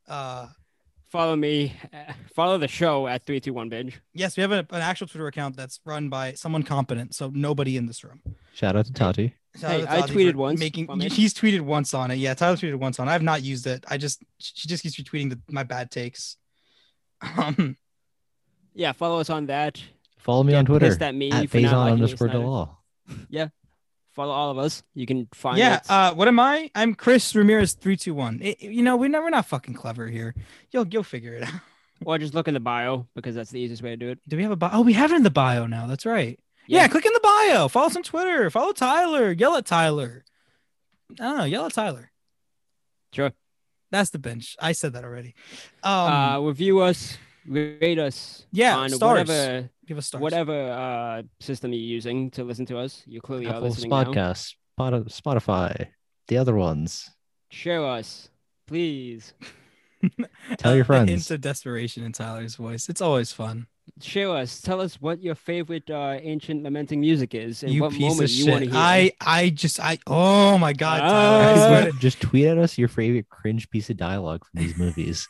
Speaker 1: Uh,
Speaker 2: Follow me. uh, Follow the show at three two one binge.
Speaker 1: Yes, we have a, an actual Twitter account that's run by someone competent, so nobody in this room.
Speaker 3: Shout out to Tati.
Speaker 1: Shout
Speaker 2: Hey,
Speaker 1: out to
Speaker 2: I
Speaker 1: Ozzy
Speaker 2: tweeted
Speaker 1: for
Speaker 2: once
Speaker 1: Making
Speaker 2: from it.
Speaker 1: he's tweeted once on it. Yeah, Tyler tweeted once on. it. I've not used it. I just she just keeps retweeting the, my bad takes. Um,
Speaker 2: Yeah, follow us on that.
Speaker 3: Follow me
Speaker 2: Get
Speaker 3: on Twitter
Speaker 2: pissed at me
Speaker 3: at
Speaker 2: for not
Speaker 3: Faison
Speaker 2: liking
Speaker 3: underscore
Speaker 2: Snyder.
Speaker 3: DeLaw.
Speaker 2: Follow all of us. You can find
Speaker 1: yeah.
Speaker 2: us.
Speaker 1: Uh, what am I? I'm Chris Ramirez three two one. It- You know we know we're not fucking clever here. You'll you'll figure it out.
Speaker 2: or just look in the bio because that's the easiest way to do it.
Speaker 1: Do we have a bio? Oh, we have it in the bio now. That's right. Yeah,
Speaker 2: Yeah.
Speaker 1: click in the bio. Follow us on Twitter. Follow Tyler. Yell at Tyler. I don't know. Yell at Tyler.
Speaker 2: Sure.
Speaker 1: That's the bench. I said that already. Um,
Speaker 2: uh, review us, rate us.
Speaker 1: Yeah,
Speaker 2: on
Speaker 1: stars.
Speaker 2: whatever
Speaker 1: give us stars.
Speaker 2: whatever uh, system you're using to listen to us. You clearly are
Speaker 3: Apple
Speaker 2: listening now.
Speaker 3: Podcasts, Spot- Spotify, the other ones.
Speaker 2: Share us, please.
Speaker 3: Tell your friends.
Speaker 1: Hints of desperation in Tyler's voice. It's always fun.
Speaker 2: Share us. Tell us what your favorite uh, ancient lamenting music is and
Speaker 1: you
Speaker 2: what
Speaker 1: piece
Speaker 2: moment
Speaker 1: of
Speaker 2: you
Speaker 1: shit.
Speaker 2: want to hear.
Speaker 1: I I just I oh my god, Tyler. I
Speaker 2: Uh,
Speaker 1: swear
Speaker 3: Guys,
Speaker 1: to-
Speaker 3: just- just tweet at us your favorite cringe piece of dialogue from these movies.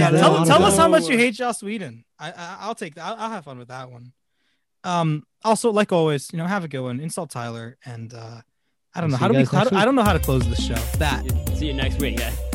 Speaker 1: yeah,
Speaker 3: there's a lot
Speaker 1: tell,
Speaker 3: of
Speaker 1: tell
Speaker 3: them.
Speaker 1: us how much
Speaker 2: No.
Speaker 1: you hate Joss Whedon. I, I I'll take that. I'll, I'll have fun with that one. Um. Also, like always, you know, have a good one. Insult Tyler, and uh, I don't
Speaker 3: We'll
Speaker 1: know
Speaker 3: see
Speaker 1: how
Speaker 3: you
Speaker 1: do we?
Speaker 3: guys
Speaker 1: How
Speaker 3: next
Speaker 1: do, I don't know how to close the show. That.
Speaker 2: See you next week, guys.